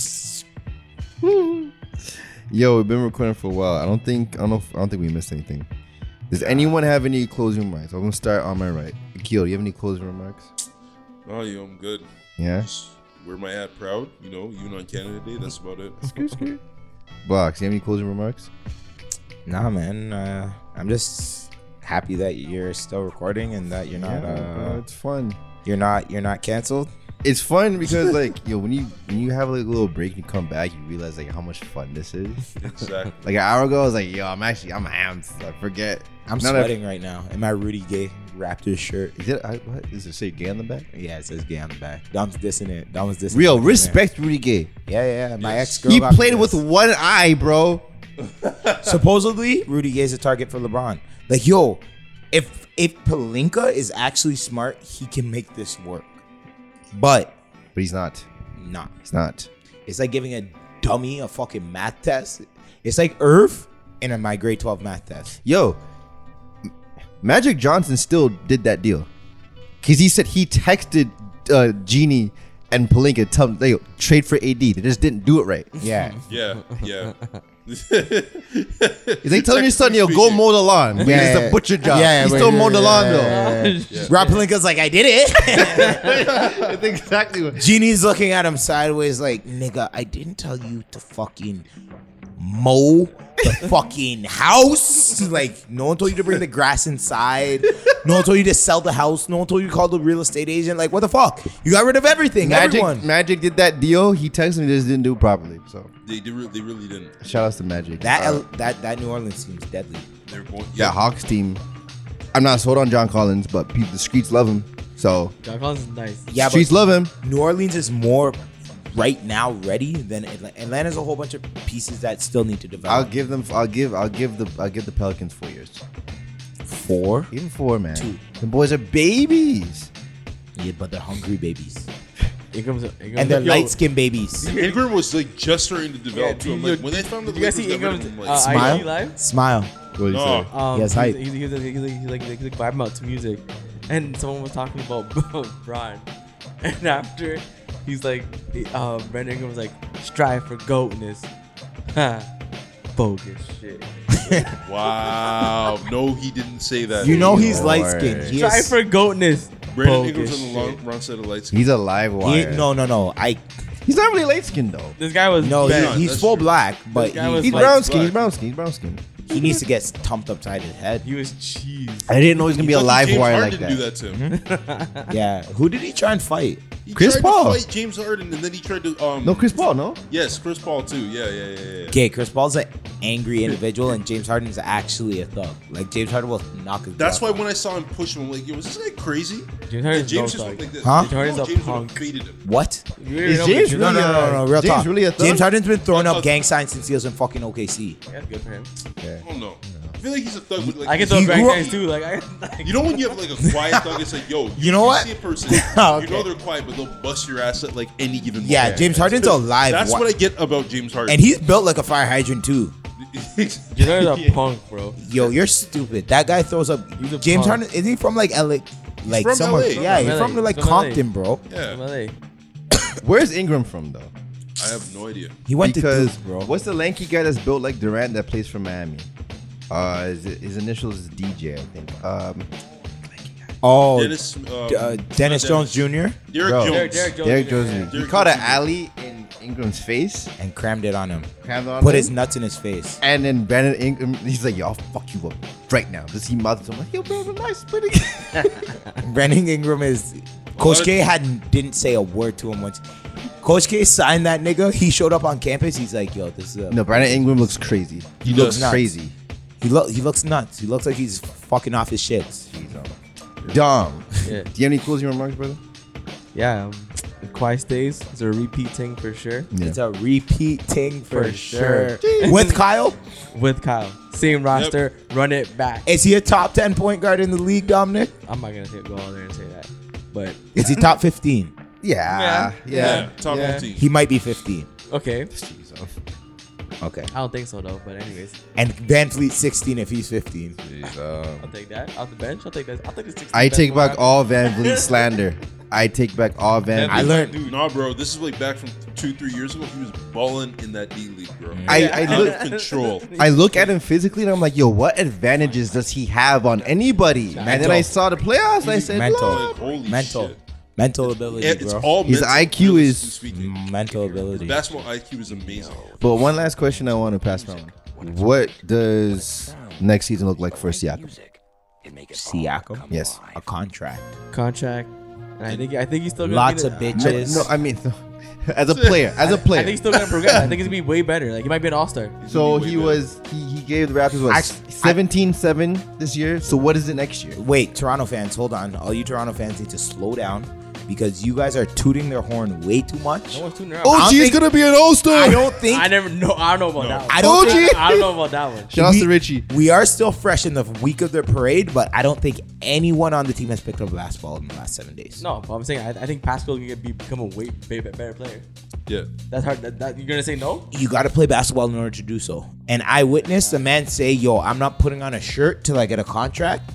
Speaker 3: Yo, we've been recording for a while. I don't think I don't know if, I don't think we missed anything. Does anyone have any closing remarks? I'm gonna start on my right. Akil, do you have any closing remarks?
Speaker 4: Oh, yo, I'm good.
Speaker 3: Yeah.
Speaker 4: Just wear my hat proud. You know, even on Canada Day, that's about it.
Speaker 3: Box, you have any closing remarks?
Speaker 1: Nah, man. Uh, I'm just happy that you're still recording and that you're not.
Speaker 3: bro,
Speaker 1: Uh,
Speaker 3: it's fun.
Speaker 1: you're not. You're not canceled.
Speaker 3: it's fun because like (laughs) yo, when you when you have like a little break, and you come back, you realize like how much fun this
Speaker 1: (laughs)
Speaker 3: is.
Speaker 4: Exactly.
Speaker 3: Like an hour ago, I was like, yo, I'm actually I'm amped. I forget.
Speaker 1: I'm
Speaker 3: Now that-
Speaker 1: sweating right now in my Rudy Gay Raptors shirt.
Speaker 3: Is it? I, what is it? Say gay on the back. Oh,
Speaker 1: Yeah, it says gay on the back. Dom's dissing it. Dom was dissing.
Speaker 3: Real
Speaker 1: it.
Speaker 3: respect, Rudy Gay.
Speaker 1: Yeah, yeah. yeah. My ex girl.
Speaker 3: He played with one eye, bro.
Speaker 1: supposedly Rudy Gay's a target for LeBron. Like, yo, if if Palinka is actually smart, he can make this work. But
Speaker 3: But he's not.
Speaker 1: nah,
Speaker 3: He's not.
Speaker 1: it's like giving a dummy a fucking math test. It's like Irv in a my grade twelve math test.
Speaker 3: Yo, M- Magic Johnson still did that deal. Cause he said he texted uh, Genie and Palinka tell them they trade for AD. They just didn't do it right.
Speaker 1: Yeah,
Speaker 4: Yeah,
Speaker 2: (laughs)
Speaker 4: yeah.
Speaker 3: He's like telling your son, yo, go mow the lawn. Yeah,
Speaker 1: Yeah,
Speaker 3: it's
Speaker 1: yeah.
Speaker 3: a butcher job.
Speaker 1: Yeah,
Speaker 3: Yeah, he
Speaker 1: but-
Speaker 3: still mowed the lawn though.
Speaker 2: (laughs)
Speaker 1: Rob Palinka's like, I did it.
Speaker 3: (laughs) That's exactly what.
Speaker 1: Genie's looking at him sideways, like, nigga, I didn't tell you to fucking mow the fucking house. Like, no one told you to bring the grass inside. No one told you to sell the house. No one told you to call the real estate agent. Like, what the fuck? You got rid of everything.
Speaker 3: Magic,
Speaker 1: Everyone.
Speaker 3: Magic did that deal. He texted me, just didn't do it properly. So
Speaker 4: They, they, re- they really didn't.
Speaker 3: shout outs to Magic.
Speaker 1: That
Speaker 3: Uh,
Speaker 1: L- that that New Orleans team's deadly.
Speaker 4: They're going.
Speaker 3: that Hawks team. I'm not sold on John Collins, but people, the streets love him. So
Speaker 2: John Collins is nice.
Speaker 1: Yeah,
Speaker 3: streets
Speaker 1: but
Speaker 3: love him.
Speaker 1: New Orleans is more right now ready than Atlanta. Atlanta's a whole bunch of pieces that still need to
Speaker 3: I'll
Speaker 1: develop.
Speaker 3: give them. I'll give. I'll give the. I'll give the Pelicans four years.
Speaker 1: Four.
Speaker 3: Even four, man.
Speaker 1: Two.
Speaker 3: The boys are babies.
Speaker 1: Yeah, but they're hungry babies.
Speaker 2: Ingram's, Ingram's
Speaker 1: And they're
Speaker 2: Yo,
Speaker 1: light skinned babies.
Speaker 4: Ingram was like just starting to
Speaker 2: yeah,
Speaker 4: develop
Speaker 2: dude,
Speaker 4: too. I'm
Speaker 2: look,
Speaker 4: like, when they found the
Speaker 2: did you guys
Speaker 4: Lakers
Speaker 2: see
Speaker 4: got rid of
Speaker 2: Ingram's
Speaker 4: him, I'm
Speaker 2: uh,
Speaker 4: like,
Speaker 2: IG
Speaker 1: Smile. Smile.
Speaker 2: live?
Speaker 3: What do you
Speaker 4: No.
Speaker 3: say?
Speaker 2: Um,
Speaker 1: He has
Speaker 2: he's-
Speaker 1: hype.
Speaker 2: He's, he's, he's, he's, he's, he's like he's like vibing out to music, and someone was talking about (laughs) Brian, and after he's like, he- uh, Brandon Ingram was like, strive for goatness, (laughs) Ha. bogus shit.
Speaker 4: wow. No, he didn't say that.
Speaker 1: You know
Speaker 3: Lord.
Speaker 1: he's light skinned. He
Speaker 2: Strive
Speaker 1: is,
Speaker 2: for goatness.
Speaker 4: Brandon
Speaker 2: bogus
Speaker 4: Ingram's on the
Speaker 2: shit.
Speaker 4: long, wrong side of the lights.
Speaker 3: He's a live
Speaker 1: he,
Speaker 3: wire.
Speaker 1: no, no, no. I
Speaker 3: he's not really light skinned though.
Speaker 2: This guy was
Speaker 1: no.
Speaker 2: bad.
Speaker 4: Bad.
Speaker 1: He, he's
Speaker 4: That's
Speaker 1: full
Speaker 4: true.
Speaker 1: black, but
Speaker 2: guy
Speaker 1: he,
Speaker 2: was
Speaker 3: He's
Speaker 2: Like,
Speaker 3: brown skin. He's brown skin. He's brown skin.
Speaker 1: he needs to get thumped upside his
Speaker 2: (laughs)
Speaker 1: head.
Speaker 2: He was cheese.
Speaker 3: I didn't know he's gonna be a
Speaker 4: Fucking
Speaker 3: live
Speaker 4: James
Speaker 3: wire
Speaker 4: Harden
Speaker 3: like
Speaker 4: didn't
Speaker 3: that. Hmm?
Speaker 4: do that to him.
Speaker 1: Yeah. Who did he try and fight?
Speaker 4: He
Speaker 3: Chris
Speaker 4: tried
Speaker 3: Paul.
Speaker 4: To fight James Harden, and then he tried to. Um,
Speaker 3: No, Chris Paul. No.
Speaker 4: Yes, Chris Paul too. Yeah, yeah, yeah, yeah.
Speaker 1: Okay, Chris Paul's an angry individual, and James Harden's actually a thug. Like James Harden will knock his.
Speaker 4: That's why
Speaker 1: block
Speaker 4: when I saw him push him, I'm like, yo, is this guy crazy?
Speaker 2: James
Speaker 4: Yeah,
Speaker 2: Harden's
Speaker 4: James
Speaker 2: no
Speaker 4: just
Speaker 2: thug.
Speaker 4: looked like this.
Speaker 1: Huh?
Speaker 4: You know
Speaker 2: James Harden's a
Speaker 4: James would have
Speaker 2: punk.
Speaker 4: faded him.
Speaker 1: out. What?
Speaker 2: You
Speaker 3: Is
Speaker 2: know,
Speaker 3: James
Speaker 2: but you
Speaker 1: No, no,
Speaker 3: really
Speaker 2: know-
Speaker 1: no, no, no. Real
Speaker 3: James
Speaker 1: talk.
Speaker 3: really a thug?
Speaker 1: James Harden's been throwing up
Speaker 4: thug.
Speaker 1: gang signs since he was in fucking OKC.
Speaker 2: Yeah, good for him.
Speaker 4: I don't know. I feel like he's a thug. With, like,
Speaker 2: I can throw
Speaker 4: he-
Speaker 1: grew
Speaker 2: back
Speaker 1: up-
Speaker 2: guys too. Like, (laughs) I, like
Speaker 4: You know when you have like a quiet thug, it's
Speaker 1: (laughs)
Speaker 4: like, yo, you,
Speaker 1: know what?
Speaker 4: see a
Speaker 1: (laughs)
Speaker 4: person,
Speaker 1: Okay.
Speaker 4: you know they're quiet, but they'll bust your ass at like any given moment.
Speaker 1: Yeah, James Harden's a live
Speaker 4: That's
Speaker 1: wi-
Speaker 4: what I get about James Harden.
Speaker 1: And he's built like a fire hydrant too.
Speaker 2: James Harden's a punk, bro.
Speaker 1: Yo, you're stupid. That guy throws up.
Speaker 2: He's a
Speaker 1: James
Speaker 2: punk.
Speaker 1: Harden isn't he from like LA? Like
Speaker 4: from
Speaker 1: somewhere?
Speaker 4: LA.
Speaker 1: Yeah, he's
Speaker 2: From
Speaker 1: from
Speaker 2: LA.
Speaker 1: like
Speaker 2: From LA.
Speaker 1: Compton, bro.
Speaker 2: From
Speaker 4: (laughs) yeah,
Speaker 2: LA.
Speaker 3: Where's Ingram from though?
Speaker 4: I have no idea.
Speaker 1: He went to
Speaker 3: because
Speaker 1: Duke, bro.
Speaker 3: what's the lanky guy that's built like Durant that plays for Miami? Uh, his, his initials is DJ, I think. Um,
Speaker 1: Oh,
Speaker 4: Dennis, um,
Speaker 1: uh, Dennis Jones Jr.
Speaker 4: Derek
Speaker 3: Bro.
Speaker 4: Jones.
Speaker 2: Derek, Derek Jones.
Speaker 3: Derek
Speaker 2: yeah.
Speaker 3: Jones. He
Speaker 4: Derrick
Speaker 3: caught
Speaker 4: Jones
Speaker 3: an
Speaker 4: Jr.
Speaker 3: alley in Ingram's face,
Speaker 1: and crammed it on him.
Speaker 3: crammed on
Speaker 1: Put
Speaker 3: him,
Speaker 1: his nuts in his face. (laughs)
Speaker 3: and then Brandon Ingram. He's like, "Yo, I'll fuck you up right now." Does he mouth to him like, "Yo, bro, relax, split again."
Speaker 1: Brandon Ingram is.
Speaker 4: lot
Speaker 1: Coach
Speaker 4: of-
Speaker 1: K had didn't say a word to him once. Coach K signed that nigga. He showed up on campus. He's like, "Yo, this is a,
Speaker 3: (laughs) no, Brandon Ingram looks crazy. He,
Speaker 4: does.
Speaker 3: looks
Speaker 1: Nuts.
Speaker 3: crazy.
Speaker 1: he look he looks nuts. He looks like he's fucking off his shits."
Speaker 3: He's, um, Dom,
Speaker 2: Yeah.
Speaker 3: do you have any closing remarks, brother?
Speaker 2: Yeah, um, the Quiet Stays is a repeat thing for sure.
Speaker 1: It's a repeat thing for,
Speaker 2: For
Speaker 1: sure.
Speaker 2: sure.
Speaker 1: With Kyle,
Speaker 2: With Kyle. Same roster, run it back.
Speaker 1: is he a top ten point guard in the league, Dominic?
Speaker 2: I'm not going to go out there and say that. But,
Speaker 1: Is he top fifteen?
Speaker 3: Yeah, yeah,
Speaker 4: Yeah, top
Speaker 2: Yeah.
Speaker 4: 15.
Speaker 1: He might be fifteen.
Speaker 2: okay.
Speaker 3: Jeez, um,
Speaker 1: Okay.
Speaker 2: I don't think so, though. But, anyways,
Speaker 1: And Van Fleet sixteen if he's fifteen.
Speaker 3: jeez, um.
Speaker 2: I'll take that. Off the bench, I'll take that. I'll take the 16
Speaker 3: I
Speaker 2: best
Speaker 3: take back
Speaker 2: player.
Speaker 3: all Van
Speaker 2: (laughs)
Speaker 3: Vliet slander. I take back all Van.
Speaker 2: Van
Speaker 1: I
Speaker 3: Vliet.
Speaker 2: Vliet.
Speaker 1: learned
Speaker 4: Dude, nah, bro. This is like back from two, three years ago. He was balling in that D league, bro.
Speaker 3: I- I
Speaker 4: out
Speaker 3: look-
Speaker 4: of control.
Speaker 3: I look at him physically and I'm like, yo, what advantages does he have on anybody? And then I saw the playoffs and I said,
Speaker 1: Mental.
Speaker 3: "Lord."
Speaker 4: Like, holy
Speaker 1: mental,
Speaker 4: shit.
Speaker 1: mental ability,
Speaker 4: It- It's
Speaker 1: bro. Mm,
Speaker 4: all
Speaker 3: His
Speaker 4: mental,
Speaker 3: IQ
Speaker 4: realistically
Speaker 3: is-
Speaker 4: speaking.
Speaker 1: mental ability.
Speaker 4: Basketball IQ is amazing.
Speaker 3: But one last question I want to pass around. What does next season look like for Siakam?
Speaker 1: Siakam,
Speaker 3: Yes.
Speaker 1: a contract.
Speaker 2: Contract And I think I think he's still gonna
Speaker 1: Lots
Speaker 2: be
Speaker 1: of
Speaker 2: the-
Speaker 1: bitches.
Speaker 3: No, I mean, (laughs) as a player, as a
Speaker 2: I
Speaker 3: player.
Speaker 2: think he's still gonna progress. I think he's gonna be way better. Like he might be an all star.
Speaker 3: so
Speaker 4: He's gonna be
Speaker 3: he
Speaker 4: way
Speaker 3: was he, he gave the Raptors what
Speaker 1: I-
Speaker 3: 17-7 this year. So what is it next year?
Speaker 1: Wait, Toronto fans, hold on. All you Toronto fans need to slow down because you guys are tooting their horn way too much.
Speaker 2: No one's tuning around.
Speaker 1: I don't
Speaker 3: OG's
Speaker 1: think-
Speaker 3: gonna be an All
Speaker 1: I
Speaker 3: Star.
Speaker 1: don't think
Speaker 2: I never know. I don't know about that. One.
Speaker 1: I don't
Speaker 3: think-
Speaker 2: I don't know about that one.
Speaker 3: Shout out
Speaker 1: We-
Speaker 3: to Richie.
Speaker 1: we are still fresh in the week of their parade, but I don't think anyone on the team has picked up last ball in the last seven days.
Speaker 2: No, but I'm saying I, I think Pascal can get- be, become a way, way be- better player.
Speaker 4: Yeah.
Speaker 2: That's hard. That, that, you're gonna say no?
Speaker 1: You got to play basketball in order to do so. And I witnessed a man say, "Yo, I'm not putting on a shirt till I get a
Speaker 2: (laughs)
Speaker 1: contract,"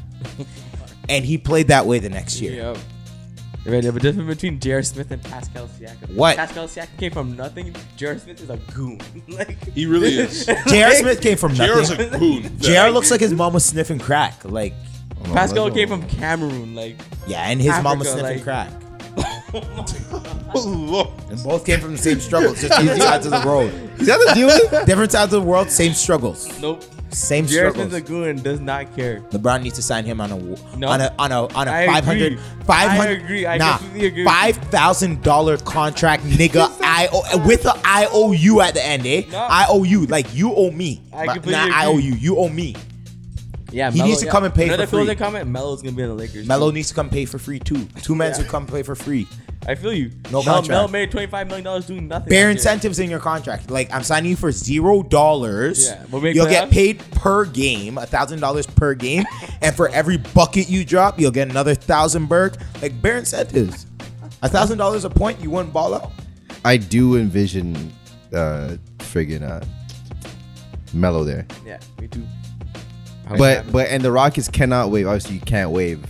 Speaker 1: and he played that way the next year.
Speaker 2: Right, there's a difference between J.R. Smith and Pascal Siakam.
Speaker 1: What?
Speaker 2: Pascal Siakam came from nothing. J.R. Smith is a goon. (laughs) like
Speaker 4: He really
Speaker 2: (laughs)
Speaker 4: is.
Speaker 1: (laughs) J.R. Smith came from
Speaker 4: JR's
Speaker 1: nothing. (laughs)
Speaker 4: a goon.
Speaker 1: J.R. looks like his mom was sniffing crack. Like,
Speaker 4: Oh,
Speaker 2: Pascal came from Cameroon. Like
Speaker 1: yeah, and his mom was
Speaker 2: Africa,
Speaker 1: sniffing
Speaker 2: like-
Speaker 1: crack.
Speaker 4: Lord.
Speaker 1: And both came from the same struggles, just different sides of the road.
Speaker 3: Is that the deal?
Speaker 1: (laughs)
Speaker 3: with it?
Speaker 1: Different sides of the world, same struggles.
Speaker 2: nope.
Speaker 1: Same
Speaker 2: J.R.
Speaker 1: struggles.
Speaker 2: Smith's a goon and does not care.
Speaker 1: LeBron needs to sign him on a
Speaker 2: No.
Speaker 1: on a on a on a
Speaker 2: I
Speaker 1: five hundred
Speaker 2: agree.
Speaker 1: five
Speaker 2: I
Speaker 1: hundred
Speaker 2: agree. I
Speaker 1: nah
Speaker 2: completely agree.
Speaker 1: five thousand dollar
Speaker 2: (laughs)
Speaker 1: contract, nigga. I o- with a I owe you at the end, eh?
Speaker 2: No.
Speaker 1: I owe you like you owe me.
Speaker 2: I
Speaker 1: Not-
Speaker 2: completely
Speaker 1: nah, I owe
Speaker 2: agree.
Speaker 1: you. You owe me.
Speaker 2: Yeah,
Speaker 1: He needs to come and pay for
Speaker 2: Another
Speaker 1: free.
Speaker 2: closing comment: Melo's gonna be in the Lakers.
Speaker 1: Melo needs to come pay for free too. Two men who
Speaker 2: Yeah.
Speaker 1: come play for free.
Speaker 2: I feel you.
Speaker 1: No
Speaker 2: Mel,
Speaker 1: contract.
Speaker 2: Mel made twenty-five million dollars doing nothing.
Speaker 1: Bare
Speaker 2: last year.
Speaker 1: incentives in your contract. Like I'm signing you for zero dollars.
Speaker 2: Yeah, but make
Speaker 1: You'll get
Speaker 2: playoffs?
Speaker 1: paid per game, a thousand dollars per
Speaker 2: (laughs)
Speaker 1: game, and for every bucket you drop, you'll get another thousand berg. Like bare incentives. A thousand dollars a point, you wouldn't ball out.
Speaker 3: I do envision uh friggin' uh Mello there.
Speaker 2: Yeah, me too.
Speaker 3: But but and the Rockets cannot waive. Obviously, you can't waive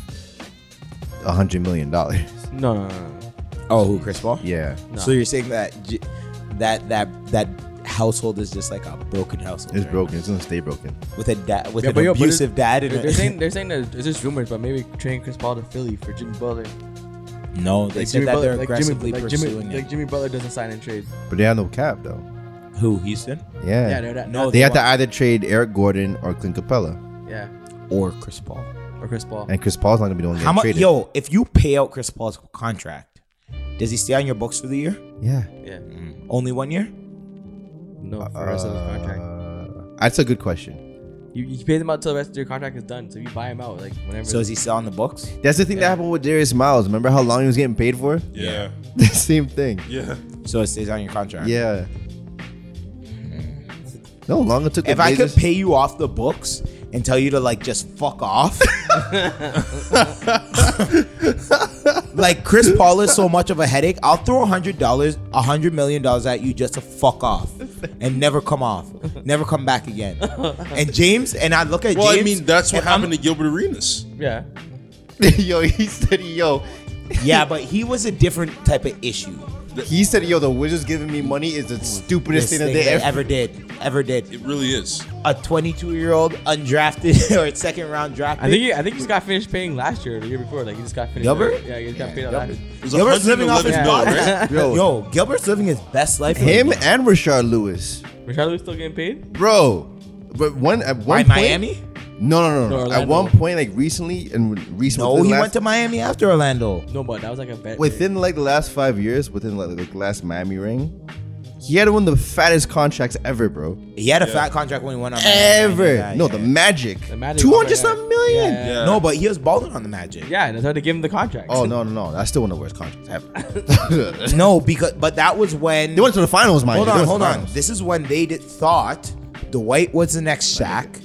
Speaker 3: a hundred million dollars. (laughs)
Speaker 2: no, no, no, no.
Speaker 1: Oh, who Chris Paul?
Speaker 3: Yeah,
Speaker 2: No.
Speaker 1: So you're saying that j- that that that household is just like a broken household.
Speaker 3: it's
Speaker 1: right?
Speaker 3: broken. It's gonna stay broken.
Speaker 1: with a dad with
Speaker 2: Yeah,
Speaker 1: an
Speaker 2: but yo, but it's-
Speaker 1: abusive dad and
Speaker 2: They're,
Speaker 1: a- (laughs)
Speaker 2: they're saying they're saying that it's just rumors, but maybe trading Chris Paul to Philly for Jimmy Butler.
Speaker 1: no, they said that they're
Speaker 2: like
Speaker 1: aggressively
Speaker 2: like Jimmy,
Speaker 1: pursuing
Speaker 2: like Jimmy Butler doesn't sign and trade.
Speaker 3: But they have no cap though.
Speaker 1: it. Who Houston
Speaker 3: Yeah,
Speaker 2: Yeah, they're that.
Speaker 1: No,
Speaker 3: they
Speaker 1: they
Speaker 3: have to
Speaker 1: want-
Speaker 3: either trade Eric Gordon or Clint Capella,
Speaker 2: yeah,
Speaker 1: or Chris Paul?
Speaker 2: or Chris Paul.
Speaker 3: and Chris Paul's not gonna be the one
Speaker 1: How
Speaker 3: getting
Speaker 1: much?
Speaker 3: traded.
Speaker 1: Yo, if you pay out Chris Paul's contract, does he stay on your books for the year?
Speaker 3: Yeah,
Speaker 2: Yeah,
Speaker 1: Only one year?
Speaker 2: no, for the rest of his contract.
Speaker 3: Uh, that's a good question.
Speaker 2: You, you pay them out till the rest of your contract is done. So you buy him out like whenever.
Speaker 1: So is he still on the books?
Speaker 3: That's the thing that happened with Darius Miles. Remember how long he was getting paid for? (laughs)
Speaker 4: Yeah.
Speaker 3: The same thing.
Speaker 4: Yeah.
Speaker 1: So it stays on your contract.
Speaker 3: Yeah. No longer took. the
Speaker 1: If I could
Speaker 3: Blazers-
Speaker 1: pay you off the books and tell you to like just fuck off, like Chris Paul is so much of a headache, I'll throw a hundred dollars, a hundred million dollars at you just to fuck off and never come off, never come back again. And James and I look at
Speaker 4: Well, I
Speaker 1: James.
Speaker 4: mean, that's what
Speaker 1: and I'm-
Speaker 4: happened to Gilbert Arenas.
Speaker 2: yeah,
Speaker 3: (laughs) yo, he said, yo,
Speaker 1: yeah, but he was a different type of issue.
Speaker 3: he said, yo, the Wizards giving me money is the stupidest
Speaker 1: This
Speaker 3: thing
Speaker 1: thing
Speaker 3: that they
Speaker 1: they
Speaker 3: ever.
Speaker 1: ever did, ever did.
Speaker 4: It really is.
Speaker 1: A 22 year old undrafted (laughs) or second round draft.
Speaker 2: I think he, I think he just got finished paying last year, or the year before. Like he just got finished.
Speaker 1: Gilbert?
Speaker 2: Yeah, he just got paid out.
Speaker 1: Gilbert.
Speaker 2: Last year.
Speaker 4: It was
Speaker 1: Gilbert's living off his
Speaker 4: 111 mil,
Speaker 1: (laughs)
Speaker 4: right?
Speaker 1: body.
Speaker 3: Yo.
Speaker 1: Yo. Gilbert's living his best life.
Speaker 3: Him and Rashard Lewis,
Speaker 2: Richarlison still getting paid?
Speaker 3: bro. But one at
Speaker 1: Why
Speaker 3: one point,
Speaker 1: Miami?
Speaker 3: No,
Speaker 2: No,
Speaker 3: no, no, no. At
Speaker 2: Orlando.
Speaker 3: one point, like recently, and recently,
Speaker 1: No, he went to Miami after Orlando.
Speaker 2: No, but that was like a bet.
Speaker 3: within like the last five years, within like the last Miami ring, he had one of the fattest contracts ever, bro.
Speaker 1: He had a fat contract when he went on Miami.
Speaker 3: Ever.
Speaker 1: Yeah,
Speaker 3: no,
Speaker 1: yeah,
Speaker 3: the
Speaker 1: yeah.
Speaker 3: Magic.
Speaker 2: The Magic-
Speaker 3: Two hundred
Speaker 2: oh my
Speaker 3: some
Speaker 2: God.
Speaker 3: million.
Speaker 2: Yeah.
Speaker 4: Yeah.
Speaker 1: No, but he was balling on the Magic.
Speaker 2: Yeah, and that's how they give him the contract.
Speaker 3: Oh no, no, no. That's still one of the worst
Speaker 2: (laughs)
Speaker 3: contracts ever.
Speaker 1: No, because but that was when.
Speaker 3: they went to the finals, mind
Speaker 1: hold
Speaker 3: you. They
Speaker 1: on,
Speaker 3: went to
Speaker 1: hold
Speaker 3: the
Speaker 1: on.
Speaker 3: finals.
Speaker 1: This is when they did, thought Dwight was the next Shaq.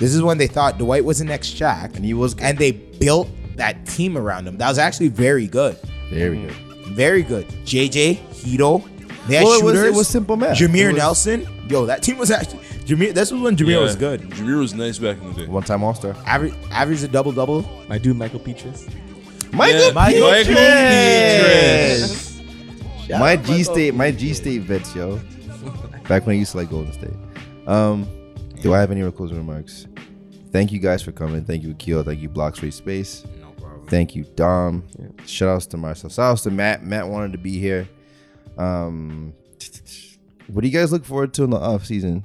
Speaker 1: This is when they thought Dwight was the next Shaq,
Speaker 3: And he was good.
Speaker 1: and they built that team around him. That was actually very good,
Speaker 3: There we go.
Speaker 1: very good. JJ Hito. They had
Speaker 3: Well, it was-
Speaker 1: shooters.
Speaker 3: it was simple math. It
Speaker 1: Jameer
Speaker 3: was-
Speaker 1: Nelson. Yo, that team was actually Jameer. This was when Jameer was good.
Speaker 4: Jameer was nice back in the day.
Speaker 3: One time All Star.
Speaker 1: Average, average a double double.
Speaker 2: my dude Michael Peaches.
Speaker 3: Michael
Speaker 1: Michael
Speaker 3: Petras. My
Speaker 2: Michael
Speaker 3: G State, my G State vets, yo. Back when I used to like Golden State. Um, do I have any closing remarks? Thank you guys for coming. Thank you, Akil. Thank you, Block Street Space. No problem. Thank you, Dom. Shout outs to myself. Shout outs to Matt. Matt wanted to be here. Um, what do you guys look forward to in the off season?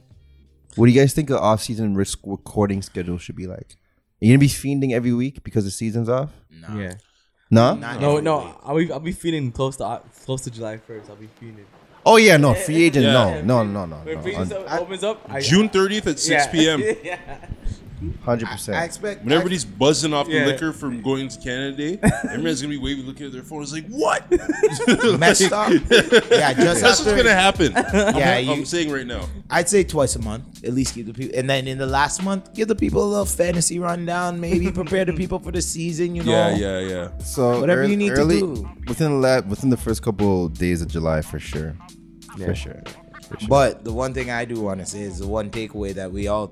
Speaker 3: What do you guys think the off season risk recording schedule should be like? Are you gonna be fiending every week because the season's off?
Speaker 2: Yeah.
Speaker 3: No.
Speaker 1: Not
Speaker 2: No,
Speaker 1: in
Speaker 2: no,
Speaker 1: Philly.
Speaker 2: I'll be, I'll be feeling close to close to July first. I'll be feeling.
Speaker 3: Oh yeah, no free agent.
Speaker 4: Yeah.
Speaker 3: No, no, no, no,
Speaker 2: When free
Speaker 3: no.
Speaker 2: opens up, I,
Speaker 4: June 30th at 6
Speaker 2: yeah.
Speaker 4: p.m.
Speaker 2: (laughs) yeah.
Speaker 3: Hundred
Speaker 1: I
Speaker 3: percent.
Speaker 1: expect.
Speaker 4: When everybody's buzzing off
Speaker 2: Yeah.
Speaker 4: the liquor from going to Canada Day, everyone's gonna be waving, looking at their phone. It's like, what?
Speaker 1: messed up.
Speaker 4: Like, (laughs)
Speaker 1: yeah, just
Speaker 4: That's what's
Speaker 1: after.
Speaker 4: gonna happen.
Speaker 1: (laughs) Yeah,
Speaker 4: I'm,
Speaker 1: you-
Speaker 4: I'm saying right now.
Speaker 1: I'd say twice a month at least. Give the people, and then in the last month, give the people a little fantasy rundown. Maybe prepare the people for the season. You know.
Speaker 4: Yeah, yeah, yeah.
Speaker 3: So
Speaker 1: Whatever
Speaker 3: ear-
Speaker 1: you need to
Speaker 3: early,
Speaker 1: do. Oh, uh, uh, (laughs) uh,
Speaker 2: (laughs) (laughs) Oh.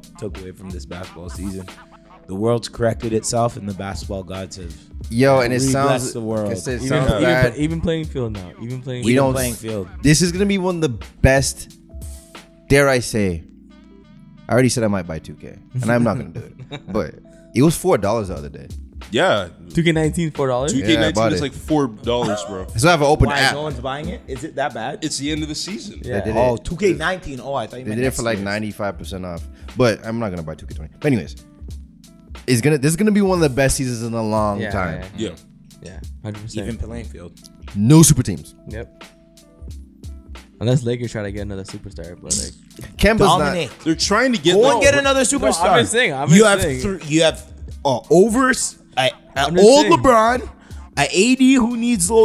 Speaker 1: (laughs)
Speaker 3: Oh,